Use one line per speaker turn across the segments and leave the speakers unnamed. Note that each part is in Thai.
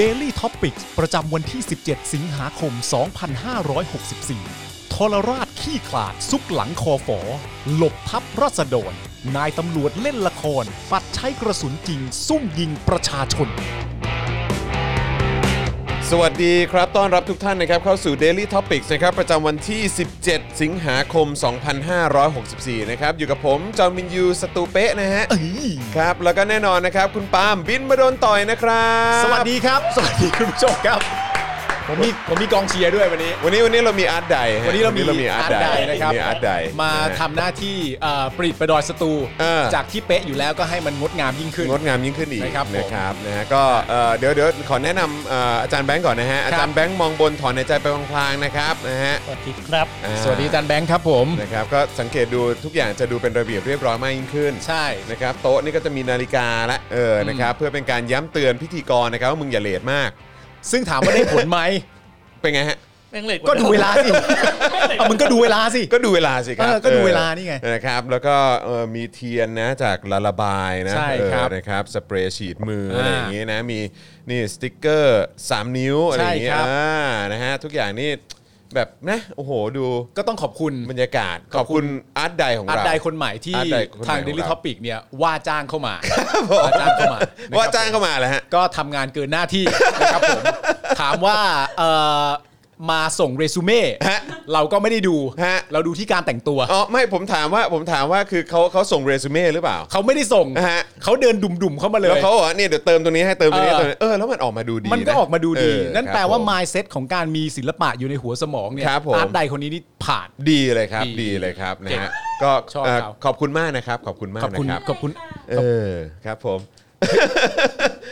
Daily Topics ประจำวันที่ 17 สิงหาคม 2564 ทรราชขี้ขลาดซุกหลังคอฝอ หลบทับรัษฎรนายตำรวจเล่นละคร ปัดใช้กระสุนจริง ซุ่มยิงประชาชน
สวัสดีครับ ต้อนรับทุกท่านนะครับ เข้าสู่ Daily Topics นะครับ ประจำวันที่ 17 สิงหาคม 2564 นะครับ อยู่กับผม จอมินยูสตูเป๊ะนะฮะ
เอ้ย
ครับ แล้วก็แน่นอนนะครับ คุณปาล์มบินมาโดนต่อยนะครับ
สวัสดีครับ สวัสดีคุณผู้ชมครับ ผมมีผมมีกองเชียร์ด้วยวันนี้
วันนี้วันนี้เรามีอาร์ตไดฮะ
วันนี้เรามี
อาร์ต
อาร์ต
ได
ไดนะครับ
มีอาร์ตได
มาทำหน้าที่เอ่อปรีดประดอยสตู
เออ
จากที่เป๊ะอยู่แล้วก็ให้มันงดงามยิ่งขึ้น
งดงามยิ่งขึ้นอีก
นะครับผม
นะครับนะฮะก็เอ่อเดี๋ยวเดี๋ยวขอแนะนำเอ่ออาจารย์แบงค์ก่อนนะฮะอาจาร
ครับ
ย์แบงค์มองบนถอนในใจไปพลางๆนะครับนะฮะ
สวัสดีครับ
อ่า
สวัสดีอาจารย์แบงค์ครับผม
นะครับก็สังเกตดูทุกอย่างจะดูเป็นระเบียบเรียบร้อยมากยิ่งขึ้น
ใช่
นะครับโต๊ะนี่ก็จะมีนาฬิกาละเออนะครับเพื่อเป็นการย้ำเตือนพิธีกรนะครับว่ามึงอย่าเลทมาก
ซึ่งถามว่าได้ผล ไหม
เป็นไงฮะ
แม่งเลย
ก็ดูเวลา สิเอามึงก็ดูเวลาสิ
ก็ดูเวลาสิค
เอ
รั
อก็ดูเวลานี่ไง
เออนะครับแล้วก็เออมีเทียนนะจากลาลาบายนะ
ใช่ครับ
เออนะครับสเปรย์ฉีดมือ
อ่า
อะไรอย่างงี้นะมีนี่สติกเกอร์สามนิ้วอะไรอย่างงี้
ใช่ครับ
อ่านะฮะทุกอย่างนี่แบบนะโอ้โหดู
ก็ต้องขอบคุณ
บรรยากาศขอบคุณอาร์ตไดของ
อา
เรา
ดายคนใหม่ที่
อาร์ตไดคนใหม่
ทาง
ของ
Daily
เรา
Topic เนี่ยว่าจ้างเข้ามาว่าจ้างเข้ามานะครับ
ว่าจ้างเข้ามาแล้วฮะ
ก็ทำงานเกินหน้าที่ นะครับ ผม ถามว่าเอ่อมาส่งเรซูเม่
ฮะ
เราก็ไม่ได้ดู
ฮะ
เราดูที่การแต่งตัว
อ๋อไม่ผมถามว่าผมถามว่าคือเขาเขาส่งเรซูเม่หรือเปล่า
เขาไม่ได้ส่ง
ฮะ
เขาเดินดุ่มๆเข้ามาเล
แล้ว
ย
เขาบอกว่าเนี่ยเดี๋ยวเติมตรงนี้ให้เติมตรงนี้
เออ
เติมตรงนี้เออแล้วมันออกมาดูดี
มันก็
ะ
ออกมาดูดี
เออ
นั่นแปลว่า
ครับผม
mindset ของการมีศิลปะอยู่ในหัวสมองเนี่ย
ครับผม
อาร์ตใดคนนี้นี่ผ่าน
ดีเลยครับ
ดี
ดีเลยครับนะ
เก่ง
ฮะก็
ชอบ
เอ่อ
เขา
ขอบคุณมากนะครับ ขอบคุณมาก
ขอบ
นะ
คุณ
ครับ
ขอบคุณ
เออครับผม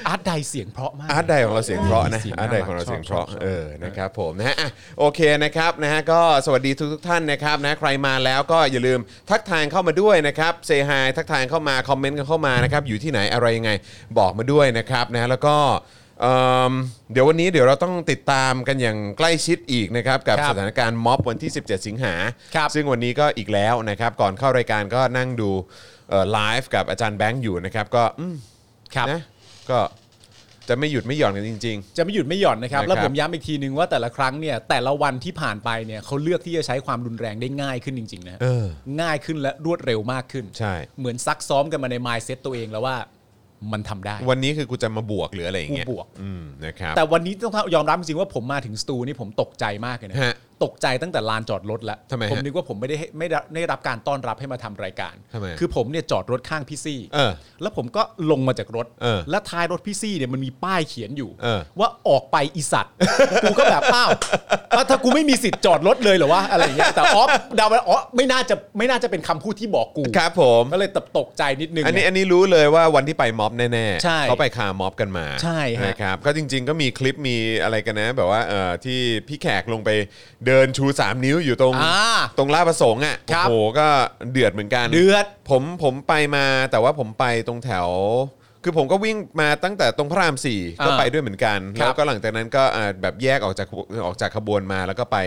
อาร์ตใดเสียงเพราะมาก
อาร์ตไดของเราเสียงเพราะนะ
เสียง
อา
น่ารัก
ร์ตไดของเราเสียงเพราะ
ชอบชอบ
เออนะครับผมนะฮะอ่ะโอเคนะครับนะฮะก็สวัสดีทุกทท่านนะครับนะใครมาแล้วก็อย่าลืมทักทายเข้ามาด้วยนะครับเซฮายทักทายเข้ามาคอมเมนต์กันเข้ามานะครับอยู่ที่ไหนอะไรยังไงบอกมาด้วยนะครับนะฮะแล้วก็เอิ่มเดี๋ยววันนี้เดี๋ยวเราต้องติดตามกันอย่างใกล้ชิดอีกนะครับกับ
ค
ส
รับ
ถานการณ์ม็อบวันที่ 17 สิงหา
ครับ
ซึ่งวันนี้ก็อีกแล้วนะครับ ก่อนเข้ารายการก็นั่งดูเอ่อไลฟ์กับอาจารย์แบงค์อยู่นะครับ ก็อืม
ครับ
นะก็จะไม่หยุดไม่หย่อนกันจริง
จะไม่หยุดไม่หย่อนนะครับ
นะครับ
แล้วผมย้ำอีกทีนึงว่าแต่ละครั้งเนี่ยแต่ละวันที่ผ่านไปเนี่ยเขาเลือกที่จะใช้ความรุนแรงได้ง่ายขึ้นจริงๆนะฮะ
เออ
ง่ายขึ้นและรวดเร็วมากขึ้น
ใช่
เหมือนซักซ้อมกันมาในมายเซ็ตตัวเองแล้วว่ามันทำได้
ๆ วันนี้คือกูจะมาบวกหรืออะไรอย่างเงี้ย
กูบวก
อืมนะครับ
แต่วันนี้ต้องยอมรับจริงๆว่าผมมาถึงสตูนี่ผมตกใจมากเลยนะ
ฮะ
ตกใจตั้งแต่ลานจอดรถแล้ว
ทำไมฮะ
ผมนึกว่าผมไม่ได้ให้ไม่ได้ไม่ได้รับการต้อนรับให้มาทำรายการ
ทำไมฮะ
คือผมเนี่ยจอดรถข้างพี่ซี่
เออ
แล้วผมก็ลงมาจากรถ
เออ
และท้ายรถพี่ซี่เนี่ยมันมีป้ายเขียนอยู่
เออ
ว่าออกไปอีสัตว์ กูก็แบบอ้าว แล้วถ้ากูไม่มีสิทธิ์จอดรถเลยเหรอวะอะไรอย่างเงี้ยแต่อ๋อเดาว่าอ๋อไม่น่าจะไม่น่าจะเป็นคำพูดที่บอกกู
ครับผม
ก็เลยตบตกใจนิดนึง
อันนี้อันนี้รู้เลยว่าวันที่ไปม็อบแน่ๆ
ใช่
เขาไปคาม็อบกันมา
ใช่ฮะ
นะครับก็จริง ๆ ก็มีคลิปมีอะไรกันนะ แบบว่าเอ่อที่พี่แขกลงไปเดินชู 3 นิ้วอยู่ตรง
อ่า
ตรงลาดประสงค์อ่ะ
ค
โอ้
รับ
โหก็เดือดเหมือนกัน
เดือด
ผมผมไปมาแต่ว่าผมไปตรงแถว คือผมก็วิ่งมาตั้งแต่ตรงพระรามสี่
อ่า
ก็ไปด้วยเหมือนกัน
ครับ
แล้วก็หลังจากนั้นก็อ่าแบบแยกออกจากออกจากขบวนมาแล้วก็ไป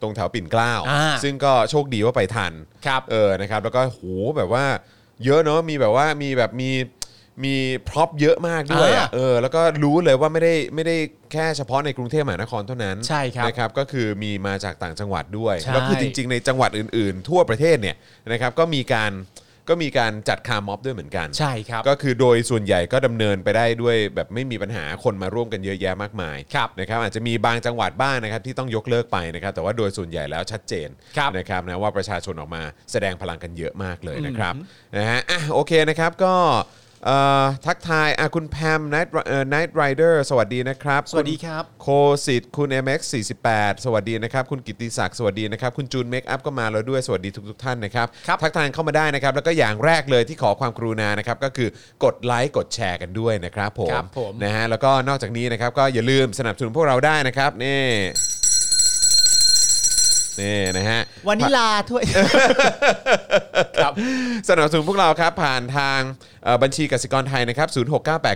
ตรงแถวปิ่นเกล้า
อ่า
ซึ่งก็โชคดีว่าไปทัน
ครับ
เออ นะครับ แล้วก็โห แบบว่า เยอะเนอะมีแบบว่า มีแบบ มี มีพร็อพเยอะมากด้วยอะ
อ่า
เออ แล้วก็รู้เลยว่าไม่ได้ ไม่ได้แค่เฉพาะในกรุงเทพมหานครเท่านั้น
ใช่ครับ
นะครับ ก็คือมีมาจากต่างจังหวัดด้วย
ใช่
แล้วคือจริง ๆ ในจังหวัดอื่น ๆ ทั่วประเทศเนี่ยนะครับ ก็มีการ ก็มีการจัดคาร์ม็อบด้วยเหมือนกัน
ใช่ครับ
ก็คือโดยส่วนใหญ่ก็ดำเนินไปได้ด้วยแบบไม่มีปัญหาคนมาร่วมกันเยอะแยะมากมาย
ครับ
นะครับอาจจะมีบางจังหวัดบ้างนะครับที่ต้องยกเลิกไปนะครับแต่ว่าโดยส่วนใหญ่แล้วชัดเจน
ครับ
นะครับนะว่าประชาชนออกมาแสดงพลังกันเยอะมากเลยนะครับนะฮะอ่ะโอเคนะครับก็เอ่อทักทายอ่ะคุณแพม Night Ri- เอ่อ Night Rider สวัสดีนะครับ
สวัสดีครับ
ณโคสิทธิ์คุณ MX48 สวัสดีนะครับ คุณกิตติศักดิ์สวัสดีนะครับคุณจูนเมคอัพก็มาแล้วด้วยสวัสดีทุก ๆ ท่านนะครับ
ครับ
ทักทายเข้ามาได้นะครับ แล้วก็อย่างแรกเลยที่ขอความกรุณานะครับ ก็คือกดไลค์กดแชร์กันด้วยนะครับผม
ครับผม
นะฮะแล้วก็นอกจากนี้นะครับ ก็อย่าลืมสนับสนุนพวกเราได้นะครับนี่นี่นะฮะ
วานิลาถ้วย ครับ
สนับสนุนพวกเราครับ ผ่านทางเอ่อบัญชีกสิกรไทยนะครับ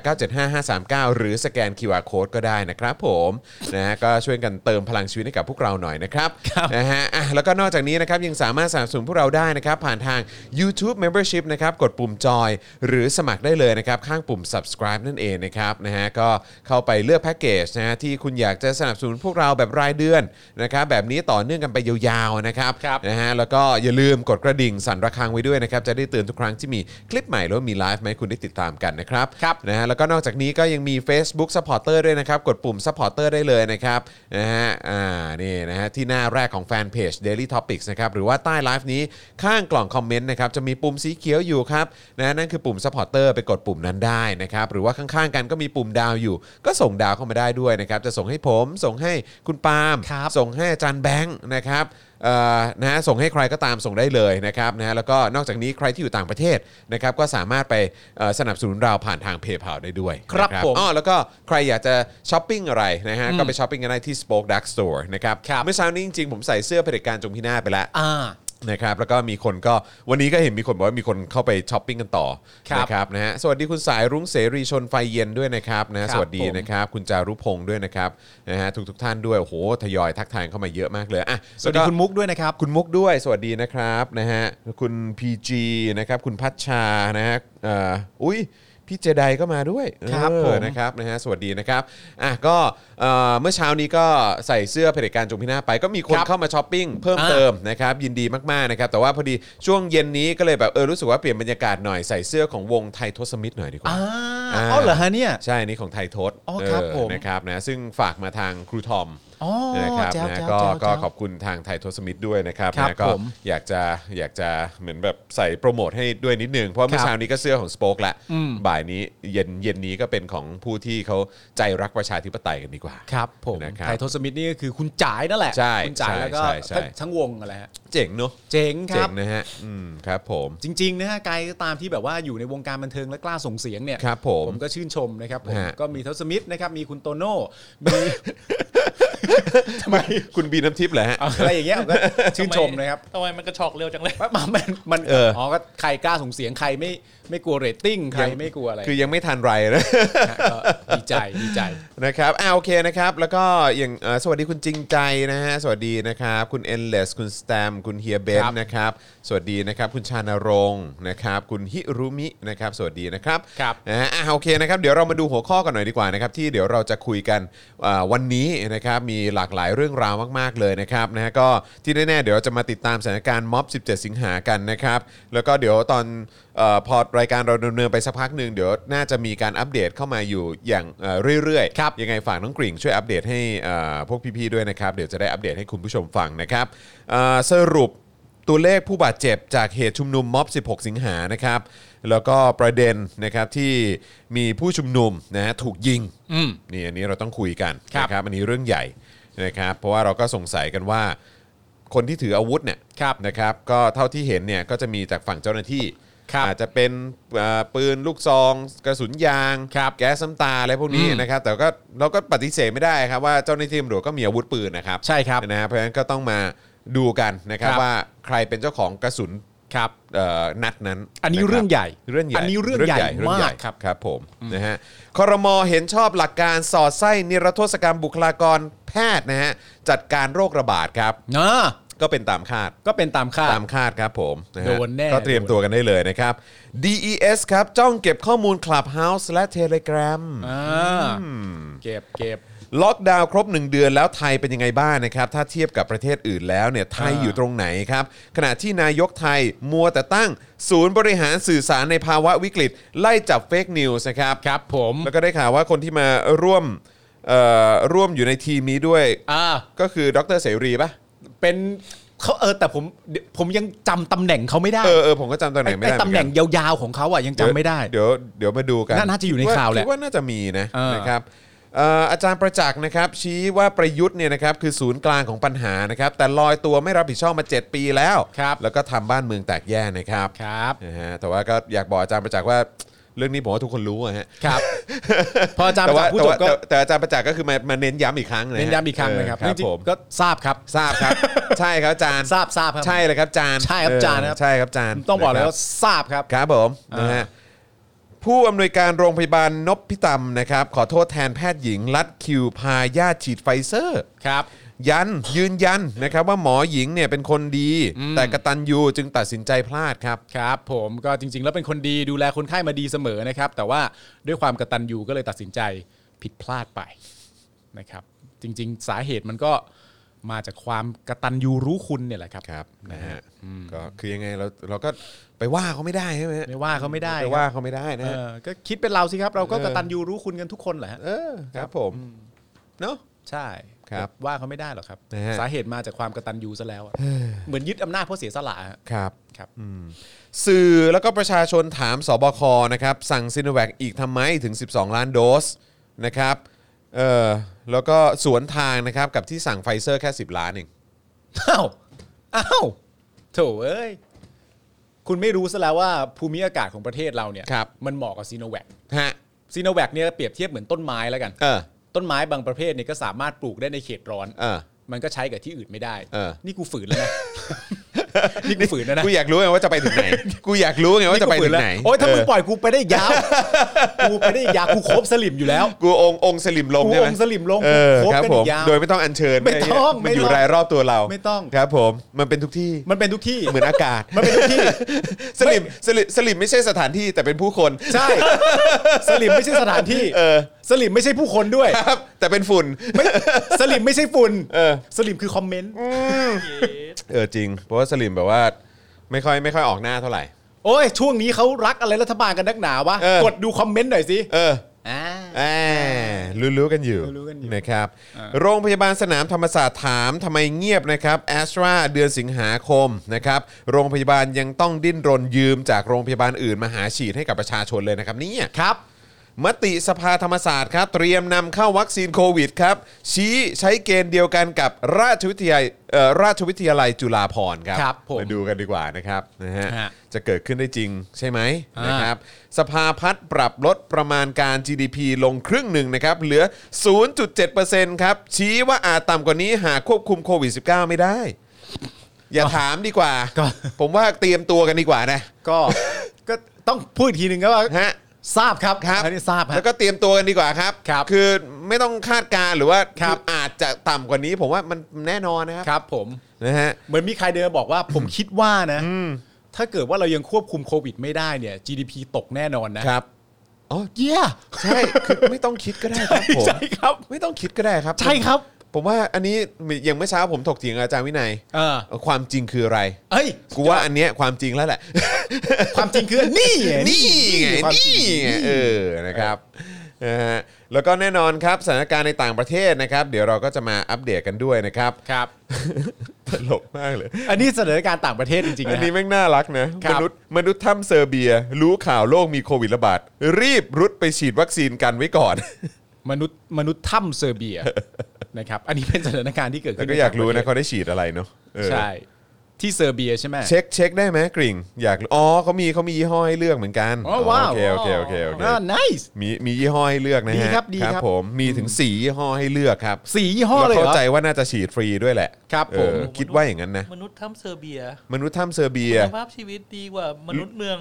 0698975539 หรือสแกน QR Code ก็ได้นะครับผมนะฮะก็ช่วยกันเติมพลังชีวิตให้กับพวกเราหน่อยนะครับนะฮะอ่ะแล้วก็นอกจากนี้นะครับยังสามารถสนับสนุนพวกเราได้นะครับ ผ่านทาง YouTube Membership นะครับกดปุ่มจอย หรือสมัครได้เลยนะครับ ข้างปุ่ม subscribe นั่นเองนะครับนะฮะก็เข้าไปเลือกแพ็กเกจนะฮะที่คุณอยากจะสนับสนุนพวกเราแบบรายเดือนนะครับแบบนี้ต่อเนื่องกันไปยาวๆนะครับ
ครับ
นะฮะแล้วก็อย่าลืมกดกระดิ่งสั่นระฆังไว้ด้วยนะครับ จะได้เตือนทุกครั้งที่มีคลิปใหม่หรือว่ามีไลฟ์ไหมาให้คุณได้ติดตามกันนะครับ
ครับ
นะฮะแล้วก็นอกจากนี้ก็ยังมี Facebook Supporter ด้วยนะครับ กดปุ่ม Supporter ได้เลยนะครับนะฮะอ่านี่นะฮะที่หน้าแรกของแฟนเพจ Daily Topics นะครับหรือว่าใต้ไลฟ์นี้ข้างกล่องคอมเมนต์นะครับจะมีปุ่มสีเขียวอยู่ครับนะนั่นคือปุ่ม Supporter ไปกดปุ่มนั้นได้นะครับหรือว่าข้างๆกันก็มีปุ่มดาวอยู่ ก็ส่งดาวเข้ามาได้ด้วยนะครับจะส่งให้ผมส่งให้คุณปาล์ม
ครับ
ส่งให้อาจารย์แบงค์นะครับ เอ่อนะฮะส่งให้ใครก็ตามส่งได้เลยนะครับนะฮะแล้วก็นอกจากนี้ใครที่อยู่ต่างประเทศนะครับก็สามารถไปเอ่อสนับสนุนเราผ่านทางเพย์เพาได้ด้วย
ครับ
นะ
ผม
อ๋อแล้วก็ใครอยากจะช้อปปิ้งอะไรนะฮะก็ไปช้อปปิ้งกันได้ที่ Spoke Dark Store นะครับ
ครับ
เมื่อเช้านี้จริงๆ ผมใส่เสื้อเผด็จการจงพินาศไปแล้ว
อ่า
นะครับแล้วก็มีคนก็วันนี้ก็เห็นมีคนบอกว่ามีคนเข้าไปช้อปปิ้งกันต่อ
ครับ
นะครับนะฮะสวัสดีคุณสายรุ้งเสรีชนไฟเย็นด้วยนะครับนะฮะ
ครับ
สวัสดี
ผม
นะครับคุณจารุพงศ์ด้วยนะครับนะฮะทุกทุกๆท่านด้วยโอ้โหทยอยทักทายเข้ามาเยอะมากเลยอ่ะ
สวัสดี
แล้ก็
คุณมุกด้วยนะครับ
คุณมุกด้วยสวัสดีนะครับนะฮะคุณ PG นะครับคุณพัชชานะฮะเอ่ออุ้ยพี่เจไดก็มาด้วย
ครับ
เออ
ผม
นะครับนะฮะสวัสดีนะครับอ่ะก็เอ่อเมื่อเช้านี้ก็ใส่เสื้อเผด็จการจงพินาศไปก็มีคน
ครับ
เข้ามาช้อปปิ้งเพิ่ม
อ่า
เติมนะครับยินดีมากๆนะครับแต่ว่าพอดีช่วงเย็นนี้ก็เลยแบบเออรู้สึกว่าเปลี่ยนบรรยากาศหน่อยใส่เสื้อของวงไทยทศมิตรหน่อยดีกว่า
อ่า
อ่า
อ๋อเหรอฮะเนี่ย
ใช่อันนี้ของไทยทศ
อ๋อครับ
เออ
ผม
นะครับนะซึ่งฝากมาทางครูทอม
อ๋อ
นะครับ
แจ๋ว
นะ
แจ๋ว
ก็
แจ๋ว
ก็
แจ๋ว
ขอบคุณทางไทยทศมิตรด้วยนะครับ
ครับ
นะก็
ผม
อยากจะอยากจะเหมือนแบบใส่โปรโมทให้ด้วยนิดนึง เพราะเมื่อ
ครับ
เช้านี้ก็เสื้อของสป o อ e ละ
อืม
บ่ายนี้เย็นเย็นนี้ก็เป็นของผู้ที่เขาใจรักประชาธิปไตยกันดีกว่า
ครับผม
นะครับ
ไทยทศมิตรนี่ก็คือคุณจ่ายนั่นแหละ
ใช่
คุณจ่ายแล้วก็
ใช่ใช่ใช่
ทั้งวงอะไรฮะ
เจ๋งเนอะ
เจ๋งค
เจ๋
รับ
งนะฮะอืมครับผม
จริงๆนะฮะไกลก็ตามที่แบบว่าอยู่ในวงการบันเทิงและกล้าส่งเสียงเนี่ย
ครับผม
ผมก็ชื่นชมนะครับผม
ฮะ
ก็มีทศมิตรนะครับมีคุณโตโน่มีทำไม
คุณบีน้ำทิพย์เหรอฮะ
อะไรอย่างเงี้ยผมก็ชื่นชมนะครับ
ทำไมมันกระชอกเร็วจังเลย
ว่ามันมันมัน
เอออ๋
อก็ใครกล้าส่งเสียงใครไม่ไม่กลัวเรตติ้งใครไม่กลัวอะไร
คือยังไม่ ทันไรนะ
ฮะก็ดีใจดีใจ
นะครับอ่าโอเคนะครับ แล้วก็อย่างเอ่อสวัสดีคุณจริงใจนะฮะ สวัสดีนะครับ คุณ endless คุณ stam คุณเฮียเบน
ครับ
นะครับ สวัสดีนะครับ คุณชานรงค์นะครับ คุณฮิรุมินะครับ สวัสดีนะครับ
ครับ
นะฮะอ่าโอเคนะครับ เดี๋ยวเรามาดูหัวข้อกันหน่อยดีกว่านะครับ ที่เดี๋ยวเราจะคุยกันอ่าวันนี้นะครับ มีหลากหลายเรื่องราวมาก ๆ เลยนะครับนะฮะก็ที่แน่ๆเดี๋ยวจะมาติดตามสถานการณ์ม็อบ 17 สิงหากันนะครับ แล้วก็เดี๋ยวตอนเออพอรายการเราดำเนินไปสักพักหนึ่งเดี๋ยวน่าจะมีการอัปเดตเข้ามาอยู่อย่างเอ่อเรื่อยๆ
ครับ
ยังไงฝากน้องกริ่งช่วยอัปเดตให้เอ่อพวกพี่ๆด้วยนะครับ เดี๋ยวจะได้อัปเดตให้คุณผู้ชมฟังนะครับเอ่อสรุปตัวเลขผู้บาดเจ็บจากเหตุชุมนุมม็อบ 16 สิงหานะครับ แล้วก็ประเด็นนะครับที่มีผู้ชุมนุมนะฮะถูกยิงนี่อันนี้เราต้องคุยกัน
ครับ
นะครับอันนี้เรื่องใหญ่นะครับเพราะว่าเราก็สงสัยกันว่า คนที่ถืออาวุธเนี่ย
ครับ
นะครับก็เท่าที่เห็นเนี่ยก็จะมีจากฝั่งเจ้าหน้าที่
ครับ
อาจจะเป็นเอ่อปืนลูกซอง กระสุนยาง
ครับ
แก๊สน้ำตาอะไรพวกนี้
อืม
นะครับ แต่ก็เราก็ปฏิเสธไม่ได้ครับว่าเจ้าหน้าที่ตำรวจก็มีอาวุธปืนนะครับ
ใช่ครับ
นะฮะเพราะฉะนั้นก็ต้องมาดูกันนะครับ
ครับ
ว่าใครเป็นเจ้าของกระสุน
ครับ
เอ่อนัดนั้น
อันนี้
ะคบ
เรื่องใหญ่
เรื่องใหญ่
อันนี้เรื่องใหญ่
เรื่องใหญ่
มากครับ
ครับผมนะฮะคอรมอเห็นชอบหลักการสอดไส้นิรโทษกรรมบุคลากรแพทย์นะฮะจัดการโรคระบาดครับ
นะ
ก็เป็นตามคาด
ก็เป็นตามคาด
ตามคาดครับผมะฮะ
โดนแน่
ก็เตรียมตัวกันได้เลยนะครับ DES ครับจ้องเก็บข้อมูล Clubhouse และ Telegram
อ่าเก็บเก็บ
ล็อกดาวน์ครบ 1 เดือนแล้วไทยเป็นยังไงบ้างนะครับ ถ้าเทียบกับประเทศอื่นแล้วเนี่ยไทย
อ่า
อยู่ตรงไหนครับ ขณะที่นายกไทยมัวแต่ตั้ง ศูนย์บริหารสื่อสารในภาวะวิกฤต ไล่จับเฟกนิวส์นะครับ
ครับผม
แล้วก็ได้ข่าวว่าคนที่มาร่วมเอ่อร่วมอยู่ในทีมนี้ด้วย
อ่า
ก็คือดรเสรีปะ
เป็นเขาเออแต่ผมเดี๋ยวผมยังจำตำแหน่งเขาไม่ได้
เออเออผมก็จำตำแหน่งไม่
ไอ้
ได้เมือ
ตำ
กั
แหน่งยาวๆของเขาอ่ะยังจำไม่ได้
เดี๋ยวเดี๋ยวมาดูกัน
น่าน่าจะอยู่ในข่าวแหละ
คิดว่าน่าจะมีนะ
เออ
นะครับเอ่ออาจารย์ประจักษ์นะครับ ชี้ว่าประยุทธ์เนี่ยนะครับคือศูนย์กลางของปัญหานะครับ แต่ลอยตัวไม่รับผิดชอบมา 7 ปีแล้ว
ครับ
แล้วก็ทำบ้านเมืองแตกแยกนะครับ
ครับ
นะฮะแต่ว่าก็อยากบอกอาจารย์ประจักษ์ว่า เรื่องนี้ผมว่าทุกคนรู้อะฮะ
ครับ พออาจารย์
แต่
ประ
ว่า
จักษ์พูดจ
แต่ว่า
บก็
แต่แต่อาจารย์ประจักษ์ก็คือมามาเน้นย้ำอีกครั้งนะฮะ
เน้นย้ำอีกครั้งนะครับ
เออครับ
จริง
ผม
ๆก็ทราบครับ
ทราบครับ ใช่ครับอาจารย์
ทราบทราบครับ
ใช่เลยครับอาจารย์
ใช่ครับอาจารย์ครับ
เใช่ครับอาจารย์
ต้องบอกเลย
นะครั
ว่าทราบครับ
ครับผมนะฮะผู้อำนวยการโรงพยาบาลนพพิตำนะครับขอโทษแทนแพทย์หญิง ลัดคิวพาญาติฉีดไฟเซอร์
ครับ
ยันยืนยันนะครับว่าหมอหญิงเนี่ยเป็นคนดี แต่กระตันยูจึงตัดสินใจพลาดครับ
ครับผมก็จริง ๆ แล้วเป็นคนดีดูแลคนไข้มาดีเสมอนะครับ แต่ว่าด้วยความกระตันยูก็เลยตัดสินใจผิดพลาดไปนะครับ จริง ๆ สาเหตุมันก็มาจากความกระตันยูรู้คุณเนี่ยแหละครับ
ครับนะฮะก็คือยังไงเราเราก็ไปว่าเขาไม่ได้ใช่ไหมฮะ
ไม่ว่าเขาไม่ได้
ไปว่าเขาไม่ได้นะ
เอ
ฮะ
อก็คิดเป็นเราสิครับ เราก็กระตันยูรู้คุณกันทุกคนแหละฮะ
เออครับผมเนาะ
ใช่
ครับ
ว่าเขาไม่ได้หรอกครับ
นะฮะ
สาเหตุมาจากความกระตันยูซะแล้วอะเหมือนยึดอำนาจเพราะเสียสละฮะ
ครับ
ครับ
สื่อแล้วก็ประชาชนถามสบคนะครับ สั่งซินแวคอีกทำไมถึง 12 ล้านโดสนะครับเออแล้วก็สวนทางนะครับกับที่สั่งไฟเซอร์แค่ 10 ล้านเอง
อ้าวอ้าวโถเอ้ย คุณไม่รู้ซะแล้วว่าภูมิอากาศของประเทศเราเนี่ย มันเหมาะกับซีโนแวค
ฮะ
ซีโนแวคเนี่ยเปรียบเทียบเหมือนต้นไม้แล้วกัน
เออ
ต้นไม้บางประเภทเนี่ยก็สามารถปลูกได้ในเขตร้อน
เออ
มันก็ใช้กับที่อื่นไม่ได้
เออ
นี่กูฝืนแล้วนะ นี่กูฝื นแล้วนะ
กูอยากรู้ไงว่าจะไปถึงไหน กูอยากรู้ไงว่าจะไปถึงไหน
โอ้ยถ้ามึง
เออ
ปล่อยกูไปได้ ยาว กูไปได้ยาวกูครบสลิมอยู่แล้ว
กูองค์องค์สลิมลง
กู
ใช่ไหม
องค์สลิมลง
เออ
ครบ
ครับ
กัน
ผ
อี
ม
กยาว
โดยไม่ต้องอัญเชิญ
ไม่ต้อง
มันอยู่
ไม่ต้อง
รายรอบตัวเรา
ไม่ต้อง
ครับผมมันเป็นทุกที่
มันเป็นทุกที่
เหมือนอากาศ
มันเป็น ทุกที่
สลิมสลิมสลิมไม่ใช่สถานที่แต่เป็นผู้คน
ใช่ สลิมไม่ใช่สถานที่
เออ
สลิมไม่ใช่ผู้คน ด้วย
ครับแต่เป็นฝุ่น
ไม่สลิมไม่ใช่ฝุ่น
เออ
สลิมคือคอมเมนต์
เออจริง เพราะว่าสลิมแบบว่าไม่ค่อยไม่ค่อยออกหน้าเท่าไหร่
โอ้ย ช่วงนี้เขารักอะไรรัฐบาลกันนักหนาวะ
เออ
กดดูคอมเมนต์หน่อยสิ
เออ
อ่า
แอรู้รู้ๆกันอยู่
รู้ๆกันอยู่
นะครับ
เออ
โรงพยาบาลสนามธรรมศาสตร์ถามทำไมเงียบนะครับแอสตราเดือนสิงหาคมนะครับ โรงพยาบาลยังต้องดิ้นรนยืมจากโรงพยาบาลอื่นมาหาฉีดให้กับประชาชนเลยนะครับเนี่ย
ครับ
มติสภาธรรมศาสตร์ครับ เตรียมนำเข้าวัคซีนโควิดครับ ชี้ใช้เกณฑ์เดียวกันกับราชวิทยาลัยเอ่อราชวิทยาลัยจุฬาภรณ์ครับ
ครับผม
ดูกันดีกว่านะครับนะฮะ
ฮะ
จะเกิดขึ้นได้จริงใช่ไหม
อ่าน
นะครับ สภาพัฒน์ปรับลดประมาณการ GDP ลงครึ่งหนึ่งนะครับ เหลือ 0.7%ครับ ชี้ว่าอาจต่ำกว่านี้หากควบคุมโควิด -19 ไม่ได้ อย่าถามดีกว่า
ก็
ผมว่าเตรียมตัวกันดีกว่านะ
ก็ก็ต้องพูดอีกทีหนึ่งก็ว่า
ฮะ
ทราบครับ
ครับ
อันนี้ทราบฮะ
แล้วก็เตรียมตัวกันดีกว่าครับ
ครับ
อไม่ต้องคาดการณ์หรือว่า
ครับ
ออาจจะต่ำกว่านี้ ผมว่ามันแน่นอนนะครับ
ครับผม
นะฮะ
เหมือนมีใครเดินมาบอกว่า ผมคิดว่านะ ถ้าเกิดว่าเรายังควบคุมโควิดไม่ได้เนี่ย GDP ตกแน่นอนนะครับ
อ๋อ
เย้
ใช่คือไม่ต้องคิดก็ได้ ครับผม
ใช่ครับ
ไม่ต้องคิดก็ได้ครับ
ใช่ครับ
ผมว่าอันนี้อย่างเมื่อเช้าผมถกเถียงกับอาจารย์วินัย
เออ
ความจริงคืออะไร
เอ้ย
กูว่าอันเนี้ยความจริงแล้วแหละ
ความจริงคือนี่ไง
นี่ไง
ความจริ
นี่
ง
ไงเออนะครับนะฮะแล้วก็แน่นอนครับสถานการณ์ในต่างประเทศนะครับ เดี๋ยวเราก็จะมาอัปเดตกันด้วยนะครับ
ครับ
ตลกมากเลย
อันนี้เสนอการณ์ต่างประเทศจริงๆ
อัน
นะ
นี้
ฮะ
แม่งน่ารักนะ
ครั
ม
บ
นุษย์มนุษย์ถ้ำเซอร์เบีย รู้ข่าวโลกมีโควิดระบาด รีบรุดไปฉีดวัคซีนกันไว้ก่อน
มนุษย์มนุษย์ถ้ำเซอร์เบีย นะครับ อันนี้เป็นสถานการณ์ที่เกิด
แล้ว
ขึ้น
ก็อยากรู้นะ
ใป
เขาได้ฉีดอะไรเนาะเอ
ระเทศ
อ
ใช่ ที่เซอร์เบียใช่ไหม
เช็คเช็คได้ไหมกริ่ง อยากรู้อ๋อเขามีเขามียี่ห้อให้เลือกเหมือนกัน
อ๋อว้าว
โอเคโอเคโอเคโอเค
อ่า nice
มีมียี่ห้อให้เลือกนะฮะ
ดีครับดีครับ
ผมมีถึงสี่ยี่ห้อให้เลือกครับ
สียี่ห้อเลย
แล้ว
เหร
เข้า
อ
ใจว่าน่าจะฉีดฟรีด้วยแหละ
ครับ
เอ
ผ
อ
ม
คิดว่าอย่างนั้นนะ
มนุษย์ถ้ำเซอร์เบีย
มนุษย์ถ้ำเซอร์เบีย
คุณภาพชีวิตดีกว่ามนุษย์เมือง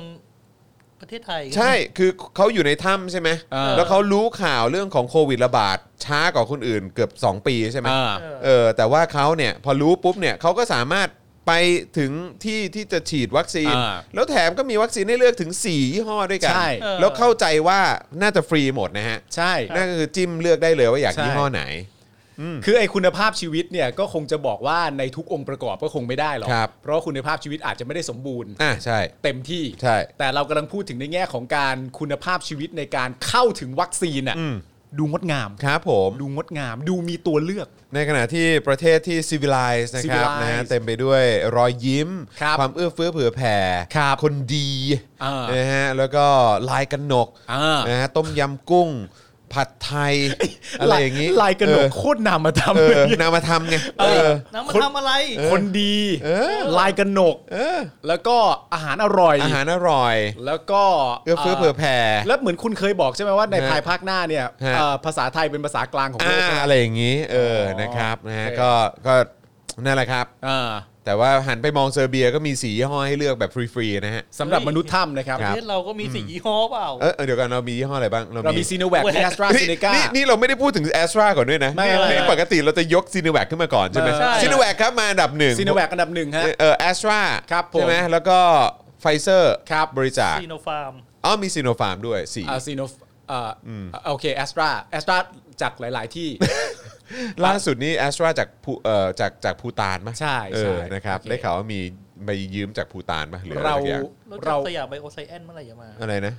ประเทศไทย
ใช่ คือเขาอยู่ในถ้ำใช่ไหม
อ่า
แล้วเขารู้ข่าวเรื่องของโควิดระบาด ช้ากว่าคนอื่นเกือบ 2 ปีใช่ไหม
อ่า
เออ
เออ แต่ว่าเขาเนี่ยพอรู้ปุ๊บเนี่ยเขาก็สามารถไปถึงที่ที่จะฉีดวัคซีน
อ่า
แล้วแถมก็มีวัคซีนให้เลือกถึง 4 ยี่ห้อด้วยกัน
ใช่
เออ
แล้วเข้าใจว่าน่าจะฟรีหมดนะฮะ
ใช่
นั่นก็คือจิ้มเลือกได้เลยว่าอยาก
ใช่
ยี่ห้อไหน
คือไอ้คุณภาพชีวิตเนี่ยก็คงจะบอกว่าในทุกองค์ประกอบก็คงไม่ได้หรอก
ครับ
เพราะคุณภาพชีวิตอาจจะไม่ได้สมบูรณ์
อ่ะใช่
เต็มที่
ใช่
แต่เรากำลังพูดถึงในแง่ของการคุณภาพชีวิตในการเข้าถึงวัคซีนอ่ะดูงดงาม
ครับผม
ดูงดงาม ดูมีตัวเลือก
ในขณะที่ประเทศที่ civilized นะครับ
civilized
นะฮะเต็มไปด้วยรอยยิ้ม
ครับ
ความเอื้อเฟื้อเผื่อแผ่
ครับ
คนดี
อ่าน
นะฮะแล้วก็ลายกันหนก
อ่าน
นะฮะต้มยำกุ้ง ผัดไท ย อะไรอย่าง
นี้
นี้
ลายกระหนก
เออ
โคตรนามธรรม
เอ
เลย
อนามธรรมไงเออ
น้ำมัน
คน
ทำอะไร
คนดี
เออ
ลายกระหนก
เออ
แล้วก็อาหารอร่อย
อาหารอร่อย
แล้วก็
เอื้อเฟื้อเผื่อแผ่
แล้วเหมือนคุณเคยบอกใช่ไหมว่าใน
ฮะ
ภายภาคหน้าเนี่ย
ฮะ
เอ่อภาษาไทยเป็นภาษากลางของโล
อ่าก
นะ
อะไรอย่างนี้ เออ
อ๋อ
นะครับนะฮะ
โอเค
ก็ก็นั่นแหละครับ
อ่า
แต่ว่าหันไปมองเซอร์เบียก็มีสียี่ห้อให้เลือกแบบฟรีๆนะฮะ
สำหรับมนุษย์ถ้ำนะครับ
ประเทศเราก็มีสี่ยี่ห้อเปล่า
เออเออเดี๋ยวกันเรามียี่ห้ออะไรบ้าง
เรามีซีโนแวคมีแอสตราเซเนกา
นี่นี่เราไม่ได้พูดถึงแอสตราก่อนด้วยนะ
ไม่อะไร
ปกติเราจะยกซีโนแวคขึ้นมาก่อนใช่ไหม
ใช่
ซีโนแวคครับมาอันดับหนึ่ง
ซีโนแวคอันดับหนึ่งฮะ
เออแอสตรา
ครับผม
ใช่ไหมแล้วก็ไฟเซอร์
ครับ
บริจาค
ซีโนฟาร์ม
อ๋อมีซีโนฟาร์มด้วยสี่
อ่าซีโนอ่าโอเคแอสตราแอสตราจากหลาย ๆ ที่
ล่าสุดนี้แอสตราจากภูเอ่อจากจากภูตานมั้ย
ใช่
เอ
ใช่
อนะครับ
โอเค
ได้ข่าวว่ามีไปยืมจากภูตานมั้ยหรืออะไร
เรา
สักอย่าง
เรา
เราสยามไบโอไซแอนเมื่อไหร่จะมา
อะไรนะ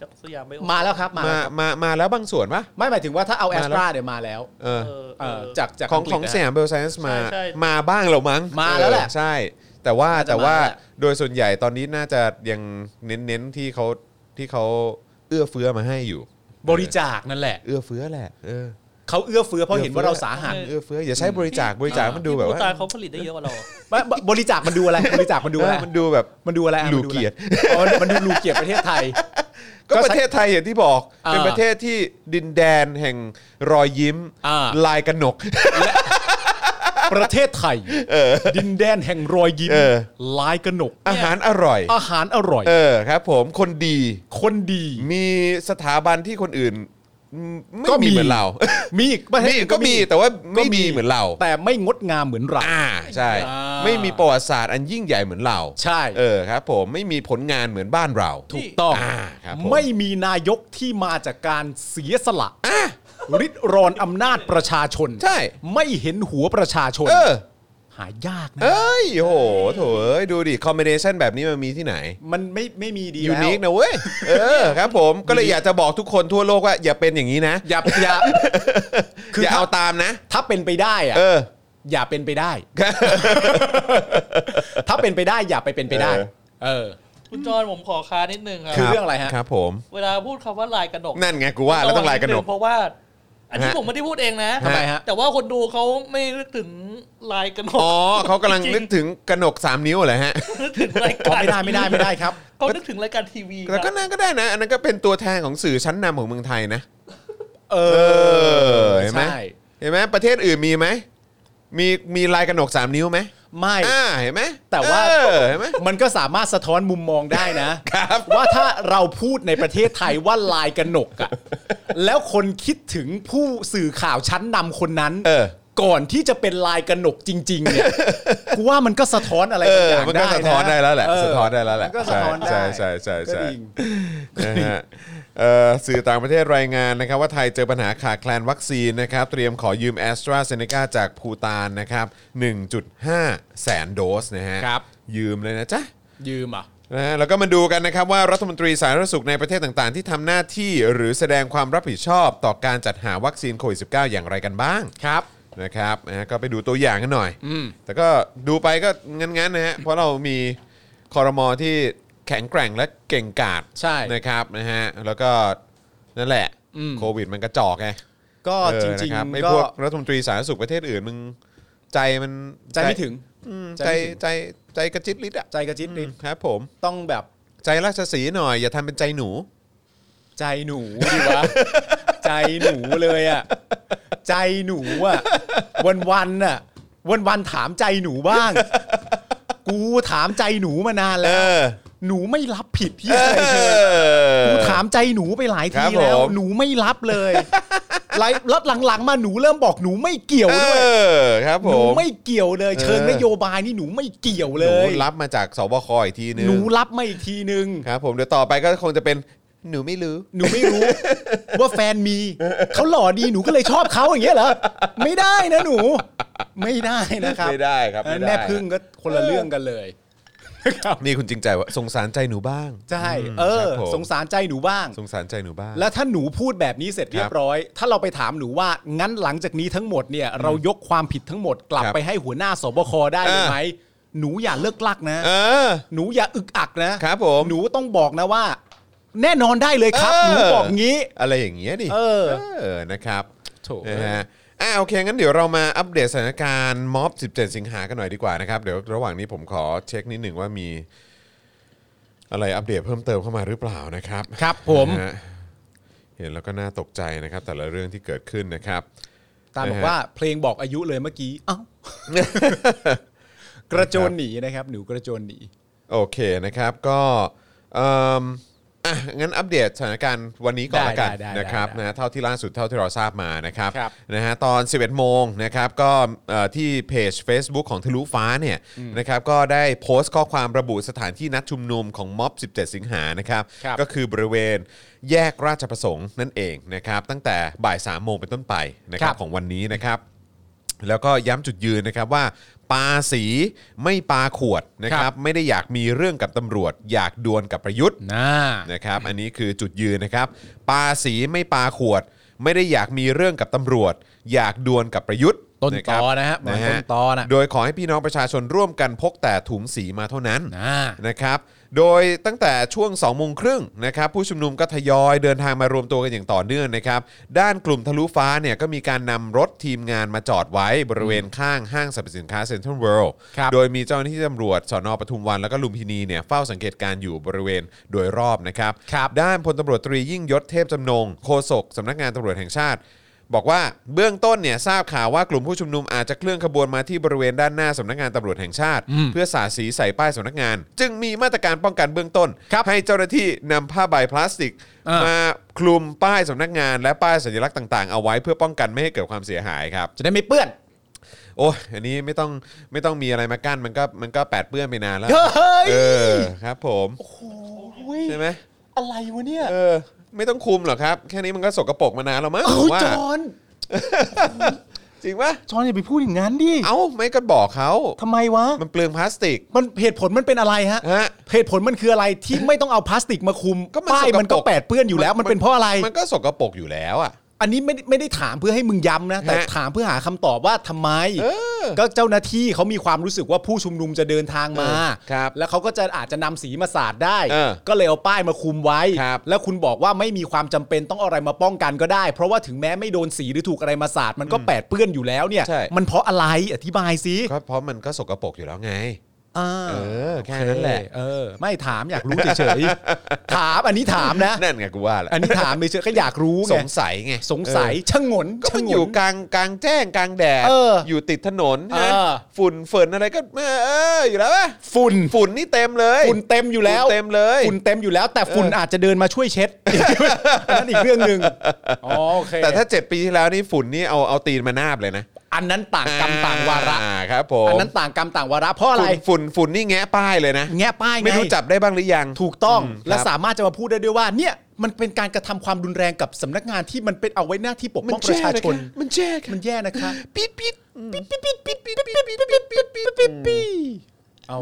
จากสยามไบโอ
มาแล้วครับมา
มา
แล้วครับ
มามาแล้วบางส่วนปะ
ไม่หมายถึงว่าถ้าเอา
มา
แอ
แล้
ส
ว
ตราเนี่ยมาแล้ว
เออ
เออ
เอ่
เอ
อ
อ
จากจาก
ของ
กฤษ
ของ
นะ
สยามเบลไซเอนส์มา
ใช่ใช่
มาบ้างแล้วมั้ง
มาแล้วแหละ
เออใช่ แต่ว่า
น่าจะ
แต่ว่า
มาแล้ว
โดยส่วนใหญ่ตอนนี้น่าจะยังเน้นเน้นๆที่เขาที่เขาเอื้อเฟื้อมาให้อยู่
บริจาคนั่นแหละ
เอื้อเฟื้อแหละเออ
เขาเอื้อเฟื้อเพราะเห็นว่าเรา
เอื้อเฟื้อ
สาหัส
เอื้อเฟื้ออย่าใช้บริจาคบริจาคมันดูแบบว่า
ที่ภูตานเขาผลิตได้เยอะ กว่าเรา
ไม่บบริจาคมันดูอะไร บริจาคมันดู
เอ
อะไร
อมันดูแบบ
มันดูอะไรอ่ะ
ลู
มันดู
เกียรติ
อะไรอ๋อมันดูลูเกียรติประเทศไท ย
ก็
ก็
ประเทศไทยอย่างที่บอก
อ่า
เป็นประเทศที่ดินแดนแห่งรอยยิ้ม
อ่า
ลายกระหนก
ประเทศไทยดินแดนแห่งรอยยิ้ม
เออ
ลายกระหนก
อาหารอร่อย
อาหารอร่อย
เออครับ ผมคนดี
คนดี
มีสถาบันที่คนอื่นไม่
ก็มี
มีเหมือนเรา
มีอีกประเทศ
มี
อื่น
ก็มีแต่ว่าไม่
ก็
ดีเหมือนเรา
แต่ไม่งดงามเหมือนเรา
อ่าใช่
อ่า
ไม่มีประวัติศาสตร์อันยิ่งใหญ่เหมือนเรา
ใช่
เออครับ ผมไม่มีผลงานเหมือนบ้านเรา
ถูกต้อง
อ่าครับผม
ไม่มีนายกที่มาจากการเสียสละริดรอนอำนาจประชาชน
ใช่
ไม่เห็นหัวประชาชน
เออ
หายากนะ
เอ้ยโหโถเอ้ยดูดิคอมบิเนชันแบบนี้มันมีที่ไหน
มันไม่ไม่มีดี
ยู
แล้ว
นิคนะเว้ยเออครับ ผมก็เลยอยากจะบอกทุกคนทั่วโลกว่าอย่าเป็นอย่างนี้นะ
อย่าอย่า คือ
อ
อ
ย่าเอาตามนะ
ถ้าเป็นไปได้อะ
เออ
อย่าเป็นไปได้ ถ้าเป็นไปได้อย่าไปเป็นไปได้
เออ
เออ
คุณจอนผมขอค้านิดนึงครับ
คือเรื่องอะไรฮะ
ครับ ผม
เวลาพูดคำว่าลายกระหนก
นั่นไงกูว่าแล้วต้องลายกระหนก
เพราะว่า อันนี้
ฮะ
ผมไม่ได้พูดเองนะ
ทำไมฮะ
แต่ว่าคนดูเขาไม่นึกถึงลายกระหนก
อ๋อเขากำลัง
จริ
นึกถึงกระหนกสามนิ้วเหรอฮะ
นึกถึงราย
อ๋อ
การ
ไม่ได้ไม่ได้ไม่ได้ครับ
เขานึกถึงรายการทีวี
แต่ก็นั่นก็ได้นะ อันนั้นก็เป็นตัวแทนของสื่อชั้นนำของเมืองไทยนะ
เอ
เออ
อ
เห็นไหม
ใช่
เห็นไหมประเทศอื่นมีไหมมีมีลายกระหนกสามนิ้วไหม
ไม่
อ่าเห็นไหม
แต่ว่า
เออเห็นไหม
มันก็สามารถสะท้อนมุมมองได้นะ
ครับ
ว่าถ้าเราพูดในประเทศไทยว่าลายกระหนกอะแล้วคนคิดถึงผู้สื่อข่าวชั้นนำคนนั้น
เออ
ก่อนที่จะเป็นลายกระหนกจริง ๆ เนี่ยกูว่ามันก็สะท้อนอะ
เอบ
ไราง
อ
อย่าง
มันก็สะท้อนได้แล้วแหละ
เ
สะท้อนได้แล้วแหละ
มันก็สะท้อนได้
ใช่ใช่ใช่
ก็
ใช่
ดี
นะฮะเอ่อสื่อต่างประเทศรายงานนะครับ ว่าไทยเจอปัญหาขาดแคลนวัคซีนนะครับ เตรียมขอยืมแอสตราเซเนกาจากภูตานนะครับ 1.5 แสนโดสนะฮะ
ครับ
ยืมเลยนะจ๊ะ
ยืมเหรอ่ะ
นะฮะแล้วก็มาดูกันนะครับว่ารัฐมนตรีสาธารณสุขในประเทศต่างๆ ที่ทำหน้าที่หรือแสดงความรับผิดชอบต่อการจัดหาวัคซีนโควิด -19 อย่างไรกันบ้าง
ครับ
นะครับนะฮะก็ไปดูตัวอย่างกันหน่อย แต่ก็ดูไปก็งั้นๆนะฮะเพราะเรามีคอรมอที่แข็งแกร่งและเก่งกาจ
ใช่
นะครับนะฮะแล้วก็นั่นแหละโควิดมันกระจอกไง
ก็
เออ
จริง
นะคบไอ้
ๆ ก็
พวกรัฐมนตรีสาธารณสุขประเทศอื่นมึงใจมัน
ใจไม่ถึง
อืม
ใจ
ใจ
ไม่ถึง
ใจใจกระจิตลิดอะ
ใจกระจิ๊ดนิด
ครับผม
ต้องแบบ
ใจราชสีห์หน่อย อย่าทำเป็นใจหนู
ใจหนูดี วะ ใจหนูเลยอ่ะใจหนูอ่ะวันวันๆอ่ะวันวันๆถามใจหนูบ้าง กูถามใจหนูมานาน
เอ
แล้ว
อ
หนูไม่รับผิดที่
เอ
อะไรเลย
อ
กูถามใจหนูไปหลาย
ครั
ที
บ
แล้ว
ผม
หนูไม่รับ เลยไลฟ์แล้วหลังๆมาหนูเริ่มบอกหนูไม่เกี่ยว
เอ
ด้วย
อครับผ
หนู
ม
ไม่เกี่ยวเลย เชิง
เออ
นโยบายนี่หนูไม่เกี่ยว
ห
เล
นู
ย
รับมาจากสบคอีกทีนึง
หนูรับมาอีกทีนึง
ครับผมเดี๋ยวต่อไปก็คงจะเป็นหนูไม่รู้
หนูไม่รู้ ว่าแฟนมีเขาหล่อดีหนูก็เลยชอบเขาอย่างเงี้ยเหรอไม่ได้นะหนู ไม่ได้นะครับ
ไม่ได้ครับไม่ได้
แม่พึ่งก็คนละเรื่องกันเลยครับ
นี่คุณจริงใจว่าสงสารใจหนูบ้าง
ใช่เออ
ครับผม
สงสารใจหนูบ้าง
สงสารใจหนูบ้าง
แล้วถ้าหนูพูดแบบนี้เสร็จเรียบร้อย ถ้าเราไปถามหนูว่างั้นหลังจากนี้ทั้งหมดเนี่ย เรายกความผิดทั้งหมดกลับ
ครับ
ไปให้หัวหน้าสบคได้
อ่า
เลยไหมหนูอย่าเลิกลักนะ
เออ
หนูอย่าอึกอักนะครับ
ผม
หนูต้องบอกนะว่า แน่นอนได้เลยครับ
เออ
หนูบอกงี้
อะไรอย่างเงี้ยดิ
เออ
เออนะครับ
โถ
นะฮะอ่าโอเค งั้นเดี๋ยวเรามาอัปเดตสถานการณ์ม็อบ 17 สิงหากันหน่อยดีกว่านะครับ เดี๋ยวระหว่างนี้ผมขอเช็คนิดหนึ่งว่ามี อะไรอัปเดตเพิ่มเติมเข้ามาหรือเปล่านะครับ
ครับผม
นะฮะเห็นแล้วก็น่าตกใจนะครับ แต่ละเรื่องที่เกิดขึ้นนะครับ
ตามบอก
นะฮะ
ว่าเพลงบอกอายุเลยเมื่อกี้เอ้า กระโจนหนีนะครับ หนูกระโจนหนี
โอเคนะครับก็เอิ่มอ่ะงั้นอัปเดตสถานการณ์วันนี้ก่อน
ได้
ละกัน
ได้ได้
นะครับ
ได้
นะเท่าที่ล่าสุดเท่าที่เราทราบมานะครับ
ครับ
นะฮะตอน 11 โมงนะครับก็เอ่อที่เพจ Facebook ของทะลุฟ้าเนี่ยนะครับก็ได้โพสต์ข้อความระบุสถานที่นัดชุมนุมของม็อบ 17 สิงหานะครับ
ครับ
ก็คือบริเวณแยกราชประสงค์นั่นเองนะครับตั้งแต่บ่าย 3 โมงเป็นต้นไปนะครับของวันนี้นะครับ แล้วก็ย้ำจุดยืนนะครับว่าปาสีไม่ปาขวดนะ
ค
ค
รั
รับ
บ
ไม่ได้อยากมีเรื่องกับตำรวจ อยากดวลกับประยุทธ์
น่า
นะครับ อันนี้คือจุดยืนนะครับ ปาสีไม่ปาขวด ไม่ได้อยากมีเรื่องกับตำรวจ อยากดวลกับประยุทธ์
ต้นตอนะ
ค
ฮะ
รับ
เหมือนต้นตอนะ
โดยขอให้พี่น้องประชาชนร่วมกันพกแต่ถุงสีมาเท่านั้น
น่า
นะครับ โดยตั้งแต่ช่วง 2 โมงครึ่งนะครับผู้ชุมนุมก็ทยอยเดินทางมารวมตัวกันอย่างต่อเนื่องนะครับ ด้านกลุ่มทะลุฟ้าเนี่ยก็มีการนำรถทีมงานมาจอดไว้บริเวณข้างห้างสรรพสินค้าเซ็นทรัลเวิลด์
ครับ
โดยมีเจ้าหน้าที่ตำรวจสอนอปทุมวันแล้วก็ลุมพินีเนี่ยเฝ้าสังเกตการณ์อยู่บริเวณโดยรอบนะครับ
ครับ
ด้านพลตำรวจตรียิ่งยศเทพจำนงโฆษกสำนักงานตำรวจแห่งชาติ บอกว่าเบื้องต้นเนี่ยทราบข่าวว่ากลุ่มผู้ชุมนุมอาจจะเคลื่อนขบวนมาที่บริเวณด้านหน้าสำนักงานตำรวจแห่งชาติ เพื่อสาดสีใส่ป้ายสำนักงาน จึงมีมาตรการป้องกันเบื้องต้น
ครับ
ให้เจ้าหน้าที่นำผ้าใบพลาสติก
อ่าม
มาคลุมป้ายสำนักงาน และป้ายสัญลักษณ์ต่างๆ เอาไว้เพื่อป้องกันไม่ให้เกิดความเสียหายครับ
จะได้ไม่เปื้อน
โอ้ยอันนี้ไม่ต้องไม่ต้องมีอะไรมากั้นมันก็มันก็แปดเปื้อนไปนานแล้ว
เฮ้ย
เออครับผมใช่ไหม
อะไรวะเนี่ย
เออไม่ต้องคุมหรอกครับ แค่นี้มันก็สกปรกมานานแล้วมั้งผ
โอ้
ม
ย
ว่า
จอน
จริงปะ
จอนอย่าไปพูดอย่างนั้นดิ
เอ้าไม่ก็บอก เขา
ทำไมวะ
มันเปลืองพลาสติก
มันเหตุผลมันเป็นอะไรฮะ
ฮะ
เหตุผลมันคืออะไรที่ไม่ต้องเอาพลาสติกมาคุม
ส
ป้ายมันก็แปดเปื้อนอยู่แล้ว มันเป็นเพราะอะไร
มันก็สกปรกอยู่แล้วอ่ะ
อันนี้ไม่ได้ไม่ได้ถามเพื่อให้มึงย้ำนะ แต่
ฮะ
ถามเพื่อหาคำตอบว่าทำไม ก็เจ้าหน้าที่เขามีความรู้สึกว่าผู้ชุมนุมจะเดินทางมา
เออครับ
แล้วเขาก็จะอาจจะนำสีมาสาดได้
เออ
ก็เลยเอาป้ายมาคุมไว้
ครับ
แล้วคุณบอกว่าไม่มีความจำเป็นต้องเอาอะไรมาป้องกันก็ได้ เพราะว่าถึงแม้ไม่โดนสีหรือถูกอะไรมาสาดมันก็แปดเปื้อนอยู่แล้วเนี่ย
ใช่
มันเพราะอะไรอธิบายสิ
ก็เพราะมันก็สกปรกอยู่แล้วไง
อ่า
เออแค่นั้นแหละ
เออ ไม่ถามอยากรู้เฉยๆ ถามอันนี้ถาม นะ
นั่นไงกูว่าแหละ
อันนี้ถามเฉยๆก็อยากรู้
ส
ไง
งสัยไง
สงสัย
เออ
ชะงน
ก็มั
ชะ
น
ง
อยู่
น
กลางกลางแจ้งกลางแดด
เออ
อยู่ติดถนน
เอ
นะ
อ
ฝุ่นเฟินอะไรก็เอออยู่แล้วอะ
ฝุ่น
ฝุ่นนี่เต็มเลย
ฝุ่นเต็มอยู่แล้ว
ฝุ่นเต็มเลย
ฝุ่นเต็มอยู่แล้ว แต่ฝุ่นอาจจะเดินมาช่วย เช็ด อันนั้นอีกเรื่องหนึ่งอ๋อโอเค
แต่ถ้าเจ็ดปีที่แล้วนี่ฝุ่นนี่เอาเอาตีนมานาบเลยนะ
อันนั้นต่างกรรมต่างวาระ
อ่ครับผม
อันนั้นต่างกรรมต่างวาระ เพราะอะไร
ฝุ่นฝุ่นฝุ่นนี่แงะป้ายเลยนะ
แง่ป้ายไง
ไม่รู้จับได้บ้างหรือยัง
ถูกต้อง
อืม
และ
ครับ
สามารถจะมาพูดได้ด้วยว่า เนี่ยมันเป็นการกระทำความรุนแรงกับสำนักงานที่มันเป็นเอาไว้หน้าที่ปกป้องประชาชน
มันแจ้
มันแย่นะคะ
ปิดปิดปิดปิดปิดปิด
เอา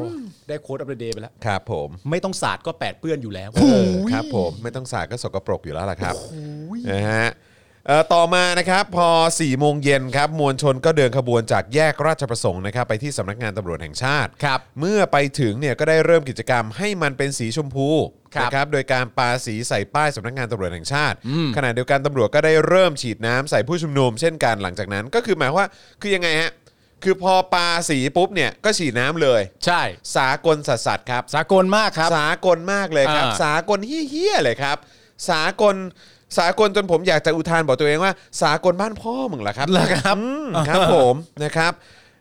ได้โค้ดอัปเดตไปแล้ว
ครับผม
ไม่ต้องศาสตร์ก็แปดเปื้อนอยู่แล้ว
เออครับผมไม่ต้องสาดก็สกปรกอยู่แล้วล่ะครับนะฮะเอ่อต่อมานะครับพอ4โมงเย็นครับมวลชนก็เดินขบวนจากแยกราชประสงค์นะครับไปที่สำนักงานตำรวจแห่งชาติ
ครับ
เมื่อไปถึงเนี่ยก็ได้เริ่มกิจกรรมให้มันเป็นสีชมพู
ครับ
นะครับโดยการปาสีใส่ป้ายสำนักงานตำรวจแห่งชาติ ขณะเดียวกันตำรวจก็ได้เริ่มฉีดน้ำใส่ผู้ชุมนุมเช่นกันหลังจากนั้นก็คือหมายว่าคือยังไงฮะคือพอปาสีปุ๊บเนี่ยก็ฉีดน้ำเลย
ใช่
สากลสัสสัสๆครับ
สากลมากครับ
สากลมากเลยครับ
อ่า
สากลเฮี้ยๆเลยครับ สากลสากลจนผมอยากจะอุทานบอกตัวเองว่า สากลบ้านพ่อมึงเหรอครับเหรอครับครับผมนะครับ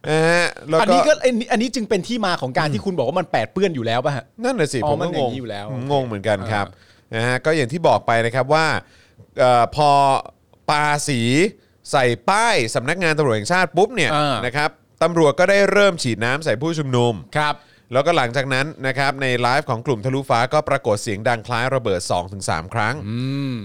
นะฮะแล้ว
อัน
ก็
นี้ก็อันนี้อันนี้จึงเป็นที่มาของการที่คุณบอกว่ามันแปดเปื้อนอยู่แล้วป่ะฮะ
นั่นแหละสิ
อ๋อ
ผม
มันอ
ก็
ง ย่าง งนี้อยู่แล้ว
งงเหมือนกันครับนะฮะก็อย่างที่บอกไปนะครับว่าเอ่อพอปาสีใส่ป้ายสำนักงานตำรวจแห่งชาติปุ๊บเนี่ย
อ่าน
นะครับตำรวจก็ได้เริ่มฉีดน้ำใส่ผู้ชุมนุม
ครับ
แล้วก็หลังจากนั้นนะครับในไลฟ์ของกลุ่มทะลุฟ้าก็ปรากฏเสียงดังคล้ายระเบิด 2-3 ครั้ง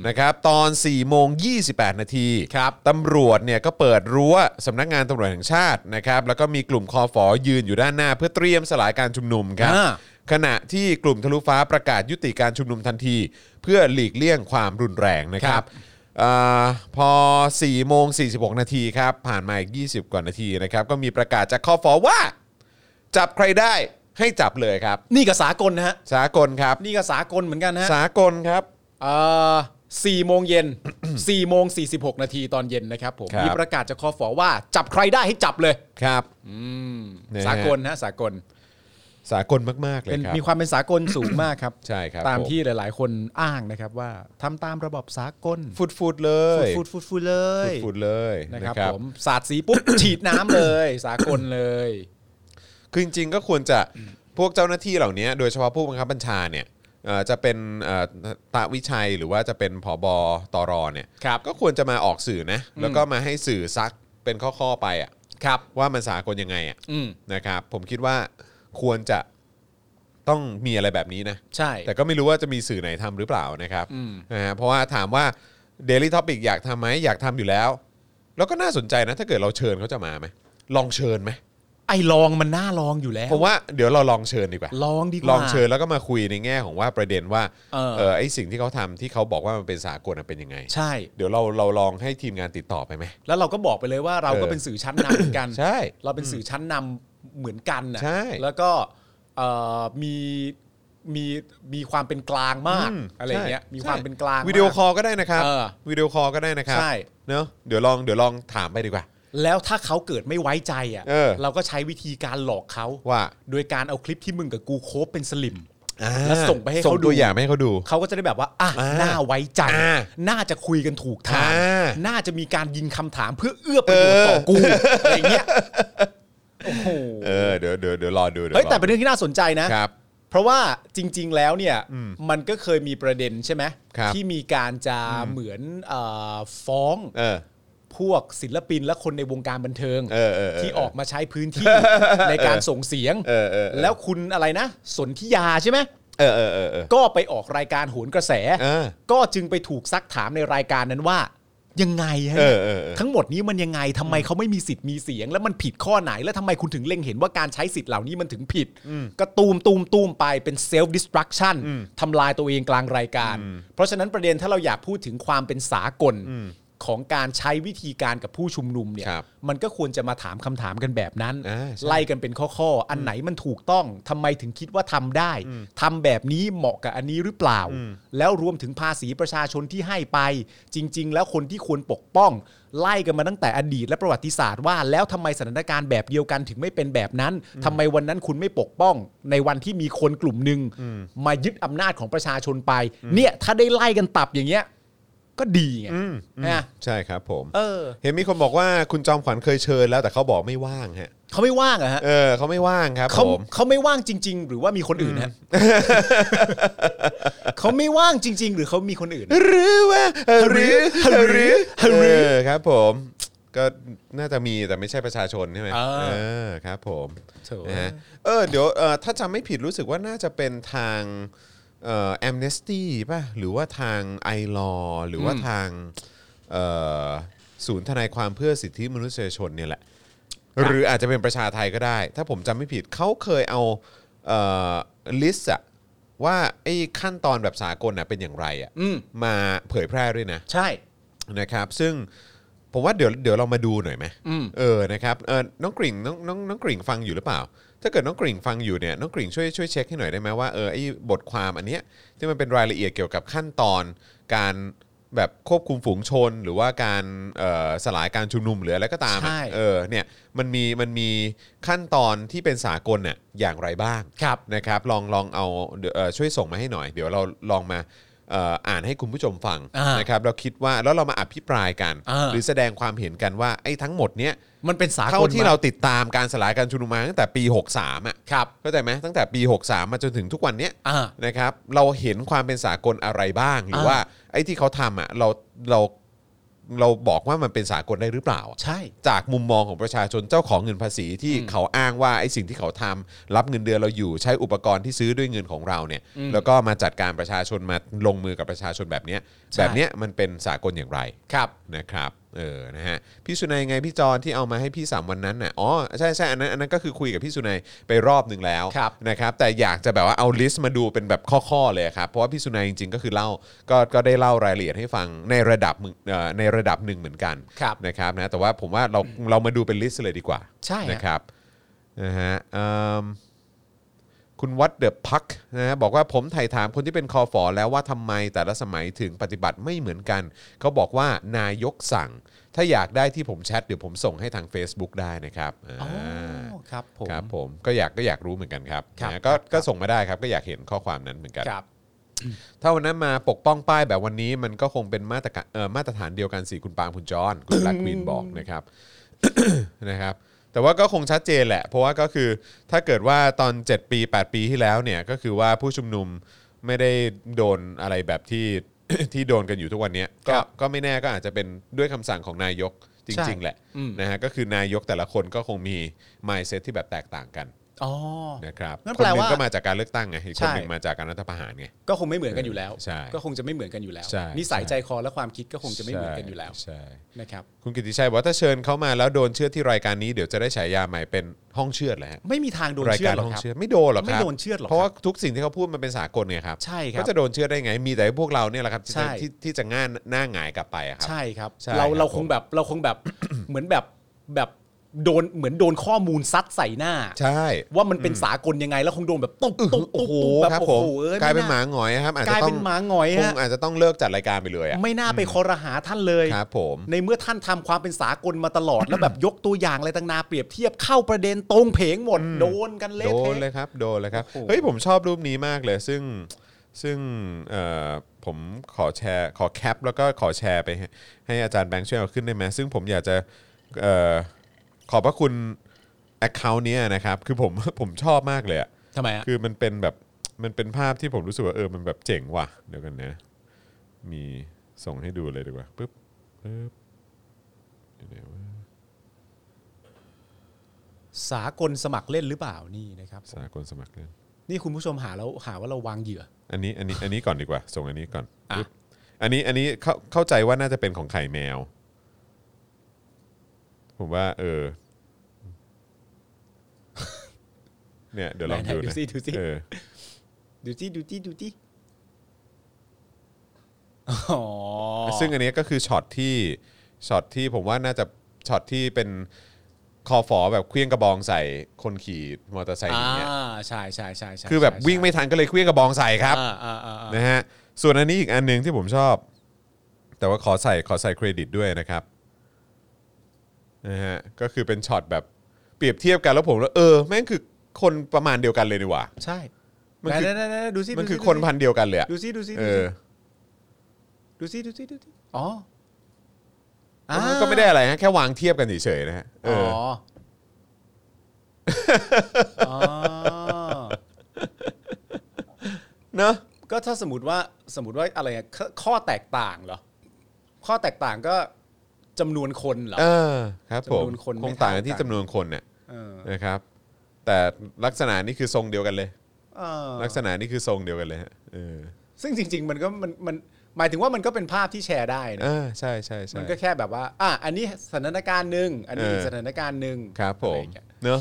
นะครับตอน4โมง28 นาที
ครับ
ตำรวจเนี่ยก็เปิดรั้วสำนักงานตำรวจแห่งชาตินะครับแล้วก็มีกลุ่มคอฟอยืนอยู่ด้านหน้า เพื่อเตรียมสลายการชุมนุมครับ
อ่า
ขณะที่กลุ่มทะลุฟ้าประกาศยุติการชุมนุมทันที เพื่อหลีกเลี่ยงความรุนแรงนะครับ
ครับ
อาพอ4โมง46 นาทีครับผ่านมาอีก 20 กว่านาทีนะครับก็มีประกาศจากคอฟอว่า จับใครได้ ให้จับเลยครับ
นี่กับสากลนะฮะ
สากลครับ
นี่กับสากลเหมือนกันนะฮะ
สากลครับ
สี่โมงเย็น สี่โมงสี่สิบหกนาทีตอนเย็นนะครับผม
ครับ
มีประกาศจากคอฟอว่าจับใครได้ให้จับเลย
ครับ
อืม
นะฮะ
สากลนะสากล
สากลมากๆเลย
เป็น
ครับ
มีความเป็นสากลสูงมากครับ
ใช่ครับ
ตาม
ผ
ที่หลาย ๆ คนอ้างนะครับว่าทำตามระบบสากล
ฟุดฟุดเลย
ฟูดฟูดฟูดเล
ฟุ
ย
ดฟุดเลยนะ
นะครับ
ครับ
ผมสาดสีปุ๊บ ฉีดน้ำเลย สากลเลย
คือจริงๆก็ควรจะพวกเจ้าหน้าที่เหล่านี้โดยเฉพาะผู้บังคับบัญชาเนี่ยเอ่อจะเป็นเอ่อตาวิชัยหรือว่าจะเป็นผอบอตรเนี่ย
ครับ
ก็ควรจะมาออกสื่อนะแล้วก็มาให้สื่อซักเป็นข้อๆไปอะ
ครับ
ว่ามันสากลยังไงอะ
อืม
นะครับผมคิดว่าควรจะต้องมีอะไรแบบนี้นะ
ใช่
แต่ก็ไม่รู้ว่าจะมีสื่อไหนทำหรือเปล่านะครับ
อืม
นะฮะเพราะว่าถามว่า Daily Topic อยากทำไหมอยากทำอยู่แล้ว แล้วก็น่าสนใจนะถ้าเกิดเราเชิญเขาจะมาไหมลองเชิญไหม
ไอ้ลองมันน่าลองอยู่แล้ว
ผมว่าเดี๋ยวเราลองเชิญดีกว่า
ลองดีกว่า
ลองเชิญแล้วก็มาคุยในแง่ของว่าประเด็นว่า
เออ
เออไอสิ่งที่เขาทำที่เขาบอกว่ามันเป็นสากลน่ะเป็นยังไง
ใช่
เดี๋ยวเราเราลองให้ทีมงานติดต่อไปไหม
แล้วเราก็บอกไปเลยว่าเราก็
เออ
เป็นสื่อชั้นนำเหมือนกัน
ใช่
เราเป็นสื่อชั้นนำเหมือนกันนะ
ใช่
แล้วก็เอ่อมีมีมีความเป็นกลางมาก
อืม
อะไรอย่างเงี้ย
ใช่
มีความเป็นกลาง
วิดีโอค
อ
อลก็ได้นะครับ
เออ
วิดีโอคอลก็ได้นะครับ
ใช่
เนอะเดี๋ยวลองเดี๋ยวลองถามไปดีกว่า
แล้วถ้าเขาเกิดไม่ไว้ใจอ่ะ
เออ
เราก็ใช้วิธีการหลอกเขา
ว่า
โดยการเอาคลิปที่มึงกับกูโคบเป็นสลิม
อ่า
แล้วส่งไปให้
ส่ง
เขาดู
ตัวอย่างไปให้เขาดู
เขาก็จะได้แบบว่าอ่ะ
อ่า
น่าไว้ใจ
อ่า
น่าจะคุยกันถูกทาง
อ่า
น่าจะมีการยิงคำถามเพื่อเอื้อประโยชน์ต่อกูอะไรอย่างเงี้ยโอ้โห
เออเดี๋ยวเดี๋ยวเดี๋ยวรอดูเดี๋ยว
เฮ้ย
รอ
แต่เป็นเรื่องที่น่าสนใจนะ
ครับ
เพราะว่าจริง ๆ แล้วเนี่ยมันก็เคยมีประเด็นใช่ไหม
ครับ
ที่มีการจะเหมือนเออฟ้อง
เออ
พวกศิลปินและคนในวงการบันเทิง
เออเออเออ
ที่ออกมาใช้พื้นที่ในการส่งเสียง
เออเออเออ
แล้วคุณอะไรนะ สนธิยาใช่ไหม
เออเออเออเออ
ก็ไปออกรายการโหนกระแส
เออ
ก็จึงไปถูกซักถามในรายการนั้นว่า ยังไงฮะ
เออเออเออ
ทั้งหมดนี้มันยังไงทำไมเขาไม่มีสิทธิ์มีเสียง แล้วมันผิดข้อไหน แล้วทำไมคุณถึงเล็งเห็นว่าการใช้สิทธิ์เหล่านี้มันถึงผิด ก็ตูมตูมตูมไปเป็นเซลฟ์ดิส r รักชันทำลายตัวเองกลางรายการ เพราะฉะนั้นประเด็นถ้าเราอยากพูดถึงความเป็นสากลของการใช้วิธีการกับผู้ชุมนุมเนี่ย
ครับ
มันก็ควรจะมาถามคำถามกันแบบนั้น
อ่าใช่
ไล่กันเป็นข้อๆ อันไหนมันถูกต้อง ทำไมถึงคิดว่าทำได้ ทำแบบนี้เหมาะกับอันนี้หรือเปล่า แล้วรวมถึงภาษีประชาชนที่ให้ไป จริง ๆ แล้วคนที่ควรปกป้อง ไล่กันมาตั้งแต่อดีตและประวัติศาสตร์ว่า แล้วทำไมสถานการณ์แบบเดียวกันถึงไม่เป็นแบบนั้นทำไมวันนั้นคุณไม่ปกป้อง ในวันที่มีคนกลุ่มหนึ่งมายึดอำนาจของประชาชนไป เนี่ยถ้าได้ไล่กันตับอย่างเงี้ย ก็ดีไงนะ
ใช่ครับผม
เออ
เห็นมีคนบอกว่าคุณจอมขวัญเคยเชิญแล้วแต่เขาบอกไม่ว่างฮะ
เขาไม่ว่างเหรอะฮะ
เออเขาไม่ว่างครับ
เขา
ผม
เขาไม่ว่างจริง ๆ หรือว่ามีคนอื่นฮะ เขาไม่ว่างจริง ๆ หรือเขามีคนอื่น
หรือว่าหรือ
หรือ
หรือครับผมก็น่าจะมีแต่ไม่ใช่ประชาชนใช่ไหม
อ่า
เออครับผม
โถ
นะฮะเออเดี๋ยวเออถ้าจำไม่ผิดรู้สึกว่าน่าจะเป็นทางเอ่อแอมเนสตี้ป่ะหรือว่าทางไอรอหรือว่าทางเอ่อศูนย์ทนายความเพื่อสิทธิมนุษยชนเนี่ยแหละ หรืออาจจะเป็นประชาไทยก็ได้ ถ้าผมจำไม่ผิดเขาเคยเอาลิสต์อะว่าไอ้ขั้นตอนแบบสากลน่ะเป็นอย่างไรอะ
อืม
มาเผยแพร่ด้วยนะ
ใช่
นะครับ ซึ่งผมว่าเดี๋ยวเดี๋ยวเรามาดูหน่อยไหม
อืม
เออนะครับเออน้องกริ่งน้องน้องน้องกริ่งฟังอยู่หรือเปล่า ถ้าเกิดน้องกริ่งฟังอยู่เนี่ยน้องกริ่งช่วยช่วยเช็คให้หน่อยได้ไหมว่าเออไอ้บทความอันเนี้ยที่มันเป็นรายละเอียดเกี่ยวกับขั้นตอน การแบบควบคุมฝูงชน หรือว่าการเอ่อสลายการชุมนุมหรืออะไรก็ตามอะ
ใช่
เออเนี่ยมันมีมันมีขั้นตอนที่เป็นสากลเนี่ยอย่างไรบ้าง
ครับ
นะครับลองลองเอาเดี๋ยวเอ่อช่วยส่งมาให้หน่อย เดี๋ยวเราลองมาเอ่ออ่านให้คุณผู้ชมฟัง
อ่าน
นะครับเราคิดว่าแล้วเรามาอภิปรายกัน
อ่า
หรือแสดงความเห็นกันว่าไอ้ทั้งหมดเนี้ย
มันเป็นสากล
เท่าที่
ม
เราติดตามการสลายการชุมนุมมาตั้งแต่ปี 63อ่ะ
ครับ
เข้าใจไหมตั้งแต่ปี 63 มาจนถึงทุกวันเนี้ย
อ่า
นะครับเราเห็นความเป็นสากลอะไรบ้าง หรือ
อ่า
ว่าไอ้ที่เขาทำอ่ะเราเราเราบอกว่ามันเป็นสากลได้หรือเปล่าอะ
ใช่
จากมุมมองของประชาชนเจ้าของเงินภาษีที่เขาอ้างว่าไอ้สิ่งที่เขาทำรับเงินเดือนเราอยู่ใช้อุปกรณ์ที่ซื้อด้วยเงินของเราเนี่ย แล้วก็มาจัดการประชาชนมาลงมือกับประชาชนแบบเนี้ยแบบเนี้ยมันเป็นสากลอย่างไร
ครับ
นะครับเออนะฮะพี่สุนัยไงพี่จอนที่เอามาให้พี่สามวันนั้นน่ะอ๋อใช่ใช่อันนั้นอันนั้นก็คือคุยกับพี่สุนัยไปรอบหนึ่งแล้ว
ครับ
นะครับแต่อยากจะแบบว่าเอาลิสต์มาดูเป็นแบบข้อๆเลยครับเพราะว่าพี่สุนัยจริงๆก็คือเล่าก็ก็ได้เล่ารายละเอียดให้ฟังในระดับมึงเอ่อในระดับหนึ่งเหมือนกัน
ครับ
นะครับนะแต่ว่าผมว่าเราเรามาดูเป็นลิสต์เลยดีกว่า
ใช่ฮะ
นะครับนะฮะเอิ่ม คุณวัดเดอะพักนะฮะบอกว่าผมไถ่ถามคนที่เป็นคอฟอแล้วว่าทำไมแต่ละสมัยถึงปฏิบัติไม่เหมือนกัน เขาบอกว่านายกสั่ง ถ้าอยากได้ที่ผมแชทเดี๋ยวผมส่งให้ทาง Facebook ได้นะครับอ่า
อ๋อครับผม
ครับผมก็อยากก็อยากรู้เหมือนกันครับ
ครับ
นะก็
ครับ
ก็ส่งมาได้ครับก็อยากเห็นข้อความนั้นเหมือนกัน
ครับ
ถ้าวันนั้นมาปกป้องป้ายแบบวันนี้มันก็คงเป็นมาตรการเอ่อมาตรฐานเดียวกันสิคุณปาล์มคุณจอห์นคุณแบล็กควีนบอกนะครับ นะครับแต่ว่าก็คงชัดเจนแหละ เพราะว่าก็คือถ้าเกิดว่าตอน 7 ปี 8 ปีที่แล้วเนี่ยก็คือว่าผู้ชุมนุมไม่ได้โดนอะไรแบบที่ ที่โดนกันอยู่ทุกวันเนี้ยก็
ครับ
ก็ไม่แน่ก็อาจจะเป็นด้วยคำสั่งของนายกจริง ๆ แหละ
อืม
นะฮะก็คือนายกแต่ละคนก็คงมี mindset ที่แบบแตกต่างกัน
อ๋อ
นะครับ
งั้น
ค
แป
น
ล
หนึ่
ว่าง
ก็มาจากการเลือกตั้งไงอีกค
ใช่
นหนึ่งมาจากการรัฐประหารไง
ก็คงไม่เหมือนกันอยู่แล้ว
ใช่
ก็คงจะไม่เหมือนกันอยู่แล้ว
ใช่
นิสัยใจคอและความคิดก็คงจะไม่เหมือนกันอยู่แล้ว
ใช่
นะครับ
คุณกิติชัยบอกว่าถ้าเชิญเขามาแล้วโดนเชื่อดที่รายการนี้เดี๋ยวจะได้ฉายาใหม่เป็นห้องเชื่อดแหละ
ไม่มีทางโดน
ราย
เชื่
กา
อ
ร
ดหรอก
ห้อง
ครับ
เชื่อดไม่โดนหรอกครับ
ไม่โดนเชื่อดหรอก
เพราะว่าทุกสิ่งที่เขาพูดมันเป็นสากลไงครับ
ใช่ครับ
ก็จะโดนเชื่อดได้ไง มีแต่พวกเราเนี่ยแหละครับที่
ใช่
จะที่ที่จะง่านหน้าหงายกลับไปอะครับ
ใช่ครับ
ใช่
เรา
ครับ
เราค
ผ
ง
ม
แบบเราคงแบบ เหมือนแบบแบบโดนเหมือนโดนข้อมูลซัดใส่หน้า
ใช่
ว่ามันเป็นสากลยังไงแล้วคงโดนแบบตุ๊บตุ๊บ
โอ้
ตุ๊บ
โห
ตุ๊บแบบ
ครับ
โอ้
ผม
โหเอ้ย
กลายเป็นห
ไม่
มาหงอยครับอาจ
ก
จะ
ลาย
ต้อ
เป็น
ง
หมาหงอย
ค
ฮะ
งอาจจะต้องเลิกจัดรายการไปเลยอะ
ไม่น่าไปคอรหาท่านเลย
ครับผม
ในเมื่อท่านทำความเป็นสากลมาตลอด แล้ว แบบยกตัวอย่างอะไรต่างนาเปรียบเทียบเข้าประเด็นตรงเพงหมด โดนกันเละ
โด
เท
นเละ ยครับโดนเลยครับ
โอ้โห
เฮ้ยผมชอบรูปนี้มากเลยซึ่งซึ่งเอ่อผมขอแชร์ขอแคปแล้วก็ขอแชร์ไปให้ให้อาจารย์แบงค์ช่วยเอาขึ้นได้ไหมซึ่งผมอยากจะเอ่อขอบพระคุณ Account เนี้ยนะครับ คือผม ผมชอบมากเลยอะ
ทำไมอะ
คือมันเป็นแบบมันเป็นภาพที่ผมรู้สึกว่าเออมันแบบเจ๋งว่ะเดี๋ยวกันนะ มีส่งให้ดูเลยดีกว่าปึ๊บปึ๊บอยู่ไหนวะ
สากลสมัครเล่นหรือเปล่านี่นะครับ
สากลสมัครเล่น
นี่คุณผู้ชมหาแล้วหาว่าเราวางเหยื่อ
อันนี้อันนี้อันนี้ก่อนดีกว่า ส่งอันนี้ก่อน
อ่ะ
ปึ๊บอันนี้อันนี้เข้าเข้าใจว่าน่าจะเป็นของไข่แมว ผมว่า เอ อ เนี่ย เดี๋ยวลอง
ไหน
ดู
ๆดู
นะ
สิดูสิ
เออ
ดูที่ดูที่ดูที่อ๋อ
ซึ่งอันนี้ก็คือช็อตที่ช็อตที่ผมว่าน่าจะช็อตที่เป็นคอฝอแบบเคลี้ยงกระบองใส่คนขี่มอเตอร์ไซค์
อ่า
อย่างเงี้ย
ใช่ใช่ใช่ใช่
คือแบบ
ใช่
วิ่งไม่ทันก็เลยเคลี้ยงกระบองใส่ครับ
อ่าอ่าอ่าอ่า
นะฮะส่วนอันนี้อีกอันหนึ่งที่ผมชอบ แต่ว่าขอใส่ขอใส่เครดิตด้วยนะครับนะฮะก็คือเป็นช็อตแบบเปรียบเทียบกันแล้วผมแล้วาเออแม่งคือคนประมาณเดียวกันเลยนี่หว่า
ใช่
มันคือ
ไหไหไหดูสิ
มันคือ
ดูสิ
คนพันธุ์เดียวกันเลยอะ
ดูสิดูสิ
เอ
ดู
อ
สิดูสิดูสิดูสิอ๋ออ่า
แล้วมันก็ไม่ได้อะไรฮะแค่วางเทียบกันเฉยๆนะฮะเอ
อ๋อ
อ
อ๋อ
เนอะ
ก็ถ้าสมมติว่าสมมติว่าอะไรอะข้อข้อแตกต่างเหรอข้อแตกต่างก็จำนวนคนเหรอ
เออครับผม
จำนวนคน
ค
ไม่
ง
เท่า
ต่างกันที่
กัน
จำนวนคนเนี่ย
เออ
นะครับ แต่ลักษณะนี่คือทรงเดียวกันเลย
เออ
ลักษณะนี่คือทรงเดียวกันเลยฮะเออ
ซึ่งจริง ๆ มันก็มันมันหมายถึงว่ามันก็เป็นภาพที่แชร์ได้นะ
อ่าใช่ใช่ใช่
มันก็แค่แบบว่า อ่ะอันนี้สถานการณ์หนึ่งอันนี้อีก
เออ
สถานการณ์หนึ่ง
ครับผ
อะ
ม
ไอย่างเงี้ย
เนอะ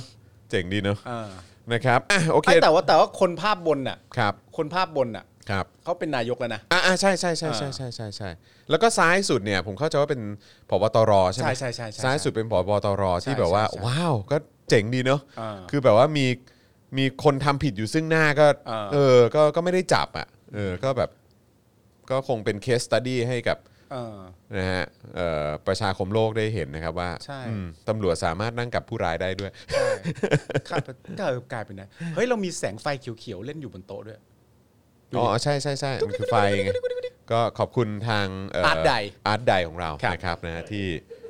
เจ๋งดีเนอะ
เออ
นะครับ อ่ะ โอเค
ไอ้แต่ว่าแต่ว่าคนภาพบนน่ะ
ครับ
คนภาพบนน่ะ
ครับ
เขาเป็นนายกแล้วนะ
อ่ะอ่ะใช่ใช่ใช่ใช่ใช่ใช่ใช่ แล้วก็ซ้ายสุดเนี่ย ผมเข้าใจว่าเป็นผบตรใช่ไหม
ใช่ใช่ใช่ใช่
ซ้ายสุดเป็นผบตรที่แบบว่า
ใช่ใช่ใช่
ว้าว ก็เจ๋งดีเนอะ
อ่า
คือแบบว่ามี มีคนทำผิดอยู่ซึ่งหน้าก็
อ่า
เออ ก็ ก็ไม่ได้จับอ่ะ เออ ก็แบบ ก็คงเป็นเคสตัดดี้ให้กับ
า
นะฮะ เอ่อ ประชาคมโลกได้เห็นนะครับว่า
ใช่
อืมตำรวจสามารถนั่งกับผู้ร้ายได้ด้วย
ใช่ข้าพเจ้ากลายเป็นนะเฮ้ยเรามีแสงไฟเขียวๆเล่นอยู่บนโต๊ะด้วย ดูดิ
อ๋อใช่ใช่ใช่มันคือไฟไงก็ขอบคุณทางเ
าร์ตใด
อาร์ตใดของเรา
ครับ
นะครับนะฮะที่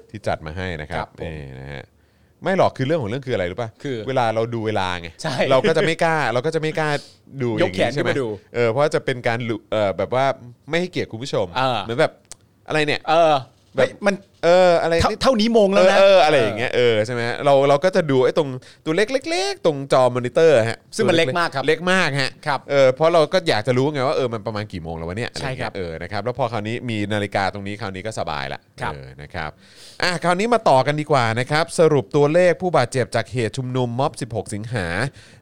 ที่จัดมาให้นะครั
ครับ บผม
นี่นะฮะไม่หรอกคือเรื่องของเรื่องคืออะไรรู้ป่ะ
คือ
เวลาเราดูเวลาไง
ใช่
เราก็จะไม่กล้า เราก็จะไม่กล้าดูอย ย่าก ง
แขน
นี้ใช่ไหม
ขึ้นมาดู
เออเพราะว่าจะเป็นการลุเออแบบว่าไม่ให้เกียรติคุณผู้ชม
เออ
เหมือนแบบอะไรเนี่ย
เออแบบมัน
เอออะไร
เท่า
นี่
เท่านี้โมงแล้วนะ
เออเอออะไรอย่างเงี้ยเออใช่ไหมเราเราก็จะดูไอ้ตรงตัวเล็กๆ ตรงจอมอนิเตอร์ฮะ
ซึ่งมันเล็กมากครับ
เล็กมากฮะ
ครับ
เออเพราะเราก็อยากจะรู้ไงว่าเออมันประมาณกี่โมงแล้ววะเนี่ยอะไเงี้ย
ใช่ครับ
เออนะครับแล้วพอคราวนี้มีนาฬิกาตรงนี้คราวนี้ก็สบายละ
ครับ
เออนะครับอ่ะคราวนี้มาต่อกันดีกว่านะครับสรุปตัวเลขผู้บาดเจ็บจากเหตุชุมนุมม็อบ 16 สิงหา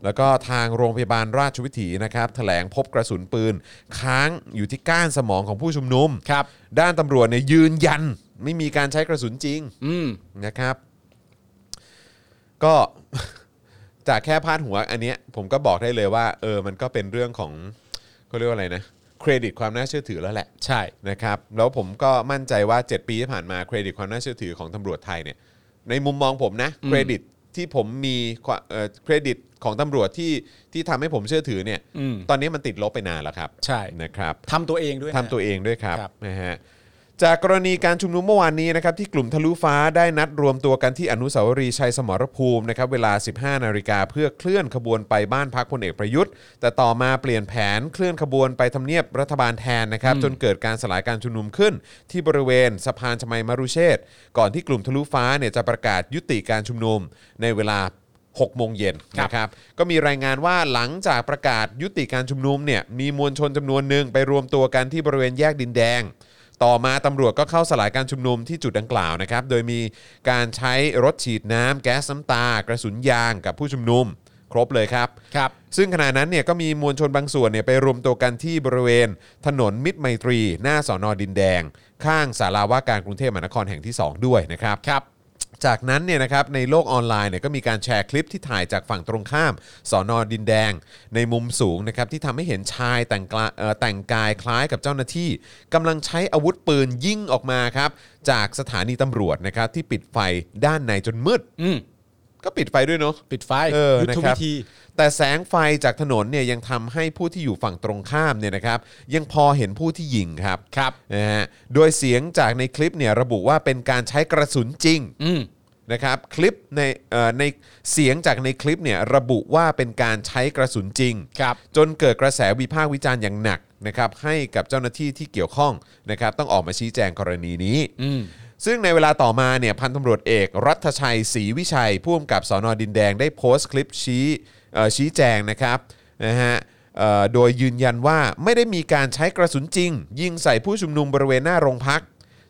แล้วก็ทางโรงพยาบาลราชวิถีนะครับแถลงพบกระสุนปืน ค้างอยู่ที่ก้านสมองของผู้ชุมนุม
ครับ
ด้านตำรวจเนี่ยยืนยัน ไม่มีการใช้กระสุนจริง
อืม
นะครับ ก็ จากแค่พาดหัวอันเนี้ยผมก็บอกได้เลยว่า เออมันก็เป็นเรื่องของเขาเรียกว่าอะไรนะเครดิตความน่าเชื่อถือแล้วแหละ
ใช่
นะครับแล้วผมก็มั่นใจว่า 7 ปีที่ผ่านมาเครดิตความน่าเชื่อถือของตำรวจไทยเนี่ยในมุมมองผมนะ
อืม
เครดิตที่ผมมีความเอ่อเครดิตของตำรวจที่ที่ทำให้ผมเชื่อถือเนี่ย
อืม
ตอนนี้มันติดลบไปนานแล้วครับ
ใช่
นะครับ
ทำตัวเองด้วยนะ
ทำตัวเองด้วยครับ
ครับ
นะฮะจากกรณีการชุมนุมเมื่อวานนี้นะครับที่กลุ่มทะลุฟ้าได้นัดรวมตัวกันที่อนุสาวรีย์ชัยสมรภูมินะครับเวลา 15 นาฬิกาเพื่อเคลื่อนขบวนไปบ้านพักพลเอกประยุทธ์ แต่ต่อมาเปลี่ยนแผนเคลื่อนขบวนไปทำเนียบรัฐบาลแทนนะครับจนเกิดการสลายการชุมนุมขึ้น ที่บริเวณสะพานชมัยมรุเชษฐ์ก่อนที่กลุ่มทะลุฟ้าเนี่ยจะประกาศยุติการชุมนุมในเวลา 6 โมงเย็น
ครับ
นะครับก็มีรายงานว่าหลังจากประกาศยุติการชุมนุมเนี่ยมีมวลชนจำนวนหนึ่งไปรวมตัวกันที่บริเวณแยกดินแดง ต่อมาตำรวจก็เข้าสลายการชุมนุมที่จุดดังกล่าวนะครับโดยมีการใช้รถฉีดน้ำแก๊สน้ำตา กระสุนยางกับผู้ชุมนุม ครบเลยครับ
ครับ
ซึ่งขณะนั้นเนี่ยก็มีมวลชนบางส่วนเนี่ยไปรวมตัวกันที่บริเวณ ถนนมิตรไมตรี หน้าสอนอดินแดง ข้างสาราว่าการกรุงเทพมหานครแห่งที่ 2 ด้วยนะครับ
ครับ
จากนั้นเนี่ยนะครับในโลกออนไลน์เนี่ยก็มีการแชร์คลิปที่ถ่ายจากฝั่งตรงข้ามสอนอดินแดง ในมุมสูงนะครับที่ทำให้เห็นชายแต่งกลาเอ่อแต่งกายคล้ายกับเจ้าหน้าที่กำลังใช้อาวุธปืนยิงออกมาครับจากสถานีตำรวจนะครับที่ปิดไฟด้านในจนมืด
อืม
ก็ปิดไฟด้วยเนาะ
ปิดไฟ
เออ
ยุทธ
นะค
วิ
รับ
ธี
แต่แสงไฟจากถนนเนี่ยยังทำให้ผู้ที่อยู่ฝั่งตรงข้ามเนี่ยนะครับ ยังพอเห็นผู้ที่ยิงครับ
ครับ
นะฮะโดยเสียงจากในคลิปเนี่ยระบุว่าเป็นการใช้กระสุนจริง
อืม
นะครับคลิปในเอ่อในเสียงจากในคลิปเนี่ยระบุว่าเป็นการใช้กระสุนจริง
ครับ
จนเกิดกระแสวิพากษ์วิจารณ์อย่างหนักนะครับให้กับเจ้าหน้าที่ที่เกี่ยวข้องนะครับต้องออกมาชี้แจงกรณีนี้
อืม
ซึ่งในเวลาต่อมาเนี่ยพันตำรวจเอกรัฐชัยศรีวิชัยผู้กำกับสอนอดินแดงได้โพสต์คลิปชี้เอ่อชี้แจงนะครับนะฮะเอ่อโดยยืนยันว่าไม่ได้มีการใช้กระสุนจริง ยิงใส่ผู้ชุมนุมบริเวณหน้าโรงพัก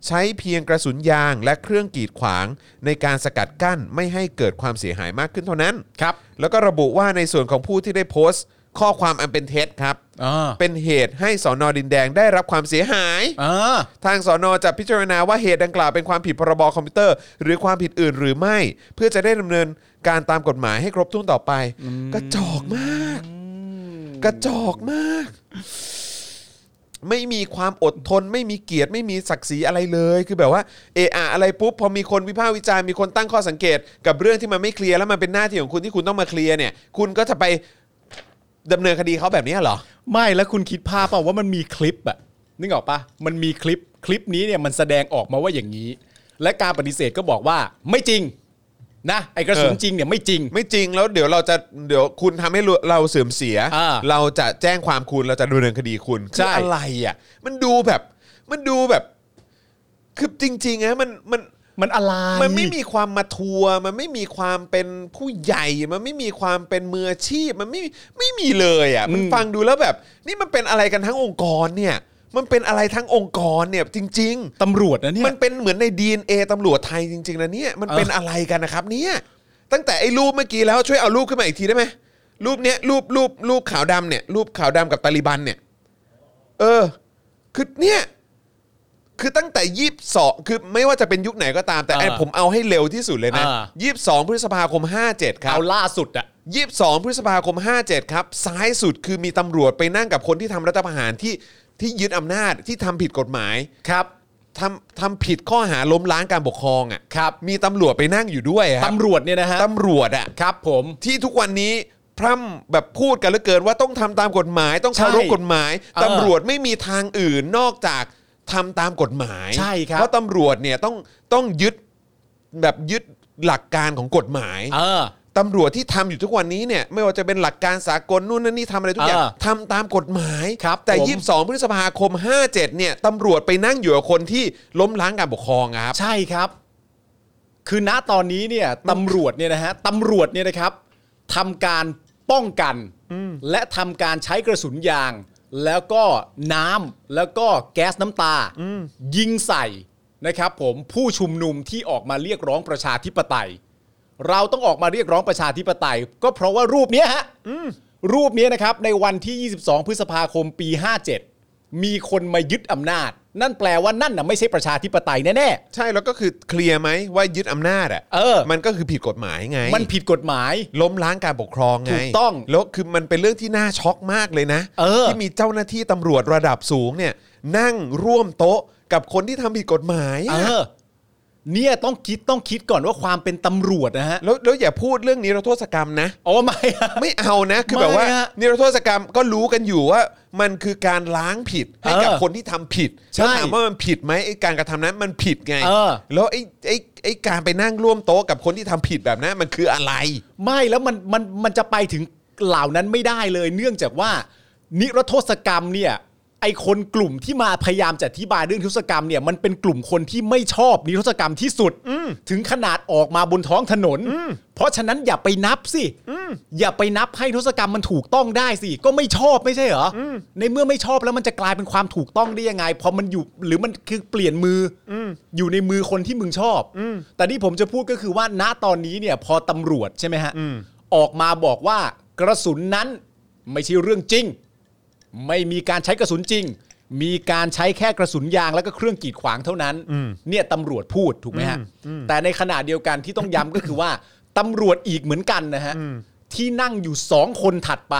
ใช้เพียงกระสุนยางและเครื่องกีดขวาง ในการสกัดกั้นไม่ให้เกิดความเสียหายมากขึ้นเท่านั้น
ครับ
แล้วก็ระบุว่าในส่วนของผู้ที่ได้โพสต์ ข้อความอันเป็นเท็จครับ
อ่า
เป็นเหตุให้สอนอดินแดงได้รับความเสียหาย
อ่า
ทางสอนอจะพิจารณาว่าเหตุดังกล่าวเป็นความผิดพรบคอมพิวเตอร์ หรือความผิดอื่นหรือไม่ เพื่อจะได้ดำเนินการตามกฎหมายให้ครบถ้วนต่อไป กระจอกมาก กระจอกมาก ไม่มีความอดทน ไม่มีเกียรติไม่มีศักดิ์ศรีอะไรเลย คือแบบว่าเออะอะไรปุ๊บพอมีคนวิพากษ์วิจารณ์มีคนตั้งข้อสังเกต กับเรื่องที่มันไม่เคลียร์แล้วมันเป็นหน้าที่ของคุณที่คุณต้องมาเคลียร์เนี่ย คุณก็จะไปดำเนินคดีเขาแบบนี้เหรอ
ไม่แล้วคุณคิดภาพเปล่าว่ามันมีคลิปอะนึกออกปะมันมีคลิปคลิปนี้เนี่ยมันแสดงออกมาว่าอย่างนี้ และการปฏิเสธก็บอกว่าไม่จริง นะไอกระสุน
เออ
จริงเนี่ยไม่จริง
ไม่จริงแล้วเดี๋ยวเราจะเดี๋ยวคุณทำให้เราเสื่อมเสีย
อ่า
เราจะแจ้งความคุณเราจะดำเนินคดีคุณ
ใช่
คืออะไรอ่ะ มันดูแบบ มันดูแบบคือจริงๆนะมันมัน
มันอะไร
มันไม่มีความมาทัวร์มันไม่มีความเป็นผู้ใหญ่ มันไม่มีความเป็นมืออาชีพ มันไม่ไม่มีเลยอ่ะมันฟังดูแล้วแบบ นี่มันเป็นอะไรกันทั้งองค์กรเนี่ย มันเป็นอะไรทั้งองค์กรเนี่ย จริง ๆ
ตำรวจนะเนี่ย
มันเป็นเหมือนใน DNA ตำรวจไทยจริงๆนะเนี่ยมันเป็น
เอออ
อะไรกันนะครับเนี่ยตั้งแต่ไอ้รูปเมื่อกี้แล้วช่วยเอารูปขึ้นมาอีกทีได้ไหมรูปเนี้ยรูปรูปรูปขาวดำเนี่ยรูปขาวดำกับตาลิบันเนี่ยเออคือเนี่ยคือตั้งแต่ยี่สองคือไม่ว่าจะเป็นยุคไหนก็ตามแต่ไอ้
เออ
ผมเอาให้เร็วที่สุดเลยนะ
เออ
ยี่สองพฤษภาคม 57 ครับ
เอาล่าสุดอะ
22 พฤษภาคม 57 ครับ ซ้ายสุดคือมีตำรวจไปนั่งกับคนที่ทำรัฐประหารที่ที่ยึดอำนาจที่ทำผิดกฎหมายครับทำทำผิดข้อหาล้มล้างการปกครองอ่ะ
ครับ
มีตำรวจไปนั่งอยู่ด้วยอะครับ
ตำรวจเนี่ยนะฮะ
ตำรวจอ่ะ
ครับผม
ที่ทุกวันนี้พร่ำแบบพูดกันเหลือเกินว่าต้องทำตามกฎหมาย ต้องเคารพ
ใช่
กฎหมาย
เออ
ตำรวจไม่มีทางอื่นนอกจากทำตามกฎหมาย
ใช่ครับ
เพราะตำรวจเนี่ยต้องต้องยึดแบบยึดหลักการของกฎหมาย
เออ
ตำรวจที่ทำอยู่ทุกวันนี้เนี่ยไม่ว่าจะเป็นหลักการสากลนู่นนั่นนี่ทำอะไรทุกอย่าง
อ่า
ทำตามกฎหมาย
ครับ
แต่
ผม
22 พฤษภาคม 57 เนี่ยตำรวจไปนั่งอยู่กับคนที่ล้มล้างการปกครองอะครับ
ใช่ครับ คือณตอนนี้เนี่ยตำรวจเนี่ยนะฮะตำรวจเนี่ยนะครับทำการป้องกัน และทำการใช้กระสุนยาง แล้วก็น้ำแล้วก็แก๊สน้ำตา ยิงใส่นะครับผมผู้ชุมนุมที่ออกมาเรียกร้องประชาธิปไตย เราต้องออกมาเรียกร้องประชาธิปไตย ก็เพราะว่ารูปเนี้ยฮะรูปเนี้ยนะครับในวันที่ 22 พฤษภาคมปี 57 มีคนมายึดอำนาจ นั่นแปลว่านั่นน่ะไม่ใช่ประชาธิปไตยแน่
ใช่แล้วก็คือเคลียร์ไหมว่ายึดอำนาจอ่ะ
เออ
มันก็คือผิดกฎหมายไง
ๆ มันผิดกฎหมาย
ล้มล้างการปกครองไง
ถูกต้อง
แล้วคือมันเป็นเรื่องที่น่าช็อกมากเลยนะ
เออ
ที่มีเจ้าหน้าที่ตำรวจระดับสูงเนี่ย นั่งร่วมโต๊ะกับคนที่ทำผิดกฎหมาย
เอ
อะ
อ เนี่ยต้องคิดต้องคิดก่อนว่าความเป็นตำรวจนะฮะ
แล้วแล้วอย่าพูดเรื่องนี้เราโทษกรรมนะ
อ๋อ ไม่อะ
ไม่เอานะ คือแบบว่า
ไม่อะ
นิรโทษกรรมก็รู้กันอยู่ว่า มันคือการล้างผิดให้กับ
เออ
คนที่ทำผิด
ใช่
แล้วถามว่ามันผิดไหมไอ้การกระทำนั้นมันผิดไง
เออ
แล้วไอ้ไอ้ไอ้การไปนั่งร่วมโต๊ะกับคนที่ทำผิดแบบนั้นมันคืออะไร
ไม่แล้วมันมันมันจะไปถึงเหล่านั้นไม่ได้เลย เนื่องจากว่า นิรโทษกรรมเนี่ยไอคนกลุ่มที่มาพยายามจะอธิบายเรื่องนิรโทษกรรมเนี่ยมันเป็นกลุ่มคนที่ไม่ชอบนิรโทษกรรมที่สุดถึงขนาดออกมาบนท้องถนน เพราะฉะนั้นอย่าไปนับสิอย่าไปนับให้นิรโทษกรรมมันถูกต้องได้สิก็ไม่ชอบไม่ใช่เหรออในเมื่อไม่ชอบแล้วมันจะกลายเป็นความถูกต้องได้ยังไงพอมันอยู่หรือมันคือเปลี่ยนมือออยู่ในมือคนที่มึงชอบแต่ที่ผมจะพูดก็คือว่าณตอนนี้เนี่ยพอตำรวจใช่ไหมฮะออกมาบอกว่ากระสุนนั้นไม่ใช่เรื่องจริง ไม่มีการใช้กระสุนจริง มีการใช้แค่กระสุนยางแล้วก็เครื่องกรีดขวางเท่านั้น เนี่ยตำรวจพูดถูกไหมฮะ แต่ในขณะเดียวกันที่ต้องย้ำ ก็คือว่าตำรวจอีกเหมือนกันนะฮะ ที่นั่งอยู่สองคนถัดไป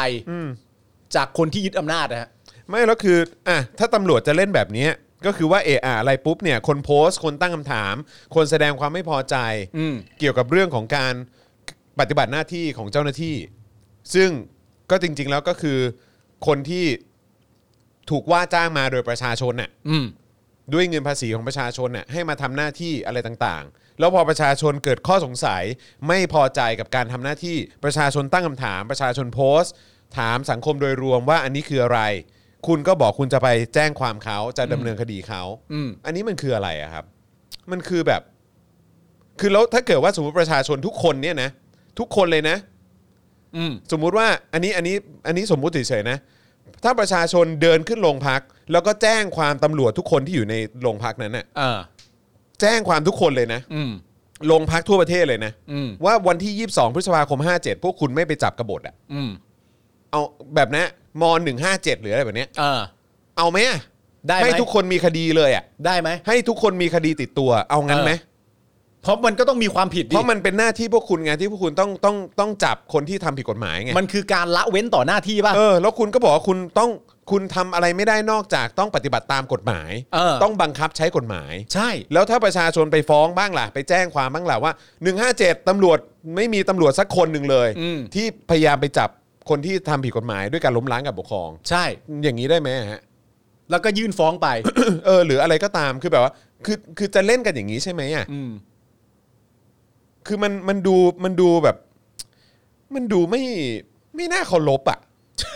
จากคนที่ยึดอำนาจนะฮะ
ไม่แล้วคืออ่ะถ้าตำรวจจะเล่นแบบเนี้ยก็คือว่าเอะอะอะไรปุ๊บเนี่ยคนโพสต์คนตั้งคำถาม คนแสดงความไม่พอใจ
อืม
เกี่ยวกับเรื่องของการปฏิบัติหน้าที่ของเจ้าหน้าที่ ซึ่งก็จริง ๆ แล้วก็คือคนที่ถูกว่าจ้างมาโดยประชาชนน่ะ
อืม
ด้วยเงินภาษีของประชาชนน่ะให้มาทำหน้าที่อะไรต่างๆ แล้วพอประชาชนเกิดข้อสงสัยไม่พอใจกับการทำหน้าที่ประชาชนตั้งคำถาม ประชาชนโพสต์ ถามสังคมโดยรวมว่าอันนี้คืออะไร คุณก็บอกคุณจะไปแจ้งความเขาจะดำเนินคดีเขา
อืม
อันนี้มันคืออะไรอะครับ มันคือแบบ คือแล้วถ้าเกิดว่าสมมติประชาชนทุกคนเนี่ยนะ ทุกคนเลยนะ
อืม
สมมุติว่าอันนี้อันนี้อันนี้สมมุติเฉยๆนะ ถ้าประชาชนเดินขึ้นโรงพัก แล้วก็แจ้งความตำรวจทุกคนที่อยู่ในโรงพักนั้นน่ะ
เออ
แจ้งความทุกคนเลยนะ
อืม
โรงพักทั่วประเทศเลยนะ
อืม
ว่าวันที่ 22 พฤษภาคม 57 พวกคุณไม่ไปจับกบฏอะ
อืม
เอาแบบนะม157หรืออะไรแบบเนี้ย
เออ
เอาไหมอะ
ได้ไหม
ให้ทุกคนมีคดีเลยอะ
ได้ไหม
ให้ทุกคนมีคดีติดตัว เอางั้น
เออ
ไหม
เพราะมันก็ต้องมีความผิดดิ
เพราะมันเป็นหน้าที่พวกคุณไงที่พวกคุณต้องต้องต้องจับคนที่ทำผิดกฎหมายไง
มันคือการละเว้นต่อหน้าที่ป่ะ
เออแล้วคุณก็บอกว่าคุณต้องคุณทำอะไรไม่ได้นอกจากต้องปฏิบัติตามกฎหมาย
เออ
ต้องบังคับใช้กฎหมาย
ใช่
แล้วถ้าประชาชนไปฟ้องบ้างล่ะ ไปแจ้งความบ้างล่ะว่า 157ตำรวจไม่มีตำรวจสักคนหนึ่งเลย
อืม
ที่พยายามไปจับคนที่ทำผิดกฎหมายด้วยการล้มล้างการปกครอง
ใช่
อย่างนี้ได้ไหมฮะ
แล้วก็ยื่นฟ้องไป
เออหรืออะไรก็ตามคือแบบว่าคือคือจะเล่นกันอย่างนี้ใช่ไหมอ่ะ
อืม
คือมันมันดูมันดูแบบ มันดูไม่ไม่น่าเคารพอ่ะ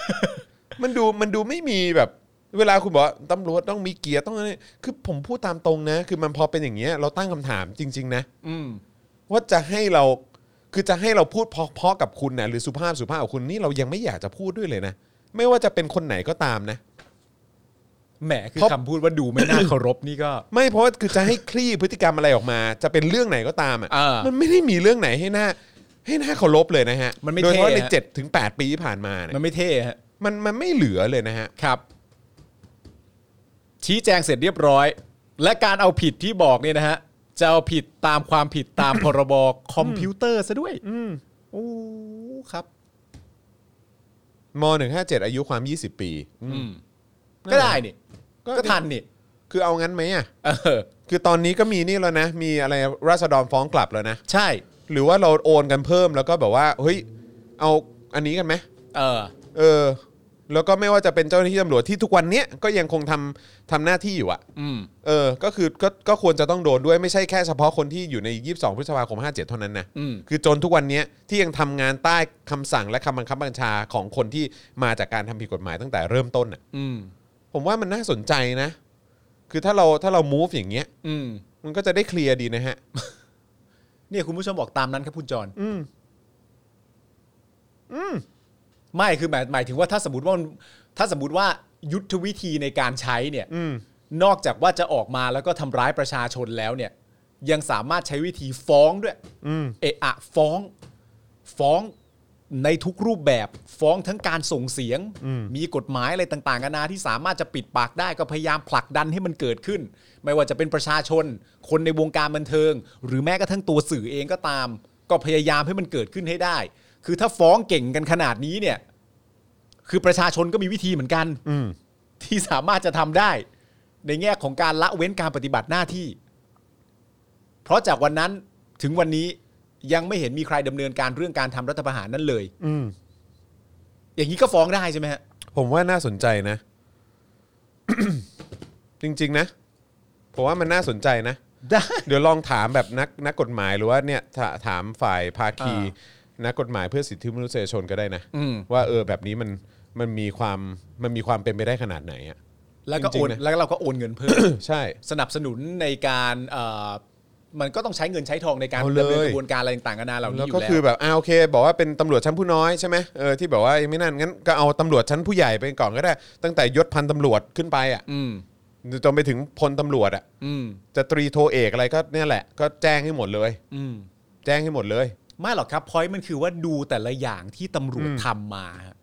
มันดูมันดูไม่มีแบบ เวลาคุณบอกว่าตำรวจต้องมีเกียร์ต้องอะไรคือผมพูดตามตรงนะ คือมันพอเป็นอย่างเงี้ยเราตั้งคำถามจริง ๆ นะ
อืม
ว่าจะให้เราคือจะให้เราพูดเพราะๆกับคุณนะหรือสุภาพสุภาพกับคุณนี่เรายังไม่อยากจะพูดด้วยเลยนะ ไม่ว่าจะเป็นคนไหนก็ตามนะ
แหมคือ
เพราะ
คำพูดว่าดูไม่น่าเคารพนี่ ก็
ไม่เพราะว่าคือจะให้คลี่พฤติกรรมอะไรออกมา จะเป็นเรื่องไหนก็ตาม
อ่า
อ่ะ มันไม่ได้มีเรื่องไหนให้น่าให้น่าเคารพเลยนะฮะ
มันไม่
โดยเฉพาะ
เท่
ใน
ฮะ
เจ็ดถึงแปดปีที่ผ่านมาเนี่ย
มันไม่เท่ฮะ
มันมันไม่เหลือเลยนะฮะ
ครับ ชี้แจงเสร็จเรียบร้อย และการเอาผิดที่บอกเนี่ยนะฮะ จะเอาผิดตามความผิดตาม พรบคอมพิวเตอร์ซะด้วยโอ้ครับ
มหนึ่งห้าเจ็ดอายุความยี่สิบปี
อืม ก็ได้นี่
ก็
ก็ทันนี่
คือเอางั้นไหมอ่ะ
เออ
คือตอนนี้ก็มีนี่แล้วนะ มีอะไรราษฎรฟ้องกลับแล้วนะ
ใช่
หรือว่าเราโอนกันเพิ่มแล้วก็แบบว่า เฮ้ย เอาอันนี้กันไหม
เออ
เออ แล้วก็ไม่ว่าจะเป็นเจ้าหน้าที่ตำรวจที่ทุกวันเนี้ยก็ยังคงทำทำหน้าที่อยู่อะ
อืม
เออ ก็คือก็ก็ควรจะต้องโดนด้วยไม่ใช่แค่เฉพาะคนที่อยู่ใน 22 พฤษภาคม 57 เท่านั้นนะ
อืม
คือจนทุกวันเนี้ยที่ยังทำงานใต้คำสั่งและคำบังคับบัญชาของคนที่มาจากการทำผิดกฎหมายตั้งแต่เริ่มต้นน่ะ
อืม
ผมว่ามันน่าสนใจนะ คือถ้าเราถ้าเรา move อย่างเงี้ย
อืม
มันก็จะได้เคลียร์ดีนะฮะ
เนี่ยคุณผู้ชมบอกตามนั้นครับคุณจรอืม ไม่คือหมายหมายถึงว่าถ้าสมมติว่ามันถ้าสมมติว่ายุทธวิธีในการใช้เนี่ย
อืม
นอกจากว่าจะออกมาแล้วก็ทำร้ายประชาชนแล้วเนี่ย ยังสามารถใช้วิธีฟ้องด้วย
อืม
เอะอะฟ้อง ฟ้อง ในทุกรูปแบบฟ้องทั้งการส่งเสียง มีกฎหมายอะไรต่างๆกันานาที่สามารถจะปิดปากได้ก็พยายามผลักดันให้มันเกิดขึ้น ไม่ว่าจะเป็นประชาชน คนในวงการบันเทิง หรือแม้กระทั่งตัวสื่อเองก็ตาม ก็พยายามให้มันเกิดขึ้นให้ได้ คือถ้าฟ้องเก่งกันขนาดนี้เนี่ย คือประชาชนก็มีวิธีเหมือนกัน
อืม
ที่สามารถจะทำได้ ในแง่ของการละเว้นการปฏิบัติหน้าที่ เพราะจากวันนั้นถึงวันนี้ยังไม่เห็นมีใครดำเนินการเรื่องการทำรัฐประหารนั้นเลย
อืม
อย่างนี้ก็ฟ้องได้ใช่ไหมฮะ
ผมว่าน่าสนใจนะ จริง ๆ นะ ผมว่ามันน่าสนใจนะ
ได้
เดี๋ยวลองถามแบบนักนักกฎหมายหรือว่าเนี่ยถาถามฝ่ายภาคี
อ่
นักกฎหมายเพื่อสิทธิมนุษยชนก็ได้นะ
อืม
ว่าเออแบบนี้มันมันมีความมันมีความเป็นไปได้ขนาดไหนอ่ะ
แล้วก็
จริ
โองน
ๆนะ
แล้วเราก็โอนเงินเพิ่ม
ใช่
สนับสนุนในการเอ่อมันก็ต้องใช้เงินใช้ทองในการ
เอาเลย
ดำเนินกระบวนการอะไรต่างๆกันานาเหล่านี้
แล้ว
อยู่
ก็
แล้
คือ
ว
แบบอ่าโอเค บอกว่าเป็นตำรวจชั้นผู้น้อยใช่ไหมเออที่แบบว่ายังไม่นั่นงั้นก็เอาตำรวจชั้นผู้ใหญ่ไปก่อนก็ได้ ตั้งแต่ยศพันตำรวจขึ้นไปอ่ะ
อืม
จนไปถึงพลตำรวจอ่ะ
อืม
จะตรีโทเอกอะไรก็เนี่ยแหละ ก็แจ้งให้หมดเลย
อืม
แจ้งให้หมดเลย
ไม่หรอกครับพอยมันคือว่าดูแต่ละอย่างที่ตำรวจทำมาฮะ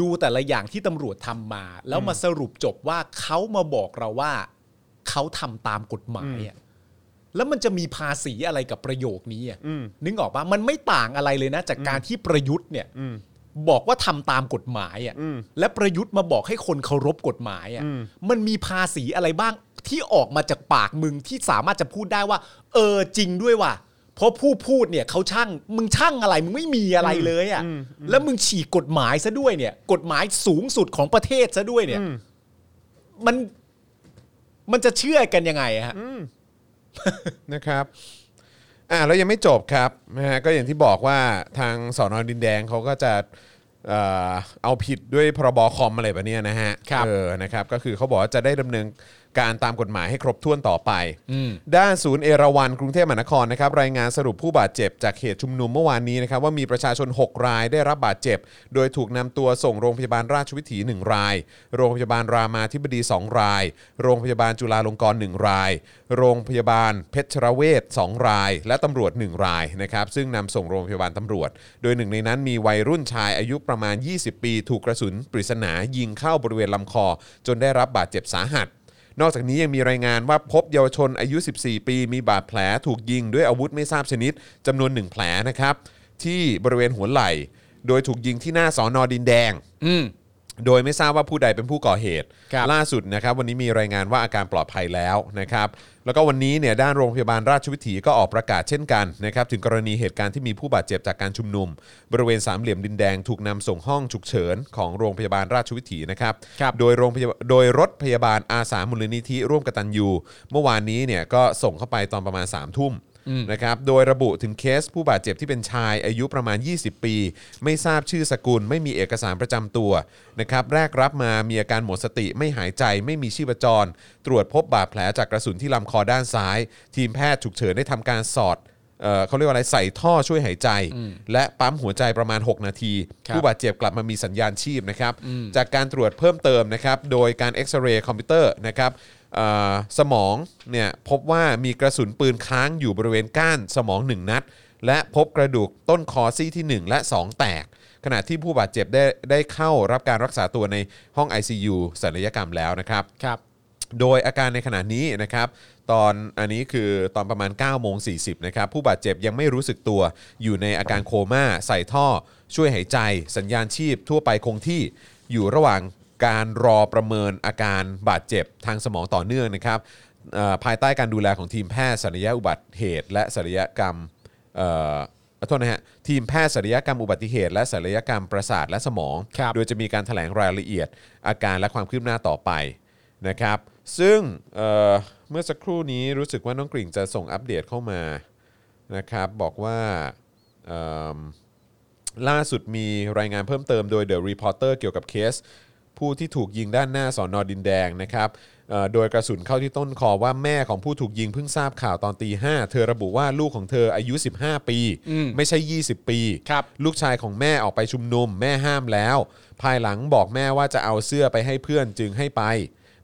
ดูแต่ละอย่างที่ตำรวจทำมา แล้วมาสรุปจบว่าเขามาบอกเราว่าเขาทำตามกฎหมายอะแล้วมันจะมีภาษีอะไรกับประโยคนี้อะ
อืม
นึกออกปะมันไม่ต่างอะไรเลยนะ จากการที่ประยุทธ์เนี่ยบอกว่าทำตามกฎหมายอะ
อืม
และประยุทธ์มาบอกให้คนเคารพกฎหมายอะ
อืม
มันมีภาษีอะไรบ้างที่ออกมาจากปากมึงที่สามารถจะพูดได้ว่า เออจริงด้วยว่ะเพราะผู้พูดเนี่ยเขาช่างมึงช่างอะไรมึงไม่มีอะไรเลยอะ่ะแล้วมึงฉีกกฎหมายซะด้วยเนี่ย กฎหมายสูงสุดของประเทศซะด้วยเนี่ย มันมันจะเชื่อกันยังไงอะฮะ
นะครับ อ่าแล้วยังไม่จบครับนะฮะก็อย่างที่บอกว่าทางสอนอดินแดงเขาก็จะเอ่อเอาผิดด้วยพรบคอมอะไรแบบเนี้ยนะฮะ
ครับ
เออนะครับ ก็คือเขาบอกว่าจะได้ดำเนินการตามกฎหมายให้ครบถ้วนต่อไป
อืม
ด้านศูนย์เอราวันกรุงเทพมหานครนะครับรายงานสรุปผู้บาดเจ็บจากเหตุชุมนุมเมื่อวานนี้นะครับว่ามีประชาชน 6 รายได้รับบาดเจ็บ โดยถูกนำตัวส่งโรงพยาบาลราชวิถี 1 ราย โรงพยาบาลรามาธิบดี 2 ราย โรงพยาบาลจุฬาลงกรณ์1ราย โรงพยาบาลเพชรเวช2ราย และตำรวจ 1 รายนะครับซึ่งนำส่งโรงพยาบาลตำรวจ โดยหนึ่งในนั้นมีวัยรุ่นชายอายุประมาณ 20 ปี ถูกกระสุนปริศนายิงเข้าบริเวณลำคอ จนได้รับบาดเจ็บสาหัส นอกจากนี้ยังมีรายงานว่าพบเยาวชนอายุ 14 ปี มีบาดแผลถูกยิงด้วยอาวุธไม่ทราบชนิดจำนวน 1 แผลนะครับ ที่บริเวณหัวไหล่ โดยถูกยิงที่หน้าสอนอดินแดง
อืม
โดยไม่ทราบว่าผู้ใดเป็นผู้ก่อเหตุ
ครับ
ล่าสุดนะครับ วันนี้มีรายงานว่าอาการปลอดภัยแล้วนะครับ แล้วก็วันนี้เนี่ยด้านโรงพยาบาลราชวิถีก็ออกประกาศเช่นกันนะครับถึงกรณีเหตุการณ์ที่มีผู้บาดเจ็บจากการชุมนุม บริเวณสามเหลี่ยมดินแดงถูกนำส่งห้องฉุกเฉินของโรงพยาบาลราชวิถีนะครับ
ครับ
โดยโรงพยาบาลโดยรถพยาบาลอาสามูลนิธิร่วมกตันยูเมื่อวานนี้เนี่ยก็ส่งเข้าไปตอนประมาณ3ามทุ่มนะครับโดยระบุถึงเคสผู้บาดเจ็บที่เป็นชายอายุประมาณ 20 ปี ไม่ทราบชื่อสกุล ไม่มีเอกสารประจำตัวนะครับแรกรับมามีอาการหมดสติไม่หายใจไม่มีชีพจร ตรวจพบบาดแผลจากกระสุนที่ลำคอด้านซ้าย ทีมแพทย์ฉุกเฉินได้ทำการสอดเอ่อเขาเรียกว่าอะไรใส่ท่อช่วยหายใจ และปั๊มหัวใจประมาณ 6 นาที
ครับ
ผู้บาดเจ็บกลับมามีสัญญาณชีพนะครับ จากการตรวจเพิ่มเติมนะครับ โดยการเอ็กซเรย์คอมพิวเตอร์นะครับเอ่อสมองเนี่ยพบว่ามีกระสุนปืนค้างอยู่บริเวณก้านสมอง 1 นัด และพบกระดูกต้นคอซี่ที่ 1 และ 2 แตก ขณะที่ผู้บาดเจ็บได้ได้เข้ารับการรักษาตัวในห้อง ICU ศัลยกรรมแล้วนะครับ
ครับ
โดยอาการในขณะนี้นะครับตอนอันนี้คือตอนประมาณ9โมง40นะครับผู้บาดเจ็บยังไม่รู้สึกตัว อยู่ในอาการโคม่า ใส่ท่อ ช่วยหายใจ สัญญาณชีพทั่วไปคงที่อยู่ระหว่างการรอประเมินอาการบาดเจ็บทางสมองต่อเนื่องนะครับเอ่อภายใต้การดูแลของทีมแพทย์ศัลยอุบัติเหตุ และศัลยกรรมเอ่อขอโทษนะฮะทีมแพทย์ศัลยกรรมอุบัติเหตุ และศัลยกรรมประสาทและสมอง
ครับ
โดยจะมีการแถลงรายละเอียด อาการและความคืบหน้าต่อไปนะครับ ซึ่งเอ่อเมื่อสักครู่นี้รู้สึกว่าน้องกริ่งจะส่งอัปเดตเข้ามานะครับบอกว่าเอิ่มล่าสุดมีรายงานเพิ่มเติมโดย The Reporter เกี่ยวกับเคส ผู้ที่ถูกยิงด้านหน้าสอนอดินแดงนะครับเอ่อโดยกระสุนเข้าที่ต้นคอว่าแม่ของผู้ถูกยิงเพิ่งทราบข่าวตอนตีห้าเธอระบุว่าลูกของเธออายุ 15 ปี ไม่ใช่ 20 ปี
ครับ
ลูกชายของแม่ออกไปชุมนุม แม่ห้ามแล้ว ภายหลังบอกแม่ว่าจะเอาเสื้อไปให้เพื่อนจึงให้ไป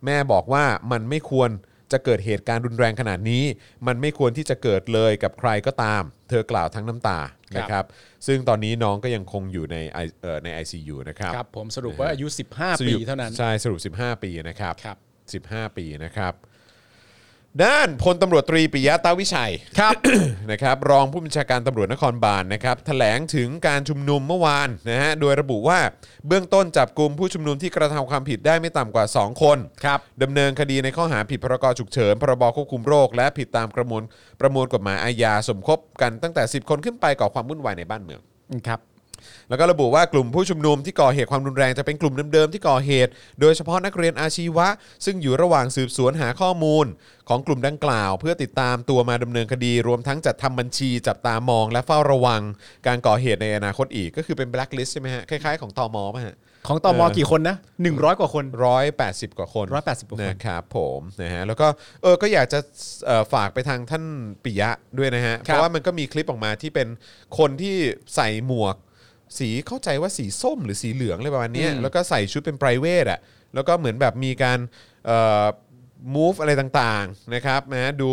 แม่บอกว่ามันไม่ควร จะเกิดเหตุการณ์รุนแรงขนาดนี้ มันไม่ควรที่จะเกิดเลยกับใครก็ตาม เธอกล่าวทั้งน้ำตา
ครับ
นะครับซึ่งตอนนี้น้องก็ยังคงอยู่ใน I- เอ่อใน ICU นะครับ
ครับผมสรุปว่าอายุ
ส
15
รุ
ปีเท่านั้น
ใช่สรุป 15 ปีนะครับ
ครับ
15 ปีนะครับ ด้านพลตำรวจตรีปิยะตาวิชัย
ครับ
นะครับรองผู้บัญชาการตำรวจนครบาลนะครับแถลงถึงการชุมนุมเมื่อวานนะฮะโดยระบุว่าเบื้องต้นจับกลุ่มผู้ชุมนุมที่กระทำความผิดได้ไม่ต่ำกว่า 2 คน
ครับ
ดำเนินคดีในข้อหาผิดพรกฉุกเฉินพรบควบคุมโรค และผิดตามประมวลประมวลกฎหมายอาญาสมคบกันตั้งแต่ 10 คนขึ้นไปก่อความวุ่นวายในบ้านเมือง
ครับ
แล้วก็ระบุว่ากลุ่มผู้ชุมนุมที่ก่อเหตุความรุนแรงจะเป็นกลุ่มเดิมๆที่ก่อเหตุ โดยเฉพาะนักเรียนอาชีวะ ซึ่งอยู่ระหว่างสืบสวนหาข้อมูล ของกลุ่มดังกล่าว เพื่อติดตามตัวมาดำเนินคดี รวมทั้งจัดทำบัญชีจับตามองและเฝ้าระวัง การก่อเหตุในอนาคตอีก ก็คือเป็นแบล็คลิสต์ใช่ไหมฮะคล้ายๆของตอมอมฮะ
ของตอม
เออ
กี่คนนะ 100 กว่าคน
180 กว่าคน
180กว่าคน
นะครับผมนะฮะแล้วก็เออก็อยากจะเอ่อฝากไปทางท่านปิยะด้วยนะฮะ เพราะว่ามันก็มีคลิปออกมาที่เป็นคนที่ใส่หมวก สีเข้าใจว่าสีส้มหรือสีเหลืองอะไรประมาณเนี้ยแล้วก็ใส่ชุดเป็น p r i v a t อ่ะแล้วก็เหมือนแบบมีการเอ่อ move อะไรต่างๆนะครับนะดู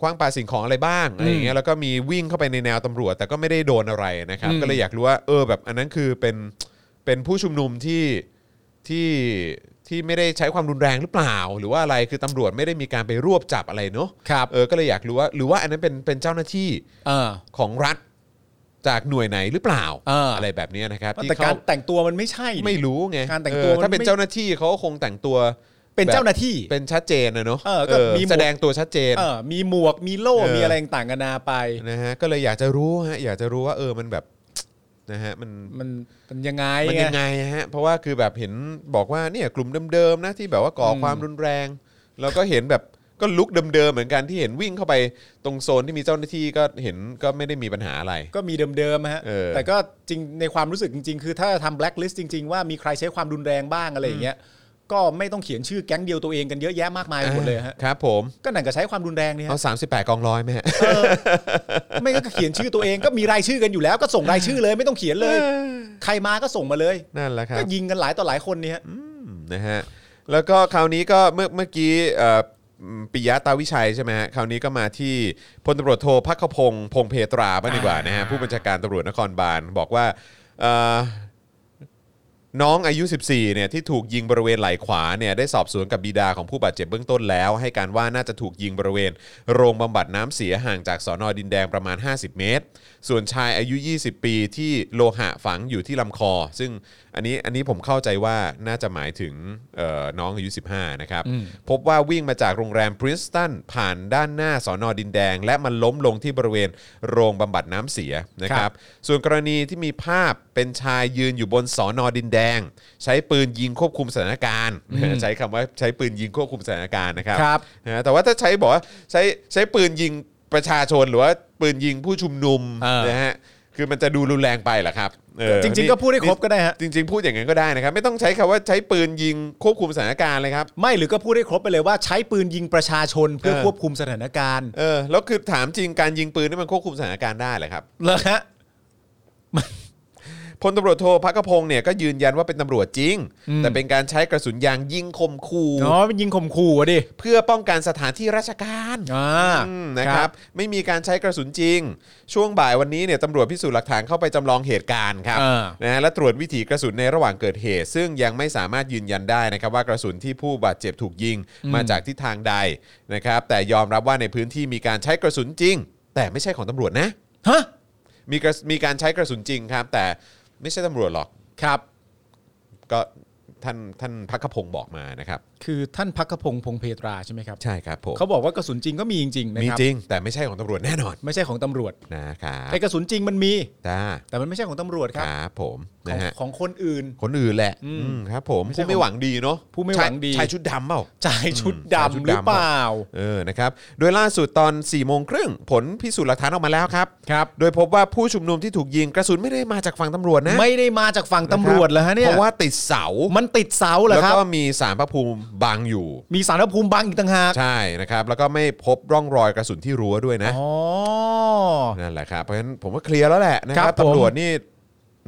คว้างปาสิ่งของอะไรบ้างอะไรอย่างเงี้ยแล้วก็มีวิ่งเข้าไปในแนวตำรวจ แต่ก็ไม่ได้โดนอะไรนะครับก็เลยอยากรู้ว่าเออแบบอันนั้นคือเป็นเป็นผู้ชุมนุมที่ ที่ที่ไม่ได้ใช้ความรุนแรงหรือเปล่า หรือว่าอะไรคือตำรวจไม่ได้มีการไปรวบจับอะไรเนอะ
ครับ
เออก็เลยอยากรู้ว่าหรือว่าอันนั้นเป็นเป็นเจ้าหน้าที่
เออ
ของรัฐจากหน่วยไหนหรือเปล่า
เอออ
ไรแบบเนี้ยนะครับที่
แต่กา
เขา
รแต่งตัวมันไม่ใช่นี่
ไม่รู้ไง
การแต่ง
เออ
ตัวมัน
ถ้าเป็น
ไม่
เจ้าหน้าที่เขาก็คงแต่งตัว
เป็นเจ้าหน้าที่
เป็นชัดเจนนะเนอะ
เออก็มีหมวก
แสดงตัวชัดเจน
เออมีหมวกมีโล่
เออ
มีอะไรต่างๆกันานาไป
นะฮะก็เลยอยากจะรู้ฮะอยากจะรู้ว่าเออมันแบบนะฮะมัน
มันมันยังไง
มันยัง
ไง
ไงฮะ เพราะว่าคือแบบเห็นบอกว่าเนี่ยกลุ่มเดิมๆนะที่แบบว่าก่ออ
ม
ความรุนแรง แล้วก็เห็นแบบก็ลุกเดิมๆเหมือนกันที่เห็นวิ่งเข้าไปตรงโซนที่มีเจ้าหน้าที่ก็เห็นก็ไม่ได้มีปัญหาอะไร
ก็มีเดิมๆฮะ
เออ
แต่ก็จริงในความรู้สึกจริง ๆ คือถ้าทำแบล็คลิสต์จริง ๆ ว่ามีใครใช้ความรุนแรงบ้างอะไรอย่างเงี้ยก็ไม่ต้องเขียนชื่อแก๊งเดียวตัวเองกันเยอะแยะมากมายไปหมดเลยฮะ
ครับผม
ก็หนังก็ใช้ความรุนแรงเนี่ย
เอา
ฮะ
38 กองร้อยไหมฮะ
เออไม่งั้นก็เขียนชื่อตัวเองก็มีรายชื่อกันอยู่แล้วก็ส่งรายชื่อเลยไม่ต้องเขียนเลย ใครมาก็ส่งมาเลย
นั่นแหละครับ
ก็ยิงกันหลายต่อหลายคนเนี่ยฮะ
อืมนะฮะแล้วก็คราวนี้ก็เมื่อเมื่อกี้เอ่อปิยะตาวิชัยใช่ไหมฮะคราวนี้ก็มาที่พลตำรวจโทพักขพงศ์พงเพตราบ้างดีกว่านะฮะผู้บัญชาการตำรวจนครบาลบอกว่าเอ่อน้องอายุ 14เนี่ยที่ถูกยิงบริเวณไหล่ขวาเนี่ยได้สอบสวนกับบิดาของผู้บาดเจ็บเบื้องต้นแล้ว ให้การว่าน่าจะถูกยิงบริเวณ โรงบำบัดน้ำเสียห่างจากสอนอดินแดงประมาณ 50 เมตร ส่วนชายอายุ 20 ปีที่โลหะฝังอยู่ที่ลำคอ ซึ่งอันนี้อันนี้ผมเข้าใจว่าน่าจะหมายถึงเอ่อน้องอายุ 15 นะครับ พบว่าวิ่งมาจากโรงแรมพริสตันผ่านด้านหน้าสอนอดินแดง และมันล้มลงที่บริเวณโรงบำบัดน้ำเสียนะค
ครั
รับ
บ
ส่วนกรณีที่มีภาพเป็นชายยืนอยู่บนสอนอดินแดง ใช้ปืนยิงควบคุมสถานการณ์ ใช้คำว่าใช้ปืนยิงควบคุมสถานการณ์นะครับ
ครับ
นะฮะแต่ว่าถ้าใช้บอกว่าใช้ใช้ปืนยิงประชาชนหรือว่าปืนยิงผู้ชุมนุม
เออ
นะฮะคือมันจะดูรุนแรงไปเหรอครับเออ
จริงๆ
นี่
ก็พูดได้ครบก็ได้ฮะ
จริง ๆ พูดอย่างนั้นก็ได้นะครับ ไม่ต้องใช้คำว่าใช้ปืนยิงควบคุมสถานการณ์เลยครับ
ไม่หรือก็พูดได้ครบไปเลยว่าใช้ปืนยิงประชาชนเพื่อ
เออ
ควบคุมสถานการณ์
เออแล้วคือถามจริงการยิงปืนนี่มันควบคุมสถานการณ์ได้เหรอครับ
เลยฮะ
พลตำรวจโทพักกพงศ์เนี่ยก็ยืนยันว่าเป็นตำรวจจริง
อืม
แต่เป็นการใช้กระสุนยางยิงคมคู่
อ๋อมันยิงข่มขู่อะดิ
เพื่อป้องกันสถานที่ราชการ
อ่า
อืมนะครับไม่มีการใช้กระสุนจริง ช่วงบ่ายวันนี้เนี่ยตำรวจพิสูจน์หลักฐานเข้าไปจำลองเหตุการณ์ครับ
อ่าน
นะฮะและตรวจวิถีกระสุนในระหว่างเกิดเหตุ ซึ่งยังไม่สามารถยืนยันได้นะครับว่ากระสุนที่ผู้บาดเจ็บถูกยิงมาจากทิศทางใดนะครับแต่ยอมรับว่าในพื้นที่มีการใช้กระสุนจริง แต่ไม่ใช่ของตำรวจนะ
ฮะ
มีกระมีการใช้กระสุนจริงครับแต่ไม่ใช่ตำรวจหรอก
ครับ
ก็ท่านท่านพักขพงศ์บอกมานะครับ
คือท่านพักขพงศ์พงเพตราใช่ไหมครับ
ใช่ครับผม
เขาบอกว่ากระสุนจริงก็มีจริงๆนะ
มี
ครับ
จริง แต่ไม่ใช่ของตำรวจแน่นอน
ไม่ใช่ของตำรวจ
นะครับ
ไอ้กระสุนจริงมันมี
จ้า
แต่มันไม่ใช่ของตำรวจค
ครับ รับผม
ขอ
นะ
ง
ฮะ
ของคนอื่น
คนอื่นแหละอืมครับผม
ไม่ใช่
ผู้ไม่หวังดีเนาะ
ผู้ไม่หวังดี
ชายชายชุดดำเปล่า
ชายชุด
ชายชุ
ดำ
ดดำ
หรือเปล่า
เออนะครับโดยล่าสุดตอน4ี่โมงครึ่งผลพิสูจน์หลักฐานออกมาแล้วครับ
ครับ
โดยพบว่าผู้ชุมนุมที่ถูกยิงกระสุนไม่ได้มาจากฝั่งตำรวจนะ
ไม่ได้มาจากฝั่งตำรวจเหรอฮะเนี่ย
เพราะว่าติดเสา
มันติดเสาเหรอ
แล้ว
ครับ
ก็มีสารพระภูมิบังอยู่
มีสารพระภูมิบังอีกต่างหาก
ใช่นะครับแล้วก็ไม่พบร่องรอยกระสุนที่รั้วด้วยนะ
อ๋อ
นั่นแหละครับเพราะฉะนั้นผมว่าเคลียร์แล้วแหละนะครับ
ครับผม
ตำรวจนี่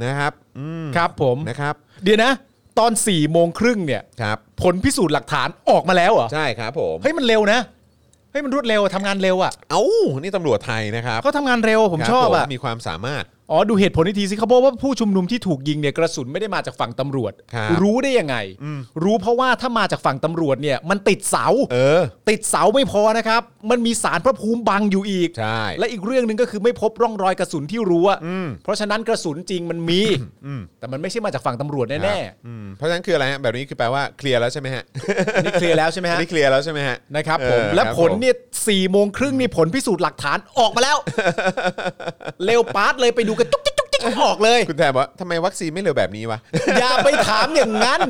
นะครับอืม
ครับผม
นะครับ
เดี๋ยวนะ ตอน4ี่โมงครึ่งเนี่ย
ครับ
ผลพิสูจน์หลักฐานออกมาแล้วเหรอ
ใช่ครับผม
เฮ้ยมันเร็วนะเฮ้ยมันรวดเร็วอะทำงานเร็วอ่ะ
เอ้า นี่ตำรวจไทยนะครับ
เขาทำงานเร็วผม
ครับ
ชอบอ่ะ
ผมมีความสามารถ
อ๋อดูเหตุผลอีกทีสิเขาบอกว่าผู้ชุมนุมที่ถูกยิงเนี่ยกระสุนไม่ได้มาจากฝั่งตำรวจ
ครับ
รู้ได้ยังไง รู้เพราะว่าถ้ามาจากฝั่งตำรวจเนี่ยมันติดเสา
เออ
ติดเสาไม่พอนะครับ มันมีสารพระภูมิบังอยู่อีก
ใช่
และอีกเรื่องหนึ่งก็คือไม่พบร่องรอยกระสุนที่รั้วเพราะฉะนั้นกระสุนจริงมันมี แต่มันไม่ใช่มาจากฝั่งตำรวจแน่
อืมเพราะฉะนั้นคืออะไรฮะแบบนี้คือแปลว่าเคลียร์แล้วใช่ไหมฮะ
ๆอันนี่เคลียร์แล้วใช่ไหม
อัน
ฮะ
นี่เคลียร์แล้วใช่ไหมฮะ
นะครับ
เอ
ผ
อ
มและ
ครับ
ผลเนี่ยสี่โมงครึ่งนี่ผลพิสูจน์หลักฐานออกมาแล้ว เร็วปาร์ตเลยไปดูกันจุ๊กจิ๊กจุ๊กจิ๊กออกเลย
คุณแทนบอกว่าทำไมวัคซีนไม่เร็วแบบนี้วะ
อย่าไปถามอย่างนั้น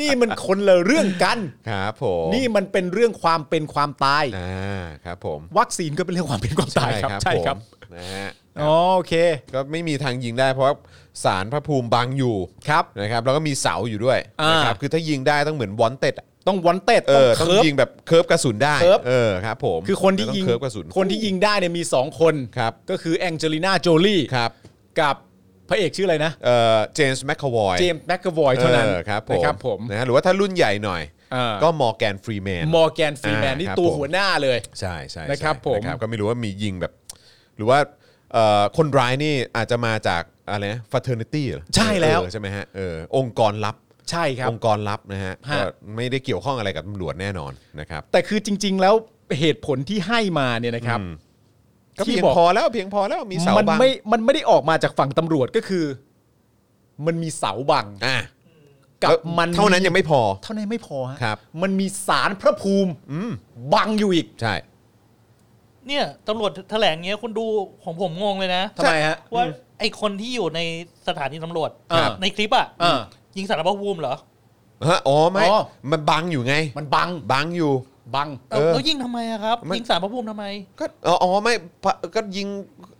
นี่มันคนละเรื่องกัน
ครับผม
นี่มันเป็นเรื่องความเป็นความตาย
อ่าครับผม
วัคซีนก็เป็นเรื่องความเป็นความตายครับใช่ครับ
ผมนะฮะ
อ๋อโอเค
ก็ไม่มีทางยิงได้เพราะว่าสารพระภูมิบังอยู่
ครับ
นะครับแล้วก็มีเสาอยู่ด้วย
อ่าน
นะครับคือถ้ายิงได้ต้องเหมือนวอนเต็ด
ต้องวันเต็ด
เออต้อง
เคิร์ฟ
ยิงแบบเคิร์ฟกระสุนได้
เคิร์ฟ
เออครับผม
คือคนที่
แล้วต้
ยิง
เคิร์ฟกระสุน
คนที่ยิงได้เนี่ยมี 2 คน
ครับ
ก็คือแองเจลิน่าโจลี่
ครับ
กับพระเอกชื่ออะไรนะ
เอ่อจมส์แมคคาวอย
เจมส์แม็กกาวอยเท่านั้น
ครับผม
นะครับผม
นะฮะหรือว่าถ้ารุ่นใหญ่หน่อย
เออ
ก็มอร์แกนฟรีแมน
มอร์แกนฟรีแมน
อ่า
นี่
ครับ
ตัว
ผม
หัวหน้าเลย
ใช่ใช่ใช่
นะครับผม
นะก็ไม่รู้ว่ามียิงแบบ หรือว่าเอ่อคนร้ายนี่อาจจะมาจากอะไรนะฟาเทอร์นิตี้
ใช่แล้ว
ใช่ไหมฮะเออองค์กรลับ
ใช่ครับ
องค์กรลับนะฮะ
ฮะ
ก็ไม่ได้เกี่ยวข้องอะไรกับตำรวจแน่นอนนะครับ
แต่คือจริง ๆ แล้วเหตุผลที่ให้มาเนี่ยนะครับ
อืม ก็
ที่
เพียง
บอก
พอแล้วเพียงพอแล้วมีเสา
มัน
บัง
ไม่มันไม่ได้ออกมาจากฝั่งตำรวจก็คือ มันมีเสาบัง
อ่ะ
กับ
แล้ว
มัน
เท่านั้นยังไม่พอ
เท่านั้นไม่พอฮะ
ครับ
มันมีสารพระภูมิบังอยู่อีก
ใช่
เนี่ยตำรวจแถลงเงี้ยคุณดูของผมงงเลยนะ
ทำไมฮะ
ว่าไอคนที่อยู่ในสถานีตำรวจ
ครับ
ในคลิปอ่ะ
อ่า
ยิงสารพัดภูมิเหรอ
ฮะอ๋อไม่
อ๋อ
มันบังอยู่ไง
มันบัง
บังอยู่
บัง
เอ
เอ้า
อ
แล้วยิงทำไมอะครับ
มัน
ยิงสารพัดภูมิทำไม
ก็อ๋ออ๋อไม่พะก็ยิง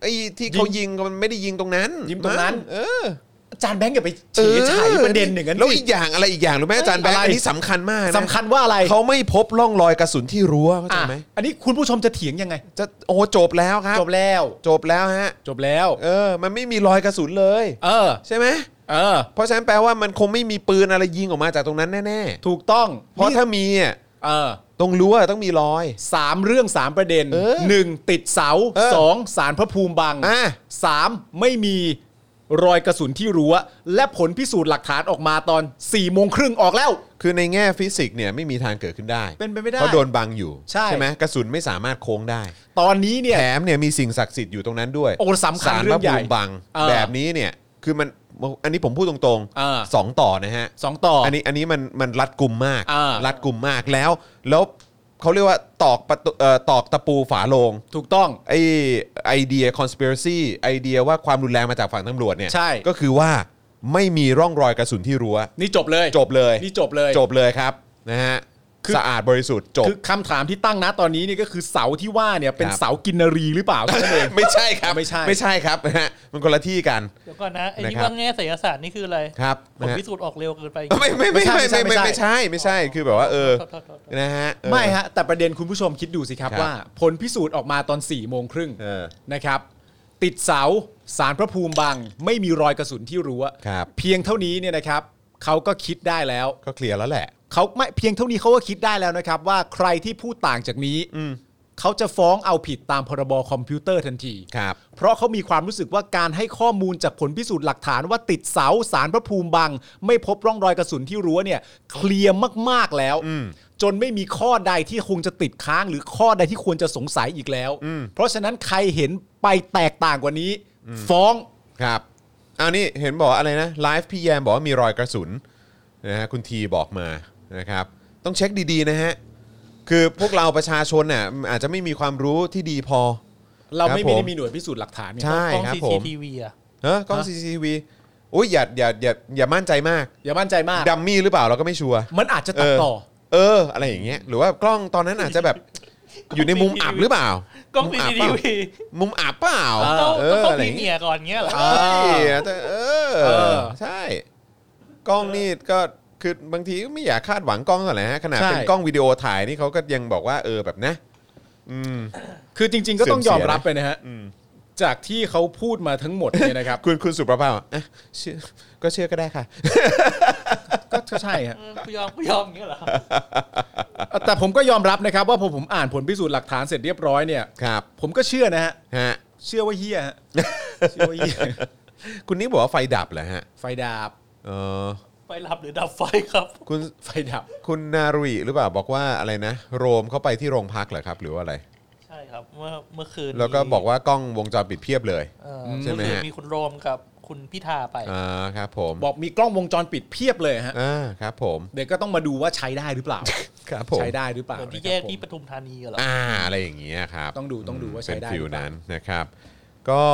ไอ้ที่เขายิงก็มันไม่ได้ยิงตรงนั้น
ยิงตรงนั้น
มั้เออ
อาจารย์แบงค์อย่าไปเฉยฉายประเด็นหนึ่างนั้น
แล้ว
สิ
อีกอย่างอะไรอีกอย่างรู้ไหมอาจารย์แบงค์
อะไร
อันนี้สำคัญมากนะ
สำคัญว่าอะไร
เขาไม่พบร่องรอยกระสุนที่รั้วเข้าใจ
อ่ะ
ไหม
อันนี้คุณผู้ชมจะเถียงยังไง
จะโอ้จบแล้วครับ
จบแล้ว
จบแล้วฮะ
จบแล้ว
เออ มันไม่มีรอยกระสุนเลย
เออ
ใช่ไหม
เออ
เพราะฉะนั้นแปลว่ามันคงไม่มีปืนอะไรยิงออกมาจากตรงนั้นแน่
ถูกต้อง
ๆเพราะถ้ามีอ่ะ
เออ
ตรงรั้วต้องมีรอย
สามเรื่องสามประเด็น
เออ
หนึ่งติดเสา
เออ
สองสารพระภูมิบัง
อ่ะ
สามไม่มีรอยกระสุนที่รั้ว และผลพิสูจน์หลักฐานออกมาตอน4ี่โมงครึ่งออกแล้ว
คือในแง่ฟิสิกส์เนี่ยไม่มีทางเกิดขึ้นได้
เป็นไปไม่ได้
เพราะโดนบังอยู่
ใช่
ไหมกระสุนไม่สามารถโค้งได้
ตอนนี้เนี่ย
แถมเนี่ยมีสิ่งศักดิ์สิทธิ์อยู่ตรงนั้นด้วย
โอ้สำคัญ
ศา
เรื่องใหญ่
พะภูมิบัง
เออ
แบบนี้เนี่ยคือมันอันนี้ผมพูดตรง
เออ
สองต่อนะฮะ
สองต่ออ
อันนี้อันนี้มันมันรัดกลุ่มมาก
เออ
รัดกลุ่มมากแล้ว แล้วเขาเรียกว่าตอกประตูเอ่อตอกตะปูฝาโลง
ถูกต้อง
ไอไอเดีย conspiracy ไอเดียว่าความรุนแรงมาจากฝั่งตำรวจเนี่ย
ใช่
ก็คือว่าไม่มีร่องรอยกระสุนที่รั้ว
นี่จบเลย
จบเลย
นี่จบเลย
จบเลยครับนะฮะ
คือ
สะอาดบริสุทธิ์จบ
คือคำถามที่ตั้งนะตอนนี้เนี่ยก็คือเสาที่ว่าเนี่ยเป็น
ครับ
เสากินนรีหรือเปล่าเท่านั้นเอง
ไม่ใช่ครับ
ไม่ใช่
ไม่ใช่ครับนะฮะมันคนละที่กัน
เดี๋ยวก่อนนะไอ้ที่
นะครับ
ว่าแง่ไสยศาสตร์นี่คืออะไร
ครับ
ผ
นะ
ล
ฮะ
พิสูจน์ออกเร็วเกินไป
ไม่ไม่ไม่ไม่ไม่ไม่ไม่ใช่ไม่ใช่คือแบบว่าเออ
โทษโทษโทษ
นะฮะเออ
ไม่ฮะ แต่ประเด็นคุณผู้ชมคิดดูสิครับ
ครับ
ว่า ผลพิสูจน์ออกมาตอน4ี่โมงครึ่ง
เออ
นะครับ ติดเสาสารพระภูมิบัง ไม่มีรอยกระสุนที่รั้ว
ครับ
เพียงเท่านี้เนี่ยนะครับเขาก็คิดได้แล้ว
ก็เคลียร์แล้วแหละ
เขาไม่เพียงเท่านี้เขาก็คิดได้แล้วนะครับ ว่าใครที่พูดต่างจากนี้เขาจะฟ้องเอาผิดตามพรบคอมพิวเตอร์ทันที
ครับ
เพราะเขามีความรู้สึกว่าการให้ข้อมูลจากผลพิสูจน์หลักฐานว่าติดเสาสารพระภูมิบัง ไม่พบร่องรอยกระสุนที่รั้วเนี่ย เคลียร์มากๆแล้ว จนไม่มีข้อใดที่คงจะติดค้างหรือข้อใดที่ควรจะสงสัยอีกแล้ว เพราะฉะนั้นใครเห็นไปแตกต่างกว่านี้ ฟ้อง
ครับเอานี่เห็นบอกว่าอะไรนะไลฟ์พี่แยมบอกว่ามีรอยกระสุนนะฮะคุณทีบอกมานะครับต้องเช็คดีๆนะฮะคือพวกเราประชาชนน่ะอาจจะไม่มีความรู้ที่ดีพอ
เราไม่
ครับผม
ได้มีหน่วยพิสูจน์หลักฐานเนี่ย
ใช่
กล้อง
ครับผม
CCTV อ่ะ
เออกล้อง CCTV อุ้ยอย่าอย่าอย่าอย่ามั่นใจมาก
อย่ามั่นใจมาก
ดัมมี่หรือเปล่าเราก็ไม่ชัวร์
มันอาจจะตัดต่อ
เออ อะไรอย่างเงี้ยหรือว่ากล้องตอนนั้นอาจจะแบบอยู่ในมุมอับหรือเปล่าก
ล้อง
มุมบเปล่า
CCTV
มุมอับเปล่า
ต้อง
เอ
ต้อง
อ
เข้า
อะไรอ
พรี
ย่าง
เมี
เงี้ย
ยร์ก่อนเงี้ยเหรอ
ใช่แต่เอ
เอ
อ
อ
ใช่ กล้องนี่ก็คือบางทีก็ไม่อยากคาดหวังกล้องเท่าไหร่ฮะขนาดเป็น
ใช่
กล้องวิดีโอถ่ายนี่เขาก็ยังบอกว่าเออแบบนะ อืม
คือจริง ๆ ก็ต้องยอมรับไปนะฮะ จากที่เขาพูดมาทั้งหมดเนี่ยนะครับ
คุณคุณสุประภาบอกอ่ะ เชื่อก็เชื่อก็ได้ค่ะ
ก็ก็ใช่ฮะ
เออกูยอมกูยอมอย่างเงี้ยเหรอ
แต่ผมก็ยอมรับนะครับ ว่าพอผมอ่านผลพิสูจน์หลักฐานเสร็จเรียบร้อยเนี่ย
ครับ
ผมก็เชื่อนะฮะ
ฮะ
เชื่อว่าเฮียฮะ เชื่อว่าเฮีย
คุณนี่บอกว่าไฟดับเหรอฮะ
ไฟดับ
เออ
ไปหลับหรือดับไฟครับ
คุณ
ไฟดับ
คุณนารุยหรือเปล่าบอกว่าอะไรนะ โรมเข้าไปที่โรงพักเหรอครับ หรือว่าอะไร
ใช่ครับ เมื่อเมื่อคืนนี้
แล้วก็บอกว่ากล้องวงจรปิดเพียบเลย
เออ
ใช่ไหม
เอคืน
ฮะ
มีคุณโรมกับคุณพิธาไป
อ่าครับ ผม
บอกมีกล้องวงจรปิดเพียบเลยฮะ
อ่าครับผม
เดี๋ยวก็ต้องมาดูว่าใช้ได้หรือเปล่า
ครับผม
ใช้ได้หรือเปล่า
เหมือนที่
นะค
แย
รับ
ก
ผม
ที่ปทุมธานีเหรอ
อ่าอะไรอย่างเงี้ยครับ
ต้องดูต้องดูว่าใช้ได้
เป็นฟิว
หรือเปล่า
นั้นนะครับ ก็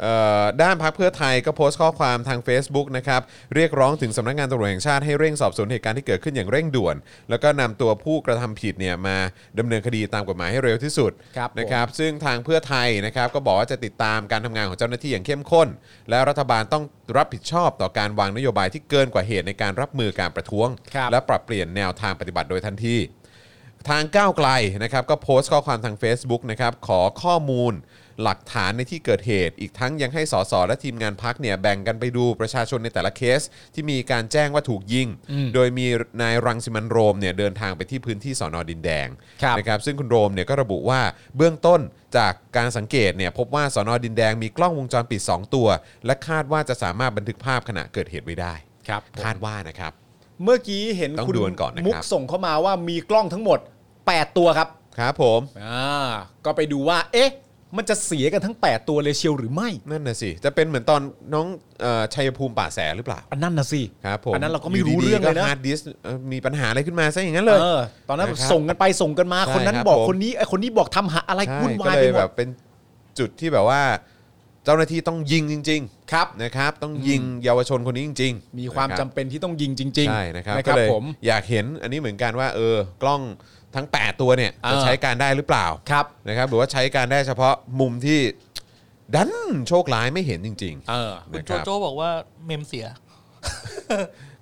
เอ่อด้านพักเพื่อไทยก็โพสต์ข้อความทาง Facebook นะครับ เรียกร้องถึงสำนักงานตำรวจแห่งชาติให้เร่งสอบสวนเหตุการณ์ที่เกิดขึ้นอย่างเร่งด่วน แล้วก็นำตัวผู้กระทำผิดเนี่ยมาดำเนินคดีตามกฎหมายให้เร็วที่สุด
ครับผม
นะครับซึ่งทางเพื่อไทยนะครับก็บอกว่าจะติดตามการทำงานของเจ้าหน้าที่อย่างเข้มข้น และรัฐบาลต้องรับผิดชอบต่อการวางนโยบายที่เกินกว่าเหตุในการรับมือการประท้วง
ครับ
และปรับเปลี่ยนแนวทางปฏิบัติโดยทันที ทางก้าวไกลนะครับก็โพสต์ข้อความทาง Facebook นะครับขอข้อมูลหลักฐานในที่เกิดเหตุ อีกทั้งยังให้สสและทีมงานพักเนี่ยแบ่งกันไปดูประชาชนในแต่ละเคส ที่มีการแจ้งว่าถูกยิง โดยมีนายรังสิมันต์โรมเนี่ยเดินทางไปที่พื้นที่สอนอดินแดง
ครับ
นะครับซึ่งคุณโรมเนี่ยก็ระบุว่าเบื้องต้นจากการสังเกตเนี่ยพบว่าสอนอดินแดงมีกล้องวงจรปิด 2 ตัว และคาดว่าจะสามารถบันทึกภาพขณะเกิดเหตุไว้ได้
ครับ
คาดว่านะครับ
เมื่อกี้เห็น
ต้อง
คุณ
ดูกันก่อนนะครับ
มุกส่งเข้ามาว่ามีกล้องทั้งหมด 8 ตัวครับ
ครับผม
อ่าก็ไปดูว่า เอ๊ะ มันจะเสียกันทั้ง 8 ตัวเลยเชียวหรือไม่
นั่นน่ะสิจะเป็นเหมือนตอนน้องเอ่อชัยภูมิป่าแสหรือเปล่า
อันนั้นนะสิ
ครับผม
อันนั้นเราก็ไม่รู้เรื่องเลย
ดีๆ
นะ
ก็ฮาร์ดดิสก์เอ่อมีปัญหาอะไรขึ้นมาซะอย่างนั้นเลย
เออตอนนั้น
นะครับ
ส่งกันไปส่งกันมา
ใช่
คนนั้น
ครับ
บอก
ผม
คนนี้ไอ้คนนี้บอกทำหาอะไร
ใช่
วุ่นวา
ก็
ย
เล
ไป
ย
หม
แบ
ด
บเป็นจุดที่แบบว่า เจ้าหน้าที่ต้องยิงจริงๆ
ครับ
นะครับ ต้องยิงเยาวชนคนนี้จริงๆ
มีความ
นะ
จำ
รับ
เป็นที่ต้องยิงจริง ๆ
ใช่นะครับ
นะค
ก็
รับ
เลย
ผม
อยากเห็นอันนี้เหมือนกันว่าเออกล้องทั้ง 8 ตัวเนี่ยจะ
เออ
ใช้การได้หรือเปล่า
ครับ
นะครับหรือว่าใช้การได้เฉพาะมุมที่ดันโชคร้ายไม่เห็นจริง
เออ
ๆ
คุณ
นะค
โจ
รับ
โจบอกว่าเมมเสีย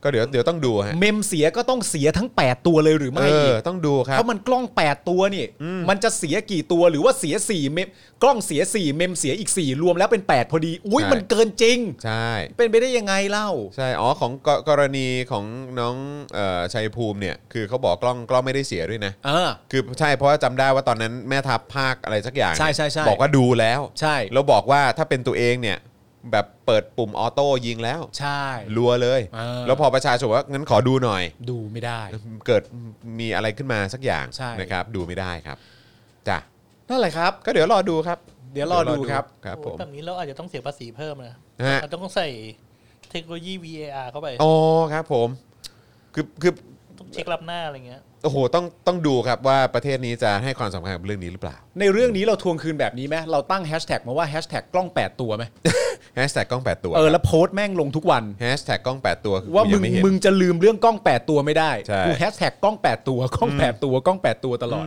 ก็เดี๋ยวเดี๋ยวต้องดูฮะ
เมมเสียก็ต้องเสียทั้ง 8 ตัวเลยหรือ
เอ
ไม่อี
อก ต้องดูครับ
เพราะมันกล้อง 8 ตัวนี่ มันจะเสียกี่ตัวหรือว่าเสีย4เมมกล้องเสีย 4 เมมเสียอีก 4 รวมแล้วเป็น 8 พอดี อุ้ย
ใช่
มันเกินจริง
ใช่
เป็นไปได้ยังไงเล่า
ใช่ อ๋อ ของกกรณีของน้องเอ่อชัยภูมิเนี่ย คือเขาบอกกล้องกล้องไม่ได้เสียด้วยนะ
เออ
คือใช่ เพราะว่าจำได้ว่าตอนนั้นแม่ทัพภาคอะไรสักอย่าง
ใช่ใช่ใช่
บอกว่าดูแล้ว
ใช่
แล้วบอกว่าถ้าเป็นตัวเองเนี่ย แบบเปิดปุ่มออโต้ยิงแล้ว
ใช่
รัวเลย
เออ
แล้วพอประชาชนว่างั้นขอดูหน่อย
ดูไม่ได้
เกิดมีอะไรขึ้นมาสักอย่าง
ใช่
นะครับ ดูไม่ได้ครับ จ้ะ
นั่นแหละครับ
ก็เดี๋ยวรอดูครับ
เดี๋ยวรอดูครับ
ครับผ
โอ้
ม
แบบนี้เราอาจจะต้องเสียภาษีเพิ่มนะ
ฮะ
เราต้องใส่เทคโนโลยี VAR เข้าไป
อ๋อครับผม คือคือ
ต้องเช็ครับหน้าอะไรเงี้ย
โอ้โห ต้อง ต้องดูครับว่าประเทศนี้จะให้ความสำคัญกับเรื่องนี้หรือเปล่า
ในเรื่องนี้เราทวงคืนแบบนี้ไหมเราตั้งแฮชแท็กมาว่าแฮชแท็กกล้อง 8 ตัวไหม
แฮชแท็กกล้อง 8 ตัว
เออแล้วโพสต์แม่งลงทุกวัน
แฮชแท็กกล้อง 8 ตัวคือ
ว่ามึ
กูยัง ไม่เห็น
มึงจะลืมเรื่องกล้อง 8 ตัวไม่ได้
ใช่
กูแฮชแท็กกล้อง 8 ตัวกล้อง 8 ตัวกล้อง 8 ตัวตลอด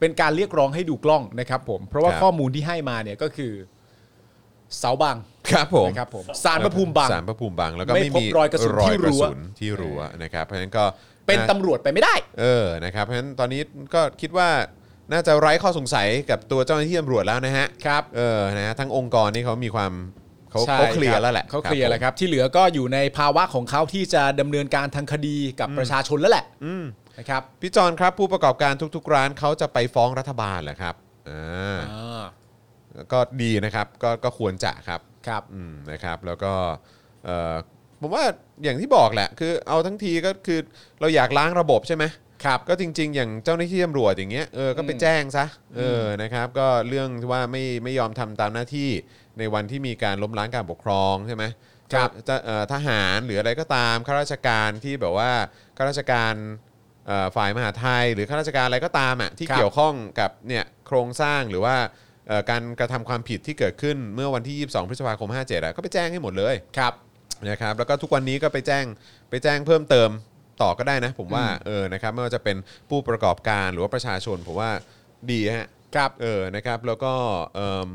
เป็นการเรียกร้องให้ดูกล้องนะครับผม เพราะว่าข้อมูลที่ให้มาเนี่ยก็คือเสาบัง
ครับผม
นะครับผมสารประภูมิบัง
สารพระภูมิบัง แล้วก็
ไม่
ไม่
พบ
มี
รอยกระสุนที่รั้ว
รอยกระสุนที่รั้วนะครับ เพราะฉะนั้นก็
เป็น
นะ
ตำรวจไปไม่ได้
เออ นะครับ เพราะฉะนั้นตอนนี้ก็คิดว่าน่าจะไร้ข้อสงสัยกับตัวเจ้าหน้าที่ตำรวจแล้วนะฮะ
ครับ
เออ นะฮะทั้งองค์กรนี่เขามีความเขา
ใช่
เขาเคลียร์แล้วแหละ
เขาเคลียร์แล้วครับ ที่เหลือก็อยู่ในภาวะของเขาที่จะดำเนินการทางคดีกับประชาชนแล้วแหละนะครับ
พี่จอนครับผู้ประกอบการทุก ๆ ร้านเขาจะไปฟ้องรัฐบาลเหรอครับ อ่า
อ่า
ก็ดีนะครับ ก็ก็ควรจะครับ
ครับ
อืมนะครับแล้วก็เอ่อผมว่าอย่างที่บอกแหละ คือเอาทั้งทีก็คือเราอยากล้างระบบใช่ไหม
ครับ
ก็จริง ๆ อย่างเจ้าหน้าที่ตำรวจอย่างเงี้ยเออก็ไป
อืม
แจ้งซะเออนะครับ ก็เรื่องที่ว่าไม่ไม่ยอมทำตามหน้าที่ในวันที่มีการล้มล้างการปกครองใช่ไหม
ครับ
จะจะเอ่อทหารหรืออะไรก็ตามข้าราชการที่แบบว่าข้าราชการเอ่อฝ่ายมหาดไทยหรือข้าราชการอะไรก็ตามอ่ะที่เกี่ยวข้องกับเนี่ยโครงสร้างหรือว่า เอ่อการกระทำความผิดที่เกิดขึ้นเมื่อวันที่ 22 พฤษภาคม 57อะก็ไปแจ้งให้หมดเลย
ครับ
นะครับแล้วก็ทุกวันนี้ก็ไปแจ้งไปแจ้งเพิ่มเติมต่อก็ได้นะ ผมว่าเออนะครับไม่ว่าจะเป็นผู้ประกอบการหรือว่าประชาชนผมว่าดีฮะ
ครับ
เออนะครับแล้วก็เอิ่ม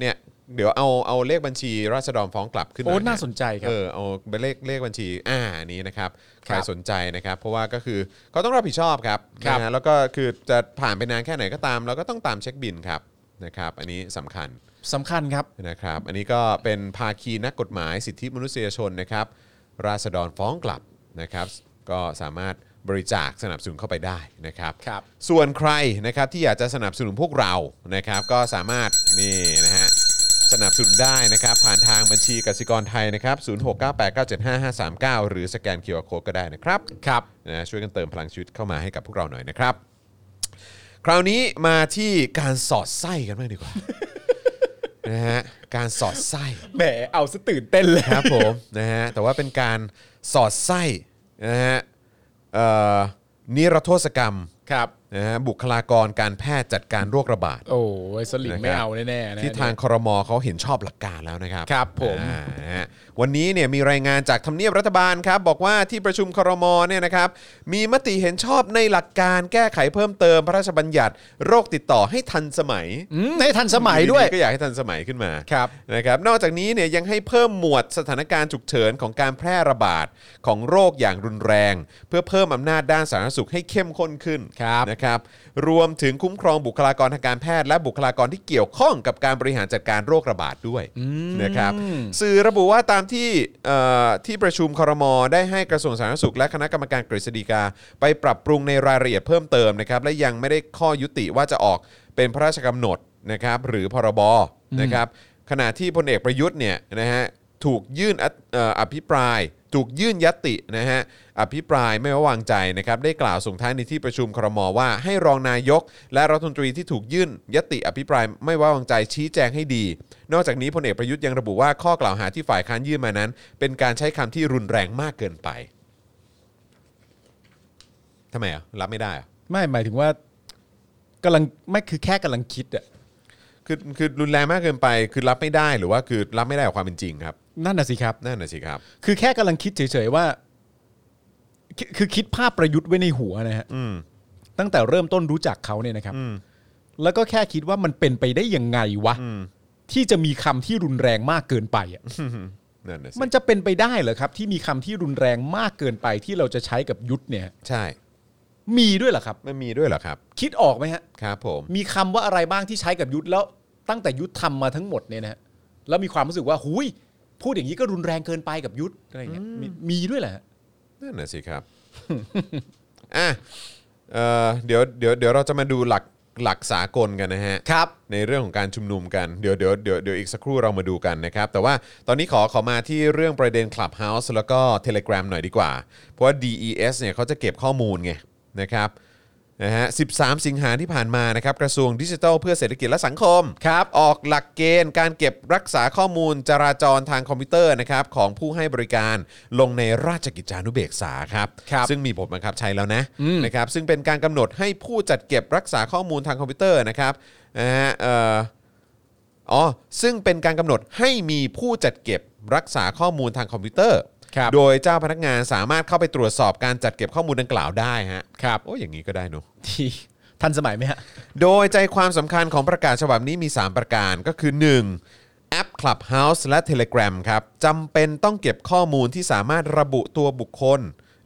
เนี่ยเดี๋ยวเอาเอาเลขบัญชีราษฎรฟ้องกลับขึ้นห
โอ้
อยะ
น่าสนใจครับ
เออเอาไปเลขเลขบัญชีอ่าอันนี้นะครับใค
ค
ร
รับ
สนใจนะครับ เพราะว่าก็คือเขาต้องรับผิดชอบครับ
ครับ
นะฮะแล้วก็คือจะผ่านไปนานแค่ไหนก็ตาม เราก็ต้องตามเช็คบินครับ นะครับ อันนี้สำคัญ
สำคัญครับ
นะครับอันนี้ก็เป็นภาคีนักกฎหมายสิทธิมนุษยชนนะครับ ราษฎรฟ้องกลับนะครับ ก็สามารถบริจาคสนับสนุนเข้าไปได้นะครับ
ครับ
ส่วนใครนะครับที่อยากจะสนับสนุนพวกเรานะครับ ก็สามารถนี่นะฮะสนับสนุนได้นะครับ ผ่านทางบัญชีกสิกรไทยนะครับ 0698975539 หรือสแกน QR Code ก็ได้นะครับ
ครับ
นะช่วยกันเติมพลังชีวิตเข้ามาให้กับพวกเราหน่อยนะครับ คราวนี้มาที่การสอดไส้กันบ้างดีกว่า นะฮะการสอดไส้
แหมเอาซะตื่นเต้นเลย
ครับผม นะฮะแต่ว่าเป็นการสอดไส้นะฮะเอ่อนิรโทษกรรม
ครับ
นะฮะบุคลากรการแพทย์จัดการโรคระบาด
โอ้ยสลิง
นะครับ
ไม่เอาแน่ๆนะ
ที่ทางครมเขาเห็นชอบหลักการแล้วนะครับ
ครับผม
อ่านะฮะวันนี้เนี่ยมีรายงานจากทำเนียบรัฐบาลครับ บอกว่าที่ประชุมครมเนี่ยนะครับ มีมติเห็นชอบในหลักการแก้ไขเพิ่มเติมพระราชบัญญัติ โรคติดต่อให้ทันสมัย
อืมให้ทันสมัยด้วย
ก็อยากให้ทันสมัยขึ้นมา
ครับ
นะครับ นอกจากนี้เนี่ยยังให้เพิ่มหมวดสถานการณ์ฉุกเฉินของการแพร่ระบาดของโรคอย่างรุนแรง เพื่อเพิ่มอำนาจด้านสาธารณสุขให้เข้มข้นขึ้น
ครับ
นะครับ รวมถึงคุ้มครองบุคลากรทางการแพทย์และบุคลากรที่เกี่ยวข้องกับการบริหารจัดการโรคระบาดด้วยนะครับ สื่อระบุว่าตามที่เอ่อที่ประชุมครม ได้ให้กระทรวงสาธารณสุข และคณะกรรมการกฤษฎีกา ไปปรับปรุงในรายละเอียดเพิ่มเติมนะครับ และยังไม่ได้ข้อยุติว่าจะออกเป็นพระราชกำหนดนะครับ หรือพรบนะครับ ขณะที่พลเอกประยุทธ์เนี่ยนะฮะถูกยื่นอเอ่ออภิปราย ถูกยื่นยตินะฮะอภิปรายไม่ไว้วางใจนะครับ ได้กล่าวส่งท้ายในที่ประชุมครมว่าให้รองนายก และรัฐมนตรีที่ถูกยื่นยติอภิปรายไม่ไว้วางใจชี้แจงให้ดี นอกจากนี้พลเอกประยุทธ์ยังระบุว่าข้อกล่าวหาที่ฝ่ายค้านยื่นมานั้น เป็นการใช้คำที่รุนแรงมากเกินไปทำไมอ่ะรับไม่ได้อ่ะ
ไม่หมายถึงว่ากำลังไม่คือแค่กำลังคิดอะ
คือคือรุนแรงมากเกินไป คือรับไม่ได้หรือว่าคือรับไม่ได้กับความเป็นจริงครับ
นั่นน่ะสิครับ
นั่นน่ะสิครับ
คือแค่กำลังคิดเฉยๆว่าคือคือคิดภาพประยุทธ์ไว้ในหัวนะฮะ
อืม
ตั้งแต่เริ่มต้นรู้จักเขาเนี่ยนะครับ
อืม
แล้วก็แค่คิดว่ามันเป็นไปได้ยังไงวะ
อืม
ที่จะมีคำที่รุนแรงมากเกินไปอะ
นั่นน่ะสิ
มันจะเป็นไปได้เหรอครับ ที่มีคำที่รุนแรงมากเกินไปที่เราจะใช้กับยุทธเนี่ย
ใช่
มีด้วยเหรอครับ
มันมีด้วยเหรอครับ
คิดออกไหมฮะ
ครับผม
มีคำว่าอะไรบ้างที่ใช้กับยุทธแล้วตั้งแต่ยุทธทำมาทั้งหมดเนี่ยนะฮะแล้วมีความรู้สึกว่าหุยพูดอย่างนี้ก็รุนแรงเกินไปกับยุทธอะไรอย่างเงี้ยมีมีด้วยเหรอฮะ
นั่นน่ะสิครับ อ่ะเอ่อเดี๋ยวเดี๋ยวเดี๋ยวเราจะมาดูหลักหลักสากลกันนะฮะ
ครับ
ในเรื่องของการชุมนุมกัน เดี๋ยวเดี๋ยวเดี๋ยวเดี๋ยวอีกสักครู่เรามาดูกันนะครับ แต่ว่าตอนนี้ขอขอมาที่เรื่องประเด็น Clubhouse แล้วก็ Telegram หน่อยดีกว่า เพราะว่า DES เนี่ยเขาจะเก็บข้อมูลไงนะครับนะฮะ13 สิงหาที่ผ่านมานะครับกระทรวงดิจิทัลเพื่อเศรษฐกิจและสังคม
ครับ
ออกหลักเกณฑ์การเก็บรักษาข้อมูลจราจรทางคอมพิวเตอร์นะครับของผู้ให้บริการลงในราชกิจจานุเบกษาครับ
ครับ
ซึ่งมีผลบังคับใช้แล้วนะนะครับซึ่งเป็นการกำหนดให้ผู้จัดเก็บรักษาข้อมูลทางคอมพิวเตอร์นะครับนะฮะเอ่อ อ๋อ ซึ่งเป็นการกำหนดให้มีผู้จัดเก็บรักษาข้อมูลทางคอมพิวเตอร์
ครับ
โดยเจ้าพนักงานสามารถเข้าไปตรวจสอบการจัดเก็บข้อมูลดังกล่าวได้ฮะ
ครับ
โอ้ยอย่างนี้ก็ได้เนอะ
ที่ทันสมัยไหมฮะ
โดยใจความสำคัญของประกาศฉบับนี้มี 3 ประการก็คือ 1. แอป Clubhouse และ Telegram ครับจำเป็นต้องเก็บข้อมูลที่สามารถระบุตัวบุคคล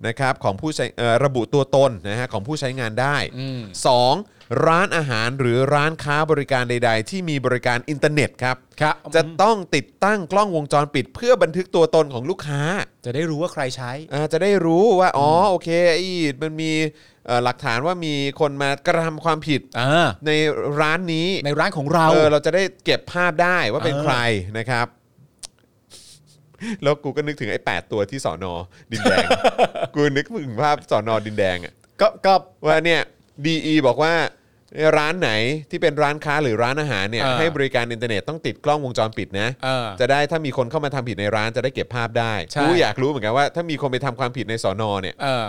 นะครับของผู้ใช้เอ่อระบุตัวตนนะฮะของผู้ใช้งานได้ 2. ร้านอาหารหรือร้านค้าบริการใด ๆ ที่มีบริการอินเทอร์เน็ตครับ
ครับ
จะต้องติดตั้งกล้องวงจรปิดเพื่อบันทึกตัวตนของลูกค้า
จะได้รู้ว่าใครใช้
อ่าจะได้รู้ว่า อ๋ออโอเคไอ้มันมีเอ่อหลักฐานว่ามีคนมากระทำความผิด
อ่า
ในร้านนี้
ในร้านของเรา
เออเราจะได้เก็บภาพได้ว่าเป็น
เออ
ใครนะครับ แล้วกูก็นึกถึงไอ้แปดตัวที่สอนอดินแดง กูนึกถึงภาพสอนอดินแดงอะ
ก็ก็
ว่าเนี่ยดีบอกว่าร้านไหนที่เป็นร้านค้าหรือร้านอาหารเนี่ย
อ่า
ให้บริการอินเทอร์เน็ตต้องติดกล้องวงจรปิดนะ
อ่า
จะได้ถ้ามีคนเข้ามาทำผิดในร้านจะได้เก็บภาพได้
ใช่
กูอยากรู้เหมือนกันว่าถ้ามีคนไปทำความผิดในสอนอเนี่ย
เออ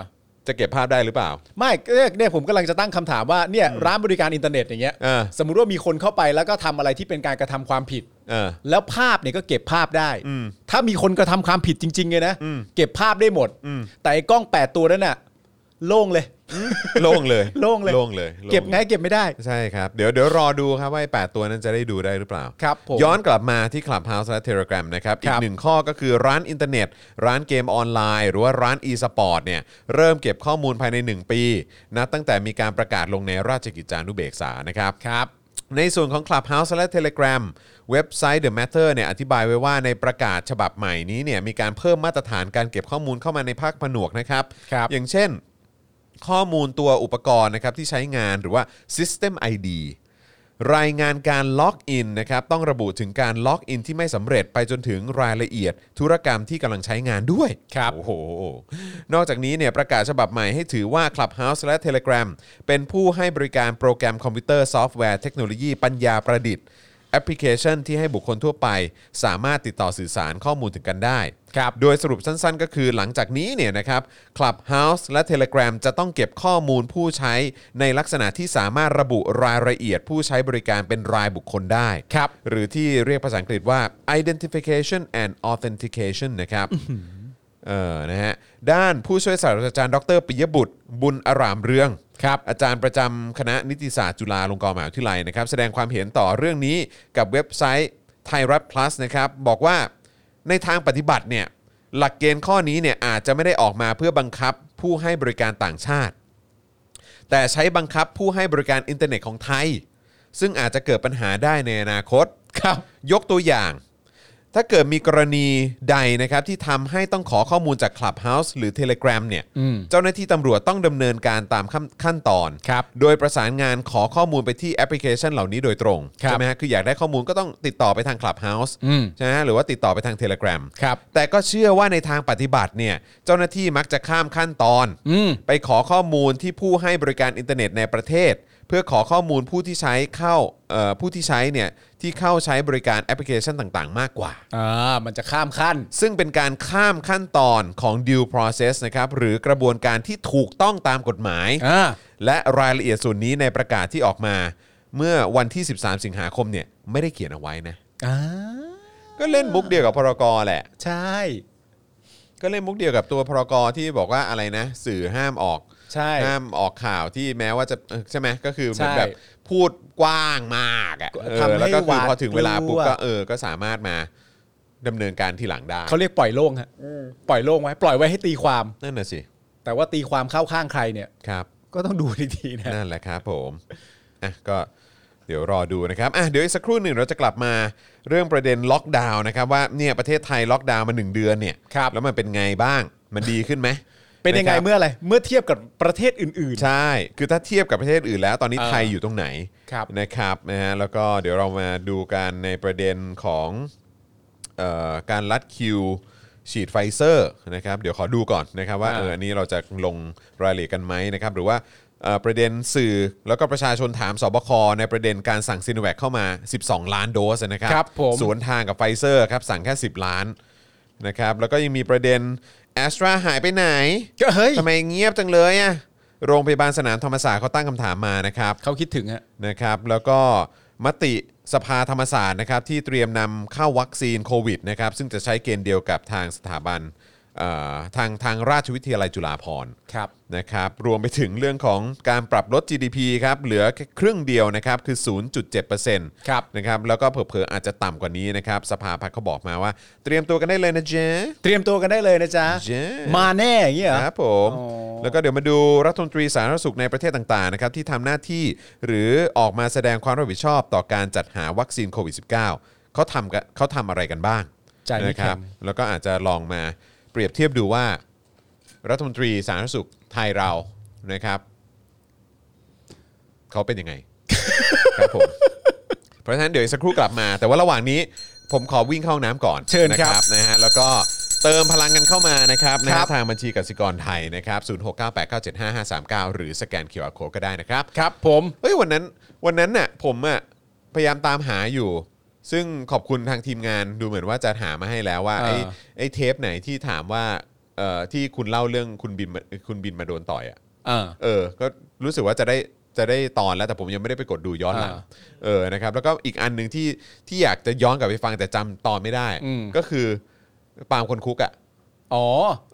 จะเก็บภาพได้หรือเปล่า
ไม่เนี่ยเนี่ยผมกำลังจะตั้งคำถามว่าเนี่ยร้านบริการอินเทอร์เน็ตอย่างเงี้ย
เออ
สมมุติว่ามีคนเข้าไปแล้วก็ทำอะไรที่เป็นการกระทำความผิด
เออ
แล้วภาพเนี่ยก็เก็บภาพได้
อืม
ถ้ามีคนกระทำความผิดจริงๆเลยนะ
อืม
เก็บภาพได้หมด
อืม
แต่ไอ้กล้อง 8 ตัวนั้นน่ะ โล่งเลย
โล่งเลย
โล่งเลย
โล่งเลย
เก็บไงเก็บไม่ได้
ใช่ครับ เดี๋ยวเดี๋ยวรอดูครับว่าไอ้แปดตัวนั้นจะได้ดูได้หรือเปล่า
ครับผม
ย้อนกลับมาที่ Clubhouse และ Telegram นะครับ อี
ครั
ก
บ
หนึ่งข้อก็คือร้านอินเทอร์เน็ต ร้านเกมออนไลน์ หรือว่าร้าน e-sport เนี่ยเริ่มเก็บข้อมูลภายใน 1 ปี นับตั้งแต่มีการประกาศลงในราชกิจจานุเบกษานะครับ
ครับ
ในส่วนของ Clubhouse และ Telegram เว็บไซต์ The Matter เนี่ยอธิบายไว้ว่าในประกาศฉบับใหม่นี้เนี่ยมีการเพิ่มมาตรฐานการเก็บข้อมูลเข้ามาในภาคผนวกนะครับ
ครับ
อย่างเช่น ข้อมูลตัวอุปกรณ์นะครับที่ใช้งานหรือว่า System ID รายงานการล็อกอินนะครับต้องระบุถึงการล็อกอินที่ไม่สำเร็จไปจนถึงรายละเอียด ธุรกรรมที่กำลังใช้งานด้วย
ครับ
โอ้โห นอกจากนี้เนี่ยประกาศฉบับใหม่ให้ถือว่า Clubhouse และ Telegram เป็นผู้ให้บริการโปรแกรมคอมพิวเตอร์ซอฟต์แวร์เทคโนโลยีปัญญาประดิษฐ์ แอปพลิเคชันที่ให้บุคคลทั่วไป สามารถติดต่อสื่อสารข้อมูลถึงกันได้
ครับ
โดยสรุปสั้นๆ ก็คือหลังจากนี้เนี่ยนะครับ Clubhouse และ Telegram จะต้องเก็บข้อมูลผู้ใช้ในลักษณะที่สามารถระบุรายละเอียดผู้ใช้บริการเป็นรายบุคคลได้
ครับ
หรือที่เรียกภาษาอังกฤษว่า identification and authentication นะครับ เออ นะฮะ ด้านผู้ช่วยศาสตราจารย์ดรปิยบุตร บุญอารามเรือง
ครับ
อาจารย์ประจำคณะนิติศาสตร์จุฬาลงกรณ์มหาวิทยาลัยนะครับ แสดงความเห็นต่อเรื่องนี้กับเว็บไซต์ไทยรัฐ plus นะครับ บอกว่าในทางปฏิบัติเนี่ย หลักเกณฑ์ข้อนี้เนี่ยอาจจะไม่ได้ออกมาเพื่อบังคับผู้ให้บริการต่างชาติ แต่ใช้บังคับผู้ให้บริการอินเทอร์เน็ตของไทย ซึ่งอาจจะเกิดปัญหาได้ในอนาคต
ครับ
ยกตัวอย่าง ถ้าเกิดมีกรณีใดนะครับที่ทำให้ต้องขอข้อมูลจาก Clubhouse หรือ Telegram เนี่ย
อืม
เจ้าหน้าที่ตำรวจต้องดำเนินการตามขั้นขั้นตอน
ครับ
โดยประสานงานขอข้อมูลไปที่แอปพลิเคชันเหล่านี้โดยตรง
ครับ
ใช่ไหมฮะคืออยากได้ข้อมูลก็ต้องติดต่อไปทาง Clubhouse
อืม
ใช่ไหมฮะหรือว่าติดต่อไปทาง Telegram
ครับ
แต่ก็เชื่อว่าในทางปฏิบัติเนี่ยเจ้าหน้าที่มักจะข้ามขั้นตอน
อืม
ไปขอข้อมูลที่ผู้ให้บริการอินเทอร์เน็ตในประเทศ เพื่อขอข้อมูลผู้ที่ใช้เข้าเอ่อผู้ที่ใช้เนี่ยที่เข้าใช้บริการแอปพลิเคชันต่างๆ มากกว่า
อ่า มันจะข้ามขั้น
ซึ่งเป็นการข้ามขั้นตอนของ due process นะครับหรือกระบวนการที่ถูกต้องตามกฎหมาย
อ่า
และรายละเอียดส่วนนี้ในประกาศที่ออกมา เมื่อวันที่ 13 สิงหาคมเนี่ยไม่ได้เขียนเอาไว้นะ
อ่า
ก็เล่นมุกเดียวกับพรกรแหละ
ใช่
ก็เล่นมุกเดียวกับตัวพรกรที่บอกว่าอะไรนะ สื่อห้ามออก
ใช่
ห้ามออกข่าวที่แม้ว่าจะเออใช่ไหมก็คือเหมือน
ใช่
แบบพูดกว้างมากอะเออ
ทำให้
แล้วก็
ห
คื
วา
อ
ด
พอถึงเวลาปุ๊
กลั
บ
ว
ก็เออก็สามารถมาดำเนินการทีหลังได้
เขาเรียกปล่อยโล่งฮะปล่อยโล่งไว้ ปล่อยไว้ให้ตีความ
นั่นน่ะสิ
แต่ว่าตีความเข้าข้างใครเนี่ย
ครับ
ก็ต้องดูดีๆนะ
นั่นแหละครับผมอ่ะก็เดี๋ยวรอดูนะครับอ่ะเดี๋ยวอีกสักครู่หนึ่งเราจะกลับมาเรื่องประเด็นล็อกดาวน์นะครับว่าเนี่ยประเทศไทยล็อกดาวน์มาหนึ่งเดือนเนี่ย
ครับ
แล้วมันเป็นไงบ้างมันดีขึ้นไหม
เป็นยังไง
ะครับ
เมื่ออะไร เมื่อเทียบกับประเทศอื่น
ใช่ คือถ้าเทียบกับประเทศอื่นแล้ว ตอนนี้
เออ
ไทยอยู่ตรงไหน
ครับ
นะครับนะฮะ แล้วก็เดี๋ยวเรามาดูกันในประเด็นของเออการลัดคิวฉีดไฟเซอร์นะครับ เดี๋ยวขอดูก่อนนะครับว่าเอออันนี้เราจะลงรายละเอียดกันไหมนะครับ หรือว่าเอ่อประเด็นสื่อแล้วก็ประชาชนถามสบคในประเด็นการสั่งซีโนแวคเข้ามา 12 ล้านโดสนะครับ
ครับผม
สวนทางกับไฟเซอร์ครับสั่งแค่ 10 ล้านนะครับ แล้วก็ยังมีประเด็นแอสตราหายไปไหน
ๆ ก็เฮ้ย
ทำไมเงียบจังเลยอ่ะ โรงพยาบาลสนามธรรมศาสตร์เขาตั้งคำถามมานะครับ
เขาคิดถึงฮะ
นะครับ แล้วก็มติสภาธรรมศาสตร์นะครับที่เตรียมนำเข้าวัคซีนโควิดนะครับซึ่งจะใช้เกณฑ์เดียวกับทางสถาบันเอ่อทางทางราชวิทยาลัยจุฬาภรณ์
ครับ
นะครับรวมไปถึงเรื่องของการปรับลด GDP ครับเหลือแค่ครึ่งเดียวนะครับคือ 0.7%
ครับ
นะครับแล้วก็เผลอๆอาจจะต่ำกว่านี้นะครับสภาพัฒน์เขาบอกมาว่า เตรียมตัวกันได้เลยนะเจ๊
เตรียมตัวกันได้เลยนะจ๊ะ
เย้
มาแน่อย่างเงี้ยเหรอ
ครับผม
อ๋อ
แล้วก็เดี๋ยวมาดูรัฐมนตรีสาธารณสุขในประเทศต่างๆนะครับที่ทำหน้าที่หรือออกมาแสดงความรับผิดชอบต่อการจัดหาวัคซีนโควิด -19 เขาทำกันเขาทำอะไรกันบ้าง
ใจไม่
นะครั
แข็ง
แล้วก็อาจจะลองมาเปรียบเทียบดูว่า รัฐมนตรีสาธารณสุขไทยเรานะครับเขาเป็น ยังไง ครับผม เพราะฉะนั้นเดี๋ยวอีกสักครู่กลับมา แต่ว่าระหว่างนี้ผมขอวิ่งเข้าห้องน้ำก่อน
เชิญครับ
นะนะฮะแล้วก็เติมพลังกันเข้ามานะครับนะ
ค
ฮะ
รับ
ทางบัญชีกสิกรไทยนะครับ0698975539 หรือสแกน QR Code ก็ได้นะครับ
ครับผม
เฮ้ยวันนั้นวันนั้นน่ะผมอ่ะพยายามตามหาอยู่ ซึ่งขอบคุณทางทีมงานดูเหมือนว่าจะหามาให้แล้วว่า
เออ
ไอ้ไอ้เทปไหนที่ถามว่าเอ่อที่คุณเล่าเรื่องคุณบินมาคุณบินมาโดนต่อยอ่ะ
เออ
เออก็รู้สึกว่าจะได้จะได้ตอนแล้วแต่ผมยังไม่ได้ไปกดดูย้อนหลัง
อ่า
เออนะครับแล้วก็อีกอันหนึ่งที่ที่อยากจะย้อนกลับไปฟังแต่จำตอนไม่ได้
อืม
ก็คือปาล์มคนคุกอ่ะ
อ๋อ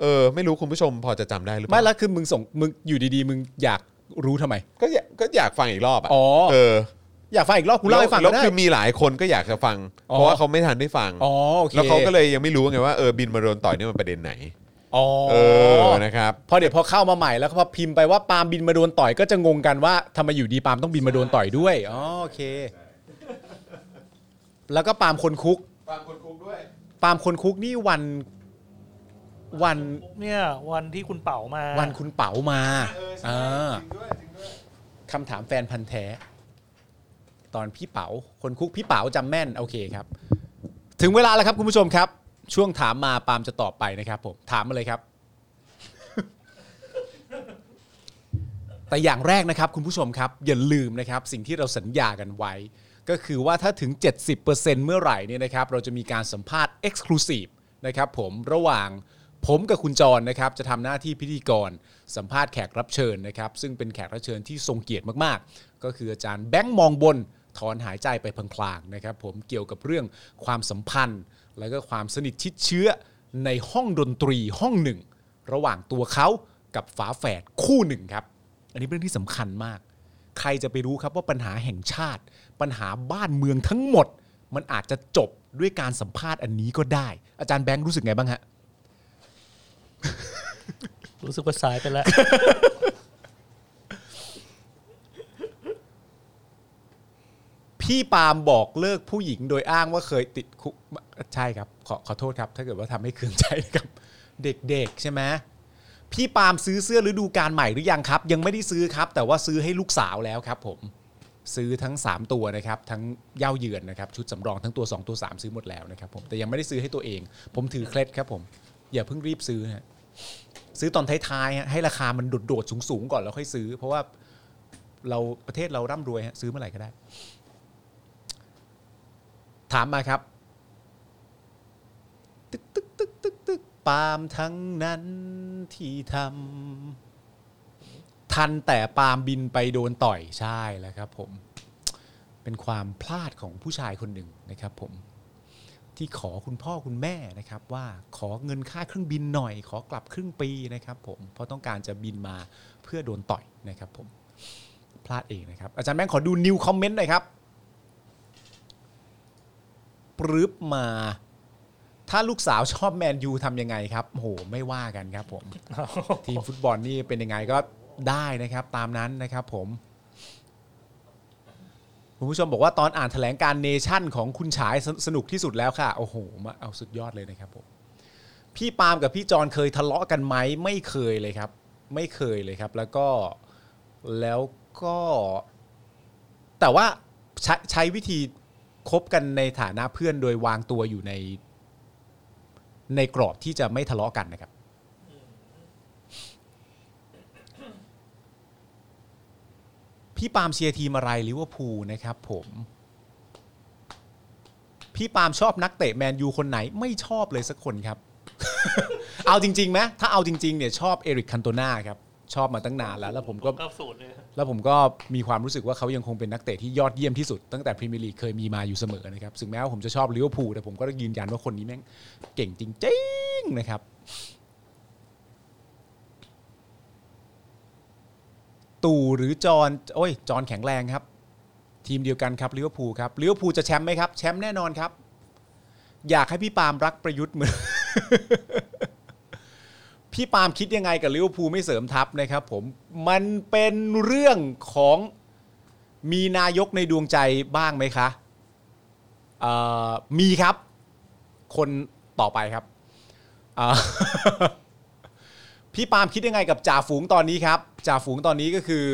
เออไม่รู้คุณผู้ชมพอจะจำได้หรือเป
ไม่
ล่า
แล้วคือมึงส่งมึงอยู่ดีๆ มึงอยากรู้ทำไม
ก็อยากก็อยากฟังอีกรอบอ่ะ
อ๋อ
เออ
อยากฟังอีกรอบกูเล่าให้ฟังก็
แล้ว
ได้
คือมีหลายคนก็อยากจะฟัง
อ๋อ
เพราะว่าเขาไม่ทันได้ฟัง
อ๋อโอเค
แล้วเขาก็เลยยังไม่รู้ไงว่าเออบินมาโดนต่อยเนี่ยมันประเด็นไหน
อ๋อ
เออนะครับ
พอเดี๋ยวพอเข้ามาใหม่แล้วก็พอพิมพ์ไปว่าปาล์มบินมาโดนต่อยก็จะงงกันว่าทำไมอยู่ดีปาล์มต้องบินมาโดนต่อยด้วยอ๋อโอเค แล้วก็ปาล์มคนคุก
ปาล์มคนคุกด้วย
ปาล์มคนคุกนี่วันวัน
เนี่ย วันที่คุณเป๋ามา
วันคุณเป๋ามาเออ
จริงด้วยจริงด้วย
คำถามแฟนพันธ์แท้ ตอนพี่เป๋าคนคุกพี่เป๋าจำแม่นโอเคครับ ถึงเวลาแล้วครับคุณผู้ชมครับ ช่วงถามมาปาล์มจะตอบไปนะครับผมถามมาเลยครับ แต่อย่างแรกนะครับคุณผู้ชมครับ อย่าลืมนะครับ สิ่งที่เราสัญญากันไว้ ก็คือว่าถ้าถึง 70%เมื่อไหร่เนี่ยนะครับ เราจะมีการสัมภาษณ์ Exclusive นะครับผมระหว่างผมกับคุณจรนะครับ จะทำหน้าที่พิธีกร สัมภาษณ์แขกรับเชิญนะครับ ซึ่งเป็นแขกรับเชิญที่ทรงเกียรติมากๆ ก็คืออาจารย์แบงค์มองบน ถอนหายใจไปพลางๆนะครับ ผมเกี่ยวกับเรื่องความสัมพันธ์ และก็ความสนิทชิดเชื้อในห้องดนตรีห้องหนึ่ง ระหว่างตัวเขากับฝาแฝดคู่หนึ่งครับ อันนี้เป็นเรื่องที่สำคัญมาก ใครจะไปรู้ครับว่าปัญหาแห่งชาติ ปัญหาบ้านเมืองทั้งหมด มันอาจจะจบด้วยการสัมภาษณ์อันนี้ก็ได้ อาจารย์แบงค์รู้สึกไงบ้างฮะ
รู้สึกว่าสายไปแล้ว
พี่ปาล์มบอกเลิกผู้หญิงโดยอ้างว่าเคยติดคุกใช่ครับ ขอขอโทษครับ ถ้าเกิดว่าทำให้เคืองใจนะครับ เด็กๆใช่ไหมพี่ปาล์มซื้อเสื้อฤดูกาลใหม่หรือยังครับ ยังไม่ได้ซื้อครับ แต่ว่าซื้อให้ลูกสาวแล้วครับ ผม ซื้อทั้ง 3 ตัวนะครับ ทั้งเย่าเยือนนะครับ ชุดสำรองทั้งตัว 2 ตัว 3 ซื้อหมดแล้วนะครับ ผมแต่ยังไม่ได้ซื้อให้ตัวเอง ผมถือเคล็ดครับ ผม อย่าเพิ่งรีบซื้อฮะซื้อตอนท้ายๆฮะให้ราคามันโดดๆสูงๆก่อนแล้วค่อยซื้อ เพราะว่าเราประเทศเราร่ำรวยฮะซื้อเมื่อไหร่ก็ได้ ถามมาครับ ตึกตึกตึกตึกตึกปาล์มทั้งนั้นที่ทำทันแต่ปาล์มบินไปโดนต่อยใช่แล้วครับ ผม เป็นความพลาดของผู้ชายคนหนึ่งนะครับ ผม ที่ขอคุณพ่อคุณแม่นะครับ ว่าขอเงินค่าเครื่องบินหน่อย ขอกลับครึ่งปีนะครับ ผมเพราะต้องการจะบินมาเพื่อโดนต่อยนะครับ ผม พลาดเองนะครับ อาจารย์แบงค์ขอดูนิวคอมเมนต์หน่อยครับ ปรึบมา ถ้าลูกสาวชอบแมนยูทำยังไงครับโหไม่ว่ากันครับผม ทีมฟุตบอลนี่เป็นยังไงก็ได้นะครับ ตามนั้นนะครับผม คุณผู้ชมบอกว่าตอนอ่านแถลงการเนชั่นของคุณฉายสสนุกที่สุดแล้วค่ะ โอ้โหมาเอาสุดยอดเลยนะครับผม พี่ปาล์มกับพี่จอนเคยทะเลาะกันไหมไม่เคยเลยครับ ไม่เคยเลยครับ แล้วก็แล้วก็ แต่ว่าใช้ใช้วิธีคบกันในฐานะเพื่อนโดยวางตัวอยู่ใน ในกรอบที่จะไม่ทะเลาะกันนะครับ พี่ปาล์มเชียร์ทีมอะไรลิเวอร์พูลนะครับผม พี่ปาล์มชอบนักเตะแมนยูคนไหนไม่ชอบเลยสักคนครับ เอาจริงๆไหมถ้าเอาจริงๆเนี่ยชอบเอริกคันโตนาครับ ชอบมาตั้งนานแล้ว แล้วผมก็
ก้าสูตรเลย
แล้วผมก็มีความรู้สึกว่าเขายังคงเป็นนักเตะที่ยอดเยี่ยมที่สุดตั้งแต่พรีเมียร์ลีกเคยมีมาอยู่เสมอนะครับถึงแม้ว่าผมจะชอบลิเวอร์พูลแต่ผมก็ยืนยันว่าคนนี้แม่งเก่งจริงๆนะครับ ตู่หรือจอนโอ้ยจอนแข็งแรงครับ ทีมเดียวกันครับลิเวอร์พูลครับลิเวอร์พูลจะแชมป์ไหมครับแชมป์แน่นอนครับ อยากให้พี่ปาล์มรักประยุทธ์เหมือน พี่ปาล์มคิดยังไงกับลิเวอร์พูลไม่เสริมทัพนะครับ ผมมันเป็นเรื่องของมีนายกในดวงใจบ้างไหมคะเอ่อมีครับ คนต่อไปครับเอ่อ พี่ปาล์มคิดยังไงกับจ่าฝูงตอนนี้ครับจ่าฝูงตอนนี้ก็คือ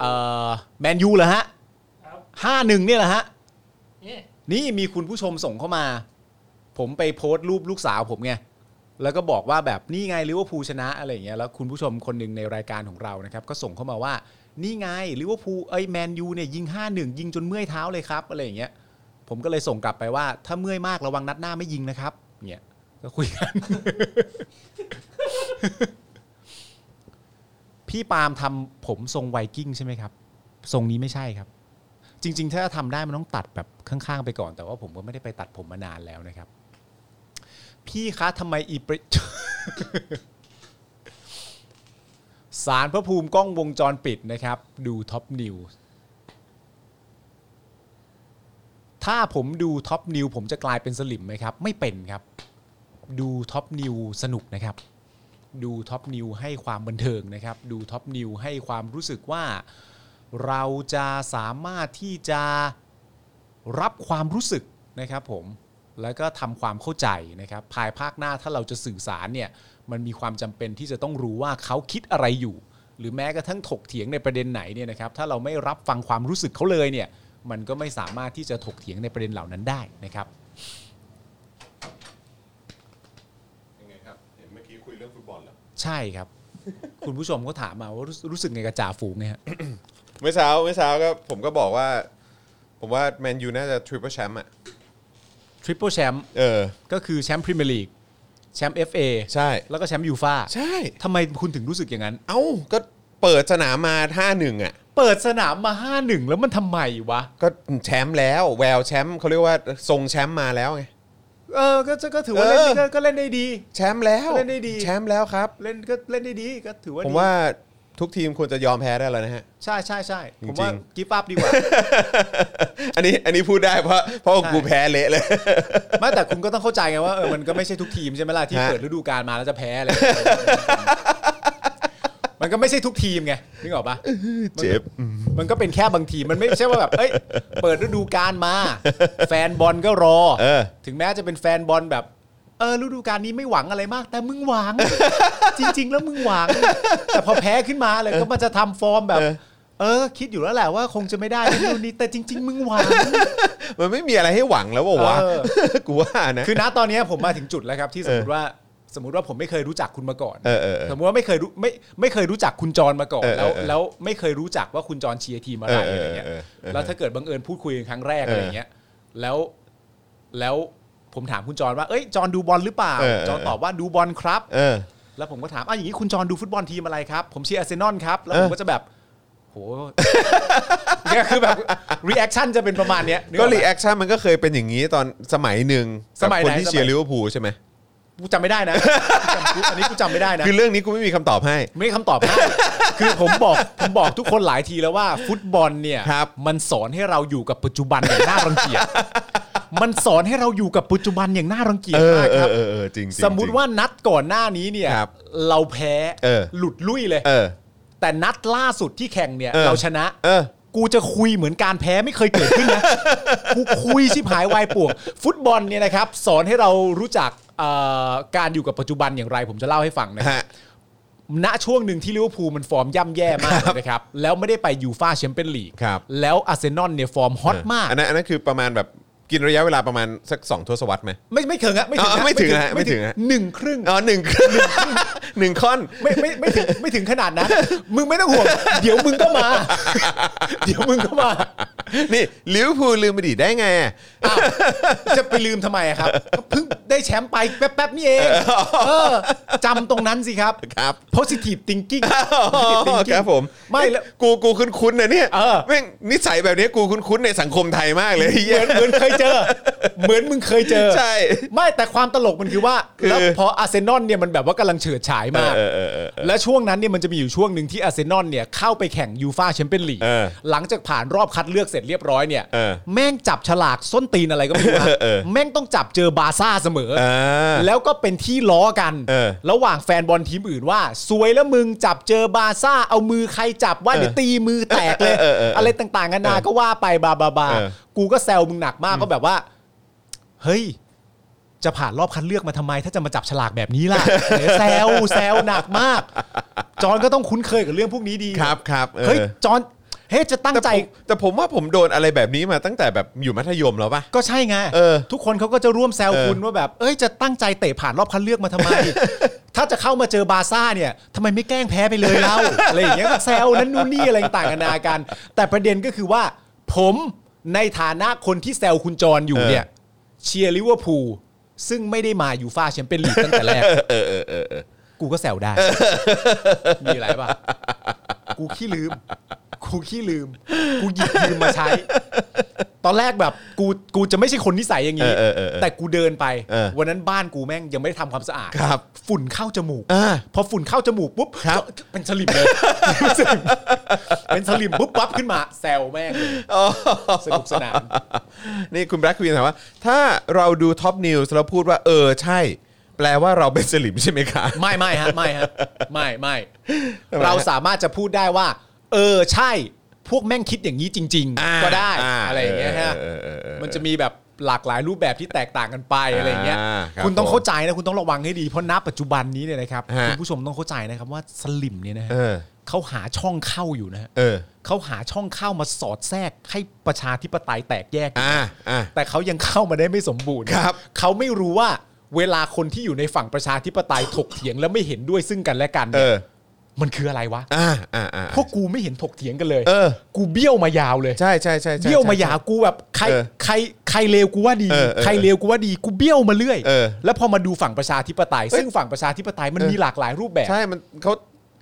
เอ่อแมนยูเหรอฮะ
ครับ
ห้าหนึ่งเนี่ยเหรอฮะ
เนี่ย
นี่มีคุณผู้ชมส่งเข้ามา ผมไปโพสต์รูปลูกสาวผมไง แล้วก็บอกว่าแบบนี่ไงลิเวอร์พูลชนะอะไรอย่างเงี้ย แล้วคุณผู้ชมคนหนึ่งในรายการของเรานะครับ ก็ส่งเข้ามาว่า นี่ไงลิเวอร์พูลเอ้ยแมนยูเนี่ยยิง 5-1 ยิงจนเมื่อยเท้าเลยครับอะไรอย่างเงี้ย ผมก็เลยส่งกลับไปว่า ถ้าเมื่อยมากระวังนัดหน้าไม่ยิงนะครับเนี่ยก็คุยกัน พี่ปาล์มทำผมทรงไวกิ้งใช่ไหมครับทรงนี้ไม่ใช่ครับ จริงๆ ถ้าทำได้มันต้องตัดแบบข้างๆ ไปก่อน แต่ว่าผมก็ไม่ได้ไปตัดผมมานานแล้วนะครับ พี่คะทำไมอีประ สารพระภูมิกล้องวงจรปิดนะครับ ดูท็อปนิวถ้าผมดูท็อปนิวผมจะกลายเป็นสลิมไหมครับ ไม่เป็นครับ ดูท็อปนิวสนุกนะครับ ดูท็อปนิวให้ความบันเทิงนะครับ ดูท็อปนิวให้ความรู้สึกว่า เราจะสามารถที่จะ รับความรู้สึกนะครับผมแล้วก็ทำความเข้าใจนะครับภายภาคหน้าถ้าเราจะสื่อสารเนี่ยมันมีความจำเป็นที่จะต้องรู้ว่าเขาคิดอะไรอยู่ หรือแม้กระทั่งถกเถียงในประเด็นไหนเนี่ยนะครับถ้าเราไม่รับฟังความรู้สึกเขาเลยเนี่ยมันก็ไม่สามารถที่จะถกเถียงในประเด็นเหล่านั้นได้นะครับ
ยังไงครับเห็นเมื่อกี้คุยเรื่องฟุตบอลเหรอ
ใช่ครับ คุณผู้ชมก็ถามมาว่ารู้สึกรู้สึกไงกับจ่าฝูงเนี่ยฮะ
เมื่อเช้าเมื่อเช้าก็ผมก็บอกว่า ผมว่าแมนยูน่าจะทริปเปิลแชมป์อ่ะ
ทริปเปิลแชมป์
เออ
ก็คือแชมป์พรีเมียร์ลีกแชมป์เอฟเอ
ใช่
แล้วก็แชมป์ยูฟ่า
ใช่
ทำไมคุณถึงรู้สึกอย่างนั้น
เอ้าก็เปิดสนามมาท่าหนึ่งอ่ะ
เปิดสนามมา5้าหนึ่งแล้วมันทำไมวะ
ก็แชมป์แล้ว แววแชมป์เขาเรียกว่าทรงแชมป์มาแล้วไง
เออก็ก็ก็ถือว่าเล่น
เออ
ก็ก็เล่นได้ดี
แชมป์แล้ว
เล่นได้ดี
แชมป์แล้วครับ
เล่นก็เล่นได้ดีก็ถือว่า
ผม
ดี
ว่าทุกทีมควรจะยอมแพ้ได้แล้วนะฮะ
ใช่ใช่ใช่
จริงๆ
ผมว่ากีฟอัพดีกว่า
อันนี้อันนี้พูดได้เพราะเพราะ
ใช่
กูแพ้เละเลย
ไม่แต่คุณก็ต้องเข้าใจไงว่าเออมันก็ไม่ใช่ทุกทีมใช่ไหมล่ะที่
ฮะ
เปิดฤดูกาลมาแล้วจะแพ้อะไรอย่างเงี้ย มันก็ไม่ใช่ทุกทีมไงนึกออกปะ
เจ็บ
มันก็เป็นแค่บางทีมันไม่ใช่ว่าแบบเอ้ย เปิดฤดูกาลมา แฟนบอลก็รอ
เออ
ถึงแม้จะเป็นแฟนบอลแบบ เออฤดูกาลนี้ไม่หวังอะไรมาก แต่มึงหวัง จริง ๆ แล้วมึงหวัง แต่พอแพ้ขึ้นมาเลยก็มันจะทำฟอร์มแบบ เออ คิดอยู่แล้วแหละว่าคงจะไม่ได้ฤดูนี้แต่จริง ๆ มึงหวัง
มันไม่มีอะไรให้หวังแล้วว่าวะ
เออ
กูว่านะ
คือณตอนเนี้ยผมมาถึงจุดแล้วครับ ที่สมมติว่าสมมติว่าผมไม่เคยรู้จักคุณมาก่อน
เออเออเออ
สมมติว่าไม่เคยรู้ไม่ไม่เคยรู้จักคุณจรมาก่อน
เออเอ
แล้ว
อเออ
แล้วไม่เคยรู้จักว่าคุณจรเชียร์ทีมอะไร
เออเออ
อะไรเงี้ย
เออเออ
แล้วถ้าเกิดบังเอิญพูดคุยกันครั้งแรก
เอออ
อะไรเงี้ยแล้วแล้วผมถามคุณจรว่าเอ้ยจรดูบอลหรือเปล่า
เออเออ
จรตอบว่าดูบอลครับ
เออ
แล้วผมก็ถามอ้าวอย่างนี้คุณจรดูฟุตบอลทีมอะไรครับ ผมเชียร์อาร์เซนอลครับ แล้วผมก็จะแบบโห เนี่ยคือแบบรีแอคชั่นจะเป็นประมาณเนี้ยนึอ
ก็
อไหม
รีแอคชั่นมันก็เคยเป็นอย่างนี้ตอนสมัยหนึ่ง
สมัย
กับคน
ไหน
ที่เชี
ส
ย
มั
ร์
ย
ลิเวอร์พูลใช่ไหม
กูจำไม่ได้นะกูจำอันนี้กูจำไม่ได้นะ
คือเรื่องนี้กูไม่มีคำตอบให้
ไม่ได้คำตอบให้ คือผมบอกผมบอกทุกคนหลายทีแล้วว่า ฟุตบอลเนี่ย
ครับ
มันสอนให้เราอยู่กับปัจจุบันอย่างน่ารังเกียจ มันสอนให้เราอยู่กับปัจจุบันอย่างน่ารังเกีย
เอ
จ
อ
มาก
เอ
ค
อ
รับ
เออเออจริงจริง
สมมุติว่านัดก่อนหน้านี้เนี่ย
ครับ
เราแพ้
เออ
หลุดลุ่ยเลย
เออ
แต่นัดล่าสุดที่แข่งเนี่ย
เออ
เราชนะ
เออ
กูจะคุยเหมือนการแพ้ไม่เคยเกิดขึ้น นะ กูคุยชิบหายวายป่วงฟุตบอลเนี่ยนะครับ สอนให้เรารู้จักเอ่อการอยู่กับปัจจุบันอย่างไร ผมจะเล่าให้ฟังนะครับ
ฮะ
ณช่วงหนึ่งที่ลิเวอร์พูลมันฟอร์มย่ำแย่มากนะครับ แล้วไม่ได้ไปยูฟ่าแชมเปี้ยนลีก
ครับ
แล้วอาร์เซนอลเนี่ยฟอร์มฮอตมาก
อันนั้นอันนั้นคือประมาณแบบกินระยะเวลาประมาณสักสองทศวรรษไหม
ไม่ไม่ถึงอะไม่ถึง
อ๋
อะ
อไม่ถึงฮะไม่ถึงฮะ
หนึ่งครึ่ง
อ๋อหนึ่ง หนึ่งค่อน
ไม่ไม่ไม่ถึงไม่ถึงขนาดนั้น มึงไม่ต้องห่วง เดี๋ยวมึงก็ มา เดี๋ยวมึงก็มา
นี่ลิเวอร์พูลลืมไปดีได้ไงอะ
อ้าวจะไปลืมทำไมอะครับก็เพิ่งได้แชมป์ไปแป๊บๆนี่ เองเออจำตรงนั้นสิครับ
ครับ
positive thinking
อ๋
positive
อ
thinking
ครับผม
ไม่แล้ว
กูกูคุ้นๆนะเนี่ย
เออ
แม่งนิสัยแบบเนี้ยกูคุ้นๆในสังคมไทยมากเลย
เหมือนเหมือนเคยเจอ เหมือนมึงเคยเจอ
ใช่
ไม่แต่ความตลกมันคือว่า แล้วพออาร์เซนอลเนี่ยมันแบบว่ากำลังเฉิดฉายมาก
เออเออเออ
และช่วงนั้นเนี่ยมันจะมีอยู่ช่วงหนึ่งที่อาร์เซนอลเนี่ยเข้าไปแข่งยูฟ่าแชมเปี้ยนลีก
เออ
หลังจากผ่านรอบคัดเลือกเสร็จเรียบร้อยเนี่ย
เออ
แม่งจับฉลากส้นตีนอะไรก็ไม่รู้อะ
เออ
แม่งต้องจับเจอบาร์ซ่าเสมอ
อ่า
แล้วก็เป็นที่ล้อกัน
เออ
ระหว่างแฟนบอลทีมอื่นว่า สวยแล้วมึงจับเจอบาร์ซ่าเอามือใครจับว่าเดี๋ยวตีมือแตกเลย
เออเออเออ
อะไรต่างๆกันานาก็ว่าไปบาบาบา
เออ
กูก็แซวมึงหนักมากก็แบบว่า เฮ้ย จะผ่านรอบคัดเลือกมาทำไม ถ้าจะมาจับฉลากแบบนี้ ล่ะ เดี๋ยวแซวแซวหนักมาก จอนก็ต้องคุ้นเคยกับเรื่องพวกนี้ดี
ครับครับออ
เฮ้ยจอนเฮ้ยจะตั้ง
แต่
ใจ
ผมแต่ผมว่าผมโดนอะไรแบบนี้มาตั้งแต่แบบอยู่มัธยมแล้วป่ะ
ก็ใช่ไง
เออ
ทุกคนเขาก็จะร่วมแซว
เออ
คุณว่าแบบ เอ้ยจะตั้งใจเตะผ่านรอบคัดเลือกมาทำ ไม ถ้าจะเข้ามาเจอบาร์ซ่าเนี่ยทำไมไม่แกล้งแพ้ไปเลยเล่า อะไรอย่างเงี้ยก็แซวนั้นนู่นนี่อะไรต่างๆนานากัน แต่ประเด็นก็คือว่า ผมในฐานะคนที่แซวคุณจรอยู่
เออ
เนี่ยเชียร์ลิเวอร์พูลซึ่งไม่ได้มาอยู่ฟ้าแชมเปี้ยนลีกตั้งแต่แรกกูก็แซวได้ มีอะไรปะกูขี้ลืม กูขี้ลืม กูหยิบยืมมาใช้ ตอนแรกแบบกูกูจะไม่ใช่คนนิสัยอย่างนี้
เออเออเออ
แต่กูเดินไป
เออ
วันนั้นบ้านกูแม่งยังไม่ได้ทำความสะอาด
ครับ
ฝุ่นเข้าจมูก
อ่า
พอฝุ่นเข้าจมูกปุ๊บ
ครับ
เป็นสลิมเลย เป็นสลิมเป็นสลิมปุ๊บปั๊บขึ้นมา แซวแม่งเลยสนุกสนาน
นี่คุณแบล็กควีนถามว่า ถ้าเราดูท็อปนิวส์แล้วพูดว่า เออใช่ แปลว่าเราเป็นสลิมใช่ไหมคะ
ไม่ไม่ฮะไม่ฮะไม่ไม่
ทำไมฮะ
เราสามารถจะพูดได้ว่า เออใช่ พวกแม่งคิดอย่างนี้จริง
อ่า
ๆ ก็ได้
า
อะไรอย่างเงี้ยฮะ
เออเออเออเออ
มันจะมีแบบหลากหลายรูปแบบที่แตกต่างกันไปอะไรอย่างเงี้ย
อ่าครับ
คุณต้องเข้าใจนะคุณต้องระวังให้ดีเพราะณปัจจุบันนี้เนี่ยนะครับ
ฮะ
คุณผู้ชมต้องเข้าใจนะครับว่าสลิมเนี่ยนะฮะ
เออ
เขาหาช่องเข้าอยู่นะฮะ
เออ
เขาหาช่องเข้ามาสอดแทรกให้ประชาธิปไตยแตกแยก
อ่าอ่า
แต่เขายังเข้ามาได้ไม่สมบูรณ์
ครับ
เขาไม่รู้ว่าเวลาคนที่อยู่ในฝั่งประชาธิปไตยถกเถียงและไม่เห็นด้วยซึ่งกันและกัน
เอ
เนี่ย
อ
มันคืออะไรวะ
อ่าอ่าอ่า
พวกกูไม่เห็นถกเถียงกันเลย
เออ
กูเบี้ยวมายาวเลย
ใช่ใช่ใช่ใช่
เบี้ยวมายาวกูแบบใคร
เออ
ใครใครเลวกูว่าดี
เออเออ
ใครเลวกูว่าดีกูเบี้ยวมาเรื่อย
เออ
แล้วพอมาดูฝั่งประชาธิปไตย
เอ้ย
ซึ่งฝั่งประชาธิปไตยมัน
เออ
มีหลากหลายรูปแบบ
ใช่มันเขา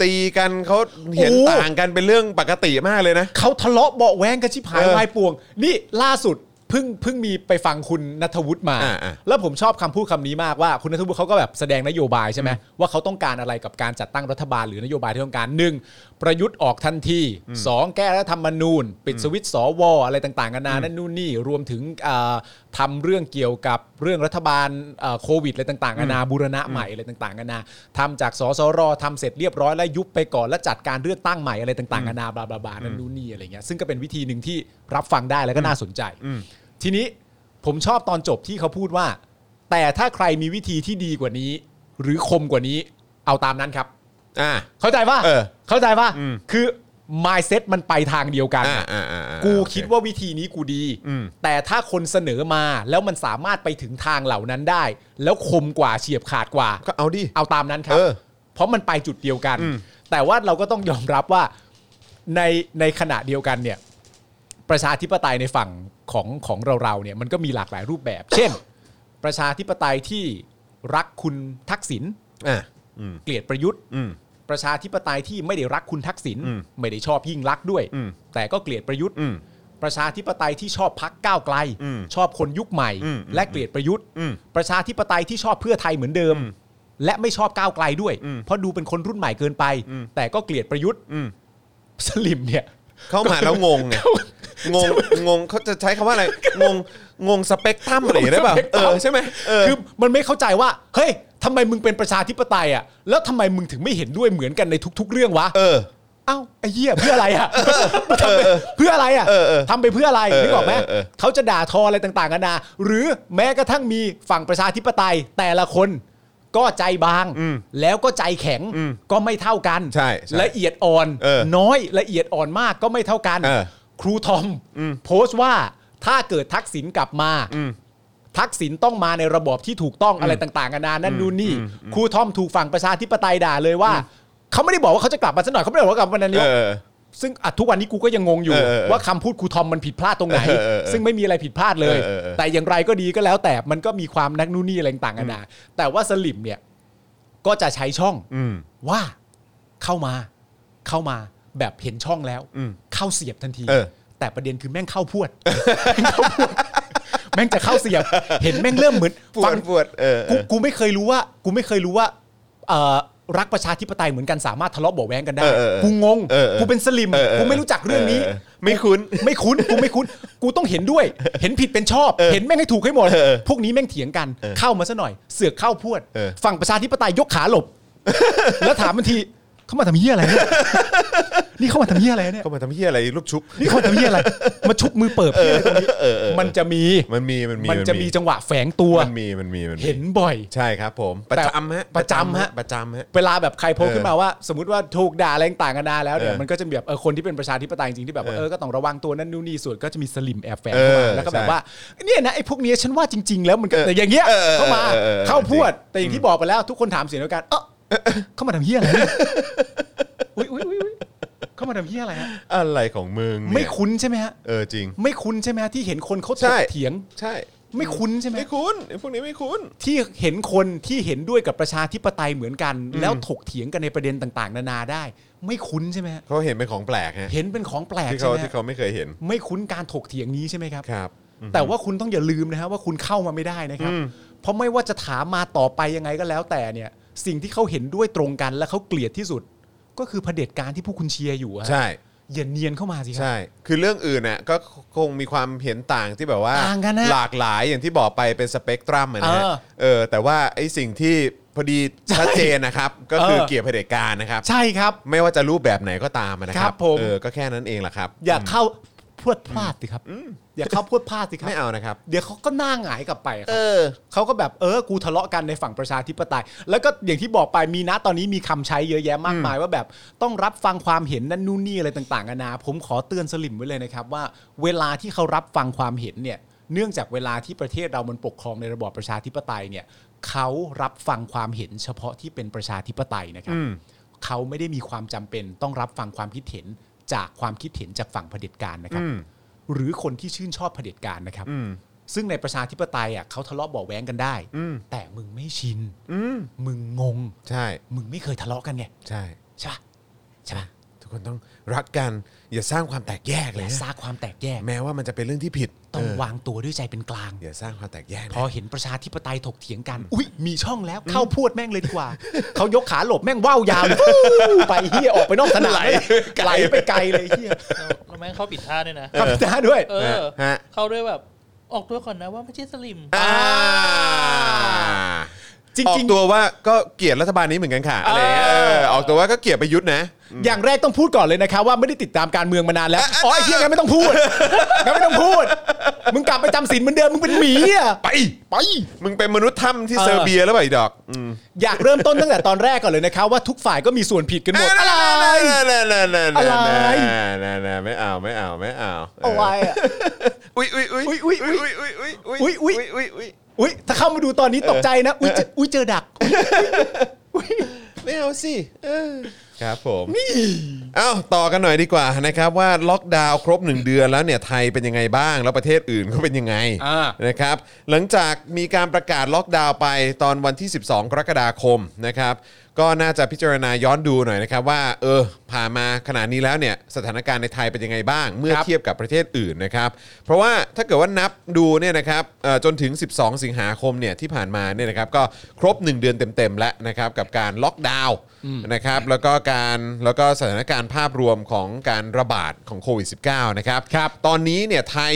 ตีกันเขาเห็น
โอ้
ต่างกันเป็นเรื่องปกติมากเลยนะ
เขาทะเลาะเบาะแว้งกันชิบหาย
เออ
วายป่วง นี่ล่าสุดเพิ่งเพิ่งมีไปฟังคุณนัทวุฒิมา
อ่าอ่า
แล้วผมชอบคำพูดคำนี้มากว่าคุณนัทวุฒิเขาก็แบบแสดงนโยบายใช่ไหมว่าเขาต้องการอะไรกับการจัดตั้งรัฐบาลหรือนโยบายที่ต้องการหนึ่งประยุทธ์ออกทันทีสองแก้รัฐธรรมนูญ ปิดสวิตช์สวอะไรต่างๆกันานานั่นนู่นนี่รวมถึงอ่าทำาเรื่องเกี่ยวกับเรื่องรัฐบาลเอ่อโควิดอะไรต่างๆกันานาบูรณะใหม่อะไรต่างๆกันานาทำจากสสรทำเสร็จเรียบร้อยแล้วยุบไปก่อนแล้วจัดการเลือกตั้งใหม่อะไรต่างๆกันานาบลาบลาบลานั่นนู่นนี่อะไรเงี้ยซึ่งก็เป็นวิธีหนึ่งที่รับฟังได้แล้วก็น่าสนใจ ทีนี้ผมชอบตอนจบที่เขาพูดว่า แต่ถ้าใครมีวิธีที่ดีกว่านี้ หรือคมกว่านี้เอาตามนั้นครับ
อ่า
เข้าใจป่ะ
เออ
เข้าใจป่ะ
อืม
คือ mindset มันไปทางเดียวกัน
อ่าอ่าอ่าอ่า
กู
โอเ
คิดว่าวิธีนี้กูดี
อืม
แต่ถ้าคนเสนอมาแล้วมันสามารถไปถึงทางเหล่านั้นได้ แล้วคมกว่าเฉียบขาดกว่า
ก็เอาดิ
เอาตามนั้นครั
เออ
เพราะมันไปจุดเดียวกัน
อืม
แต่ว่าเราก็ต้องยอมรับว่าในในขณะเดียวกันเนี่ย ประชาธิปไตยในฝั่งของของเราเราๆเนี่ยมันก็มีหลากหลายรูปแบบ เช่น ประชาธิปไตยที่รักคุณทักษิณ
อ่าอืม
เกลียดประยุทธ์
อืม
ประชาธิปไตยที่ไม่ได้รักคุณทักษิณ
อืม
ไม่ได้ชอบยิ่งรักษณ์ด้วย
อืม
แต่ก็เกลียดประยุทธ์
อืม
ประชาธิปไตยที่ชอบพักก้าวไกล
อืม
ชอบคนยุคใหม่
อืม
และเกลียดประยุทธ์
อืม
ประชาธิปไตยที่ชอบเพื่อไทยเหมือนเดิม และไม่ชอบก้าวไกลด้วย
อืม
เพราะดูเป็นคนรุ่นใหม่เกินไป
อืม
แต่ก็เกลียดประยุทธ์
อืม
สลิมเนี่ย
เข้ามาแล้วงงไง งง งงเขาจะใช้คำว่าอะไร งง งงสเปกตรัมอะไรอย่างเงี้ยได้ป่ะ
สเปกต
เอ
รัม
อใช่ไหมเออ
คือมันไม่เข้าใจว่าเฮ้ยทำไมมึงเป็นประชาธิปไตยอ่ะแล้วทำไมมึงถึงไม่เห็นด้วยเหมือนกันในทุก ๆ เรื่องวะ
เออ
เอ้าไอ้เหี้ยเพื่ออะไรอ่ะทำไปเพื่ออะไรอ่ะ
เออเออ
ทำไปเพื่ออะไร
เออเออ
นึกออกไหม
เออเออ
เขาจะด่าทออะไรต่างๆกันานาหรือแม้กระทั่งมีฝั่งประชาธิปไตยแต่ละคนก็ใจบาง แล้วก็ใจแข็งก็ไม่เท่ากัน
ใช่ใช่
ละเอียดอ่อน
เออ
น้อยละเอียดอ่อนมากก็ไม่เท่ากัน
เออ
ครูทอมโพสต์ว่าถ้าเกิดทักษิณกลับมา ทักษิณต้องมาในระบอบที่ถูกต้องอะไรต่างๆกันานานั่นนู่นนี่ ครูทอมถูกฝั่งประชาธิปไตยด่าเลยว่า เขาไม่ได้บอกว่าเขาจะกลับมาสักหน่อยเขาไม่ได้บอกว่ากลับมาวันนี้
เออ
ซึ่งอ่ะทุกวันนี้กูก็ยังงงอยู่
เออเออเออ
ว่าคำพูดครูทอมมันผิดพลาดตรงไหน
เออเออเออ
ซึ่งไม่มีอะไรผิดพลาดเลย
เออเออเออ
แต่อย่างไรก็ดีก็แล้ว แต่มันก็มีความนักนู่นนี่อะไรต่างกันานาแต่ว่าสลิมเนี่ยก็จะใช้ช่อง
อืม
ว่าเข้ามาเข้ามาแบบเห็นช่องแล้ว
อืม
เข้าเสียบทันที
เออ
แต่ประเด็นคือแม่งเข้าพวด แม่งเข้าพวด แม่งจะเข้าเสียบ เห็นแม่งเริ่มเหมือน
ปว
ฟั
ด
ง
ปวดเออเอ
กู
อ
กูไม่เคยรู้ว่า กูไม่เคยรู้ว่าเอ่อรักประชาธิปไตยเหมือนกันสามารถทะเลาะเบาะแว้งกันได้
เออเออเออ
กูงง
เออเออ
กูเป็นสลิม
เออเออ
กูไม่รู้จักเรื่องนี้
เออเออไม่คุ้น
ไม่คุ้นกูไม่คุ้น กูต้องเห็นด้วย เห็นผิดเป็นชอบ เห็นแม่งให้ถูกให้หมด
เออ
พวกนี้แม่งเถียงกัน เข้ามาซะหน่อย เสือกเข้าพวด
เออ
ฝั่งประชาธิปไตยยกขาหลบ แล้วถามมันทีเข้ามาทำเหี้ยอะไรเนี่ยนี่เข้ามาทำเหี้ยอะไรเนี่ย
เข้ามาทำเฮียอะไรลูกชุบ
นี่เข้ามาทำเหี้ยอะไรมาชุบมือเปิบเหี้ยอะไรตรงนี้มันจะมี
มันมี มันมี
มันจะมีจังหวะแฝงตัว
มันมี มันมี มันมี
เห็นบ่อย
ใช่ครับผม ประจำฮะ
ประจำฮะ
ประจำฮะ
เวลาแบบใครโพสต์ขึ้นมาว่า สมมติว่าถูกด่าอะไรต่างกันานาแล้วเนี่ย
เออ
มันก็จะมีแบบเออคนที่เป็นประชาธิปไตยจริงๆที่แบบว่า
เออ
เออก็ต้องระวังตัวนั่นนู่นนี่ส่วนก็จะมีสลิมแอบแฝงเข้า
เอ
มา
อ
แล้วก็แบ
ใช่
บว่าเนี่ยนะไอ้พวกเนี้ยฉันว่าจริง ๆ แล้วมันก็
เออ
แต่อย่างเงี้ย
เออเออ
เข้ามา
เออเออ
เข้าพวด
จริง
แต่อย่างที่บอกไปแล้ว ทุกคนถามเสียงเดียวกันเออเข้ามาทำเหี้ยอะไรเนี่ยอุ้ยอุ้ยอุ้ยอุ๊ยเข้ามาทำเหี้ยอะไรฮะ
อะไรของมึงเนี่ย
ไม่คุ้นใช่ไหมฮะ
เออจริง
ไม่คุ้นใช่ไหมฮะที่เห็นคนเขาถ
ใช่
กเถียง
ใช่
ไม่คุ้นใช่ไหม
ไม่คุ้นไอ้พวกนี้ไม่คุ้น
ที่เห็นคนที่เห็นด้วยกับประชาธิปไตยเหมือนกัน แล้วถกเถียงกันในประเด็นต่างๆ นานาได้ ไม่คุ้นใช่ไหมฮะ
เขาเห็นเป็นของแปลกฮะ
เห็นเป็นของแปลก
ที่
ใช่
เขา
ไหม
ที่
ฮะ
เขาไม่เคยเห็น
ไม่คุ้นการถกเถียงนี้ใช่ไหมครับ
ครับ
แต่ว่าคุณต้องอย่าลืมนะฮะว่าคุณเข้ามาไม่ได้นะครับ เพราะไม่ว่าจะถามมาต่อไปยังไงก็แล้วแต่เนี่ย สิ่งที่เขาเห็นด้วยตรงกันและเขาเกลียดที่สุด ก็คือเผด็จการที่พวกคุณเชียร์อยู่อะ
ใช่
อย่าเนียนเข้ามาสิครั
ใช่ คือเรื่องอื่นน่ะก็คงมีความเห็นต่างที่แบบว่า
ต่างกันนะ
หลากหลายอย่างที่บอกไปเป็นสเปกตรัมอะนะฮะ
เออ
เออแต่ว่าไอ้สิ่งที่เผ พอดีชัดเจนนะครับ ก็คือ
เออ
เกลียดเผด็จการนะครับ
ใช่ครับ
ไม่ว่าจะรูปแบบไหนก็ตามนะค
ค
รั
รั
บบ
ผม
เออก็แค่นั้นเองแหละครับ
อย่าเข้าพรวดพลาดสิครับอย่าเข้าพรวดพลาดสิครับ
ไม่เอานะครับ
เดี๋ยวเขาก็หน้าหงายกลับไปครับ
เออ
เขาก็แบบเออ กูทะเลาะกันในฝั่งประชาธิปไตย แล้วก็อย่างที่บอกไปมีนะตอนนี้มีคำใช้เยอะแยะมากมาย ว่าแบบต้องรับฟังความเห็นนั่นนู่นนี่อะไรต่างๆนานาผมขอเตือนสลิมไว้เลยนะครับ ว่าเวลาที่เขารับฟังความเห็นเนี่ยเนื่องจากเวลาที่ประเทศเรามันปกครองในระบอบประชาธิปไตยเนี่ยเขารับฟังความเห็นเฉพาะที่เป็นประชาธิปไตยนะครับ
อืม
เขาไม่ได้มีความจำเป็น ต้องรับฟังความคิดเห็นจากความคิดเห็นจากฝั่งเผด็จการนะครับ
อืม
หรือคนที่ชื่นชอบเผด็จการนะครับ
อืม
ซึ่งในประชาธิปไตยอ่ะเขาทะเลาะเบาะแว้งกันได้
อืม
แต่มึงไม่ชิน
อืม
มึงงง
ใช่
มึงไม่เคยทะเลาะกันไง
ใช่
ใช่ปะใช่ปะ
ทุกคนต้องรักกันอย่าสร้างความแตกแยก
อ
เลย
ย่า
นะ
สร้างความแตกแยก
แม้ว่ามันจะเป็นเรื่องที่ผิด
ต้อง
เออ
วางตัวด้วยใจเป็นกลาง
อย่าสร้างความแตกแยกนะ
พอเห็นประชาธิปไตยถกเถียงกัน อุ๊ย มีช่องแล้วเข้าพวดแม่งเลยดีกว่า เขายกขาหลบแม่งว่าวยาวเลยฟู้ไปเฮียออกไปนอกสนามไหลไหลไปไกลเลยเฮีย
แล้วแล้วแม่งเข้าปิดท่าด้วยนะ
ขับตาด้วย
เออ
ฮะ
เข้าด้วยแบบ ออกตัวก่อนนะว่าไม่ใช่สลิม
อ่า
จริงๆ
ออกตัวว่าก็เกลียดรัฐบาลนี้เหมือนกันค่ะอะไรเงี้ยเออออกตัวว่าก็เกลียดประยุทธ์นะ
อย่างแรกต้องพูดก่อนเลยนะครับว่าไม่ได้ติดตามการเมืองมานานแล้วอ๋อไอ้เฮียงั้นไม่ต้องพูดงั้นไม่ต้องพูด มึงกลับไปจำศีลเหมือนเดิมมึงเป็นหมีอะ
ไป ไป มึงเป็นมนุษย์ถ้ำที่เซอร์เบียแล้วไปดอกอืม
อยากเริ่มต้นตั้งแต่ตอนแรกก่อนเลยนะครับ ว่าทุกฝ่ายก็มีส่วนผิดกันหมดอะไร
นั่นนั่นนั่นนั่น
อะไร
นั่นนั่นไม่เอาไม่เอาไม่เอาเ
อะไรอะ
อุ้ยอุ้ยอุ้ย
อุ๊ยอุ๊ยอุ๊ย
อุ้ย
อุ๊
อุ้ย
ยอุ๊
อุ้ย
ย
อุ้ยอุ้ย
อุ้ยถ้าเข้ามาดูตอนนี้ตกใจนะ อุ้ยเจออุ้ยเจอดัก
ไม่เอาสิเออครับผมเอ้าต่อกันหน่อยดีกว่านะครับว่าล็อกดาวน์ครบ 1 เดือนแล้วเนี่ยไทยเป็นยังไงบ้าง แล้วประเทศอื่นเขาเป็นยังไง
อ่า
นะครับหลังจากมีการประกาศล็อกดาวน์ไปตอนวันที่ 12 กรกฎาคมนะครับก็น่าจะพิจารณาย้อนดูหน่อยนะครับว่าเออผ่านมาขนาดนี้แล้วเนี่ยสถานการณ์ในไทยเป็นยังไงบ้าง เมื่อ
ครับ
เทียบกับประเทศอื่นนะครับเพราะว่าถ้าเกิดว่านับดูเนี่ยนะครับเอ่อจนถึง 12 สิงหาคมเนี่ยที่ผ่านมาเนี่ยนะครับก็ครบ 1 เดือนเต็มๆแล้วนะครับกับการล็อกดาวน์นะครับแล้วก็การแล้วก็สถานการณ์ภาพรวมของการระบาดของโควิด -19 นะครับครับตอนนี้เนี่ยไทย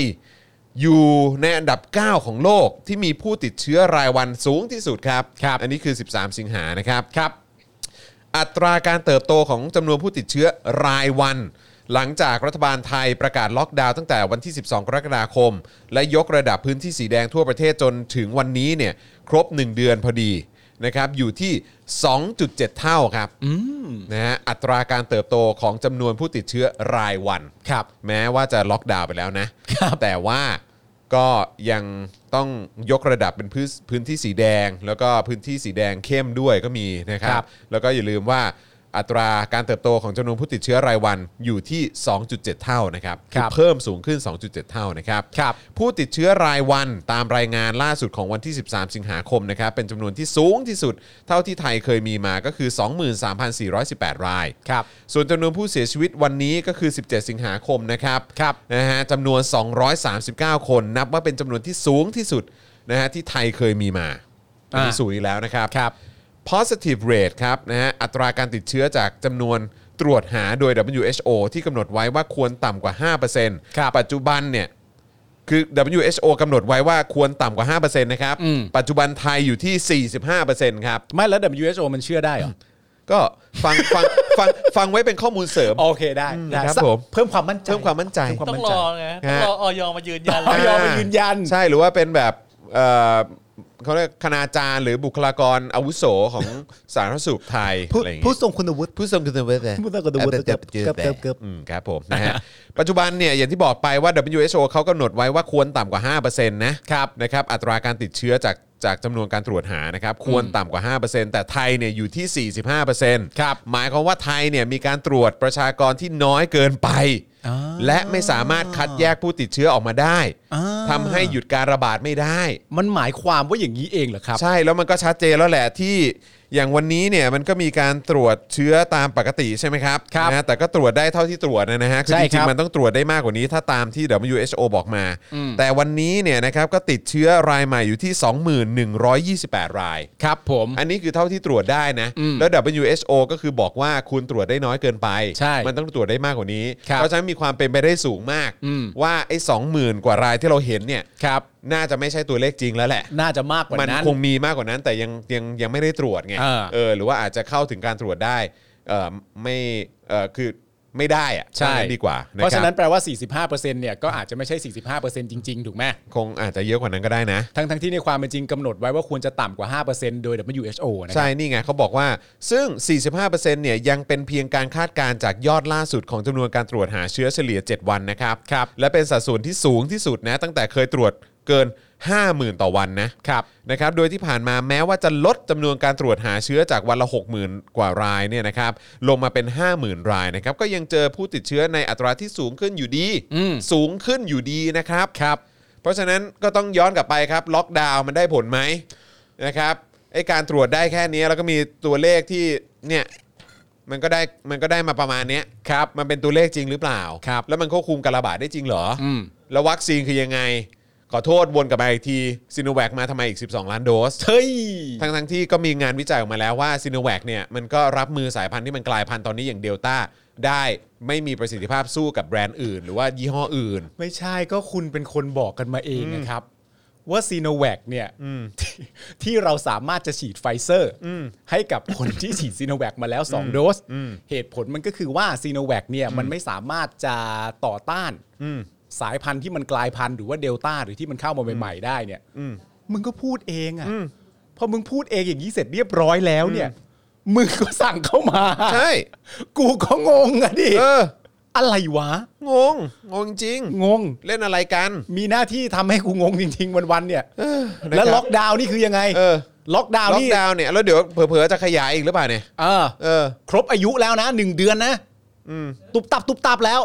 อยู่ในอันดับ 9 ของโลกที่มีผู้ติดเชื้อรายวันสูงที่สุดครับ
ครับ
อันนี้คือ 13 สิงหานะครับ
ครับ
อัตราการเติบโตของจำนวนผู้ติดเชื้อรายวัน หลังจากรัฐบาลไทยประกาศล็อกดาวน์ตั้งแต่วันที่ 12 กรกฎาคม และยกระดับพื้นที่สีแดงทั่วประเทศจนถึงวันนี้เนี่ยครบ 1 เดือนพอดีนะครับอยู่ที่ 2.7 เท่าครับนะฮะอัตราการเติบโตของจำนวนผู้ติดเชื้อรายวัน
ครับ
แม้ว่าจะล็อกดาวน์ไปแล้วนะ แต่ว่าก็ยังต้องยกระดับเป็นพื้นพื้นที่สีแดง แล้วก็พื้นที่สีแดงเข้มด้วยก็มีนะครั
ครับ บ
แล้วก็อย่าลืมว่าอัตราการเติบโตของจำนวนผู้ติดเชื้อรายวันอยู่ที่ 2.7 เท่านะครับ
ครับ
เพิ่มสูงขึ้น 2.7 เท่านะครับ
ครับ
ผู้ติดเชื้อรายวันตามรายงานล่าสุดของวันที่ 13 สิงหาคมนะครับ เป็นจำนวนที่สูงที่สุด เท่าที่ไทยเคยมีมาก็คือ 23,418 ราย
ครับ
ส่วนจำนวนผู้เสียชีวิตวันนี้ก็คือ 17 สิงหาคมนะครับ
ครับ
นะฮะจำนวน 239 คน นับว่าเป็นจำนวนที่สูงที่สุดนะฮะที่ไทยเคยมีมาอันนี้สูงอีกแล้วนะครับ
ครับ
positive rate ครับนะฮะอัตราการติดเชื้อจากจำนวนตรวจหาโดย WHO ที่กำหนดไว้ว่าควรต่ำกว่า 5%
ครับ
ปัจจุบันเนี่ยคือ WHO กำหนดไว้ว่าควรต่ำกว่า 5%นะครับ
อืม
ปัจจุบันไทยอยู่ที่ 45%ครับ
ไม่แล้ว WHO มันเชื่อได้เหรอ
ก็ฟังฟังฟัง ฟังไว้เป็นข้อมูลเสริม
โอเคได้ได้
นะครับ
สัก
ผม
เพิ่มความมั่นใจ
เพิ่มความมั่นใจ
เพิ่มความ
ต้อง
น
ร
ใจ
อไงต้องรอออยมายืนยัน
อ
แล้ว
อยมายืนยัน
ใช่หรือว่าเป็นแบบเอ่อเขาเรียกคณาจารย์หรือบุคลากรอาวุโสของ สาธารณสุขไทย
ผู้
อะไรอย่าง
ผู้
เงี้ย
ทรงคุณวุฒิ
ผู้ทรงคุณวุฒิ
ผู้ทรงคุณวุฒิ
เกือบเกือบ
เกือบเกือบ
อืมครับผมนะฮะ ปัจจุบันเนี่ยอย่างที่บอกไปว่า WHO เขากำหนดไว้ว่าควรต่ำกว่า 5%นะครับ นะครับอัตราการติดเชื้อจากจากจำนวนการตรวจหานะครับควรต่ำกว่า 5%แต่ไทยเนี่ยอยู่ที่ 45%
ครับ
หมายความว่าไทยเนี่ยมีการตรวจประชากรที่น้อยเกินไป
อ่า
และไม่สามารถคัดแยกผู้ติดเชื้อออกมาได้
อ่า
ทำให้หยุดการระบาดไม่ได้
มันหมายความว่าอย่างนี้เองเหรอครับ
ใช่แล้วมันก็ชัดเจนแล้วแหละที่อย่างวันนี้เนี่ยมันก็มีการตรวจเชื้อตามปกติใช่ไหมครับ
ครับ
นะแต่ก็ตรวจได้เท่าที่ตรวจนะฮะคือ
ใช่
จ
ค
ริ
รั
ง
บ
ๆมันต้องตรวจได้มากกว่านี้ถ้าตามที่ WHO บอกมา แต่วันนี้เนี่ยนะครับก็ติดเชื้อรายใหม่อยู่ที่ 21,128 ราย
ครับผม
อันนี้คือเท่าที่ตรวจได้นะ
อืม
แล้ว WHO ก็คือบอกว่าคุณตรวจได้น้อยเกินไป
ใช่
มันต้องตรวจได้มากกว่านี้
ครับ
เพราะฉะนั้นมี มีความเป็นไปได้สูงมาก
อืม
ว่าไอ้สองหมื่นกว่ารายที่เราเห็นเนี่ย
ครับ
น่าจะไม่ใช่ตัวเลขจริงแล้วแหละ
น่าจะมากกว่า
มัน
นั้น
คงมีมากกว่านั้นแต่ยังยังยังไม่ได้ตรวจไง
เออ
เออหรือว่าอาจจะเข้าถึงการตรวจได้เออไม่เออคือไม่ได้อะ
ใช่
ว่างั้นดีกว่า
เพราะฉะนั้น
คบ
แปลว่า 45%เนี่ยก็อาจจะไม่ใช่ 45%จริง ๆ ถูกไหม
คงอาจจะเยอะกว่านั้นก็ได้นะ
ทั้งทั้งที่ในความเป็นจริงกำหนดไว้ว่าควรจะต่ำกว่า 5%โดย WHO นะค
ใช่
รับ
นี่ไงเขาบอกว่า ซึ่ง 45%เนี่ยยังเป็นเพียงการคาดการณ์จากยอดล่าสุดของจำนวนการตรวจหาเชื้อเฉลี่ย 7 วันนะครับ
ครับ
และเป็นสัดส่วนที่สูงที่สุดนะ ตั้งแต่เคยตรวจเกิน 50,000 ต่อวันนะครับ นะครับ โดยที่ผ่านมาแม้ว่าจะลดจำนวนการตรวจหาเชื้อจากวันละ 60,000 กว่ารายเนี่ยนะครับ ลงมาเป็น 50,000 รายนะครับ ก็ยังเจอผู้ติดเชื้อในอัตราที่สูงขึ้นอยู่ดี
อืม
สูงขึ้นอยู่ดีนะครับ
ครับ
เพราะฉะนั้นก็ต้องย้อนกลับไปครับล็อกดาวน์มันได้ผลไหมนะครับไอการตรวจได้แค่นี้แล้วก็มีตัวเลขที่เนี่ยมันก็ได้มันก็ได้มาประมาณเนี้ย
ครับ
มันเป็นตัวเลขจริงหรือเปล่า
ครับ
แล้วมันควบคุมการระบาดได้จริงเหรออ
ม
แล้ววัคซีนคือยังไง ขอโทษวนกลับมาอีกทีซิโนแวคมาทำไมอีก 12 ล้านโดส
เฮ้ย
ทั้งทั้งที่ก็มีงานวิจัยออกมาแล้วว่าซิโนแวคเนี่ยมันก็รับมือสายพันธุ์ที่มันกลายพันธุ์ตอนนี้อย่างเดลต้าได้ไม่มีประสิทธิภาพสู้กับแบรนด์อื่น หรือว่ายี่ห้ออื่น
ไม่ใช่ก็คุณเป็นคนบอกกันมาเองนะครับ ว่าซีโนแว c เนี่ยทที่เราสามารถจะฉีดไฟเซอร์ให้กับคนที่ฉีดซีโนแว c มาแล้ว 2 โดส เหตุผลมันก็คือว่าซีโนแว c เนี่ยมันไม่สามารถจะต่อต้านสายพันธุ์ที่มันกลายพันธุ์หรือว่าเดลต้าหรือที่มันเข้ามาใหม่ๆได้เนี่ยมึงก็พูดเองอะ่ะพอมึงพูดเองอย่างนี้เสร็จเรียบร้อยแล้วเนี่ย มึงก็สั่งเข้ามา
ใช่
กูก็งงอะดิ
เออ
อะไรวะ
งง งงจริง
งง
เล่นอะไรกัน
มีหน้าที่ทำให้กูงงจริง ๆ วัน ๆ เนี่ย
นะครับ
แล้วล็อกดาวน์นี่คือยังไง
เออ
ล็อกดาวน์
ล็อก
นี่
ดาวน์เนี่ย แล้วเดี๋ยวเผลอๆจะขยายอีกหรือเปล่าเนี่ย
เออ
เออ
ครบอายุแล้วนะหนึ่งเดือนนะตุบตับตุบตับแล้ว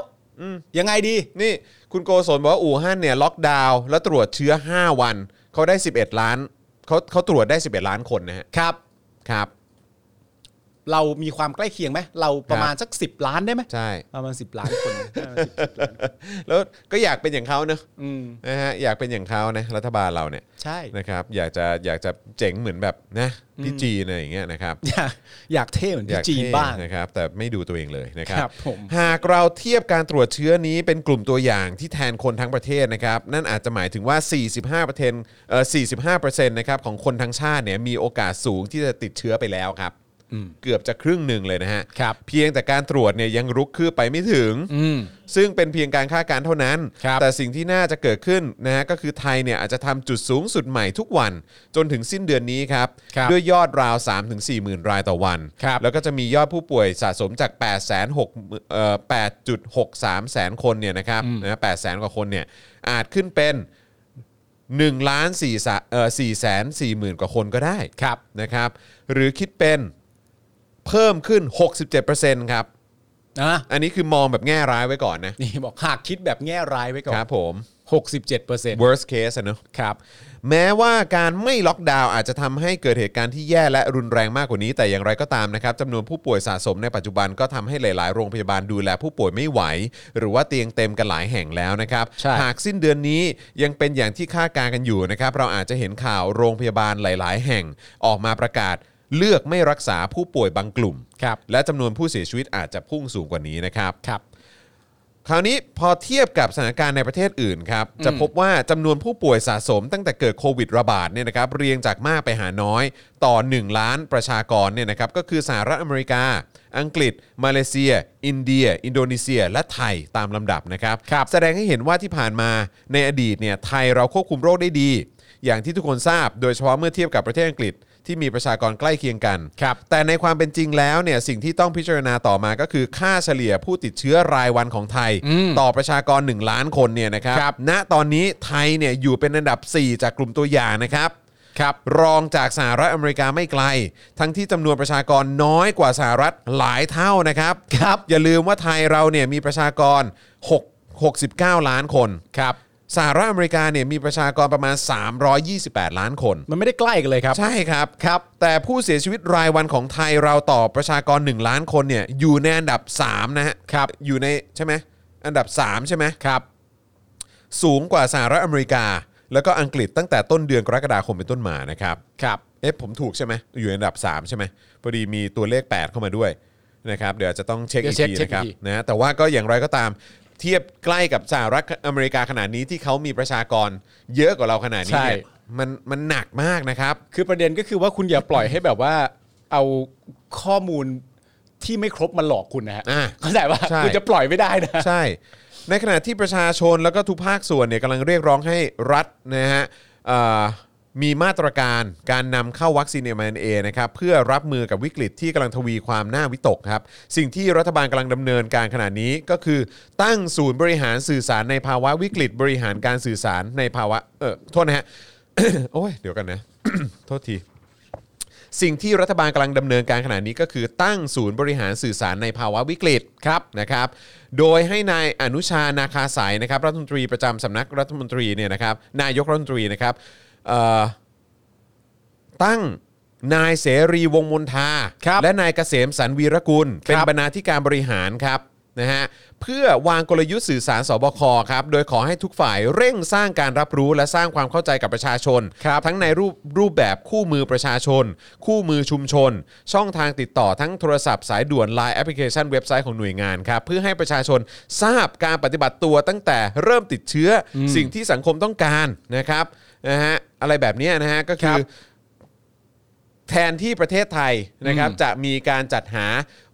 ยังไงดี
นี่คุณโกศลบอกว่าอู่ฮั่นเนี่ยล็อกดาวน์แล้วตรวจเชื้อ 5 วัน เขาได้ 11 ล้านเขาเขาตรวจได้ 11 ล้านคนนะฮะ
ครับ
ครับ
เรามีความใกล้เคียงไหมเราประมาณสักสิบล้านได้ไหม
ใช่
ประมาณสิบล้านคน
แล้วก็อยากเป็นอย่างเขาเนอะ
อื ม
นะฮะ อยากเป็นอย่างเขานะ รัฐบาลเราเนี่ย
ใช่
นะครับ อยากจะอยากจะเจ๋งเหมือนแบบนะพี่จีนอะไรอย่างเงี้ยนะครับ
อยากอยากเท่เหมือน
อยาก
พี่จีนบ้าง
เท่นะครับแต่ไม่ดูตัวเองเลยนะครั
ครับผม
หากเราเทียบการตรวจเชื้อนี้เป็นกลุ่มตัวอย่างที่แทนคนทั้งประเทศนะครับนั่นอาจจะหมายถึงว่า 45%เอ่อ45%นะครับของคนทั้งชาติเนี่ยมีโอกาสสูงที่จะติดเชื้อไปแล้วครับ เกือบจะครึ่งหนึ่งเลยนะฮะ
ครับ
เพียงแต่การตรวจเนี่ยยังรุกคืบไปไม่ถึง
อืม
ซึ่งเป็นเพียงการคาดการณ์เท่านั้น
ครับ
แต่สิ่งที่น่าจะเกิดขึ้นนะฮะก็คือไทยเนี่ยอาจจะทำจุดสูงสุดใหม่ทุกวัน จนถึงสิ้นเดือนนี้ครับ
ครับ
ด้วยยอดราว 3 4 0 0 0 0 รายต่อวัน
ครับ
แล้วก็จะมียอดผู้ป่วยสะสมจาก 8 6 6 8.63 แสนคนเนี่ยนะครับนะ8แสนกว่าคนเนี่ยอาจขึ้นเป็น1ล้าน4เอ่อ4แสน4หมื่นกว่าคนก็ได้
ครับ
นะครับหรือคิดเป็นเพิ่มขึ้น 67%ครับ
นะ
อันนี้คือมองแบบแง่ร้ายไว้ก่อนนะ
นี่บอกหากคิดแบบแง่ร้ายไว้ก่อ
คน รับผม
หกสิบเจ็ดเปอร์เซ็นต์
worst case อะเนอะ
ครับ
แม้ว่าการไม่ล็อกดาวน์อาจจะทำให้เกิดเหตุการณ์ที่แย่และรุนแรงมากกว่านี้ แต่อย่างไรก็ตามนะครับจำนวนผู้ป่วยสะสมในปัจจุบันก็ทำให้หลาย ๆ โรงพยาบาลดูแลผู้ป่วยไม่ไหว หรือว่าเตียงเต็มกันหลายแห่งแล้วนะครับ
ใช่
หากสิ้นเดือนนี้ยังเป็นอย่างที่คาดการณ์กันอยู่นะครับ เราอาจจะเห็นข่าวโรงพยาบาลหลาย ๆ แห่งออกมาประกาศเลือกไม่รักษาผู้ป่วยบางกลุ่ม
ครับ
และจำนวนผู้เสียชีวิตอาจจะพุ่งสูงกว่านี้นะครับ
ครับ
คราวนี้พอเทียบกับสถานการณ์ในประเทศอื่นครับ จะพบว่าจำนวนผู้ป่วยสะสมตั้งแต่เกิดโควิดระบาดเนี่ยนะครับเรียงจากมากไปหาน้อยต่อ 1 ล้านประชากรเนี่ยนะครับก็คือสหรัฐอเมริกา อังกฤษ มาเลเซีย อินเดีย อินโดนีเซีย และไทยตามลำดับนะครับ
ครับ
แสดงให้เห็นว่าที่ผ่านมาในอดีตเนี่ยไทยเราควบคุมโรคได้ดี อย่างที่ทุกคนทราบ โดยเฉพาะเมื่อเทียบกับประเทศอังกฤษที่มีประชากรใกล้เคียงกัน
ครับ
แต่ในความเป็นจริงแล้วเนี่ยสิ่งที่ต้องพิจารณาต่อมาก็คือค่าเฉลี่ยผู้ติดเชื้อรายวันของไทย ต่อประชากร 1 ล้านคนเนี่ยนะครับ
ครับ
ณตอนนี้ไทยเนี่ยอยู่เป็นอันดับ 4 จากกลุ่มตัวอย่างนะครับ
ครับ
รองจากสหรัฐอเมริกาไม่ไกล ทั้งที่จำนวนประชากรน้อยกว่าสหรัฐหลายเท่านะครับ
ครับ
อย่าลืมว่าไทยเราเนี่ยมีประชากร6 69 ล้านคน
ครับ
สหรัฐอเมริกาเนี่ยมีประชากรประมาณ 328 ล้านคน
มันไม่ได้ใกล้กันเลยครับ
ใช่ครับ แต่ผู้เสียชีวิตรายวันของไทยเราต่อประชากร 1 ล้านคนเนี่ยอยู่ในอันดับ 3 นะฮะ
ครับ
อยู่ในใช่ไหมอันดับ 3 ใช่ไหม
ครับ
สูงกว่าสหรัฐอเมริกา แล้วก็อังกฤษตั้งแต่ต้นเดือนกรกฎาคมเป็นต้นมานะครับ
ครับ
เอ๊ะผมถูกใช่ไหมอยู่ในอันดับ 3 ใช่ไหมพอดีมีตัวเลข 8 เข้ามาด้วยนะครับเดี๋ยวอาจจะต้องเช็ค
เดี๋
อี
ย
ก
วเช็คเช็ค
ทีนะครับ
อีกที
นะแต่ว่าก็อย่างไรก็ตาม เทียบใกล้กับสหรัฐอเมริกาขนาดนี้ที่เขามีประชากรเยอะกว่าเราขนาดนี้เนี่ย
ใช่
มันมันหนักมากนะครับ
คือประเด็นก็คือว่าคุณอย่าปล่อยให้แบบว่าเอาข้อมูลที่ไม่ครบมาหลอกคุณนะฮะ
อ่า
เข้าใจว่า
ใช่
คุณจะปล่อยไม่ได้นะ
ใช่ ในขณะที่ประชาชนแล้วก็ทุกภาคส่วนเนี่ยกำลังเรียกร้องให้รัฐนะฮะเอ่อมีมาตรการการนำเข้าวัคซีน m อ n a นะครับเพื่อรับมือกับวิกฤตที่กำลังทวีความน่าวิตกครับ สิ่งที่รัฐบาลกำลังดำเนินการขณะนี้ก็คือตั้งศูนย์บริหารสื่อสารในภาวะวิกฤต บริหารการสื่อสารในภาวะเออโทษนะฮะ โอ้ยเดี๋ยวกันนะ โทษที สิ่งที่รัฐบาลกำลังดำเนินการขณะนี้ก็คือตั้งศูนย์บริหารสื่อสารในภาวะวิกฤตครับนะครับ โดยให้นายอนุชานาคาสายนะครับรัฐมนตรีประจำสำนักรัฐมนตรีเนี่ยนะครับนายกรัฐมนตรีนะครับเอ่อตั้งนายเสรีวงศ์มนทา
ครับ
และนายเกษมสันต์วีรกุล เป็น
ครับ
บรรณาธิการบริหารครับนะฮะเพื่อวางกลยุทธ์สื่อสารสบคครับโดยขอให้ทุกฝ่ายเร่งสร้างการรับรู้และสร้างความเข้าใจกับประชาชน
ครับ
ทั้งในรูปรูปแบบคู่มือประชาชน คู่มือชุมชน ช่องทางติดต่อทั้งโทรศัพท์สายด่วน Line แอปพลิเคชันเว็บไซต์ของหน่วยงานครับ เพื่อให้ประชาชนทราบการปฏิบัติตัวตั้งแต่เริ่มติดเชื้ออสิ่งที่สังคมต้องการนะครับนะฮะอะไรแบบเนี้ยนะฮะก็คือ แทนที่ประเทศไทยนะครับจะมีการจัดหา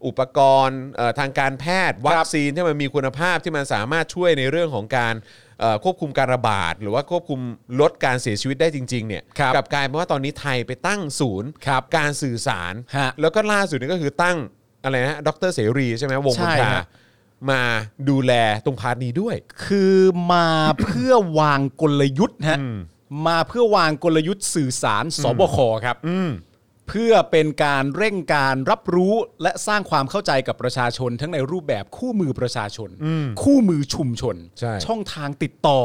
อุปกรณ์เอ่อทางการแพทย์ วัคซีนที่มันมีคุณภาพที่มันสามารถช่วยในเรื่องของการเอ่อควบคุมการระบาด หรือว่าควบคุมลดการเสียชีวิตได้จริงๆเนี่ย
ครับ
กลับกลายเป็นว่าตอนนี้ไทยไปตั้งศูนย์
ครับ
การสื่อสาร
ฮะ
แล้วก็ล่าสุดนี่ก็คือตั้งอะไรนะดรเสรีใช่ไหมวงศ์ม
ใช่
นทา
ฮะ
มาดูแลตรงพาร์ทนี้ด้วย
คือมาเพื่อวางกลยุทธ์ฮะมาเพื่อวางกลยุทธ์สื่อสารสบคครับเพื่อเป็นการเร่งการรับรู้และสร้างความเข้าใจกับประชาชน ทั้งในรูปแบบคู่มือประชาชน คู่มือชุมชน
ใช่
ช่องทางติดต่อ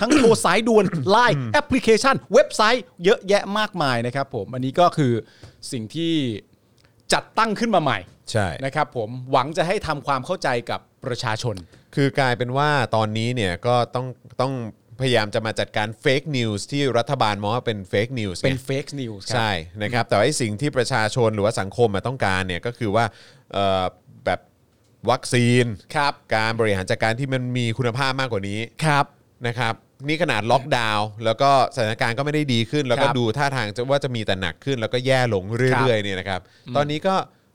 ทั้งโทรสายด่วนไลน์ แอปพลิเคชัน เว็บไซต์เยอะแยะมากมายนะครับผมอันนี้ก็คือสิ่งที่จัดตั้งขึ้นมาใหม่
ใช่
นะครับผมหวังจะให้ทำความเข้าใจกับประชาชน
คือกลายเป็นว่าตอนนี้เนี่ยก็ต้องต้องพยายามจะมาจัดการเฟกนิวส์ที่รัฐบาลมองว่าเป็นเฟกนิวส์
เป็นเฟกนิวส์ครับ
ใช่นะครับ แต่ว่าไอ้สิ่งที่ประชาชนหรือว่าสังคมอะต้องการเนี่ยก็คือว่าเอ่อแบบวัคซีน
ครับ
การบริหารจัดการที่มันมีคุณภาพมากกว่านี้
ครับ
นะครับ นี่ขนาดล็อกดาวน์แล้วก็สถานการณ์ก็ไม่ได้ดีขึ้น แล้วก็
ครับ
ดูท่าทางจะว่าจะมีแต่หนักขึ้น แล้วก็แย่ลง
ครับ
เรื่อยๆเนี่ยนะครับ ตอนนี้ก็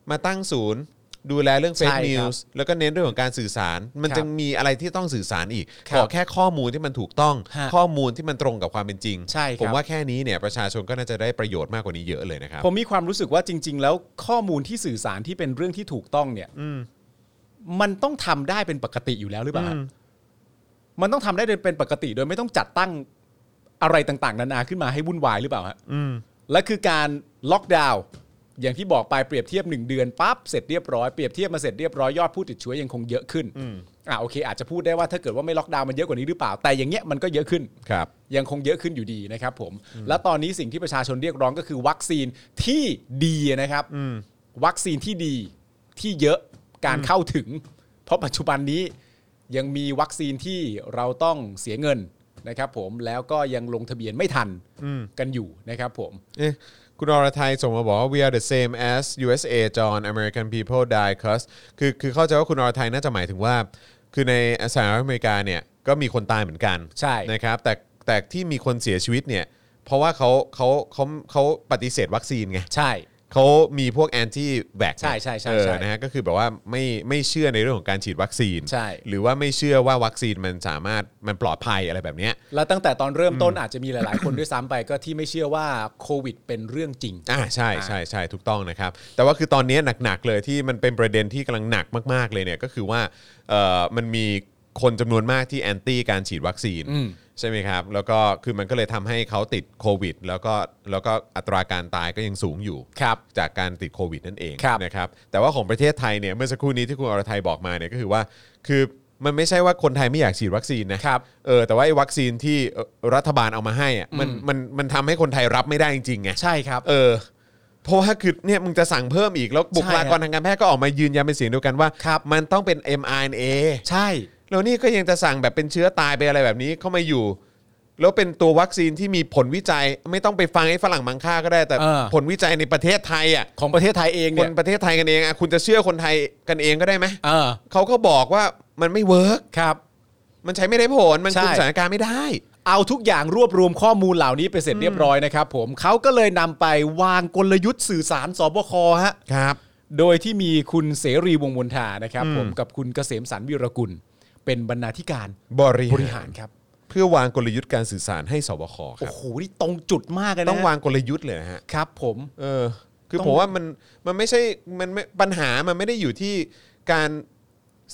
มาตั้งศูนย์ ดูแลเรื่องเฟ
ใช่
ซ
ครับ
นิวส์แล้วก็เน้นเรื่องของการสื่อสาร มั
ค
น
รับ
จะมีอะไรที่ต้องสื่อสารอีก
ครับ
ขอแค่ข้อมูลที่มันถูกต้อง
ฮะ
ข้อมูลที่มันตรงกับความเป็นจริง
ใช่ครับ
ผมว่าแค่นี้เนี่ยประชาชนก็น่าจะได้ประโยชน์มากกว่านี้เยอะเลยนะครับ
ผมมีความรู้สึกว่าจริง ๆ แล้วข้อมูลที่สื่อสารที่เป็นเรื่องที่ถูกต้องเนี่ยมันต้องทำได้เป็นปกติอยู่แล้วหรือเปล่า
อืม
มันต้องทำได้เป็นปกติโดยไม่ต้องจัดตั้งอะไรต่างๆ นานาขึ้นมาให้วุ่นวายหรือเปล่าฮะและคือการล็อกดาวน์อย่างที่บอกไปเปรียบเทียบหนึ่งเดือนปั๊บเสร็จเรียบร้อยเปรียบเทียบมาเสร็จเรียบร้อยยอดผู้ติดเชื้อยังคงเยอะขึ้นอ่าโอเค อาจจะพูดได้ว่าถ้าเกิดว่าไม่ล็อกดาวน์มันเยอะกว่านี้หรือเปล่าแต่อย่างเงี้ยมันก็เยอะขึ้น
ครับ
ยังคงเยอะขึ้นอยู่ดีนะครับผม และตอนนี้สิ่งที่ประชาชนเรียกร้องก็คือวัคซีนที่ดีนะครับวัคซีนที่ดีที่เยอะการเข้าถึง เพราะปัจจุบันนี้ยังมีวัคซีนที่เราต้องเสียเงินนะครับ ผมแล้วก็ยังลงทะเบียนไม่ทันกันอยู่นะครับ ผม
เอ๊ะคุณอรทัยส่งมาบอกว่า we are the same as USA John American people die cause คือคือเข้าใจว่าคุณอรทัยน่าจะหมายถึงว่า คือในสหรัฐอเมริกาเนี่ยก็มีคนตายเหมือนกัน
ใช่
นะครับ แต่แต่ที่มีคนเสียชีวิตเนี่ย เพราะว่าเขาเขาเขาเขาปฏิเสธวัคซีนไง
ใช่
เขามีพวกแอนตี้แวก
ใช่ใช่ใช่
เออ
ใช่
นะฮะก็คือแบบว่าไม่ไม่เชื่อในเรื่องของการฉีดวัคซีน
ใช่
หรือว่าไม่เชื่อว่าวัคซีนมันสามารถมันปลอดภัยอะไรแบบเนี้ย
แล้วตั้งแต่ตอนเริ่มต้นอาจจะมีหลาย ๆ คนด้วย ซ้ำไปก็ที่ไม่เชื่อว่าโควิด เป็นเรื่องจริง
อ่าใช่ใช่ใช่ถูกต้องนะครับ แต่ว่าคือตอนนี้หนักๆเลยที่มันเป็นประเด็นที่กำลังหนักมากๆเลยเนี่ยก็คือว่าเอ่อมันมีคนจำนวนมากที่แอนตี้การฉีดวัคซีน
อืม
ใช่ไหมครับ แล้วก็คือมันก็เลยทำให้เขาติดโควิด แล้วก็แล้วก็อัตราการตายก็ยังสูงอยู่
ครับ
จากการติดโควิดนั่นเอง
ครับ
นะครับแต่ว่าของประเทศไทยเนี่ยเมื่อสักครู่นี้ที่คุณอรทัยบอกมาเนี่ยก็คือว่าคือมันไม่ใช่ว่าคนไทยไม่อยากฉีดวัคซีนนะ
ครับ
เออแต่ว่าไอ้วัคซีนที่เอ่อรัฐบาลเอามาให้อะมันมันมันทำให้คนไทยรับไม่ได้จริงๆไง
ใช่ครับ
เออเพราะว่าคือเนี่ยมึงจะสั่งเพิ่มอีก แล้วบุคลากรทางการแพทย์ก็ออกมายืนยันเป็นเสียงเดียวกันว่า
ครับ
มันต้องเป็น mRNA
ใช่
แล้วนี่ก็ยังจะสั่งแบบเป็นเชื้อตายไปอะไรแบบนี้เข้ามาอยู่ แล้วเป็นตัววัคซีนที่มีผลวิจัยไม่ต้องไปฟังไอ้ฝรั่งมังค่าก็ได้แต่
เออ
ผลวิจัยในประเทศไทยอ่ะ
ของประเทศไทยเอง
ค
เนี่ย
นประเทศไทยกันเองอะคุณจะเชื่อคนไทยกันเองก็ได้ไหม
เออ
เขาก็บอกว่ามันไม่เวิร์ก
ครับ
มันใช้ไม่ได้ผลมันคุม
ใช่
สถานการณ์ไม่ได้
เอาทุกอย่างรวบรวมข้อมูลเหล่านี้ไปเสร็จเรียบร้อยนะครับผมเขาก็เลยนำไปวางกลยุทธ์สื่อสารสบคฮะ
ครับ
โดยที่มีคุณเสรีวงศ์มนทานะครับผมกับคุณเกษมสันต์วิรกุล เป็นบรรณาธิการ
บริ
บริหารครับ
เพื่อวางกลยุทธ์การสื่อสารให้สบคค
โอ้
รับ
โหนี่ตรงจุดมากเลยนะ
ต้องวางกลยุทธ์เลยนะฮะ
ครับ ผม
เออคือ
ต้อง
ผมว่ามันมันไม่ใช่มันไม่ปัญหามันไม่ได้อยู่ที่การ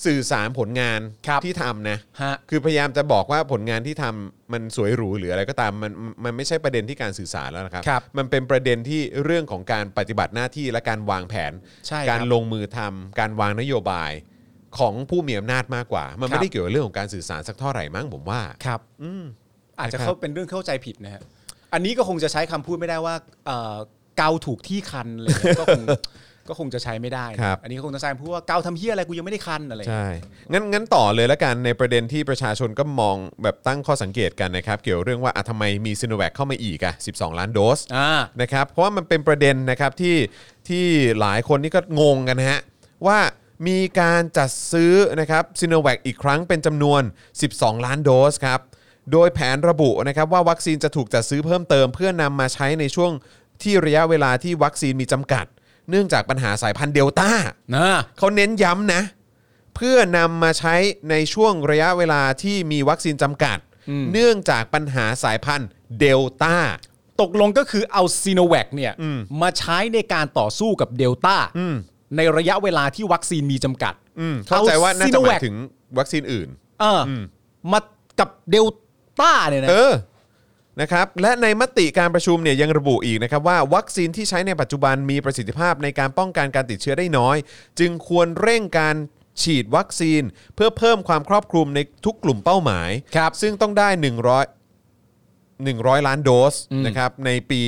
สื่อสารผลงานที่ทำนะ
ฮะ
คือพยายามจะบอกว่าผลงานที่ทำมันสวยหรูหรืออะไรก็ตามมันมันมันไม่ใช่ประเด็นที่การสื่อสารแล้วนะครับ
ครับ
มันเป็นประเด็นที่เรื่องของการปฏิบัติหน้าที่และการวางแผน
ใช่ครับ
การลงมือทำการวางนโยบายของผู้มีอำนาจมากกว่า มัน
ครั
ไม่
บ
ได้เกี่ยวกับเรื่องของการสื่อสารสักเท่าไหร่มั้งผมว่า
ครับอาจจะ
นะครับ
เข้าเป็นเรื่องเข้าใจผิดนะฮะอันนี้ก็คงจะใช้คำพูดไม่ได้ว่าเอ่อเกาถูกที่คันอะไรเงี้ยก็คง ก็คงจะใช้ไม่ได้นะครับ อันนี้ก็คงจะใช้คำพูดว่าเกาทำเฮี้ยอะไรกูยังไม่ได้คันอะไร
ใช่ งั้นงั้นต่อเลยละกันในประเด็นที่ประชาชนก็มองแบบตั้งข้อสังเกตกันนะครับ เกี่ยวเรื่องว่าอ่ะทำไมมีซีโนแวคเข้ามาอีกอะ12 ล้านโดส
อ่า
นะครับเพราะว่ามันเป็นประเด็นนะครับที่ที่หลายคนนี่ก็งงกันนะฮะว่ามีการจัดซื้อนะครับซิโนแวคอีกครั้งเป็นจำนวน 12 ล้านโดสครับโดยแผนระบุนะครับว่าวัคซีนจะถูกจัดซื้อเพิ่มเติม เพื่อนำมาใช้ในช่วงที่ระยะเวลาที่วัคซีนมีจำกัด เนื่องจากปัญหาสายพันธุ์เดลต้า
นะ
เขาเน้นย้ำนะ เพื่อนำมาใช้ในช่วงระยะเวลาที่มีวัคซีนจำกัด เนื่องจากปัญหาสายพันธุ์เดลต้า
ตกลงก็คือเอาซีโนแวคเนี่ยมาใช้ในการต่อสู้กับเดลต้าในระยะเวลาที่วัคซีนมีจำกัด
อืมเข้าใจว่าน่าจะหมายถึงวัคซีนอื่น
เอออมากับเดลต้าเนี่ยนะ
เออ นะครับ และในมติการประชุมเนี่ยยังระบุอีกนะครับว่าวัคซีนที่ใช้ในปัจจุบันมีประสิทธิภาพในการป้องกันการติดเชื้อได้น้อย จึงควรเร่งการฉีดวัคซีน เพื่อเพิ่มความครอบคลุมในทุกกลุ่มเป้าหมาย ซึ่งต้องได้ 100 100 ล้านโดสนะครับในปี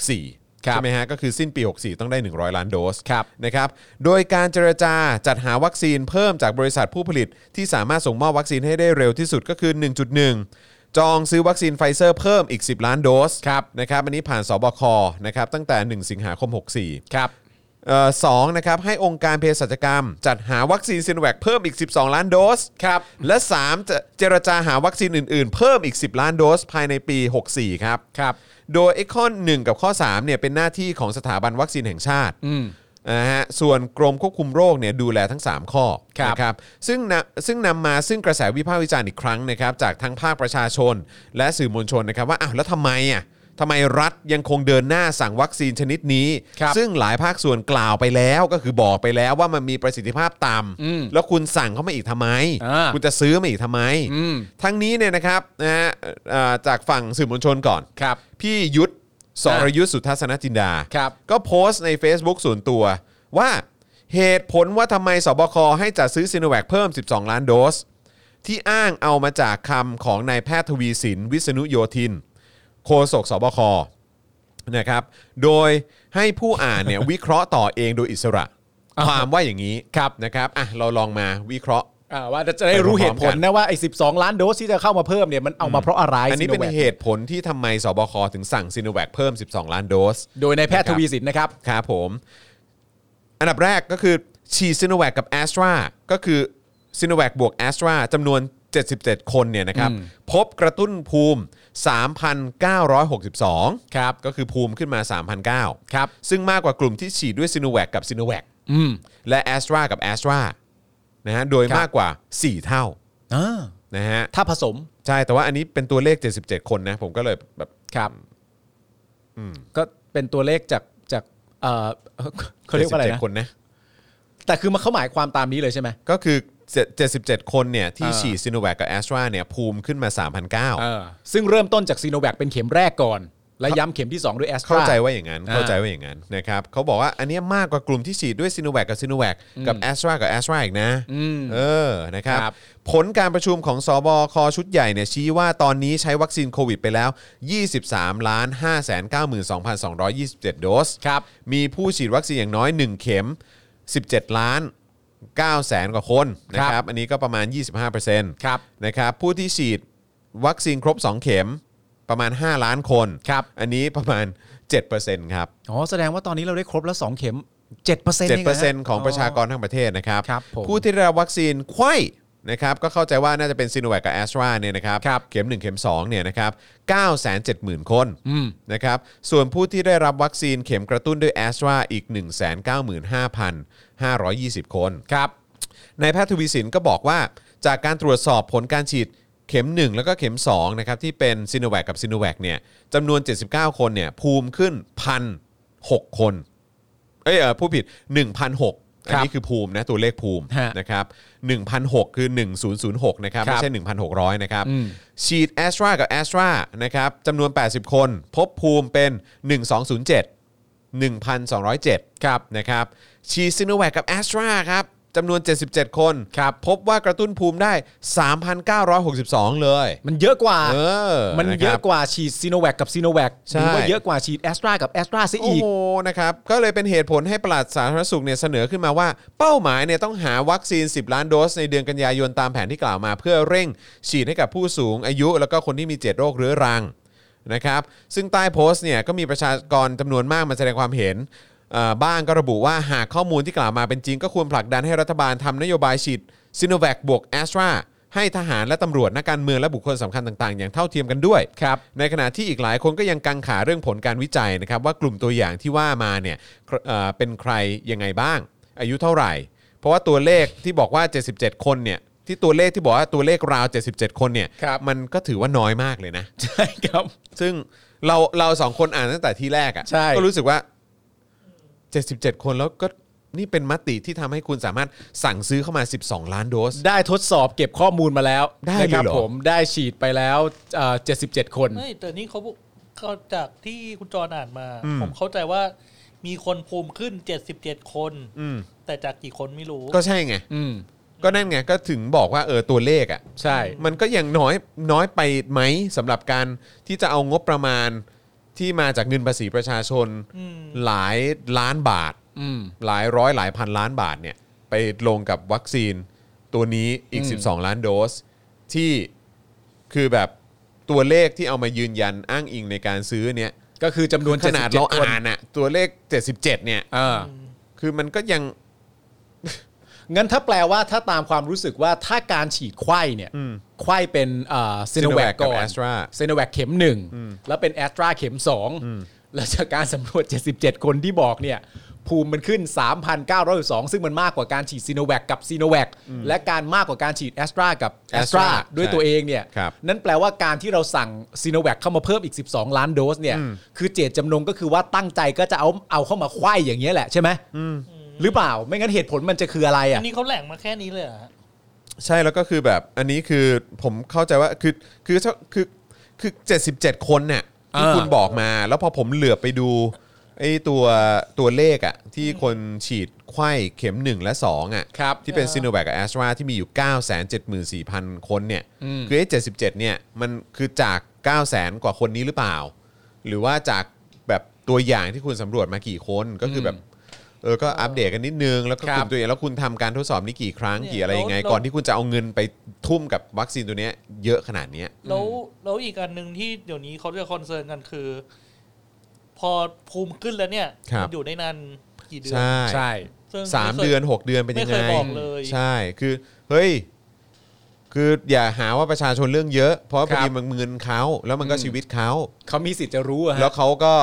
64 ใช่ไหมฮะ ก็คือสิ้นปี 64 ต้องได้ 100 ล้านโดส
ครับ
นะครับ โดยการเจรจาจัดหาวัคซีนเพิ่มจากบริษัทผู้ผลิต ที่สามารถส่งมอบวัคซีนให้ได้เร็วที่สุดก็คือ 1.1 จองซื้อวัคซีนไฟเซอร์เพิ่มอีก 10 ล้านโดสครับนะครับอันนี้ผ่านสบคนะครับตั้งแต่ 1 สิงหาคม 64
ครับ
เอ่อสองนะครับให้องค์การเภสัชกรรม จัดหาวัคซีนซิโนแวคเพิ่มอีก 12 ล้านโดสครับและ3จะเจรจาหาวัคซีนอื่นๆ เพิ่มอีก 10 ล้านโดสภายในปี 64 ครับ
ครับ
โดยไอ้ข้อ1กับข้อ3เนี่ยเป็นหน้าที่ของสถาบันวัคซีนแห่งชาตินะฮะส่วนกรมควบคุมโรคเนี่ยดูแลทั้ง 3 ข้อ
ครับ
นะครับซึ่งนำซึ่งนำมาซึ่งกระแสวิพากษ์วิจารณ์อีกครั้งนะครับจากทั้งภาคประชาชน และสื่อมวลชนนะครับว่าอ้าวแล้วทำไมอ่ะทำไมรัฐยังคงเดินหน้าสั่งวัคซีนชนิดนี้
ครับ
ซึ่งหลายภาคส่วนกล่าวไปแล้วก็คือบอกไปแล้วว่ามันมีประสิทธิภาพต่ำแล้วคุณสั่งเข้ามาอีกทำไม
อ่า
คุณจะซื้อมาอีกทำไม ทั้งนี้เนี่ยนะครับนะฮะเอ่อจากฝั่งสื่อมวลชนก่อน
ครับ
พี่ยุทธสรยุทธสุทัศนจินดา
ครับ
ก็โพสต์ใน Facebook ส่วนตัว ว่าเหตุผลว่าทำไมสบคให้จัดซื้อซีโนแวคเพิ่ม 12 ล้านโดส ที่อ้างเอามาจากคำของนายแพทย์ทวีสิน วิษณุโยธิน โฆษกสบคนะครับ โดยให้ผู้อ่านเนี่ย วิเคราะห์ต่อเองโดยอิสระ ความว่าอย่างนี้ครับนะครับอ่ะเราลองมาวิเคราะห์
อ่าว่าจะได้รู้
ไปพร้อมๆ
เหตุผลนะว่าไอ้สิล้านโดสที่จะเข้ามาเพิ่มเนี่ยมันเอามาเพราะอะไร
อันนี้เป็น
ซิโแวค
เหตุผลที่ทำไมสบคถึงสั่งซีโนแวคเพิ่ม 12 ล้านโดส
โดยในายแพทย์ทวีสินนะครับ
ครับผม อันดับแรกก็คือฉีดซิโนแวคกับแอสตราก็คือซิโนแวคบวกแอสตราจำนวน 77 คนเนี่ยนะครับ พบกระตุ้นภูมิ 3,962 ครับ ก็คือภูมิขึ้นมา 3,009
ครับ
ซึ่งมากกว่ากลุ่มที่ฉีดด้วยซิโนแวคกับซิโนแวคและแอสตรากับแอสตรานะฮะ โดยมากกว่า 4 เท่า
อ่า
นะฮะ
ถ้าผสม
ใช่ แต่ว่าอันนี้เป็นตัวเลข 77 คนนะ ผมก็เลยแบบ
ครับก็เป็นตัวเลขจากจากเอ่ อเขาเรียกว่าอะไรนะ
77 คนนะ
แต่คือมันเขาหมายความตามนี้เลยใช่ไหม
ก็คือ 77 คนเนี่ยที่
เออ
ฉีดซิโนแวคกับแอสตราเนี่ยภูมิขึ้นมา
เอ
3,009
อซึ่งเริ่มต้นจากซีโนแวคเป็นเข็มแรกก่อน และย้ำเข็มที่สองด้วยแอสตรา
เข้าใจว่าอย่างนั้น
อ่า
เข้าใจว่าอย่างนั้นนะครับเขาบอกว่าอันเนี้ยมากกว่ากลุ่มที่ฉีดด้วยซิโนแวคกับซิโนแวคกับแอสตรากับแอสตราอีกนะเออนะครับ
ครับ
ผลการประชุมของสบคชุดใหญ่เนี่ยชี้ว่าตอนนี้ใช้วัคซีนโควิดไปแล้ว 23ล้าน5 9 2 2 2 7 โดส
ครับ
มีผู้ฉีดวัคซีนอย่างน้อย 1 เข็ม 17 ล้าน 9 แสนกว่าคนนะค
ครั
รับ
บ
อันนี้ก็ประมาณ 25%
ครับ
นะครับ ผู้ที่ฉีดวัคซีนครบ 2 เข็มประมาณ 5 ล้านคน
ครับ
อันนี้ประมาณ 7%ครับ
อ๋อแสดงว่าตอนนี้เราได้ครบแล้วสองเข็ม7%เจ็ดเปอร์เซ็นต์
7%ของประชากรทั้งประเทศนะครับ
ครับผม
ผู้ที่ได้รับวัคซีนไข้ นะครับก็เข้าใจว่าน่าจะเป็นซีโนแวคกับแอสตราเนี่ยนะครับ
ครับ
เข็ม 1 เข็ม2เนี่ยนะครับ970,000 คนนะครับส่วนผู้ที่ได้รับวัคซีนเข็มกระตุ้นด้วยแอสตราอีก 195,520 คน
ครับ
นายแพทย์ทวีสินก็บอกว่าจากการตรวจสอบผลการฉีดเข็ม 1 แล้วก็เข็ม2นะครับที่เป็นซีโนแวคกับซีโนแวคเนี่ยจำนวน 79 คนเนี่ยภูมิขึ้น 1,006 คน เอ้ยเอ่อผู้ผิด 1,006อันนี้คือภูมินะตัวเลขภูมิ
ฮะ
นะครับ1,006 คือ 1006 นะครับ
ครับ
ไม่ใช่ 1,600 นะครับ
อืม
ฉีดแอสตรากับแอสตรานะครับจำนวน 80 คน พบภูมิเป็น 1207 1,207 ครับนะครับฉีดซิโนแวคกับแอสตราครับจำนวน 77 คนครับพบว่ากระตุ้นภูมิได้ 3,962 เลย
มันเยอะกว่า
เออ
มันเย
ค
อะ
รับ
กว่าฉีดซีโนแวคกับซีโนแวค
ใช่
หรือว่าเยอะกว่าฉีดแอสตรากับแอสตราซะอีก
โอ้โหนะครับ ก็เลยเป็นเหตุผลให้ปลัดสาธารณสุขเนี่ยเสนอขึ้นมาว่า เป้าหมายเนี่ยต้องหาวัคซีน 10 ล้านโดส ในเดือนกันยายนตามแผนที่กล่าวมา เพื่อเร่งฉีดให้กับผู้สูงอายุ แล้วก็คนที่มี 7 โรคเรื้อรังนะครับ ซึ่งใต้โพสต์เนี่ยก็มีประชากรจำนวนมากมาแสดงความเห็นเอ่อบ้างก็ระบุว่าหากข้อมูลที่กล่าวมาเป็นจริง ก็ควรผลักดันให้รัฐบาลทำนโยบายฉีดซิโนแวคบวกแอสตราให้ทหารและตำรวจนักการเมืองและบุคคลสำคัญต่างๆ อย่างเท่าเทียมกันด้วย
ครับ
ในขณะที่อีกหลายคนก็ยังกังขาเรื่องผลการวิจัยนะครับว่ากลุ่มตัวอย่างที่ว่ามาเนี่ยเอ่อเป็นใครยังไงบ้าง อายุเท่าไหร่ เพราะว่าตัวเลขที่บอกว่า 77 คนเนี่ยที่ตัวเลขที่บอกว่าตัวเลขราว 77 คนเนี่ย
ครับ
มันก็ถือว่าน้อยมากเลยนะ
ใช่ครับ
ซึ่งเราเราสองคนอ่านตั้งแต่ที่แรก
ใช่
อะ่ะก็รู้สึกว่า 77 คนแล้วก็นี่เป็นมติที่ทำให้คุณสามารถสั่งซื้อเข้ามา 12 ล้านโดส
ได้ทดสอบเก็บข้อมูลมาแล้ว
ได้เลย
นะครั
เหรอ
ผมได้ฉีดไปแล้วเอ่อ77 คน
เฮ้ยแต่นี่เขาบอกเขาจากที่คุณจรอ่านมา ผมเข้าใจว่ามีคนภูมิขึ้นเจ็ดสิบเจ็ดคน
อืม
แต่จากกี่คนไม่รู้
ก็ใช่ไง
อืม
ก็นั่นไงก็ถึงบอกว่าเออตัวเลขอ่ะ
ใช่
มันก็ยังน้อยน้อยไปไหมสำหรับการที่จะเอางบประมาณที่มาจากเงินภาษีประชาชน
อืม
หลายล้านบาท
อืม
หลายร้อยหลายพันล้านบาทเนี่ยไปลงกับวัคซีนตัวนี้อีก
อืม
12 ล้านโดส ที่คือแบบตัวเลขที่เอามายืนยันอ้างอิงในการซื้อเนี่ย
ก็คือจำนวน
ขนาดเรา
77คน
อ่านอะตัวเลข 77 เนี่ย
เออ
คือมันก็ยัง
งั้นถ้าแปลว่าถ้าตามความรู้สึกว่าถ้าการฉีดไข้เนี่ยไข้เป็นซีโนแว
Sinovac
ค
กับ
ก่อน
Astra
ซีโนแวคเข็มหนึ่งแล้วเป็นแอสตราเข็มสองแล้วจากการสำรวจ 77 คนที่บอกเนี่ยภูมิมันขึ้น 3,902 ซึ่งมันมากกว่าการฉีดซีโนแวคกับซีโนแวคและการมากกว่าการฉีดแอสตรากับแอสตรา
Astra
ด้วย
ใช่
ตัวเองเนี่ย
ครับ
นั่นแปลว่าการที่เราสั่งซีโนแวคเข้ามาเพิ่มอีก 12 ล้านโดสเนี่ยคือเจตจำนงก็คือว่าตั้งใจก็จะเอาเอาเข้ามาไขว้อย่างเงี้ยแหละใช่ไหมหรือเปล่าไม่งั้นเหตุผลมันจะคืออะไรอ่ะ
อันนี้เขาแหล่งมาแค่นี้เลยเหรอฮะ
ใช่แล้วก็คือแบบอันนี้คือผมเข้าใจว่าคือคือคือคือเจ็ดสิบเจ็ดคนเนี่ยที่
อ่า
คุณบอกมา แล้วพอผมเหลือบไปดูไอ้ตัวตัวเลขอะที่คนฉีดไข้เข็ม 1 และ 2อะ
ครับ
ที่เป็นซีโนแว c กับแอสตราที่มีอยู่ 974,000 คนเนี่ย คือไอ้77 เนี่ยมันคือจาก 900,000 กว่าคนนี้หรือเปล่า หรือว่าจากแบบตัวอย่างที่คุณสำรวจมากี่คนก็คือแบบเออก็อัปเดตกันนิดนึงแล้วก็
ครับ
คุณตัวเองแล้วคุณทำการทดสอบนี้กี่ครั้ง กี่อะไรยังไงก่อนที่คุณจะเอาเงินไปทุ่มกับวัคซีนตัวเนี้ยเยอะขนาดเนี้ย
แล้วแล้วอีกอันหนึ่งที่เดี๋ยวนี้เขาจะคอนเซิร์นกันคือ พอภูมิขึ้นแล้วเนี่ย
ครับ
มันอยู่ได้นานกี่เดือน
ใช่
ใช่
ซึ่ง
สาม
ไคย
เดือน 6 เดือนเป็นยังไง
ไม่เคยบอกเลย
ใช่คือเฮ้ยคืออย่าหาว่าประชาชนเรื่องเยอะ เพราะว่าพ
ครั
อบ ดีมันเงินเขาแล้วมันก็ชีวิตเขา
เขามีสิทธิ์จะรู้อะฮะ
แล้วเขาก็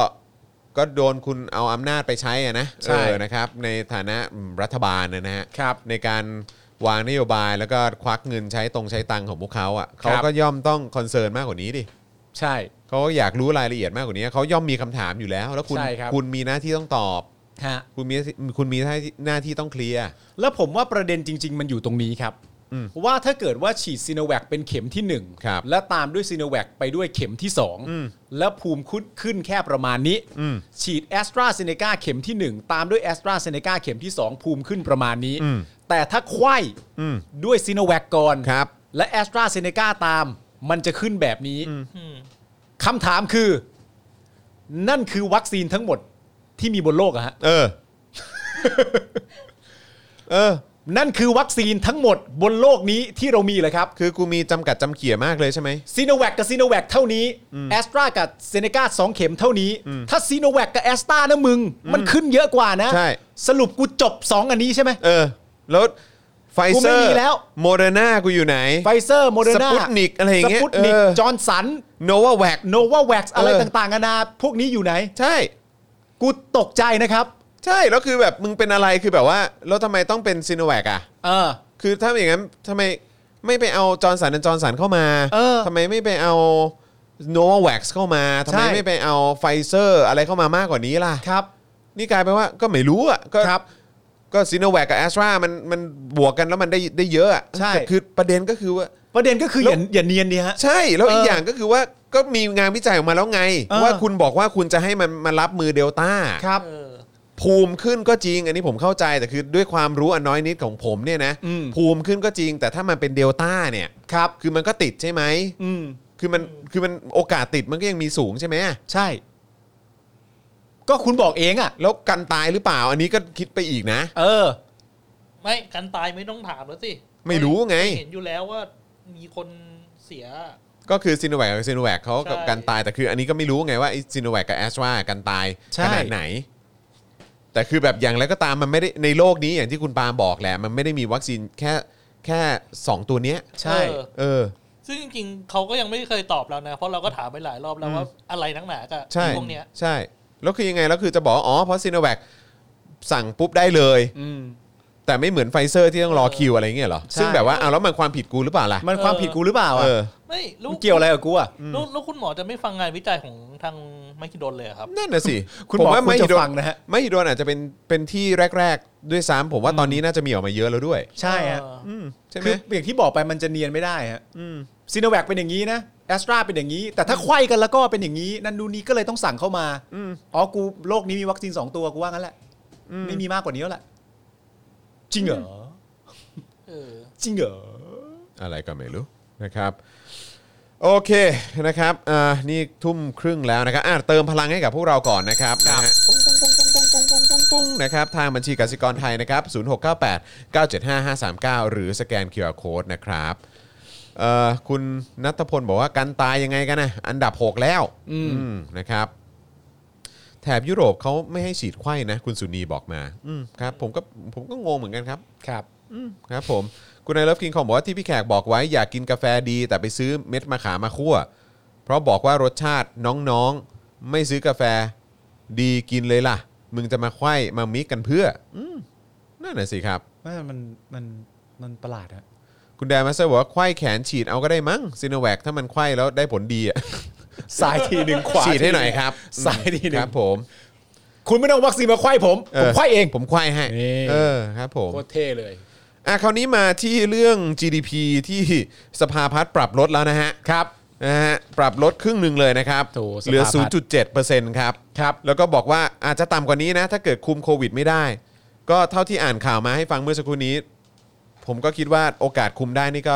ก็โดนคุณเอาอำนาจไปใช้อะนะ
ใช่
เออนะครับ ในฐานะรัฐบาลนะฮะ
ครับ
ในการวางนโยบายแล้วก็ควักเงินใช้ตรงใช้ตังของพวกเขาอ่ะ
ครั
เขา
บ
ก็ย่อมต้องคอนเซิร์นมากกว่านี้ดิ
ใช่
เขาก็อยากรู้รายละเอียดมากกว่านี้เขาย่อมมีคำถามอยู่แล้ว แล้วคุณ
ใช่ครับ
ณมีหน้าที่ต้องตอบ
ฮะ
คุณมีคุณมีหน้าที่หน้าที่ต้องเคลียร์
แล้วผมว่าประเด็นจริง ๆ มันอยู่ตรงนี้ครับ
อืม
ว่าถ้าเกิดว่าฉีดซีโนแวคเป็นเข็มที่หนึ่ง
ครับ
และตามด้วยซีโนแวคไปด้วยเข็มที่
อืม
2 แล้วภูมิคุ้นขึ้นแค่ประมาณนี้
อืม
ฉีดแอสตราเซเนกาเข็มที่ 1 ตามด้วยแอสตราเซเนกาเข็มที่ 2 ภูมิขึ้นประมาณนี้
อืม
แต่ถ้าไข้
อืม
ด้วยซีโนแวคก่อน
ครับ
และแอสตราเซเนกาตาม มันจะขึ้นแบบนี้
อืม
คำถามคือ นั่นคือวัคซีนทั้งหมดที่มีบนโลกอะฮะ
เออ เออ
นั่นคือวัคซีนทั้งหมดบนโลกนี้ที่เรามีเลยครับ
คือกูมีจำกัดจำเขี่ยมากเลยใช่ไหม
ซีโนแวคกับซีโนแวคเท่านี้แอสตรากับเซเนกาสองเข็มเท่านี้ ถ้าซีโนแวคกับแอสตรานะมึง มันขึ้นเยอะกว่านะ
ใช่
สรุปกูจบ 2 อันนี้ใช่ไหม
เออ แล้ว ไฟเซอ
กูไม่มี
ร์
แล้ว
โมเดอร์นากูอยู่ไหน
ไฟเซอร์โมเดอร์นา
สปุตนิกอะไรอย่างเงี้ย
สปุตนิก
เออ
จอร์นสัน
โนวาแวก
โนวาแว็กซ์อะไร
เออ
ต่างๆนานาพวกนี้อยู่ไหน
ใช่
กูตกใจนะครับ
ใช่แล้วคือแบบมึงเป็นอะไรคือแบบว่าแล้วทำไมต้องเป็นซีโนแวคอ่ะ
เออ
คือถ้าอย่างนั้นทำไมไม่ไปเอาจอร์นสันจอร์นสันเข้ามา
เออ
ทำไมไม่ไปเอาโนวาแว็กซ์เข้ามาทำไม
ใช่
ไม่ไปเอาไฟเซอร์อะไรเข้ามามากกว่านี้ล่ะ
ครับ
นี่กลายเป็นว่าก็ไม่รู้อ่ะก็
ครับ
ก็ซีโนแวคกับแอสตรามันมันบวกกันแล้วมันได้ได้เยอะอะ
ใช่
แต่คือประเด็นก็คือว่า
ประเด็นก็คืออย่าอย่าเนียนเนี่ยฮะ
ใช่แล้ว
เออ
อี
อี
กอย่างก็คือว่าก็มีงานวิจัยออกมาแล้วไง
เออ
ว่าคุณบอกว่าคุณจะให้มันมารับมือเดลต้า
ครับ
เออ
ภูมิขึ้นก็จริง อันนี้ผมเข้าใจแต่คือด้วยความรู้อันน้อยนิดของผมเนี่ยนะ
อืม
ภูมิขึ้นก็จริง แต่ถ้ามันเป็นเดลต้าเนี่ย
ครับ
คือมันก็ติดใช่ไหม
อืม
คือมันคือมันโอกาสติดมันก็ยังมีสูงใช่ไหม
ใช่ ก็คุณบอกเองอ่ะ
แล้วกันตายหรือเปล่า อันนี้ก็คิดไปอีกนะ
เออ
ไม่กันตายไม่ต้องถามแล้วสิ
ไม่รู้ไง
เห็นอยู่แล้วว่ามีคนเสีย
ก็คือซีโนแวคกับซีโนแวคเขากับ
ใช่
กันตายแต่คืออันนี้ก็ไม่รู้ไงว่าไอ้ซีโนแวคกับแอสตรากันตาย
ใช่
ขนาดไหน แต่คือแบบอย่างไรก็ตามมันไม่ได้ในโลกนี้อย่างที่คุณปาล์มบอกแหละ มันไม่ได้มีวัคซีนแค่แค่ 2 ตัวเนี้ย
ใช่
เออ
เออ
ซึ่งจริงๆเขาก็ยังไม่เคยตอบเรานะ เพราะเราก็ถามไปหลายรอบแล้วว่าอะไรนักหนากับ
ใช่
ไอ้พวกเนี้ย
ใช่ แล้วคือยังไง แล้วคือจะบอกว่าอ๋อเพราะซีโนแวคสั่งปุ๊บได้เลย
อืม
แต่ไม่เหมือนไฟเซอร์ที่ต้องรอคิวอะไรอย่างเงี้ยเหรอ
ใช่
ซึ่งแบบว่าเอาวแล้วมันความผิดกูหรือเปล่าล่ะ
มันความผิดกูหรือเปล่า
เอ
อ่ะ
อ
ไม่ลู
มัน
ก
เกี่ยวอะไรกับกูอ่ะ
ลูกลูกคุณหมอจะไม่ฟังงานวิจัยของทางไมคิดนเลยเหรอครับ
นั่นน่ะสิ
คุณ
ผม
บอก
ว่า
คุณ
ไม่
จะ
ฮิโด
ฟั
น
งนะฮะ
ไม่ฮิโดนอาจจะเป็นเป็นที่แรก ๆ ด้วยซ้ำผมว่าตอนนี้น่าจะมีออกมาเยอะแล้วด้วย
ใช่ฮะ
เออ
อืมใช่ไหม
คืออย่างที่บอกไปมันจะเนียนไม่ได้ฮะ
อืม
ซีโนแวคเป็นอย่างนี้นะแอสตราเป็นอย่างนี้ แต่ถ้าไขว้กันแล้วก็เป็นอย่างนี้ นั่นนู่นนี่ก็เลยต้องสั่งเข้ามา
อืม
อ๋อกูโลกนี้มีวัคซีนสองตัวกูว่างั้นแหละไม่มีมากกว่านี้แล้วแหละจริงเหรอ
เออ
จริงเหรอ
อะไรก็ไม่รู้นะครับ โอเคนะครับอ่านี่ทุ่มครึ่งแล้วนะครับอ่ะเติมพลังให้กับพวกเราก่อนนะครับนะฮะปุ้งปุ้งปุ้งปุ้งปุ้งปุ้งปุ้งปุ้งปุ้งนะครับทางบัญชีกสิกรไทยนะครับ 0698 975 539 หรือสแกน QR Code นะครับเอ่อคุณนัทพลบอกว่ากันตายยังไงกันนะอันดับ 6 แล้วอืมนะครับ แถบยุโรปเขาไม่ให้ฉีดไข้นะ คุณสุนีบอกมาอืมครับผมก็ผมก็งงเหมือนกันครับ
ครับ
ครับผมคุณนายเลิฟกินของบอกว่าที่พี่แขกบอกไว้อยากกินกาแฟดี แต่ไปซื้อเม็ดมะขามมาคั่ว เพราะบอกว่ารสชาติน้องๆ ไม่ซื้อกาแฟดีกินเลยล่ะ มึงจะมาไขว้มามิกกันเพื่ออมนั่นน่ะสิครับ
มันมันมันมันประหลาดฮะ
คุณแดนมาสเตอร์บอกว่าไขว้แขนฉีดเอาก็ได้มั้งซีโนแวคถ้ามันไขว้แล้วได้ผลดี อะ
ซ้ายทีหนึ่งขวา
ฉีดให้หน่อย
ทีง
ครับ
สายดีหนึ่ง
ครับผม
คุณไม่ต้องวัคซีนมาไขว้ผม
เอ
ผม
อ
ไขว้เอง
ผมไขว้ให้
นี่
เออครับผม
โคตรเท่เลย
อ่ะคราวนี้มาที่เรื่อง GDP ที่สภาพัฒน์ปรับลดแล้วนะฮะครับนะฮะปรับลดครึ่งหนึ่งเลยนะครับ
โถสภาพัฒน์
เหลือ 0.7%ครับ
ครับ
แล้วก็บอกว่าอาจจะต่ำกว่านี้นะ ถ้าเกิดคุมโควิดไม่ได้ ก็เท่าที่อ่านข่าวมาให้ฟังเมื่อสักครู่นี้ ผมก็คิดว่าโอกาสคุมได้นี่ก็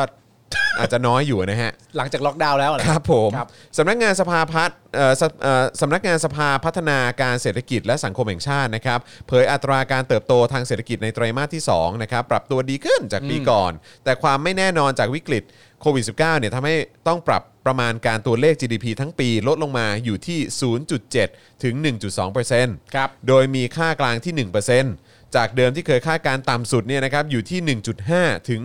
อาจจะน้อยอยู่นะฮะ
หลังจากล็อกดาวน์แล้วนะ
ครับผม
ครับ
สำนักงานสภาพัฒน์เอ่อสเอ่อสำนักงานสภาพัฒนาการเศรษฐกิจและสังคมแห่งชาตินะครับเผยอัตราการเติบโตทางเศรษฐกิจในไตรมาสที่2นะครับปรับตัวดีขึ้นจากปีก่อน แต่ความไม่แน่นอนจากวิกฤตโควิด -19 เนี่ยทำให้ต้องปรับประมาณการตัวเลข GDP ทั้งปีลดลงมาอยู่ที่ 0.7 ถึง 1.2%
ครับ
โดยมีค่ากลางที่ 1%จากเดิมที่เคยคาดการณ์ต่ำสุดเนี่ยนะครับอยู่ที่ 1.5 ถึง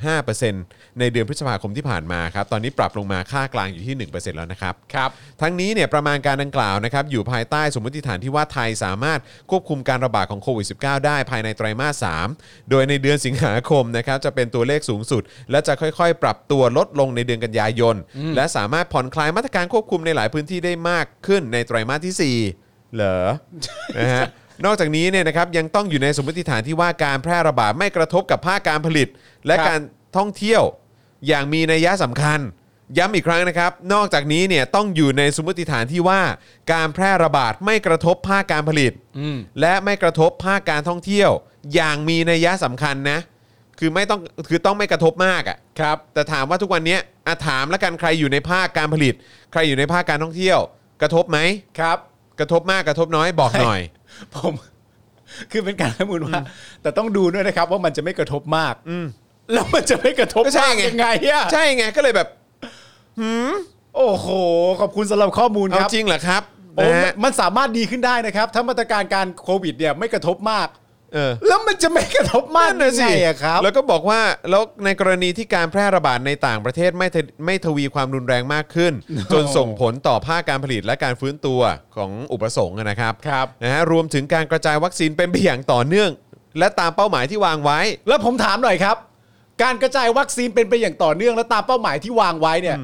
2.5%ในเดือนพฤษภาคมที่ผ่านมาครับ ตอนนี้ปรับลงมาค่ากลางอยู่ที่ 1%แล้วนะครับ
ครับ
ทั้งนี้เนี่ยประมาณการดังกล่าวนะครับอยู่ภายใต้สมมติฐานที่ว่าไทยสามารถควบคุมการระบาดของโควิด -19 ได้ภายในไตรมาส 3 โดยในเดือนสิงหาคมนะครับจะเป็นตัวเลขสูงสุด และจะค่อยๆ ปรับตัวลดลงในเดือนกันยายน และสามารถผ่อนคลายมาตรการควบคุมในหลายพื้นที่ได้มากขึ้นในไตรมาสทีสี่4 เหรอ นะฮะนอกจากนี้เนี่ยนะครับยังต้องอยู่ในสมมติฐานที่ว่าการแพร่ระบาดไม่กระทบกับภาคการผลิต และ
ครับ
การท่องเที่ยว อย่างมีนัยยะสำคัญ ย้ำอีกครั้งนะครับ นอกจากนี้เนี่ยต้องอยู่ในสมมติฐานที่ว่า การแพร่ระบาดไม่กระทบภาคการผลิต
อืม
และไม่กระทบภาคการท่องเที่ยว อย่างมีนัยยะสำคัญนะ คือไม่ต้องคือต้องไม่กระทบมากอะ่ะ
ครับ
แต่ถามว่าทุกวันเนี้ยอะถามแล้วกันใครอยู่ในภาคการผลิต ใครอยู่ในภาคการท่องเที่ยว กระทบไหม
ครับ
กระทบมากกระทบน้อยบอกหน่อย
ผม คือเป็นการข้อมูลว่า แต่ต้องดูด้วยนะครับ ว่ามันจะไม่กระทบมากแล้วมันจะไม่กระทบ
ก็ใช่
มาก
ไง
ยังไงอะ
ใช่ไงก็เลยแบบ
โอ้โห ขอบคุณสำหรับข้อมูล
เอา
ครับ
จริงเหรอครับ
โอ้
นะ
มั
ฮะ
นมันสามารถดีขึ้นได้นะครับ ถ้ามาตรการการโควิดเนี่ยไม่กระทบมาก
เออ
แล้วมันจะไม่กระทบมาก
นั่นนะ
ยั
สิ
งไงอะครับ
แล้วก็บอกว่าแล้วในกรณีที่การแพร่ระบาดในต่างประเทศไม่ทะไม่ทวีความรุนแรงมากขึ้น จนส่งผลต่อภาคการผลิตและการฟื้นตัวของอุปสงค์นะครับ
ครับ
นะฮะรวมถึงการกระจายวัคซีนเป็นไปอย่างต่อเนื่อง และตามเป้าหมายที่วางไว้
แล้วผมถามหน่อยครับ การกระจายวัคซีนเป็นไปอย่างต่อเนื่องและตามเป้าหมายที่วางไว้เนี่ย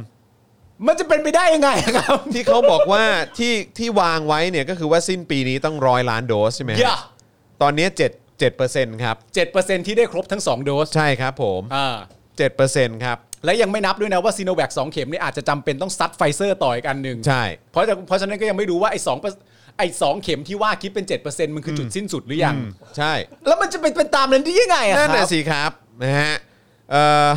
มันจะเป็นไปได้ยังไงอะครับ
ที่เขาบอกว่า ที่ที่วางไว้เนี่ยก็คือว่าสิ้นปีนี้ต้องร้อยล้านโดสใช่ไหมฮะ
อย่า
ตอนนี้7 7%ครับ
เจ็ดเปอร์เซ็นที่ได้ครบทั้งสองโดส
ใช่ครับผม
อ่า
7%ครับ
และยังไม่นับด้วยนะว่าซีโนแวคสองเข็มเนี่ยอาจจะจำเป็นต้องซัดไฟเซอร์ต่ออีกอันหนึ่ง
ใช่
เพราะจะเพราะฉะนั้นก็ยังไม่รู้ว่าไอ้สองไอ้สองเข็มที่ว่าคิดเป็นเจ็ดเปอร์เซ็นต์มันคือจุดสิ้นสุดหรือยัง
ใช่
แล้วมันจะเป็นเป็นตามนั้นได้ยังไงอะ
นั่น
ครั
น่ะ
บ
สิครับนะฮะเอ่อ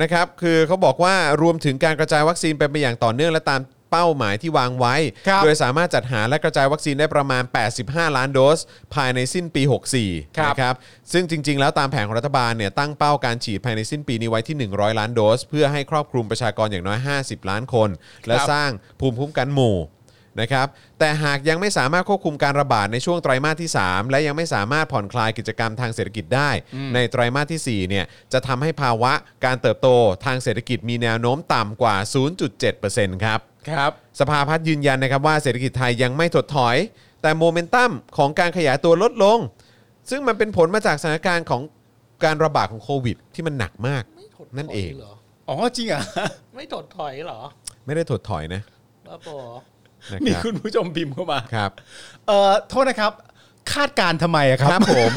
นะครับคือเขาบอกว่ารวมถึงการกระจายวัคซีนเป็นไปอย่างต่อเนื่องและตามเป้าหมายที่วางไว้
ครับ
โดยสามารถจัดหาและกระจายวัคซีนได้ประมาณ 85 ล้านโดส ภายในสิ้นปี 64
ครับ
นะครับซึ่งจริง ๆ แล้วตามแผนของรัฐบาลเนี่ยตั้งเป้าการฉีดภายในสิ้นปีนี้ไว้ที่ 100 ล้านโดส เพื่อให้ครอบคลุมประชากรอย่างน้อย 50 ล้านคน และสร้างภูมิคุ้มกันหมู่ นะครับแต่หากยังไม่สามารถควบคุมการระบาดในช่วงไตรมาสที่ 3 และยังไม่สามารถผ่อนคลายกิจกรรมทางเศรษฐกิจได้ ในไตรมาสที่4เนี่ยจะทำให้ภาวะการเติบโตทางเศรษฐกิจมีแนวโน้มต่ำกว่า 0.7%ครับ
ครับ
สภาพัฒน์ยืนยันนะครับว่าเศรษฐกิจไทยยังไม่ถดถอย แต่โมเมนตัมของการขยายตัวลดลง ซึ่งมันเป็นผลมาจากสถานการณ์ของการระบาดของโควิด ที่มันหนักมาก นั่นเอง
หรอ
อ๋อจริงเหรอ่ะ
ไม่ถดถอยเหรอ
ไม่ได้ถดถอยนะ
บ้าบอ
นะ
มี
ครับ
คุณผู้ชมพิมพ์เข้ามา
ครับ
เอ่อโทษนะครับ คาดการณ์ทำไมอะค
ครับ รับผม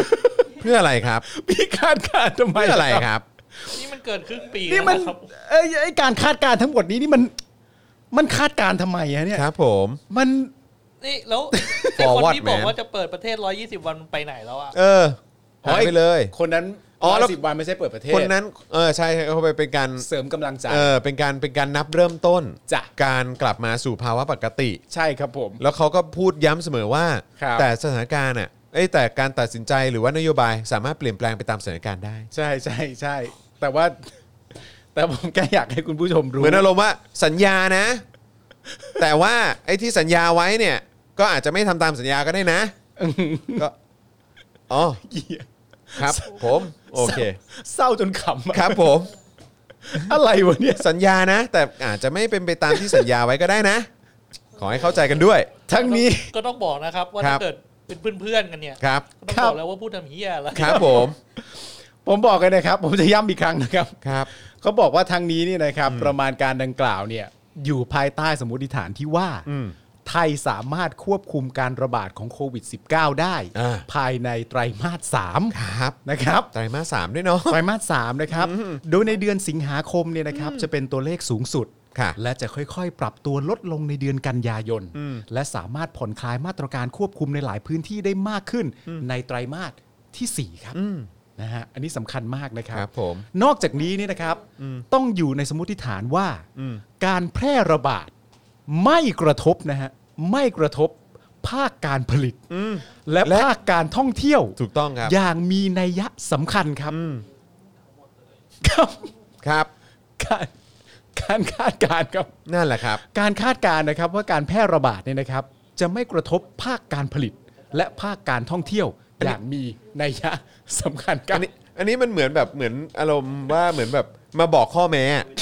เพื่ออะไรครับ
พี่คาดการณ์ทำไม
เพื่ออะไรครับ
นี่มันเกินครึ่งปี
นี่มัน
แล้วครับ
เอ้ยไอ้การคาดการณ์ทั้งหมดนี้นี่มัน มันคาดการณ์ทำไมอะเนี่ย
ครับผม
มัน
นี่แล้วไอ้คน
Forward
ที่บอก
man
ว่าจะเปิดประเทศ 120 วันไปไหนแล้วอ่ะ
เออหายไปเลย
คนนั้น
อ๋อแล้ว
สิบวันไม่ใช่เปิดประเทศ
คนนั้นเออใช่เขาไปเป็นการ
เสริมกำลังใจ
เออเป็นการเป็นการนับเริ่มต้น
จ้ะ
การกลับมาสู่ภาวะปกติ
ใช่ครับผม
แล้วเขาก็พูดย้ำเสมอว่า
ครับ
แต่สถานการณ์อ่ะเอ้ยแต่การตัดสินใจหรือว่านโยบายสามารถเปลี่ยนแปลงไปตามสถานการณ์ได้
ใช่ใช่ใช่ แต่ว่า แต่ผมแค่อยากให้คุณผู้ชม
เห
รู้
มือนอารมณ์ว่าสัญญานะ แต่ว่าไอ้ที่สัญญาไว้เนี่ย ก็อาจจะไม่ทำตามสัญญาก็ได้นะก็อ๋อครับ ผมโอเค
เศร้าจนขำอะ
ครับผม
อะไรวะเนี่ย
สัญญานะ แต่อาจจะไม่เป็นไปตามที่สัญญาไว้ก็ได้นะ ขอให้เข้าใจกันด้วย
ทั้งนี้
ก็ต้องบอกนะครับว่า
ครับ
ถ้าเกิดเป็นเพื่อนๆกันเนี่ย
ครับ
ก็ต้อง
ครับ บ
อกแล้วว่าพูดทำเฮียอะไร
ครับผม
ผมบอกกันนะครับ ผมจะย้ำอีกครั้งนะครับ
ครับ
เขาบอกว่าทางนี้เนี่ยนะครับ ประมาณการดังกล่าวเนี่ยอยู่ภายใต้สมมติฐานที่ว่า
อืม
ไทยสามารถควบคุมการระบาดของโควิด -19 ได้
อ่า
ภายในไตรมาส
ครับ
3 นะครับ
ไตรมาสสามด้วยเนาะ
ไตรมาส 3 นะครับ โดยในเดือนสิงหาคมเนี่ยนะครับ จะเป็นตัวเลขสูงสุด
ค่ะ
และจะค่อยๆ ปรับตัวลดลงในเดือนกันยายน และสามารถผ่อนคลายมาตรการควบคุมในหลายพื้นที่ได้มากขึ้น ในไตรมาสที่ 4 ครับนะฮะอันนี้สำคัญมากนะครั
ครับ บผม
นอกจากนี้เนี่ยนะครับ ต้องอยู่ในสมมติฐานว่า การแพร่ระบาดไม่กระทบนะฮะไม่กระทบภาคการผลิต และ
และ
ภาคการท่องเที่ยว
ถูกต้องครับ
อย่างมีนัยยะสำคัญครับครับ
ครับ
การการคาดการณ์ครับ
นั่นแหละครับ
การคาดการณ์นะครับว่าการแพร่ระบาดเนี่ยนะครับ จะไม่กระทบภาคการผลิต และภาคการท่องเที่ยว อย่างมีนัยยะสำคัญครั
อั
บ
นนี้อันนี้มันเหมือนแบบเหมือนอารมณ์ว่าเหมือนแบบมาบอกข้อแม้อะ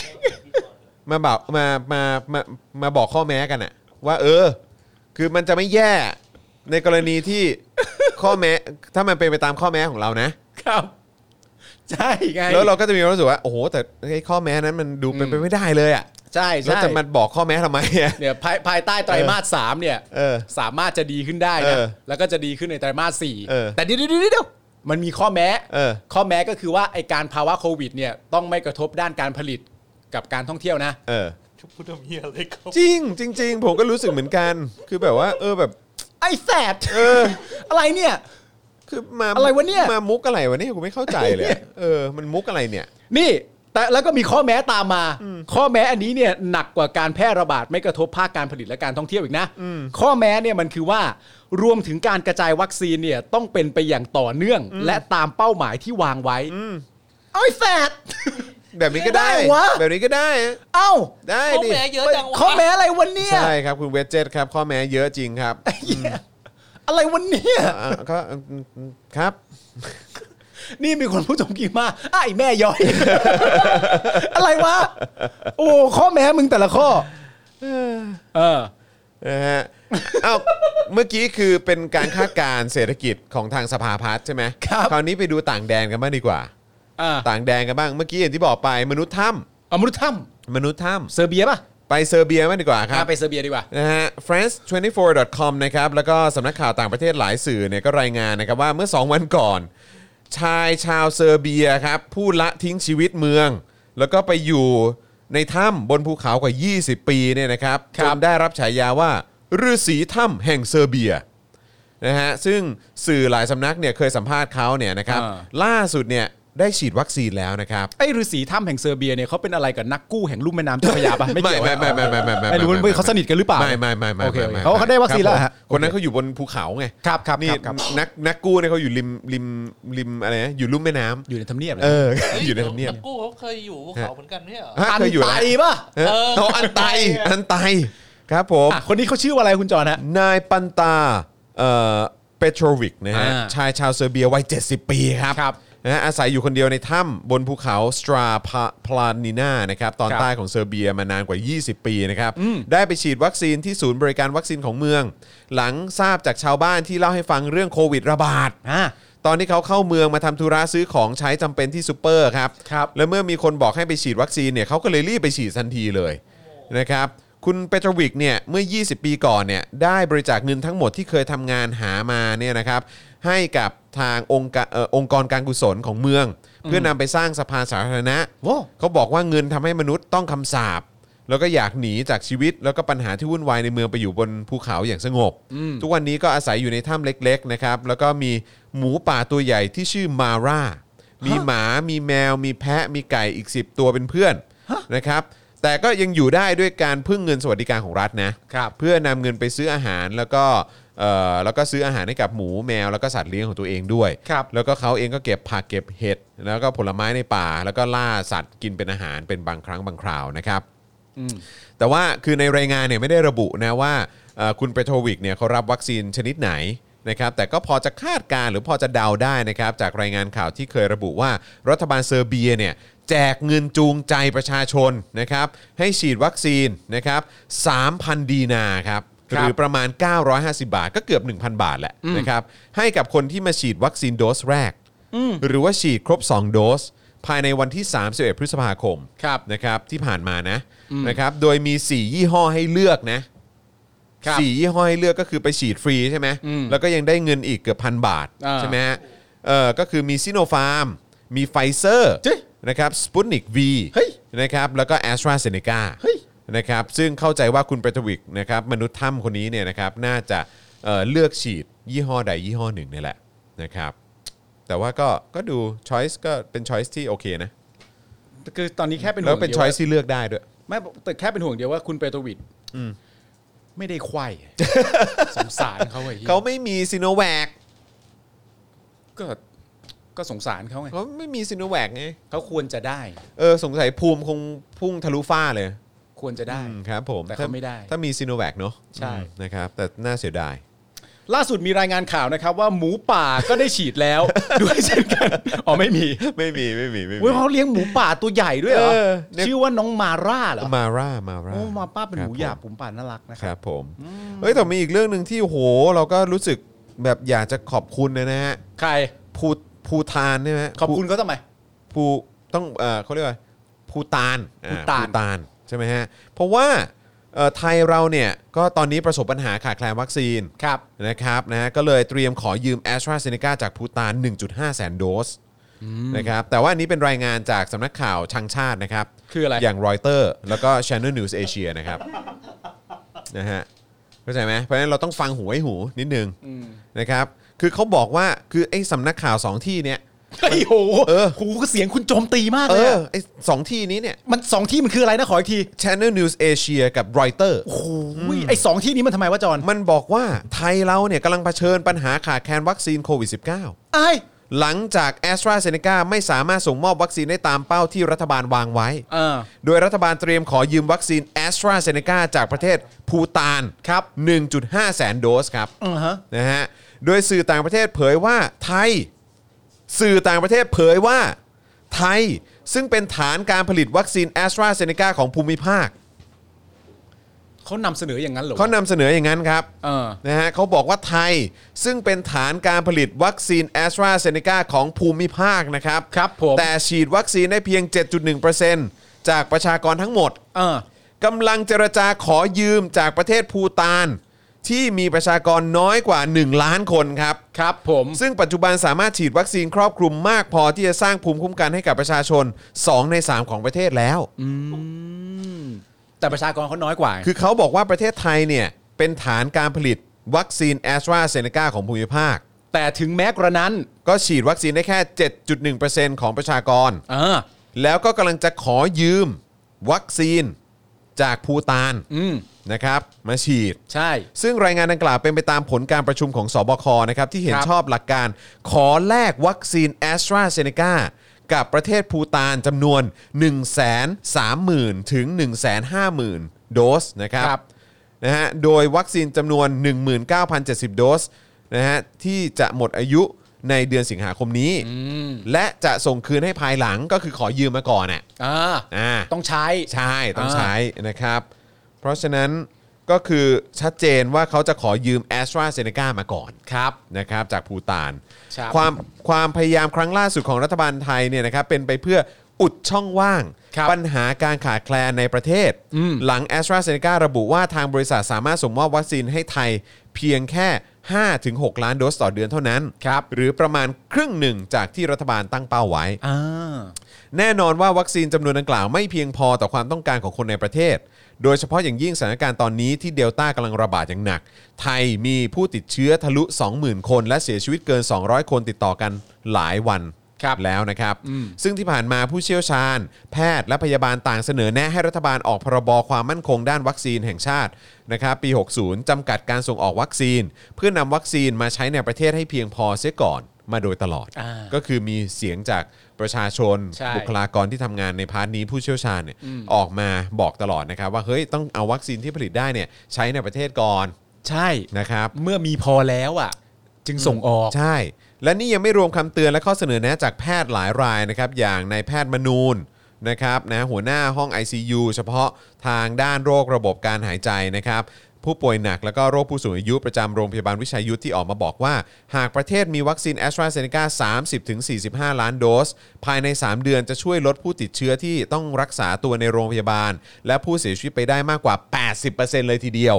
มาบอกมามามามาบอกข้อแม้กันอะว่า เออ คือมันจะไม่แย่ในกรณีที่ ข้อแม้ ถ้ามันเป็นไปตามข้อแม้ของเรานะ
ครับ ใช่ไง
แล้วเราก็จะมีความรู้สึกว่าโอ้โหแต่ไอ้ข้อแม้นั้นมันดูเป็นไปไม่ได้เลยอ่ะ
ใช่
แล้ว
ใช่
จะมาบอกข้อแม้ทำไมอ่ะ
เนี่ยภายภายใต้ไตรมาสสามเนี่ย
เออ
สามารถจะดีขึ้นได้นะ
เออ
แล้วก็จะดีขึ้นในไตรมาสสี่
เออ
แต่เดี๋ยวเดี๋ยวเดี๋ยวเดี๋ยวมันมีข้อแม้
เออ
ข้อแม้ก็คือว่าไอการภาวะโควิดเนี่ยต้องไม่กระทบด้านการผลิตกับการท่องเที่ยวนะ
เออ
พูดทำเฮียอะไรครับ
จริงจริง ๆ ผมก็รู้สึกเหมือนกัน คือแบบว่า เออแบบ
ไอแสบอะไรเนี่ย
คือมา
อะไรวะเนี่ย
มามุกอะไรวะเนี่ยกูไม่เข้าใจเลยอะเออ มันมุกอะไรเนี่ย
นี่ แต่แล้วก็มีข้อแม้ตามมา ข้อแม้อันนี้เนี่ยหนักกว่าการแพร่ระบาดไม่กระทบภาคการผลิตและการท่องเที่ยวอีกนะข้อแม้เนี่ยมันคือว่ารวมถึงการกระจายวัคซีนเนี่ยต้องเป็นไปอย่างต่อเนื่อง และตามเป้าหมายที่วางไว้เอ้ยแฟด
แบบนี้ก็ได้
ได้วะ
แบบนี้ก็ได้อะ
เอ้า
ได้
ข้อ
ดิ
แม้เยอะจังวะ
ข้อแม้อะไรวันเนี้ย
ใช่ครับคุณเวจเจตครับ ข้อแม้เยอะจริงครับ
ไอ้เหี้ย
อะไรวันนี้
เอ่อก็ครับ
นี่มีคนผู้ชมกี่มาอ้ายแม่ย้อย อะไรวะ โอ้ข้อแม้มึงแต่ละข้อ
เออ
นะฮะ อ้าว เมื่อกี้คือเป็นการคาดการณ์เศรษฐกิจของทางสภาพัฒน์ใช่ไหม
ครับ
คราวนี้ไปดูต่างแดนกันบ้างดีกว่า
อ่า
ต่างแดนกันบ้าง เมื่อกี้อย่างที่บอกไปมนุษย์ถ้
เอามนุษย์ถ้
ำมนุษย์ถ้
ำเซอร์เบียป่ะ
ำไปเซอร์เบียบ้างดีกว่าครับ
อ่าไปเซอร์เบียดีกว่า
นะฮะ france24.com นะครับ แล้วก็สำนักข่าวต่างประเทศหลายสื่อเนี่ยก็รายงานนะครับว่าเมื่อ 2 วันก่อน ชายชาวเซอร์เบียครับ ผู้ละทิ้งชีวิตเมือง แล้วก็ไปอยู่ในถ้ำบนภูเขากว่า 20 ปีเนี่ยนะครับ
ครั
จ
บ
นได้รับฉายาว่าฤาษีถ้ำแห่งเซอร์เบียนะฮะซึ่งสื่อหลายสำนักเนี่ยเคยสัมภาษณ์เขาเนี่ยนะครับ
อ่า
ล่าสุดเนี่ยได้ฉีดวัคซีนแล้วนะครับ
ไอ้ฤาษีถ้ำแห่งเซอร์เบียเนี่ยเขาเป็นอะไรกับนักกู้แห่งลุ่มแม่น้ำเจ้าพระยาป่ะไม่เกี่ยว
ไม่ไม่ไม่ไม่ไม่
ไม่รู้ว่าเขาสนิทกันหรือเปล่า
ไม่ไม่ไม่ไม่
โอเค
ไม่ไม่
เขาเขาได้วัคซีนแล้ว
รับ
ฮะ
ผมคนนั้นเขาอยู่บนภูเขาไง
ครับครับ
นี่
ครับครับ
นักนักกู้เนี่ยเขาอยู่ริมริมริมอะไรนะอยู่ลุ่มแม่น้ำ
อยู่ในทำเนียบเลย
เออ
ฮ้
อยู่ในทำเนียบ
ดี๋วกู้เขาเคยอยู่ภูเขาเหมือนกันไม่ใช่เหรอ
ฮะเคยอยู่
ไต
แล้ว
ป่ะ
เออ
เออ
เขาอันไตอันไตครับผม
อ่ะคนนี้เขาชื่อว่าอะไรคุณจอห์นฮะ
นายปันตาเอ่อเปโตรวิกนะฮะ
อ่า
ชายชาวเซอร์เบียวัย 70 ปีครับ
ครับ
นะฮะอาศัยอยู่คนเดียวในถ้ำบนภูเขาสตราพลานินานะครับตอน
ครับ
ใต้ของเซอร์เบียมานานกว่า 20 ปีนะครับ ได้ไปฉีดวัคซีนที่ศูนย์บริการวัคซีนของเมือง หลังทราบจากชาวบ้านที่เล่าให้ฟังเรื่องโควิดระบาด
อ่า
ตอนที่เขาเข้าเมืองมาทำธุระซื้อของใช้จำเป็นที่ซูเปอร์ครับ
ครับ
แล้วเมื่อมีคนบอกให้ไปฉีดวัคซีนเนี่ยเขาก็เลยรีบไปฉีดทันทีเลยนะครับ คุณเปโตรวิกเนี่ยเมื่อ 20 ปีก่อนเนี่ยได้บริจาคเงินทั้งหมดที่เคยทำงานหามาเนี่ยนะครับให้กับทางองค์กาเอ่อองค์กรการกุศลของเมือง เพื่อนำไปสร้างสะพานสาธารณะ
โว้
เขาบอกว่าเงินทำให้มนุษย์ต้องคำสาปแล้วก็อยากหนีจากชีวิต แล้วก็ปัญหาที่วุ่นวายในเมืองไปอยู่บนภูเขาอย่างสงบ ทุกวันนี้ก็อาศัยอยู่ในถ้ำเล็กๆนะครับแล้วก็มีหมูป่าตัวใหญ่ที่ชื่อมาร่า มีหมา มีแมว มีแพะ มีไก่อีก 10 ตัวเป็นเพื่อนนะครับ แต่ก็ยังอยู่ได้ด้วยการพึ่งเงินสวัสดิการของรัฐนะครับ เพื่อนำเงินไปซื้ออาหารแล้วก็เอ่อแล้วก็ซื้ออาหารให้กับหมูแมว แล้วก็สัตว์เลี้ยงของตัวเองด้วย
ครับ
แล้วก็เขาเองก็เก็บผักเก็บเห็ดแล้วก็ผลไม้ในป่า แล้วก็ล่าสัตว์กินเป็นอาหารเป็นบางครั้งบางคราวนะครับแต่ว่าคือในรายงานเนี่ยไม่ได้ระบุนะว่าเอ่อคุณเปโทรวิกเนี่ยเขารับวัคซีนชนิดไหนนะครับแต่ก็พอจะคาดการณ์หรือพอจะเดาได้นะครับจากรายงานข่าวที่เคยระบุว่ารัฐบาลเซอร์เบียเนี่ยแจกเงินจูงใจประชาชนนะครับให้ฉีดวัคซีนนะครับ3,000 ดีนาครับ
ค
ห
รับ
รือ ประมาณ 950 บาทก็เกือบ 1,000 บาทแหละนะครับให้กับคนที่มาฉีดวัคซีนโดสแรก หรือว่าฉีดครบ 2 โดส ภายในวันที่ 31 พฤษภาคม
ครับ
นะครับที่ผ่านมานะนะครับโดยมี 4 ยี่ห้อให้เลือกนะครับสี่ยี่ห้อให้เลือกก็คือไปฉีดฟรีใช่ไหมแล้วก็ยังได้เงินอีกเกือบพันบาท
อ่า
ใช่ไหมฮะเออก็คือมีซิโนฟาร์ม มีไฟเซอร์
เจ๊
นะครับสปุตนิกวี
เฮ้ย
นะครับแล้วก็แอสตราเซเนกา
เฮ้ย
นะครับซึ่งเข้าใจว่าคุณเปตวิกนะครับมนุษย์ถ้ำคนนี้เนี่ยนะครับน่าจะเอ่อเลือกฉีดยี่ห้อใดยี่ห้อหนึ่งเนี่ยแหละนะครับแต่ว่าก็ก็ดูช้อยส์ก็เป็นช้อยส์ที่โอเคนะ
คือตอนนี้แค่เป็นห่วง
แล้วเป็น
ดีย
ช้อยส์ที่เลือกได้ด้วย
ไม่แต่แค่เป็นห่วงเดียวว่าคุณเปโตรวิดไม่ได้ไขว้ส งสารเขาไอ้เหี้ย
เขาไม่มีซีโนแวค
ก็ก็สงสารเขาไง
เขาไม่มีซีโนแวคไง
เขาควรจะได้
เออสงสัยภูมิคงพุ่งทะลุฟ้าเลย
ควรจะได้
อืมครับผม
แต่เขาไม่ได้
ถ้ามีซีโนแวคเนาะ
ใช่
อืมนะครับแต่น่าเสียดาย
ล่าสุดมีรายงานข่าวนะครับ ว่าหมูป่าก็ได้ฉีดแล้ว ด้วยเช่นกันอ๋อไม่มี
ไม่มีไม่มีไม่มี
เว้ยเขาเลี้ยงหมูป่าตัวใหญ่ด้วยเหรอ
เออเนี่ย
ชื่อว่าน้องมาร่าเหรอ
มาร่ามาร่า
โอ้มาป้าเป็น
ค
ห
รับ
มูหยา
ผ
บ
ม
หมูป่าน่ารักนะค
ครับ รับผมเฮ้ยแต่มีอีกเรื่องหนึ่งที่โอ้โห เราก็รู้สึกแบบอยากจะขอบคุณนะนะฮะ
ใคร
ภูภูทานใช่ไหม
ขอบคุณเขาทำไม
ภูภูต้องเออเขาเรียกว่าภูตานอ่
ภูตาน
ภูตานใช่ไหมฮะเพราะว่าเอ่อไทยเราเนี่ยก็ตอนนี้ประสบปัญหาขาดแคลนวัคซีน
ครับ
นะครับนะฮะก็เลยเตรียมขอยืม a s t r a z เซ e c a จากภูตาน 1.5 แสนโดสนะครับแต่ว่าอันนี้เป็นรายงานจากสำนักข่าวชังชาตินะครับ
คืออะไร
อย่างรอยเตอร์แล้วก็ Channel News Asia นะครับ นะฮะเข้าใจไหมเพราะฉะนั้นเราต้องฟังหูไว้หูนิดนึงนะครับคือเขาบอกว่าคือไอ้สำนักข่าวสองที่เนี่ย
ไอ้ยโห
เออ
หูเสียงคุณโจมตีมาก
เอ
เลย
อ
อะ
ไอ้สองที่นี้เนี่ย
มันสองที่มันคืออะไรนะขออีกที
Channel News Asia กับ Reuters
โอ้โหไอ้สองที่นี้มันทำไมวะจอน
มันบอกว่าไทยเราเนี่ยกำลังเผชิญปัญหาขาดแคลนวัคซีนโควิด -19
ไอ้าย
หลังจาก a s t r a z เซ e c a ไม่สามารถส่งมอบวัคซีนได้ตามเป้าที่รัฐบาลวางไว้
เออ
โดยรัฐบาลเตรียมขอยืมวัคซีน a s t r a z เซ e c a จากประเทศภูตานครับ 1.5 แสนโดสครับ
อ่าฮะ
นะฮะโดยสื่อต่างประเทศเผยว่าไทย สื่อต่างประเทศเผยว่าไทย ซึ่งเป็นฐานการผลิตวัคซีน a s t r a z เซ e c a ของภูมิภาค
เขานำเสนออย่างนั้นเหรอ
เขานำเสนออย่างนั้นครับ
เออ
นะฮะเขาบอกว่าไทยซึ่งเป็นฐานการผลิตวัคซีนแอสตราเซเนกาของภูมิภาคนะครับ
ครับผม
แต่ฉีดวัคซีนได้เพียง 7.1%จากประชากรทั้งหมด
เออก
ำลังเจรจาขอยืมจากประเทศภูตาน ที่มีประชากรน้อยกว่า 1 ล้านคนครับ
ครับผม
ซึ่งปัจจุบันสามารถฉีดวัคซีนครอบคลุมมากพอที่จะสร้างภูมิคุ้มกันให้กับประชาชน 2 ใน 3 ของประเทศแล้ว
แต่ประชากรเขาน้อยกว่า
คือเขาบอกว่าประเทศไทยเนี่ยเป็นฐานการผลิตวัคซีนแอสตราเซเนกาของภูมิภาค
แต่ถึงแม้กระนั้น
ก็ฉีดวัคซีนได้แค่ 7.1%ของประชากร
เออ
แล้วก็กำลังจะขอยืมวัคซีนจากภูตาน
อืม
นะครับ มาฉีด
ใช่
ซึ่งรายงานดังกล่าวเป็นไปตามผลการประชุมของสบคนะครับ ที่เห็น
ครับ
ชอบหลักการ ขอแลกวัคซีนแอสตราเซเนกากับประเทศภูตานจำนวน 1 3 0 0 0 0 ถึง 1 5 0 0 0 0 โดสนะครับ
ครับ
นะฮะโดยวัคซีนจำนวน 19,070 โดสนะฮะที่จะหมดอายุในเดือนสิงหาคมนี้ และจะส่งคืนให้ภายหลังก็คือขอยืมมาก่อนน่ะ
อ่า
อ่า
ต้องใช้
ใช่ต้อง
อ่า
ใช้นะครับ เพราะฉะนั้นก็คือชัดเจนว่าเขาจะขอยืม a s t r a z เซ e c a มาก่อน
ครับ
นะครับจากภูตาน
ครับ
ความความพยายามครั้งล่าสุดของรัฐบาลไทยเนี่ยนะครับเป็นไปเพื่ออุดช่องว่าง
ครับ
ปัญหาการขาดแคลนในประเทศ หลัง a s t r a z เซ e c a ระบุว่าทางบริษัทสามารถส่งมอบวัคซีนให้ไทยเพียงแค่ 5-6 ล้านโดสต่อเดือนเท่านั้น
ครับ
หรือประมาณครึ่งหนึ่งจากที่รัฐบาลตั้งเป้าไว้
อ่า
แน่นอนว่าวัคซีนจำนวนดังกล่าวไม่เพียงพอต่อความต้องการของคนในประเทศ โดยเฉพาะอย่างยิ่งสถานการณ์ตอนนี้ที่เดลต้ากำลังระบาดอย่างหนัก ไทยมีผู้ติดเชื้อทะลุ 20,000 คน และเสียชีวิตเกิน 200 คนติดต่อกันหลายวัน
ครับ
แล้วนะครับ ซึ่งที่ผ่านมาผู้เชี่ยวชาญ แพทย์และพยาบาลต่างเสนอแนะให้รัฐบาลออกพรบความมั่นคงด้านวัคซีนแห่งชาตินะครับปี 60จำกัดการส่งออกวัคซีน เพื่อนำวัคซีนมาใช้ในประเทศให้เพียงพอเสียก่อนมาโดยตลอด
อ่า
ก็คือมีเสียงจากประชาชน
ใช่
บุคลากรที่ทำงานในพาร์ทนี้ผู้เชี่ยวชาญเนี่ยออกมาบอกตลอดนะครับ ว่าเฮ้ยต้องเอาวัคซีนที่ผลิตได้เนี่ยใช้ในประเทศก่อน
ใช่
นะครับ
เมื่อมีพอแล้วอ่ะ จึงส่งออก
ใช่ และนี่ยังไม่รวมคำเตือนและข้อเสนอแนะจากแพทย์หลายรายนะครับ อย่างนายแพทย์มนูนนะครับนะหัวหน้าห้อง ICU เฉพาะทางด้านโรคระบบการหายใจนะครับ ผู้ป่วยหนักและก็โรคผู้สูงอายุประจำโรงพยาบาลวิชัยยุทธที่ออกมาบอกว่า หากประเทศมีวัคซีนแอสตราเซเนกา30-45 ล้านโดส ภายใน 3 เดือนจะช่วยลดผู้ติดเชื้อที่ต้องรักษาตัวในโรงพยาบาล และผู้เสียชีวิตไปได้มากกว่า 80%เลยทีเดียว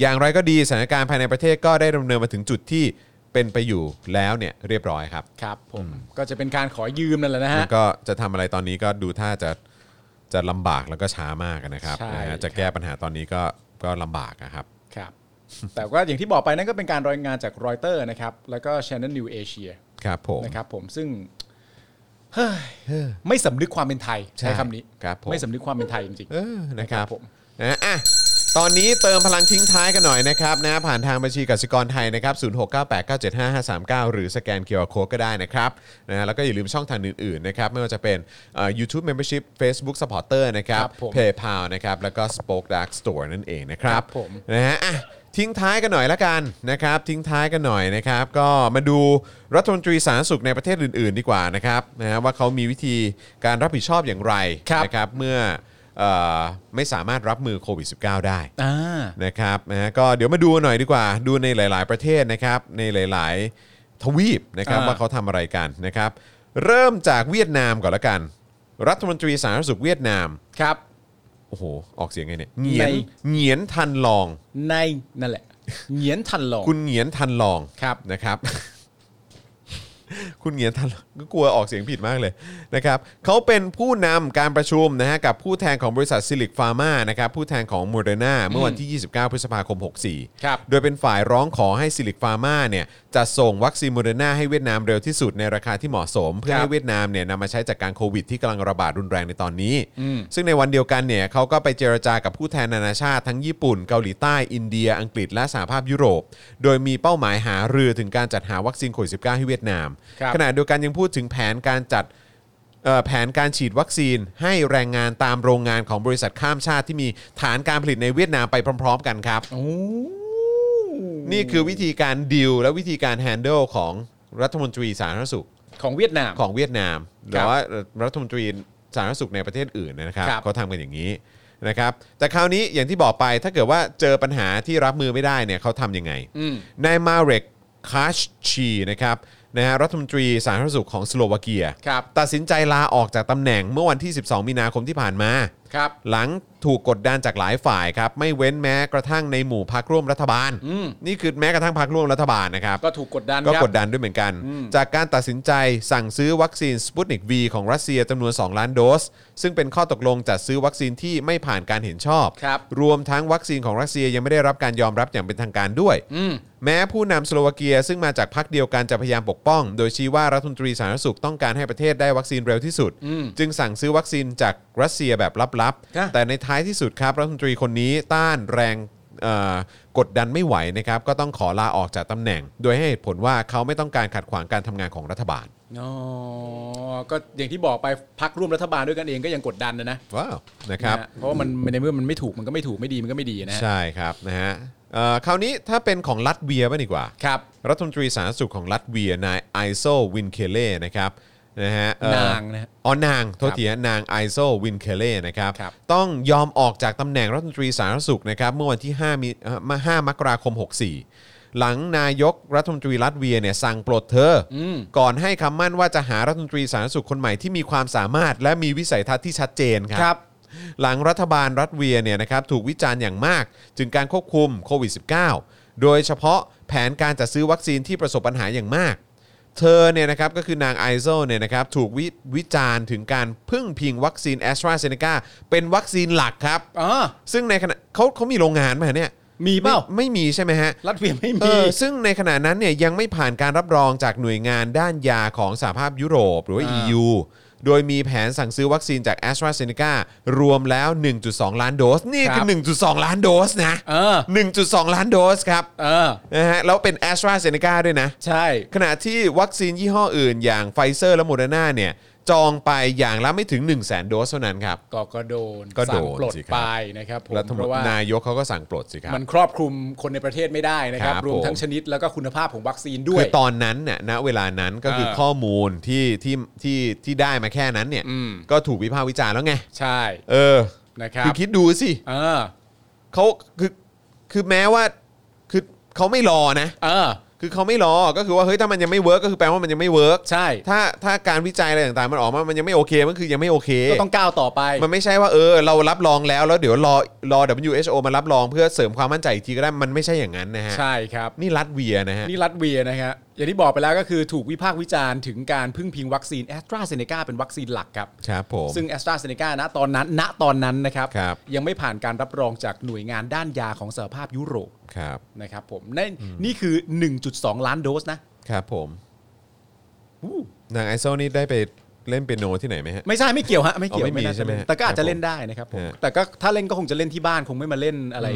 อย่างไรก็ดีสถานการณ์ภายในประเทศก็ได้ดำเนินมาถึงจุดที่เป็นไปอยู่แล้วเนี่ยเรียบร้อยครับ
ครับผม ก็จะเป็นการขอยืมนั่นแหละนะ
แล้
ฮะ
วก็จะทำอะไรตอนนี้ก็ดูถ้าจะจะลำบากแล้วก็ช้ามากนะครับ
ใช่
นะฮะจะแก้ปัญหาตอนนี้ก็ก็ลำบากนะครับ
ครับ แต่ก็อย่างที่บอกไปนั่นก็เป็นการรายงานจากรอยเตอร์นะครับ แล้วก็ Channel New Asia
ครับผม
นะครับผมซึ่งเฮ้ยไม่สำนึกความเป็นไทย ใช้คำนี้
ครับผม
ไม่สำนึกความเป็นไทยจริง
เออนะครั
ค
บ
รับผม
นะอ่ะตอนนี้เติมพลังทิ้งท้ายกันหน่อยนะครับนะผ่านทางบัญชีกสิกรไทยนะครับ0698975539 หรือสแกนเคอร์โคก็ได้นะครับนะฮะแล้วก็อย่าลืมช่องทางอื่นๆนะครับไม่ว่าจะเป็นเอ่อ YouTube Membership Facebook Supporter นะครั
ค
บ
รับผม
PayPal นะครับแล้วก็ Spoke Dark Store นั่นเองนะครับ
ครับผม
นะฮะอ่ะทิ้งท้ายกันหน่อยละกันนะครับ ทิ้งท้ายกันหน่อยนะครับ ก็มาดูรัฐมนตรีสาธารณสุขในประเทศอื่น ๆ ดีกว่านะครับนะฮะว่าเขามีวิธีการรับผิดชอบอย่างไร
ครับ
นะครับเมื่อเอ่อไม่สามารถรับมือโควิด -19 ได้
ๆอ่า
นะครับนะฮะก็เดี๋ยวมาดูหน่อยดีกว่า ดูในหลาย ๆ ประเทศนะครับ ในหลาย ๆ ทวีปนะครับ
อ่า
ว่าเขาทำอะไรกันนะครับ เริ่มจากเวียดนามก่อนละกัน รัฐมนตรีสาธารณสุขเวียดนาม
ครับ
โอ้โหออกเสียงไงเนี่ยเหงียน
ใน
เหงียนทันลอง
ในนั่นแหละ เหงียนทันหลอก
คุณเหงียนทันลอง
ครับ
นะครับ คุณเหงียนทันลองก็กลัวออกเสียงผิดมากเลยนะครับเขาเป็นผู้นำการประชุมนะฮะกับผู้แทนของบริษัทซิลิกฟาร์มานะครับผู้แทนของโมเดอร์นาเมื่อวันที่ 29 พฤษภาคม 64
ครับ
โดยเป็นฝ่ายร้องขอให้ซิลิกฟาร์มาเนี่ย จะส่งวัคซีนโมเดอร์นาให้เวียดนามเร็วที่สุดในราคาที่เหมาะสม เพื่อ
ครับ
ให้เวียดนามเนี่ยนำมาใช้จากการโควิดที่กำลังระบาดรุนแรงในตอนนี้
อืม
ซึ่งในวันเดียวกันเนี่ยเขาก็ไปเจรจากับผู้แทนนานาชาติทั้งญี่ปุ่น เกาหลีใต้ อินเดีย อังกฤษและสหภาพยุโรป โดยมีเป้าหมายหารือถึงการจัดหาวัคซีนโควิด -19 ให้เวียดนาม
ครับ
ขณะเดียวกันยังพูดถึงแผนการจัดเอ่อแผนการฉีดวัคซีนให้แรงงานตามโรงงานของบริษัทข้ามชาติที่มีฐานการผลิตในเวียดนามไปพร้อม ๆ กันครับ
โอ้
นี่คือวิธีการดิวและวิธีการแฮนเดิลของรัฐมนตรีสาธารณสุข
ของเวียดนาม
ของเวียดนามห
ค
รื
รั
อบ ว่ารัฐมนตรีสาธารณสุขในประเทศอื่นนะครับ
ครับ
เขาทำกันอย่างนี้นะครับแต่คราวนี้อย่างที่บอกไปถ้าเกิดว่าเจอปัญหาที่รับมือไม่ได้เนี่ยเขาทำยังไง
อืม
นายมาเรกคาชชีนะครับนะฮะรัฐมนตรีสาธารณสุขของสโลวาเกีย
ครับ
ตัดสินใจลาออกจากตำแหน่งเมื่อวันที่ 12 มีนาคมที่ผ่านมา
ครับ
หลังถูกกดดันจากหลายฝ่ายครับไม่เว้นแม้กระทั่งในหมู่พักร่วมรัฐบาล
อืม
นี่คือแม้กระทั่งพักร่วมรัฐบาลนะครับ
ก็ถูกกดดัน
ก็
ครับ
กดดันด้วยเหมือนกัน
อืม
จากการตัดสินใจสั่งซื้อวัคซีนสปุตนิก V ของรัสเซียจำนวน 2 ล้านโดส ซึ่งเป็นข้อตกลงจัดซื้อวัคซีนที่ไม่ผ่านการเห็นชอบ
ครับ
รวมทั้งวัคซีนของรัสเซียยังไม่ได้รับการยอมรับอย่างเป็นทางการด้วย
อืม
แม้ผู้นำสโลวาเกียซึ่งมาจากพรรคเดียวกันจะพยายามปกป้อง โดยชี้ว่ารัฐมนตรีสาธารณสุขต้องการให้ประเทศได้วัคซีนเร็วที่สุด
อืม
จึงสั่งซื้อวัคซีนจากรัสเซียแบบลับ
ค่ะ
ๆ แต่ในท้ายที่สุดครับรัฐมนตรีคนนี้ต้านแรงเอ่อกดดันไม่ไหวนะครับ ก็ต้องขอลาออกจากตำแหน่ง โดยให้เหตุผลว่าเขาไม่ต้องการขัดขวางการทำงานของรัฐบาล
อ๋อก็อย่างที่บอกไปพักร่วมรัฐบาลด้วยกันเองก็ยังกดดันนะนะ
ว้าวนะครับ
นะฮะเพราะว่ามันในเมื่อมันไม่ถูกมันก็ไม่ถูกไม่ดีมันก็ไม่ดีนะฮะ
ใช่ครับนะฮะเอ่อคราวนี้ถ้าเป็นของลัตเวียบ้างดีกว่า
ครับ
รัฐมนตรีสาธารณสุขของลัตเวียนายไอโซวินเคเล่นะครับนะฮะเอ่อน
างนะฮะ
อ๋อนางโท
ค
ษ
รับ
ทีฮะนางไอโซวินเคเล่นะครับ
ครับ
ต้องยอมออกจากตำแหน่งรัฐมนตรีสาธารณสุขนะครับเมื่อวันที่5มีเอ่อมา5มกราคม 64 หลังนายกรัฐมนตรีลัตเวียเนี่ยสั่งปลดเธออ
ม
ก่อนให้คำมั่นว่าจะหารัฐมนตรีสาธารณสุขคนใหม่ที่มีความสามารถ และมีวิสัยทัศน์ที่ชัดเจนครับ หลังรัฐบาลรัฐเวียเนี่ยนะครับถูกวิจารณ์อย่างมาก จึงการควบคุมโควิด -19 โดยเฉพาะแผนการจัดซื้อวัคซีนที่ประสบปัญหาอย่างมาก เธอเนี่ยนะครับก็คือนางไอโซเนี่ยนะครับถูกวิวิจารณ์ถึงการพึ่งพิงวัคซีนแอสตราเซเนกาเป็นวัคซีนหลักครับ
อ๋อ
ซึ่งในขณะเขาเขามีโรงงานไหมฮะเนี่ย
มีเปล่า
ไม่ไม่มีใช่ไหมฮะ
รัฐเวียไม่
เอ
มี
อซึ่งในขณะนั้นเนี่ยยังไม่ผ่านการรับรองจากหน่วยงานด้านยาของสหภาพยุโรปหรือว่า
อ่า
EU โดยมีแผนสั่งซื้อวัคซีนจาก a s t r a z e ซ e cารวมแล้ว 1.2 ล้านโดส นี่
ครับ
คือ 1.2 ล้านโดสนะ
เออ
1.2 ล้านโดสครับ
เออ
นะฮะแล้วเป็น a s t r a z e ซ e c a ด้วยนะ
ใช่
ขณะที่วัคซีนยี่ห้ออื่นอย่างไฟเซอร์และโมเดอร์นาเนี่ยจองไปอย่างละไม่ถึง 1 0 0 0 0แโดสเท่านั้นครับ
ก็ก็โดน
ก็โดน
สั่งปลด
สิครับ
ไปนะครับผม
รัฐม
เพ
นต
ราะ
รี
ว่าน
ายกเขาก็สั่งปลดสิครับ
มันครอบคลุมคนในประเทศไม่ได้นะครับ
ครับ
รวมทั้ง
ผม
ชนิดแล้วก็คุณภาพของวัคซีนด้ว
คื
ย
อตอนนั้นเนี่ยณเวลานั้นก็คือ
เออ
ข้อมูลที่ที่ที่ที่ได้มาแค่นั้นเนี่ย
อืม
ก็ถูกวิพากษ์วิจารณ์แล้วไง
ใช่
เออ
นะครับ
คือคิดดูสิ
เออ
เขาคือคือแม้ว่าคือเขาไม่รอนะ
เออ
คือเขาไม่รอก็คือว่าเฮ้ยถ้ามันยังไม่เวิร์กก็คือแปลว่ามันยังไม่เวิร์ก
ใช่
ถ้าถ้าการวิจัยอะไรต่างๆมันออกมามันยังไม่โอเคมันคือยังไม่โอเค
ก็ต้องก้าวต่อไป
มันไม่ใช่ว่าเออเรารับรองแล้วแล้วเดี๋ยวรอรอ WHO มารับรองเพื่อเสริมความมั่นใจอีกทีก็ได้มันไม่ใช่อย่างนั้นนะฮะ
ใช่ครับ
นี่รัดเวียนะฮะ
นี่รัฐเวียนะครับอย่างที่บอกไปแล้วก็คือถูกวิพากษ์วิจารณ์ถึงการพึ่งพิงวัคซีนแอสตราเซเนกาเป็นวัคซีนหลักครับ
ครับผม
ซึ่งแอสตราเซเนกาณตอนนั้นณตอนนั้นนะครับ
ครับ
ยังไม่ผ่านการรับรองจากหน่วยงานด้านยาของสหภาพยุโรป
ครับ
นะครับผมนั่นนี่คือ 1.2 ล้านโดสนะครับ
ผม
อู้
นางไอโซนี่ได้ไปเล่นเปียโนที่ไหนไหมฮะ
ไม่ใช่ไม่เกี่ยวฮะไม่เกี่ยว
อ๋อไม่มี
น่าจะ
ใช่ไหมฮะ
แต่ก็อาจ
ครั
จะ
บผม
เล่นได้นะครับผม
ฮะ
แต่ก็ถ้าเล่นก็คงจะเล่นที่บ้านคงไม่มาเล่นอะไร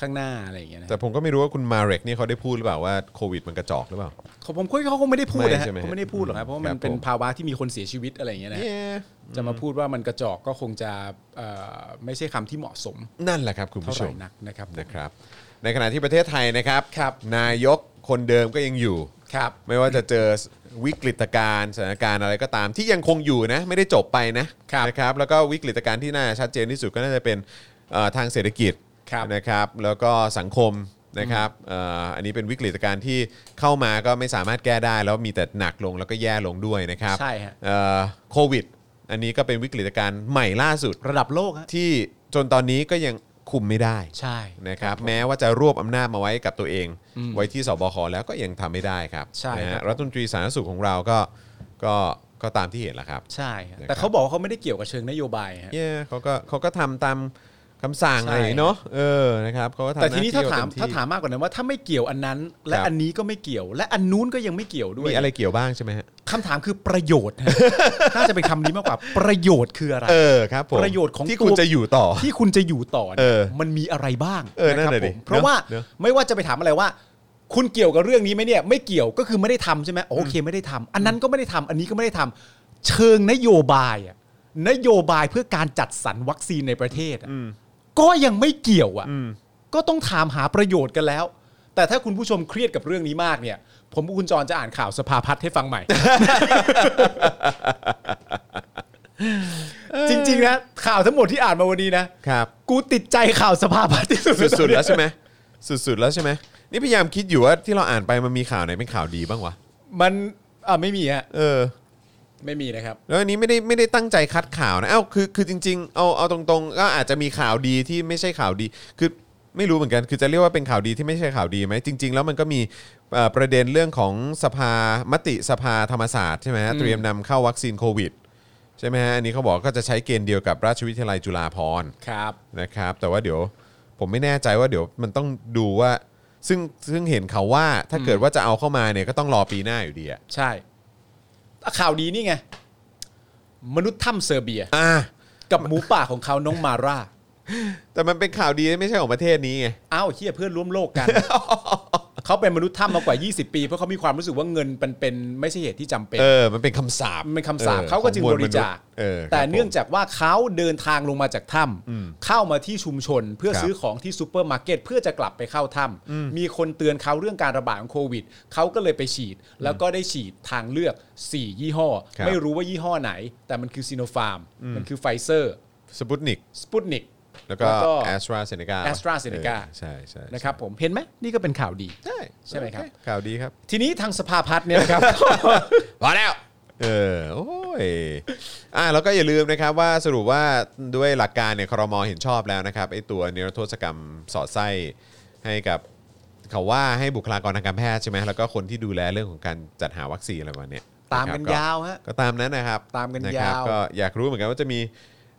ข้างหน้าอะไรอย่างเงี้ยนะ
แต่ผมก็ไม่รู้ว่าคุณมาเรกนี่เขาได้พูดหรือเปล่าว่าโควิดมันกระจอกหรือเปล่า
เขาผมคุยเขาคงไม่ได้พูดนะ
ไม่
ฮะ
ใช่ไหมฮะ
เขาไม่ได้พูดหรอกครับเพราะว่ามั
ครั
น
บ
เป็น
ผม
ภาวะที่มีคนเสียชีวิตอะไรอย่างเงี้ยนะฮะ
Yeah
จะมาพูดว่ามันกระจอกก็คงจะเอ่อไม่ใช่คำที่เหมาะสม
นั่นแหละครับคุณ
เท่า
ผู้ช
ไหร่
ม
นักนะครับผม
นะครับ ในขณะที่ประเทศไทยนะครับ
ครับ
นายกคนเดิมก็ยังอยู่
ครับ
ไม่ว่าจะเจอวิกฤตการณ์สถานการณ์อะไรก็ตามที่ยังคงอยู่นะ ไม่ได้จบไปนะครับ นะครับ แล้วก็วิกฤตการณ์ที่น่าชัดเจนที่สุดก็น่าจะเป็นเอ่อทางเศรษฐกิจ
ครับ
นะครับ แล้วก็สังคมนะครับเอ่ออันนี้เป็นวิกฤตการณ์ที่เข้ามาก็ไม่สามารถแก้ได้ แล้วมีแต่หนักลงแล้วก็แย่ลงด้วยนะครับ
ใช่ฮะ
เอ่อโควิด อันนี้ก็เป็นวิกฤตการณ์ใหม่ล่าสุด
ระดับโลกฮะ
ที่จนตอนนี้ก็ยังคุมไม่ได้
ใช่
นะครับแม้ว่าจะรวบอำนาจมาไว้กับตัวเอง ไว้ที่สบคแล้วก็ยังทำไม่ได้ครับ
ใช่
นะ
ครั
ฮะ
บ
รัฐมนตรีสาธารณสุขของเราก็ก็ก็ตามที่เห็นแหละครับ
ใช่ฮะ
นะครับ
แต่เขาบอกว่าเขาไม่ได้เกี่ยวกับเชิงนโยบายฮะ
เย่เขาก็เขาก็ทำตาม คำสั่งอะไรอย่างงี้เนาะเออนะครับเขาก็ทำ
แต่ทีนี้
ห
ถ้า
เข
ถาม
เที่
ถ้าถามมากกว่านั้นว่าถ้าไม่เกี่ยวอันนั้น และ
ครับ
อันนี้ก็ไม่เกี่ยว และอันนู้นก็ยังไม่เกี่ยวด้วย
มีอะไรเกี่ยวบ้างใช่ไหมฮะ
คำถามคือประโยชน์ฮะ น่าจะเป็นคำนี้มากกว่าประโยชน์คืออะไร
เออครับผม
ประโยชน์ของ
ที่คุณ
ตัว
จะอยู่ต่อ
ที่คุณจะอยู่ต่อ
เอ
เนี่ย
อ
มันมีอะไรบ้าง
เออนั่น
ค
น่ะ
รับผ
ดิ
มเพราะว่า
เนอะ
ไม่ว่าจะไปถามอะไรว่า คุณเกี่ยวกับเรื่องนี้ไหมเนี่ย ไม่เกี่ยวก็คือไม่ได้ทำใช่ไหมโอเคไม่ได้ทำอันนั้นก็ไม่ได้ทำอันนี้ก็ไม่ได้ทำเชิงนโยบายอะนโยบายเพื่อการจัดสรรวัคซีนในประเทศอะ
อืม
ก็ยังไม่เกี่ยวอ่ะ
อืม
ก็ต้องถามหาประโยชน์กันแล้ว แต่ถ้าคุณผู้ชมเครียดกับเรื่องนี้มากเนี่ย ผมกับคุณจรจะอ่านข่าวสภาพัฒน์ให้ฟังใหม่ จริงๆนะข่าวทั้งหมดที่อ่านมาวันนี้นะ
ครับ
กูติดใจข่าวสภาพัฒน์ที่สุด
สุดๆแล้วใช่ไหม สุดๆแล้วใช่ไหมนี่พยายามคิดอยู่ว่าที่เราอ่านไปมันมีข่าวไหนเป็นข่าวดีบ้างวะ
มันอ่าไม่มีฮะ
เออ
ไม่มีนะครับ
แล้วอันนี้ไม่ได้ไม่ได้ตั้งใจคัดข่าวนะเอ้าคือคือจริง ๆ เอาเอาตรงๆ ก็อาจจะมีข่าวดีที่ไม่ใช่ข่าวดี คือไม่รู้เหมือนกัน คือจะเรียกว่าเป็นข่าวดีที่ไม่ใช่ข่าวดีไหมจริง ๆ แล้วมันก็มีเอ่อประเด็นเรื่องของสภามติสภาธรรมศาสตร์ใช่ไหมฮะ
อืม
เตรียมนำเข้าวัคซีนโควิดใช่ไหมฮะอันนี้เขาบอกก็จะใช้เกณฑ์เดียวกับราชวิทยาลัยจุฬาภรณ์
ครับ
นะครับแต่ว่าเดี๋ยวผมไม่แน่ใจว่าเดี๋ยวมันต้องดูว่า ซึ่งซึ่งเห็นเขาว่าถ้าเกิดว่าจะเอาเข้ามาเนี่ยก็ต้องรอปีหน้าอยู่ดีอะ
ใช่อ่ะข่าวดีนี่ไง มนุษย์ถ้ำเซอร์เบีย
อ่ะ
กับหมูป่าของเขาน้องมาร่า
แต่มันเป็นข่าวดีไม่ใช่ของประเทศนี้ไง
อ้าวเฮียเพื่อนร่วมโลกกัน เขาเป็นมนุษย์ถ้ำมากว่า 20 ปี เพราะเขามีความรู้สึกว่าเงินมันเป็นไม่ใช่เหตุที่จำเป็น
เออมันเป็นคำสาป
มันเป็นคำสาป
ออ
เขาก็จึง
ขอมว
บ
ล
ริจาค
มนุษย์เออ
แต่
ครับผม
เนื่องจากว่าเขาเดินทางลงมาจากถ้ำเข้ามาที่ชุมชน เพื่อ
ครับ
ซื้อของที่ซูเปอร์มาร์เก็ตเพื่อจะกลับไปเข้าถ้ำมีคนเตือนเขาเรื่องการระบาดของโควิดเขาก็เลยไปฉีด แล้วก็ได้ฉีดทางเลือก 4 ยี่ห้อ
ครับ
ไม่รู้ว่ายี่ห้อไหน แต่มันคือซีโนฟาร์ม มันคือไฟเซอร์
สปุตนิก
สปุตนิก
แล้วก็
แล้วก็
แอสตราเซเนกา
AstraZeneca
ใช่ใช่
นะครับผมเห็นไหมนี่ก็เป็นข่าวดี
ใช่
ใช่ไหมครับ
โอเข่าวดีครับ
ทีนี้ทางสภาพัฒน์เนี่ยนะครับ
พอแล้ว เออ โอ้ย อ่า แล้วก็อย่าลืมนะครับว่าสรุปว่าด้วยหลักการเนี่ยครมเห็นชอบแล้วนะครับไอ้ตัวนิรโทษกรรมสอดไส้ให้กับเขาว่าให้บุคลากรทางการแพทย์ใช่ไหมแล้วก็คนที่ดูแลเรื่องของการจัดหาวัคซีนอะไรประมาณเนี้ย
ตามกันะครับยาวฮะ
ก็ตามนั้นนะครับ
ตามกันะ
ครับ
ยาว
ก็อยากรู้เหมือนกันว่าจะมี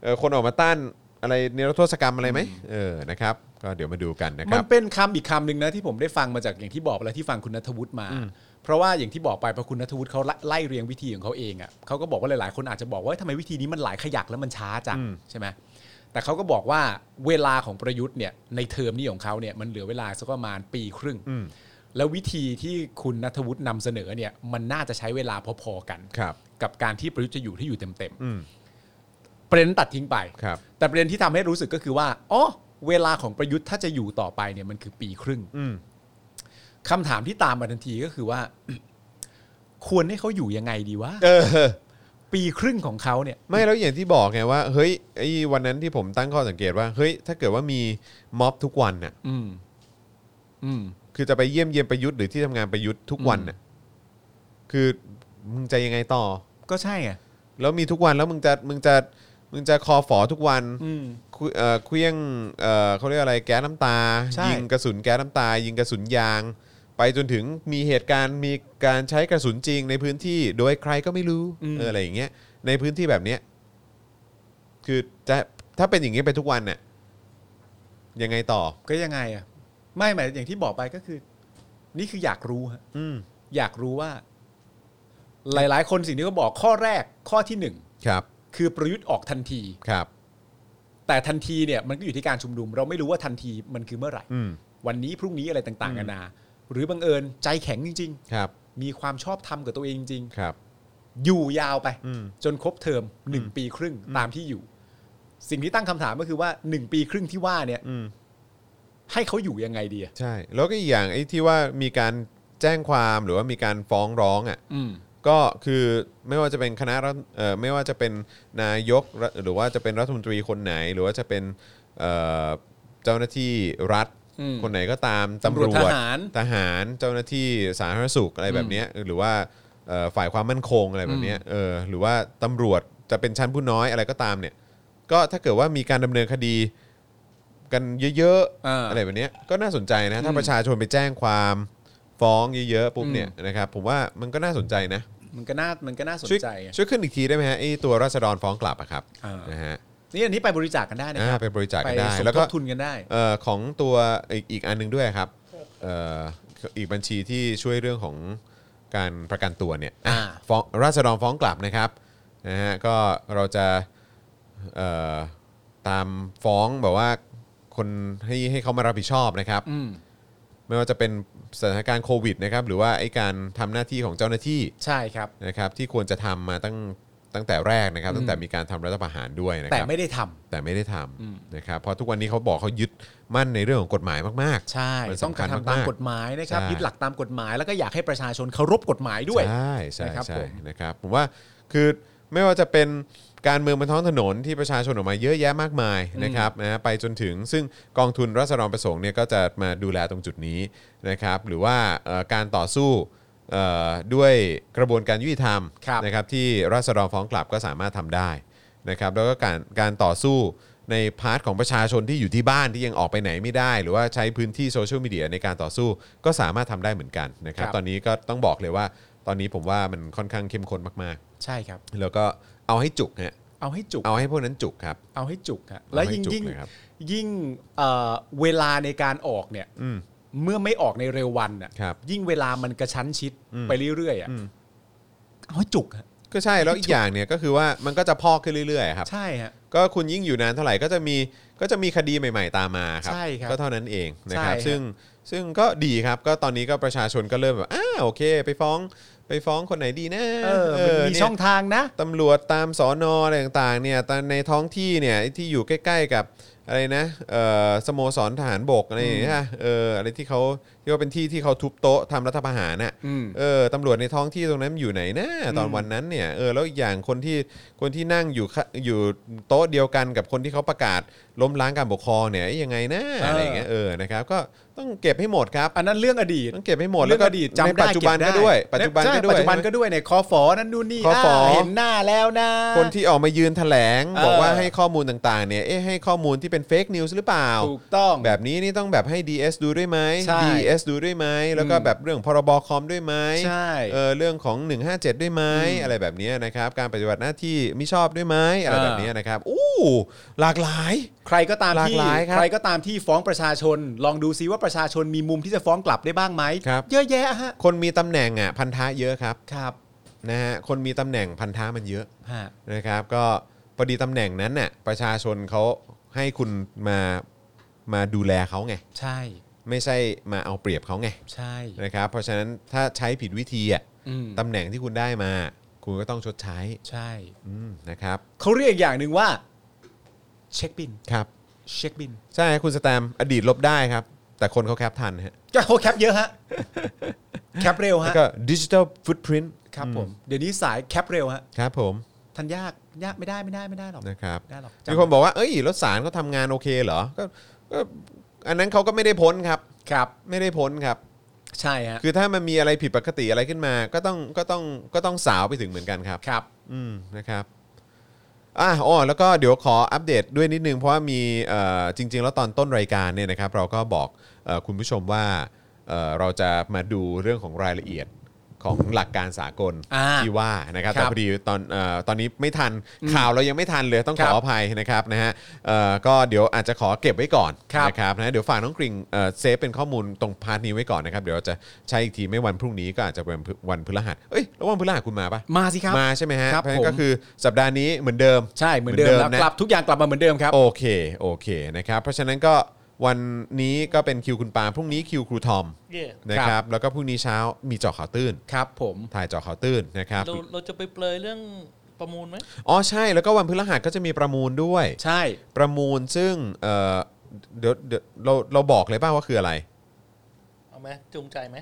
เอ่อคนออกมาต้านอะไรนิรโทษกรรมอะไรไหมเออนะครับ ก็เดี๋ยวมาดูกันนะค
มั
รั
น
บ
เป็นคำอีกคำหนึ่งนะที่ผมได้ฟังมาจากอย่างที่บอกไปแล้วที่ฟังคุณนัทวุฒิมา เพราะว่าอย่างที่บอกไปพอคุณนัทวุฒิเขาไล่ไล่เรียงวิธีของเขาเองอะ่ะเขาก็บอกว่าหลายๆ คนอาจจะบอกว่าเอ้ยทำไมวิธีนี้มันหลายขยักแล้วมันช้าจังใช่ไหมแต่เขาก็บอกว่าเวลาของประยุทธ์เนี่ยในเทอมนี้ของเขาเนี่ยมันเหลือเวลาสักประมาณปีครึ่ง แล้ววิธีที่คุณนัทวุฒินำเสนอเนี่ยมันน่าจะใช้เวลาพอๆกัน
ครับ
กับการที่ประยุทธ์จะอยู่ที่อยู่เต็ม
อืม
ๆประเด็นตัดทิ้งไป
ครับ
แต่ประเด็นที่ทำให้รู้สึกก็คือว่า อ๋อ เวลาของประยุทธ์ถ้าจะอยู่ต่อไปเนี่ยมันคือปีครึ่ง
อืม
คำถามที่ตามมาทันทีก็คือว่า ควรให้เขาอยู่ยังไงดีวะ
เออ
ปีครึ่งของเขาเนี่ย
ไม่แล้วอย่างที่บอกไงว่าเฮ้ยไอ้วันนั้นที่ผมตั้งข้อสังเกตว่าเฮ้ยถ้าเกิดว่ามีม็อบทุกวันน่ะ
อืม อืม
คือจะไปเยี่ยมเยียนประยุทธ์หรือที่ทำงานประยุทธ์ทุกวันน่ะคือมึงจะยังไงต่อ
ก็ใช่ไง
แล้วมีทุกวันแล้วมึงจะมึงจะมึงจะคอฝอทุกวัน
อืม
คุเอ่อเคลี้ยงเอ่อเขาเรียกอะไรแก๊สน้ำตา
ใช่
ยิงกระสุนแก๊สน้ำตา ยิงกระสุนยาง ไปจนถึงมีเหตุการณ์มีการใช้กระสุนจริงในพื้นที่โดยใครก็ไม่รู้เอออะไรอย่างเงี้ยในพื้นที่แบบเนี้ยคือจะถ้าเป็นอย่างนี้ไปทุกวันเนี่ยยังไงต่อ
ก็ยังไงอ่ะ ไม่หมายอย่างที่บอกไปก็คือ นี่คืออยากรู้ฮะ
อืม
อยากรู้ว่า หลาย ๆ คนสิ่งที่เขาบอกข้อแรก ข้อที่หนึ่ง
ครับ
คือประยุทธ์ออกทันที
ครับ
แต่ทันทีเนี่ยมันก็อยู่ที่การชุมนุม เราไม่รู้ว่าทันทีมันคือเมื่อไหร่
อืม
วันนี้พรุ่งนี้อะไรต่างๆกันานาหรือบังเอิญใจแข็งจริง
ครับ
ๆ มีความชอบธรรมกับตัวเองจริง
ครับ
ๆ อยู่ยาวไป
อืม
จนครบเทอมหนึ่งปีครึ่งตามที่อยู่ สิ่งที่ตั้งคำถามก็คือว่าหนึ่งปีครึ่งที่ว่าเนี่ย
อืม
ให้เขาอยู่ยังไงดีอะ
ใช่ แล้วก็อีกอย่างไอ้ที่ว่ามีการแจ้งความหรือว่ามีการฟ้องร้องอ่ะ
อืม
ก็คือไม่ว่าจะเป็นคณะรัฐเอ่อไม่ว่าจะเป็นนายกรัฐหรือว่าจะเป็นรัฐมนตรีคนไหน หรือว่าจะเป็นเอ่อเจ้าหน้าที่รัฐ
อืม
คนไหนก็ตาม
ตำรวจทหาร
ทหารเจ้าหน้าที่สาธารณสุขอะไรแบบเนี้ยหรือว่าเอ่อฝ่ายความมั่นคงอะไรแบบเนี้ยเออหรือว่าตำรวจจะเป็นชั้นผู้น้อยอะไรก็ตามเนี่ยก็ถ้าเกิดว่ามีการดำเนินคดีกันเยอะ
อ่า
ๆอะไรแบบเนี้ยก็น่าสนใจนะถ้าประชาชนไปแจ้งความฟ้องเยอะๆปุ๊บเนี่ยนะครับผมว่ามันก็น่าสนใจนะ
มันก็น่ามันก็น่าสน
ช่วย
ใจอะ
ช่วยขึ้นอีกทีได้ไหมฮะไอ้ตัวราษฎรฟ้องกลับอะครับ
อ่าน
นะฮะ
นี่อันนี้ไปบริจาคกันได้นะครั
อ่า
บ
ไปบริจาค
ไป
กันได้
สม
แล้ว
ท
ก็
บทุนกันได้
เอ่อของตัวอีกอีกอันหนึงด้วยครับเอ่ออีกบัญชีที่ช่วยเรื่องของการประกันตัวเนี่ย
อ่า
อ่ะฟ้องราษฎรฟ้องกลับนะครับนะฮะก็เราจะเอ่อตามฟ้องแบบว่าคนให้ให้เขามารับผิดชอบนะครับ
อืม
ไม่ว่าจะเป็นสถานการณ์โควิดนะครับหรือว่าไอ้การทำหน้าที่ของเจ้าหน้าที่
ใช่ครับ
นะครับที่ควรจะทำมาตั้งตั้งแต่แรกนะครับ ตั้งแต่มีการทำรัฐประหารด้วยนะค
แต่
รับ
ไม่ได้ทำ
แต่ไม่ได้ทำนะครับเพราะทุกวันนี้เขาบอกเขายึดมั่นในเรื่องของกฎหมายมากๆ
ใช่
มัน
ต้อง
สำ
ก
คัญ
ระทำตาม
มาก
กฎหมายนะครับ
ใช่
ยึดหลักตามกฎหมาย แล้วก็อยากให้ประชาชนเคารพกฎหมายด้วย
ใช่ใช่
นะครับ
ใช่
ผม
นะครับผมว่าคือไม่ว่าจะเป็นการเมืองบนท้องถนนที่ประชาชนออกมาเยอะแยะมากมายนะครับนะฮะไปจนถึงซึ่งกองทุนรัศดรประสงค์เนี่ยก็จะมาดูแลตรงจุดนี้นะครับ หรือว่าเอ่อการต่อสู้เอ่อด้วยกระบวนการยุติธรรม
ครับ
นะครับที่รัศดรฟ้องกลับก็สามารถทำได้นะครับ แล้วก็การการต่อสู้ในพาร์ทของประชาชนที่อยู่ที่บ้านที่ยังออกไปไหนไม่ได้ หรือว่าใช้พื้นที่โซเชียลมีเดียในการต่อสู้ก็สามารถทำได้เหมือนกันนะครั
ค
บ
รับ
ตอนนี้ก็ต้องบอกเลยว่าตอนนี้ผมว่ามันค่อนข้างเข้มข้นมาก
ใช่ครับ
ๆ แล้วก็เอาให้จุกฮะ
เอาให้จุก
เอาให้พวกนั้นจุกครับ
เอาให้จุกฮะ
เอาให้
และยิ่ง
จุก
ยิ่ง
เลยครับ
ยิ่งเอ่อเวลาในการออกเนี่ย
อืม
เมื่อไม่ออกในเร็ววันอ่ะ
ครับ
ยิ่งเวลามันกระชั้นชิด
อืม
ไปเรื่อยๆอ่ะ
อืม
เอาให้จุกฮะ
ก็ใช่แล้วอีกอย่างเนี่ยก็คือว่ามันก็จะพอกขึ้นเรื่อยๆครับ
ใช่ฮะ
ก็คุณยิ่งอยู่นานเท่าไหร่ก็จะมีก็จะมีคดีใหม่ๆตามมาครับ
ใช่ครับ
ก็เท่านั้นเองนะครับ
ใช่ครับ
ซึ่งซึ่งก็ดีครับก็ตอนนี้ก็ประชาชนก็เริ่มแบบอ้าโอเค ไปฟ้องไปฟ้องคนไหนดีนะ
เออมันมี
เนี่ย
ช่องทางนะ
ตำรวจตามสอนออะไรต่างๆเนี่ยตามในท้องที่เนี่ยที่อยู่ใกล้ ๆ กับอะไรนะเอ่อสโมสรทหารบกอะไรอย่างเงี้ยเอออะไรที่เขาที่ว่าเป็นที่ที่เขาทุบโต๊ะทำรัฐประหารน่ะ
อืม
เออตำรวจในท้องที่ตรงนั้นอยู่ไหนนะตอนวันนั้นเนี่ยเออแล้วอีกอย่างคนที่คนที่นั่งอยู่ข้าอยู่โต๊ะเดียวกันกับคนที่เขาประกาศล้มล้างการปกครองเนี่ยยังไงนะ
เอออ
อะไรอย่างเงี้ยเออนะครับก็ต้องเก็บให้หมดครับ
อันนั้นเรื่องอดีต
ต้องเก็บให้หมด
เรื่องอดีตจำ
ใน
ได้
ปัจจุบัน
เบ
ก็
ได้
ด้วย ปัจจุบัน
ใช่
ก็ด้วย
ปัจจุบันก็ด้วยเนี่ยคอฟอนั่นนู่นนี่
คอฝ
าเห็นหน้าแล้วนะ
คนที่ออกมายืนแถลง
เออ
บอกว่าให้ข้อมูลต่างๆเนี่ยเอ๊ะให้ข้อมูลที่เป็นเฟกนิวส์หรือเปล่า
ถูกต้อง
แบบนี้นี่ต้องแบบให้ DS ดูด้วยไหม
ใช่
DS ดูด้วยไหมแล้วก็แบบเรื่องพรบคอมด้วยไหม
ใช่
เออเรื่องของ 157 ด้วยไหมอะไรแบบเนี้ยนะครับการปฏิบัติหน้าที่มิชอบด้วยไหมอะไรแบบเนี้ยนะครับอู้หลากหลาย
ใครก็ตามที่
หลากหลายครับ
ใครก็ตามที่ฟ้องประชาชน ลองดูซิว่าประชาชนมีมุมที่จะฟ้องกลับได้บ้างไหม
ครับ
เยอะแยะฮะ
คนมีตำแหน่งอ่ะพันธะเยอะครับ
ครับ
นะฮะคนมีตำแหน่งพันธะมันเยอะ
ฮะ
นะครับก็พอดีตำแหน่งนั้นน่ะประชาชนเขาให้คุณมามาดูแลเขาไง
ใช่
ไม่ใช่มาเอาเปรียบเขาไง
ใช่
นะครับเพราะฉะนั้นถ้าใช้ผิดวิธีอ่ะ
อืม
ตำแหน่งที่คุณได้มา คุณก็ต้องชดใช้
ใช่
อืมนะครับ
เขาเรียกอีกอย่างหนึ่งว่า เช็คบิน
ครับ
เช็คบิน
ใช่ครับคุณสแตมป์อดีตลบได้ครับ แต่คนเขาแคปทันฮะ
ก็เขาแคปเยอะฮะ แคปเร็ว
แล้ว
ฮะ
ก็ดิจิทัลฟุตพิ้น
ครับผม เดี๋ยวนี้สายแคปเร็วฮะ
ครับผม
ทันยากยากไม่ได้ไม่ได้ไม่ได้หรอก
นะครับ
ไม่ได้หรอกจำ
มีคนบอกว่าเอ้ยรถสารเขาทำงานโอเคเหรอก็ก็อันนั้นเขาก็ไม่ได้พ้นครับ
ครับ
ไม่ได้พ้นครับ
ใช่ฮะ
คือถ้ามันมีอะไรผิดปกติอะไรขึ้นมา ก็ต้องก็ต้องก็ต้องสาวไปถึงเหมือนกันครับ
ครับ
อืมนะครับอ่ะอ๋อแล้วก็เดี๋ยวขออัปเดตด้วยนิดนึง เพราะว่ามีเอ่อจริง ๆ แล้วตอนต้นรายการเนี่ยนะครับ เราก็บอกเอ่อคุณผู้ชมว่าเอ่อเราจะมาดูเรื่องของรายละเอียดของหลักการสากล
อ่า
ที่ว่านะครับ
ครับ
แต่พอดีตอนเออตอนนี้ไม่ทันข่าวเรายังไม่ทันเลยต้องข
ครั
อบ อภัยนะครับนะฮะเอ่อก็เดี๋ยวอาจจะขอเก็บไว้ก่อน
ครับ
นะครับนะเดี๋ยวฝากน้องกริ่งเอ่อเซฟเป็นข้อมูลตรงพาร์ทนี้ไว้ก่อนนะครับเดี๋ยวเราจะใช้อีกทีไม่วันพรุ่งนี้ก็อาจจะเป็นวันพฤหัสเอ้ยแล้ววันพฤหัสคุณมาปะ
มาสิครับ
มาใช่ไหมฮะ
ครับ
เพราะฉะ
ผ
นั้
ม
นก็คือสัปดาห์นี้เหมือนเดิม
ใช่เหมือนเดิมแล้ว
นะ
กลับทุกอย่างกลับมาเหมือนเดิมครับ
โอเคโอเคนะครับเพราะฉะนั้นก็วันนี้ก็เป็นคิวคุณปาล์มพรุ่งนี้คิวครูทอม
เย่
นะค
ครั
รับบ แล้วก็พรุ่งนี้เช้ามีเจาะข่าวตื้น
ครับ ผม
ถ่ายเจาะข่าวตื้นนะครับ
เราเราจะไปเปลยเรื่องประมูลไหม
อ๋อใช่แล้วก็วันพฤหัสก็จะมีประมูลด้วย
ใช่
ประมูลซึ่งเออเดี๋ยวเดี๋ยวเราเราบอกเลยป่าว่าคืออะไร
เอาไหมจูงใจไหม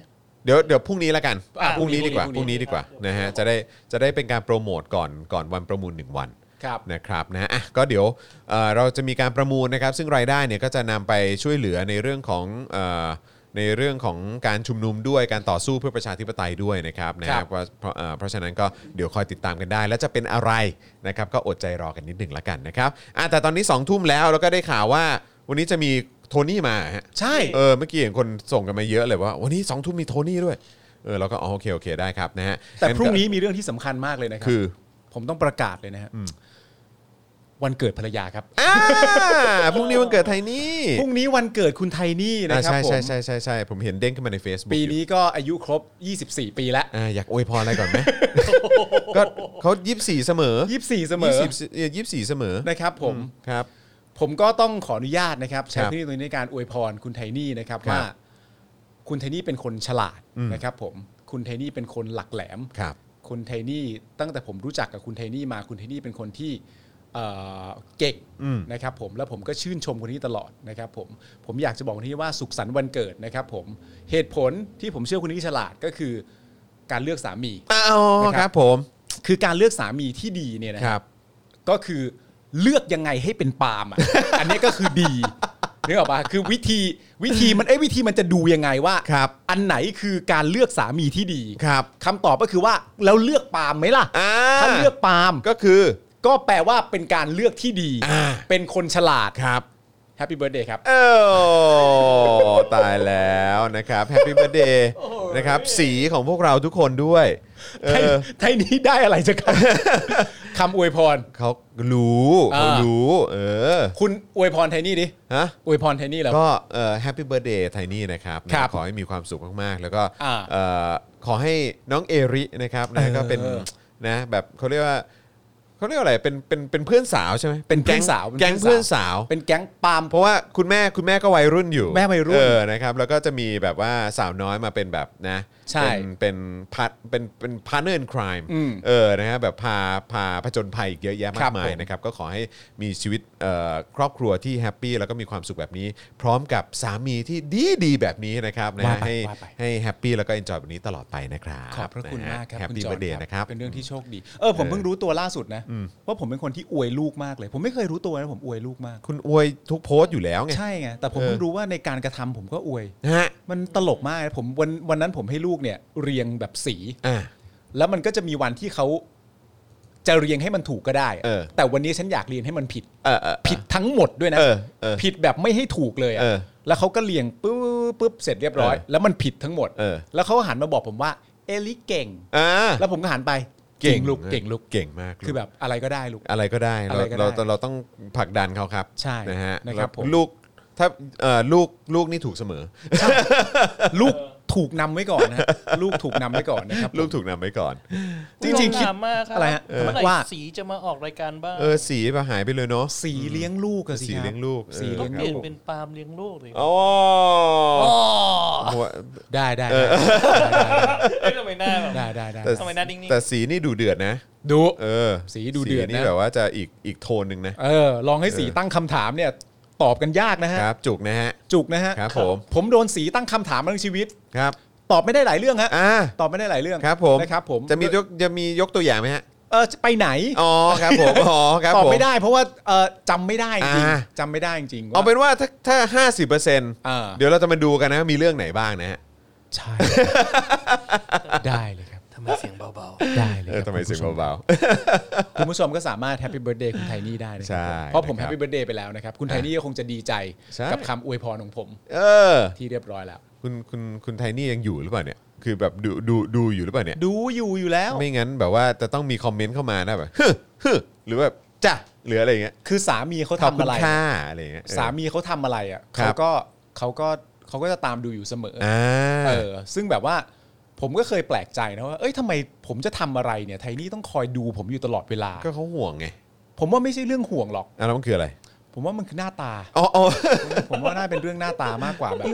เดี๋ยวเดี๋ยวพรุ่งนี้ละกัน
อ่ะ
พรุ่งนี้ดีกว่าพ
พรุ่
รุ่ง
งนี้
นี้
พ
ดี
รุ่งนี้
กว่า
ครับ
นะฮะจะได้จะได้เป็นการโปรโมทก่อนก่อนวันประมูล 1 วัน
ครับ
นะครับนะอ่ะก็เดี๋ยวเอ่อเราจะมีการประมูลนะครับ ซึ่งรายได้เนี่ยก็จะนำไปช่วยเหลือในเรื่องของเอ่อในเรื่องของการชุมนุมด้วยการต่อสู้เพื่อประชาธิปไตยด้วยนะครับนะค
ครั
รับบ เพราะเพราะเอ่อเพราะฉะนั้นก็เดี๋ยวคอยติดตามกันได้ และจะเป็นอะไรนะครับก็อดใจรอกันนิดหนึ่งละกันนะครับอ่ะแต่ตอนนี้2องทุ่มแล้วแล้วก็ได้ข่าวว่าวันนี้จะมีโทนี่มาฮะ
ใช่
เออเมื่อกี้เห็นคนส่งกันมาเยอะเลยว่าวันนี้2องทุ่มมีโทนี่ด้วยเออเราก็อ๋อโอเคโอเคได้ครับนะฮะ
แต่
งั้ก็
พรุ่งนี้มีเรื่องที่สำคัญมากเลยนะครับ
คือ
ผมต้องประกาศเลยนะฮะ วันเกิดภรรยาครับ
อ่าพรุ่งนี้วันเกิดไทยนี่
พรุ่งนี้วันเกิดคุณไทนี่นะ
อ่า
ครับ
ใช่
ผ
ใช่
ม
ใช่ใช่ใช่ผมเห็นเด้งขึ้นมาใน Facebook
ปี
อยู่
นี้ก็อายุครบ 24 ปีแล้ว
อ่าอยากอวยพรอะไรก่อนไหม ก็เขายี่สี่เสมอ
24 เสมอ
ยี่สี่เสมอ
นะครับผม
ครับ
ผมก็ต้องขออนุญาตนะครับ ใช้
ครับ
พื้นที่ตรงนี้ในการอวยพรคุณไทนี่นะครับ
ครับ
ว่า คุณไทนี่เป็นคนฉลาดนะครับผมคุณไทนี่เป็นคนหลักแหลม
ครับ
คุณไทนี่ตั้งแต่ผมรู้จักกับคุณไทนี่มาคุณไทนี่เป็นคนที่เอ่อเก่งนะครับผมแล้วผมก็ชื่นชมคนนี้ตลอดนะครับผมผมอยากจะบอกคนนี้ว่าสุขสันต์วันเกิดนะครับผมเหตุผลที่ผมเชื่อคนนี้ฉลาดก็คือการเลือกสามี
อ้าว
นะ
ค
ครั
รับ บผม
คือการเลือกสามีที่ดีเนี่ยนะ
ค
ฮะ
รับ
ก็คือเลือกยังไงให้เป็นปาล์มอ่ะ อันนี้ก็คือดีนึกออกปะคือวิธีวิธีมันเอ้ยวิธีมันจะดูยังไงว่า
ครับ
อันไหนคือการเลือกสามีที่ดี
ครับ
คำตอบก็คือว่าแล้วเลือกปาล์มไหมล่ะ
อ่า
ถ้าเลือกปาล์ม
ก็คือ
ก็แปลว่าเป็นการเลือกที่ดี
อ่า
เป็นคนฉลาด
ครับ
แฮปปี้เบิร์ดเดย์ครับ
เออตายแล้วนะครับแฮปปี้เบ t ร์ a เดย์นะครับ สีของพวกเราทุกคนด้วย เอ
ไทย
อ
ไทยนี้ได้อะไรจากค ำ คำอวยพร
เขารู้
อ่า
เขารู้ เออ
คุณอวยพรไทยนี่ดิ
ฮะ
อวยพรไทยนี่แล้ว
ก็เอ่อแฮปปี้เบิร์ดเดย์ไทนี่นะครับนะครับ ขอให้มีความสุขมากๆ แล้วก็
อ่า
เอ่อขอให้น้องเอรินะครับนะก็เป็น
เออ
นะแบบเขาเรียกว่าเขาเรียกว่าอะไรเป็นเป็นเป็นเพื่อนสาวใช่ไหม
เป็นเพื่อน
แก๊ง
สาวเป็น
แก๊ง
เพื่อน
เพื่อนสาว
เป็นแก๊งปาล์ม
เพราะว่าคุณแม่คุณแม่ก็วัยรุ่นอยู่
แม่วัยรุ่น
เออนะครับแล้วก็จะมีแบบว่าสาวน้อยมาเป็นแบบนะ
ใช่
เป็นเป็นพาร์ทเป็นเป็นพาร์เนอร์ในคราม
อืม
เออนะฮะแบบพาพาผจญภัยอีกเยอะแยะ
ครั
มาก
บ
มา
ผ
ย
ม
นะครับก็ขอให้มีชีวิตเอ่อครอบครัวที่แฮปปี้แล้วก็มีความสุขแบบนี้ พร้อมกับสามีที่ดีดีๆแบบนี้นะครับนะฮะให้ให้แฮปปี้แล้วก็เอนจอยแบบนี้ตลอดไปนะครับ
ขอบพระคุณมากครับ
แฮป
คุณ
ปี้
จอ
เบ
ห์
เดย์นะครับ
เป็นเรื่องที่โชคดี เออผมเพิ่งรู้ตัวล่าสุดนะว่าผมเป็นคนที่อวยลูกมากเลย ผมไม่เคยรู้ตัวนะผมอวยลูกมาก
คุณอวยทุกโพสต์อยู่แล้วไง
ใช่ไงแต่ผม
เออ
เพิ่งรู้ว่าในการกระทำผมก็อวย
นะฮะ
มันตลกมากนะผมวันวันนั้นผมให้ลูกเนี่ย เรียงแบบสี
อ่ะ
แล้วมันก็จะมีวันที่เขาจะเรียงให้มันถูกก็ได้อะ
เออ
แต่วันนี้ฉันอยากเรียงให้มันผิด
เออเออเออ
ผิดทั้งหมดด้วยนะ
เออเออ
ผิดแบบไม่ให้ถูกเลยอะ
เออ
แล้วเขาก็เรียงปุ๊บปุ๊บเสร็จเรียบร้อย
เออ
แล้วมันผิดทั้งหมด
เออ
แล้วเขาหันมาบอกผมว่าเอลิเก่ง
อ่า
แล้วผมก็หันไป
เก่ง
ลูกเก่งลูก
เก่งมากลูก
คือแบบอะไรก็ได้ลูก
อะไรก็ได้เรา
อะไรก็ได้
เราเราเราต้องผลักดันเขาครับ
ใช่
นะฮะ
นะครับผม
ลูกถ้าเอ่อลูกลูกนี่ถูกเสมอ
ลูกถูกนำไว้ก่อนนะฮะลูกถูกนำไว้ก่อนนะครับ
ลูกถูกนำไว้ก่อน
จริงๆคิด
ถามมากครับ
อะไรฮะ
เมื่อไหร่
ว่า
สีจะมาออกรายการบ้าง
เออสีปะหายไปเลยเนาะ
สีเลี้ยงลูกอะสิ
สี
ครับ
เลี้ยงลูกเออ
สี
ต้อ
เลี้
ง
ยงลูก
เปลี่ยนเป็นปาล์มเลี้ยงลูกเลย
อ๋อหัว
ได้ได้
เอ๊ะทำไมหน้าแบบ
ได้ได้ได้ได้
แต่
ได้
ทำไมหน้านิ่งๆ
แต่สีนี่ดูเดือดนะ
ดู
เออ
สีดูเดือดนะ
สีนี่แบบว่าจะอีกอีกโทนหนึ่งนะ
เออลองให้สี
เออ
ตั้งคำถามเนี่ยตอบกันยากนะฮะ
ครับ จุกนะฮะ
จุกนะฮะ
ครับผม
ผมโดนสีตั้งคำถามมาทั้งชีวิต
ครับ
ตอบไม่ได้หลายเรื่องฮะ
อ่า
ตอบไม่ได้หลายเรื่อง
ครับผม
นะครับผม
จะมียกจะมียกตัวอย่างไหมฮะ
เออจะไปไหน
อ๋อครับผมอ๋อครับ
ตอบ
ผม
ไม่ได้เพราะว่าเออจำไม่ได้จริง
อ่า
ๆจำไม่ได้จริงๆ
เอา
ว่า
เป็นว่าถ้าถ้าห้าสิบเปอร์เซ็นต์
อ่า
เดี๋ยวเราจะมาดูกันนะมีเรื่องไหนบ้างนะฮะ
ใช่ ได้เลยครับ
ทำไมเสียงเบา
ได้เลย
เอ
ค
อ
รับ
ทำไมเสียงเบา
ๆคุณผู้ชมก็สามารถแฮปปี้เบิร์ดเดย์คุณไทนี่ได้นะค
ใช่
รับเพราะผม
นะค
แฮ
รั
ป
บ
ปี้เบิร์ดเดย์ไปแล้วนะครับ คุณไทนี่ก็คงจะดีใจ
ใช่
กับคำอวยพรของผม
ๆ เออ
ที่เรียบร้อยแล้ว
คุณคุณคุณไทนี่ยังอยู่หรือเปล่าเนี่ย คือแบบดูดูดูอยู่หรือเปล่าเนี่ย
ดูอยู่อยู่แล้ว
ไม่งั้นแบบว่าจะต้องมีคอมเมนต์เข้ามานะแบบฮึ่มฮึ่มหรือแบบจ้ะหรืออะไรอย่างเงี้ย
คือสามีเขา
ข
ทำ
อบคุ
อะ
ณ
ไร
ค่าอะไรอย่างเงี้ยเออ
สามีเขาทำอะไรอ่ะ
ครับ
เขาก็เขาก็เขาก็จะตามดูอยู่เสมออ
อ่า
เออ ซึ่งแบบว่าผมก็เคยแปลกใจนะว่าเอ้ยทำไมผมจะทำอะไรเนี่ยไทนี่ต้องคอยดูผมอยู่ตลอดเวลา
ก็เขาห่วงไง
ผมว่าไม่ใช่เรื่องห่วงหรอก
อ่ะแล้วมันคืออะไร
ผมว่ามันคือหน้าตา
อ๋ออ๋อ
ผมว่าน่าเป็นเรื่องหน้าตามากกว่าแบบ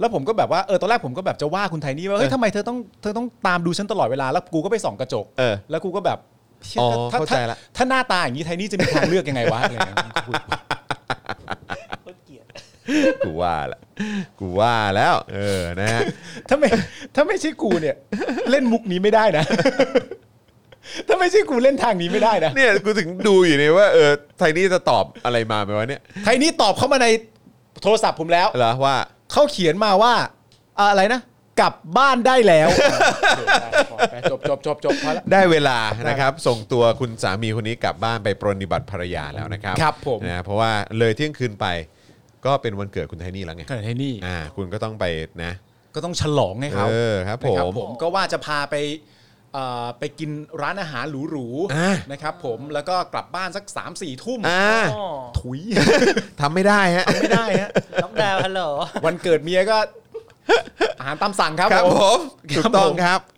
แล้วผมก็แบบว่าเออตอนแรกผมก็แบบจะว่าคุณไทยนี่ว่าเฮ้ย
เออ
ทำไมเธอต้องเธอต้องตามดูฉันตลอดเวลาแล้วกูก็ไปส่องกระจก
เออ
แล้วกูก็แบบเชี่ย
อ๋อ
ถ้า
เข้า
ถ้า
ใจละ
ถ้าหน้าตาอย่างนี้ไทยนี่จะมีทางเลือกยังไงวะอะไรอย่างเงี้ยคุย
ๆก็เกลียด
กูว่าละกูว่าแล้วเออนะฮะ
ถ้าไม่ถ้าไม่ใช่กูเนี่ย เล่นมุกนี้ไม่ได้นะ ถ้าไม่ใช่กูเล่นทางนี้ไม่ได้นะ
เนี่ยกูถึงดูอยู่เนี่ยว่าเออไทนี่จะตอบอะไรมาไหมวะเนี่ย
ไทยนี่ตอบเข้ามาในโทรศัพท์ผมแล้ว
เหรอว่า
เขาเขียนมาว่าอะไรนะกลับบ้านได้แล้วจบจบจบจบพอละ
ได้เวลานะครับ ส่งตัวคุณสามีคนนี้กลับบ้านไปปรนนิบัติภรรยาแล้วนะครับ
ครับผม
นะเพราะว่าเลยเที่ยงคืนไปก็เป็นวันเกิดคุณไทนี่แล้วไง
ขณะไทยนี่
อ่า คุณก็ต้องไปนะ
ก็ต้องฉลองให้เขา
เออครับ
นะ
ผม
ก็ว่าจะพาไป เอ่อไปกินร้านอาหารหรู
อ่า
ๆนะครับผมแล้วก็กลับบ้านสัก3ามสี่ทุ่ม
อ่า
อ๋อ
ถุย
ทำไม่ได้ฮะ
ไม่ได้ฮะ
น้องดาวฮัลโหล
วันเกิดเมียก็ อาหารตามสั่งครับ
ครับ
ผมค
ผม
รั
ถู
บ
กต้อง
ผม
ครับ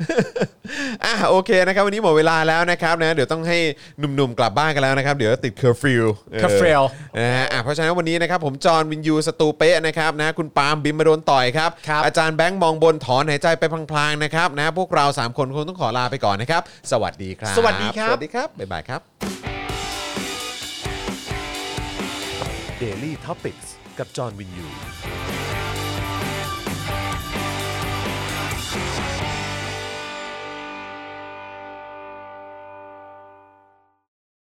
อ่ะโอเคนะครับ วันนี้หมดเวลาแล้วนะครับนะเดี๋ยวต้องให้หนุ่มๆกลับบ้านกันแล้วนะครับ เดี๋ยวติดเคอร์ฟิว
เคอร์ฟิว
นะฮะอ่ะเพราะฉะนั้นวันนี้นะครับ ผมจอห์นวินยูสตูเป้นะครับนะคุณปาล์มบิมมาโดนต่อยครับ
ครับ
อาจารย์แบงค์มองบนถอนหายใจไปพลางๆนะครับนะพวกเรา 3 คนคงต้องขอลาไปก่อนนะครับ สวัสดีครับ
สวัสดีครับ
สวัสดีครับบ๊ายบายครับ
Daily t o p i c กกับจอห์นวินยู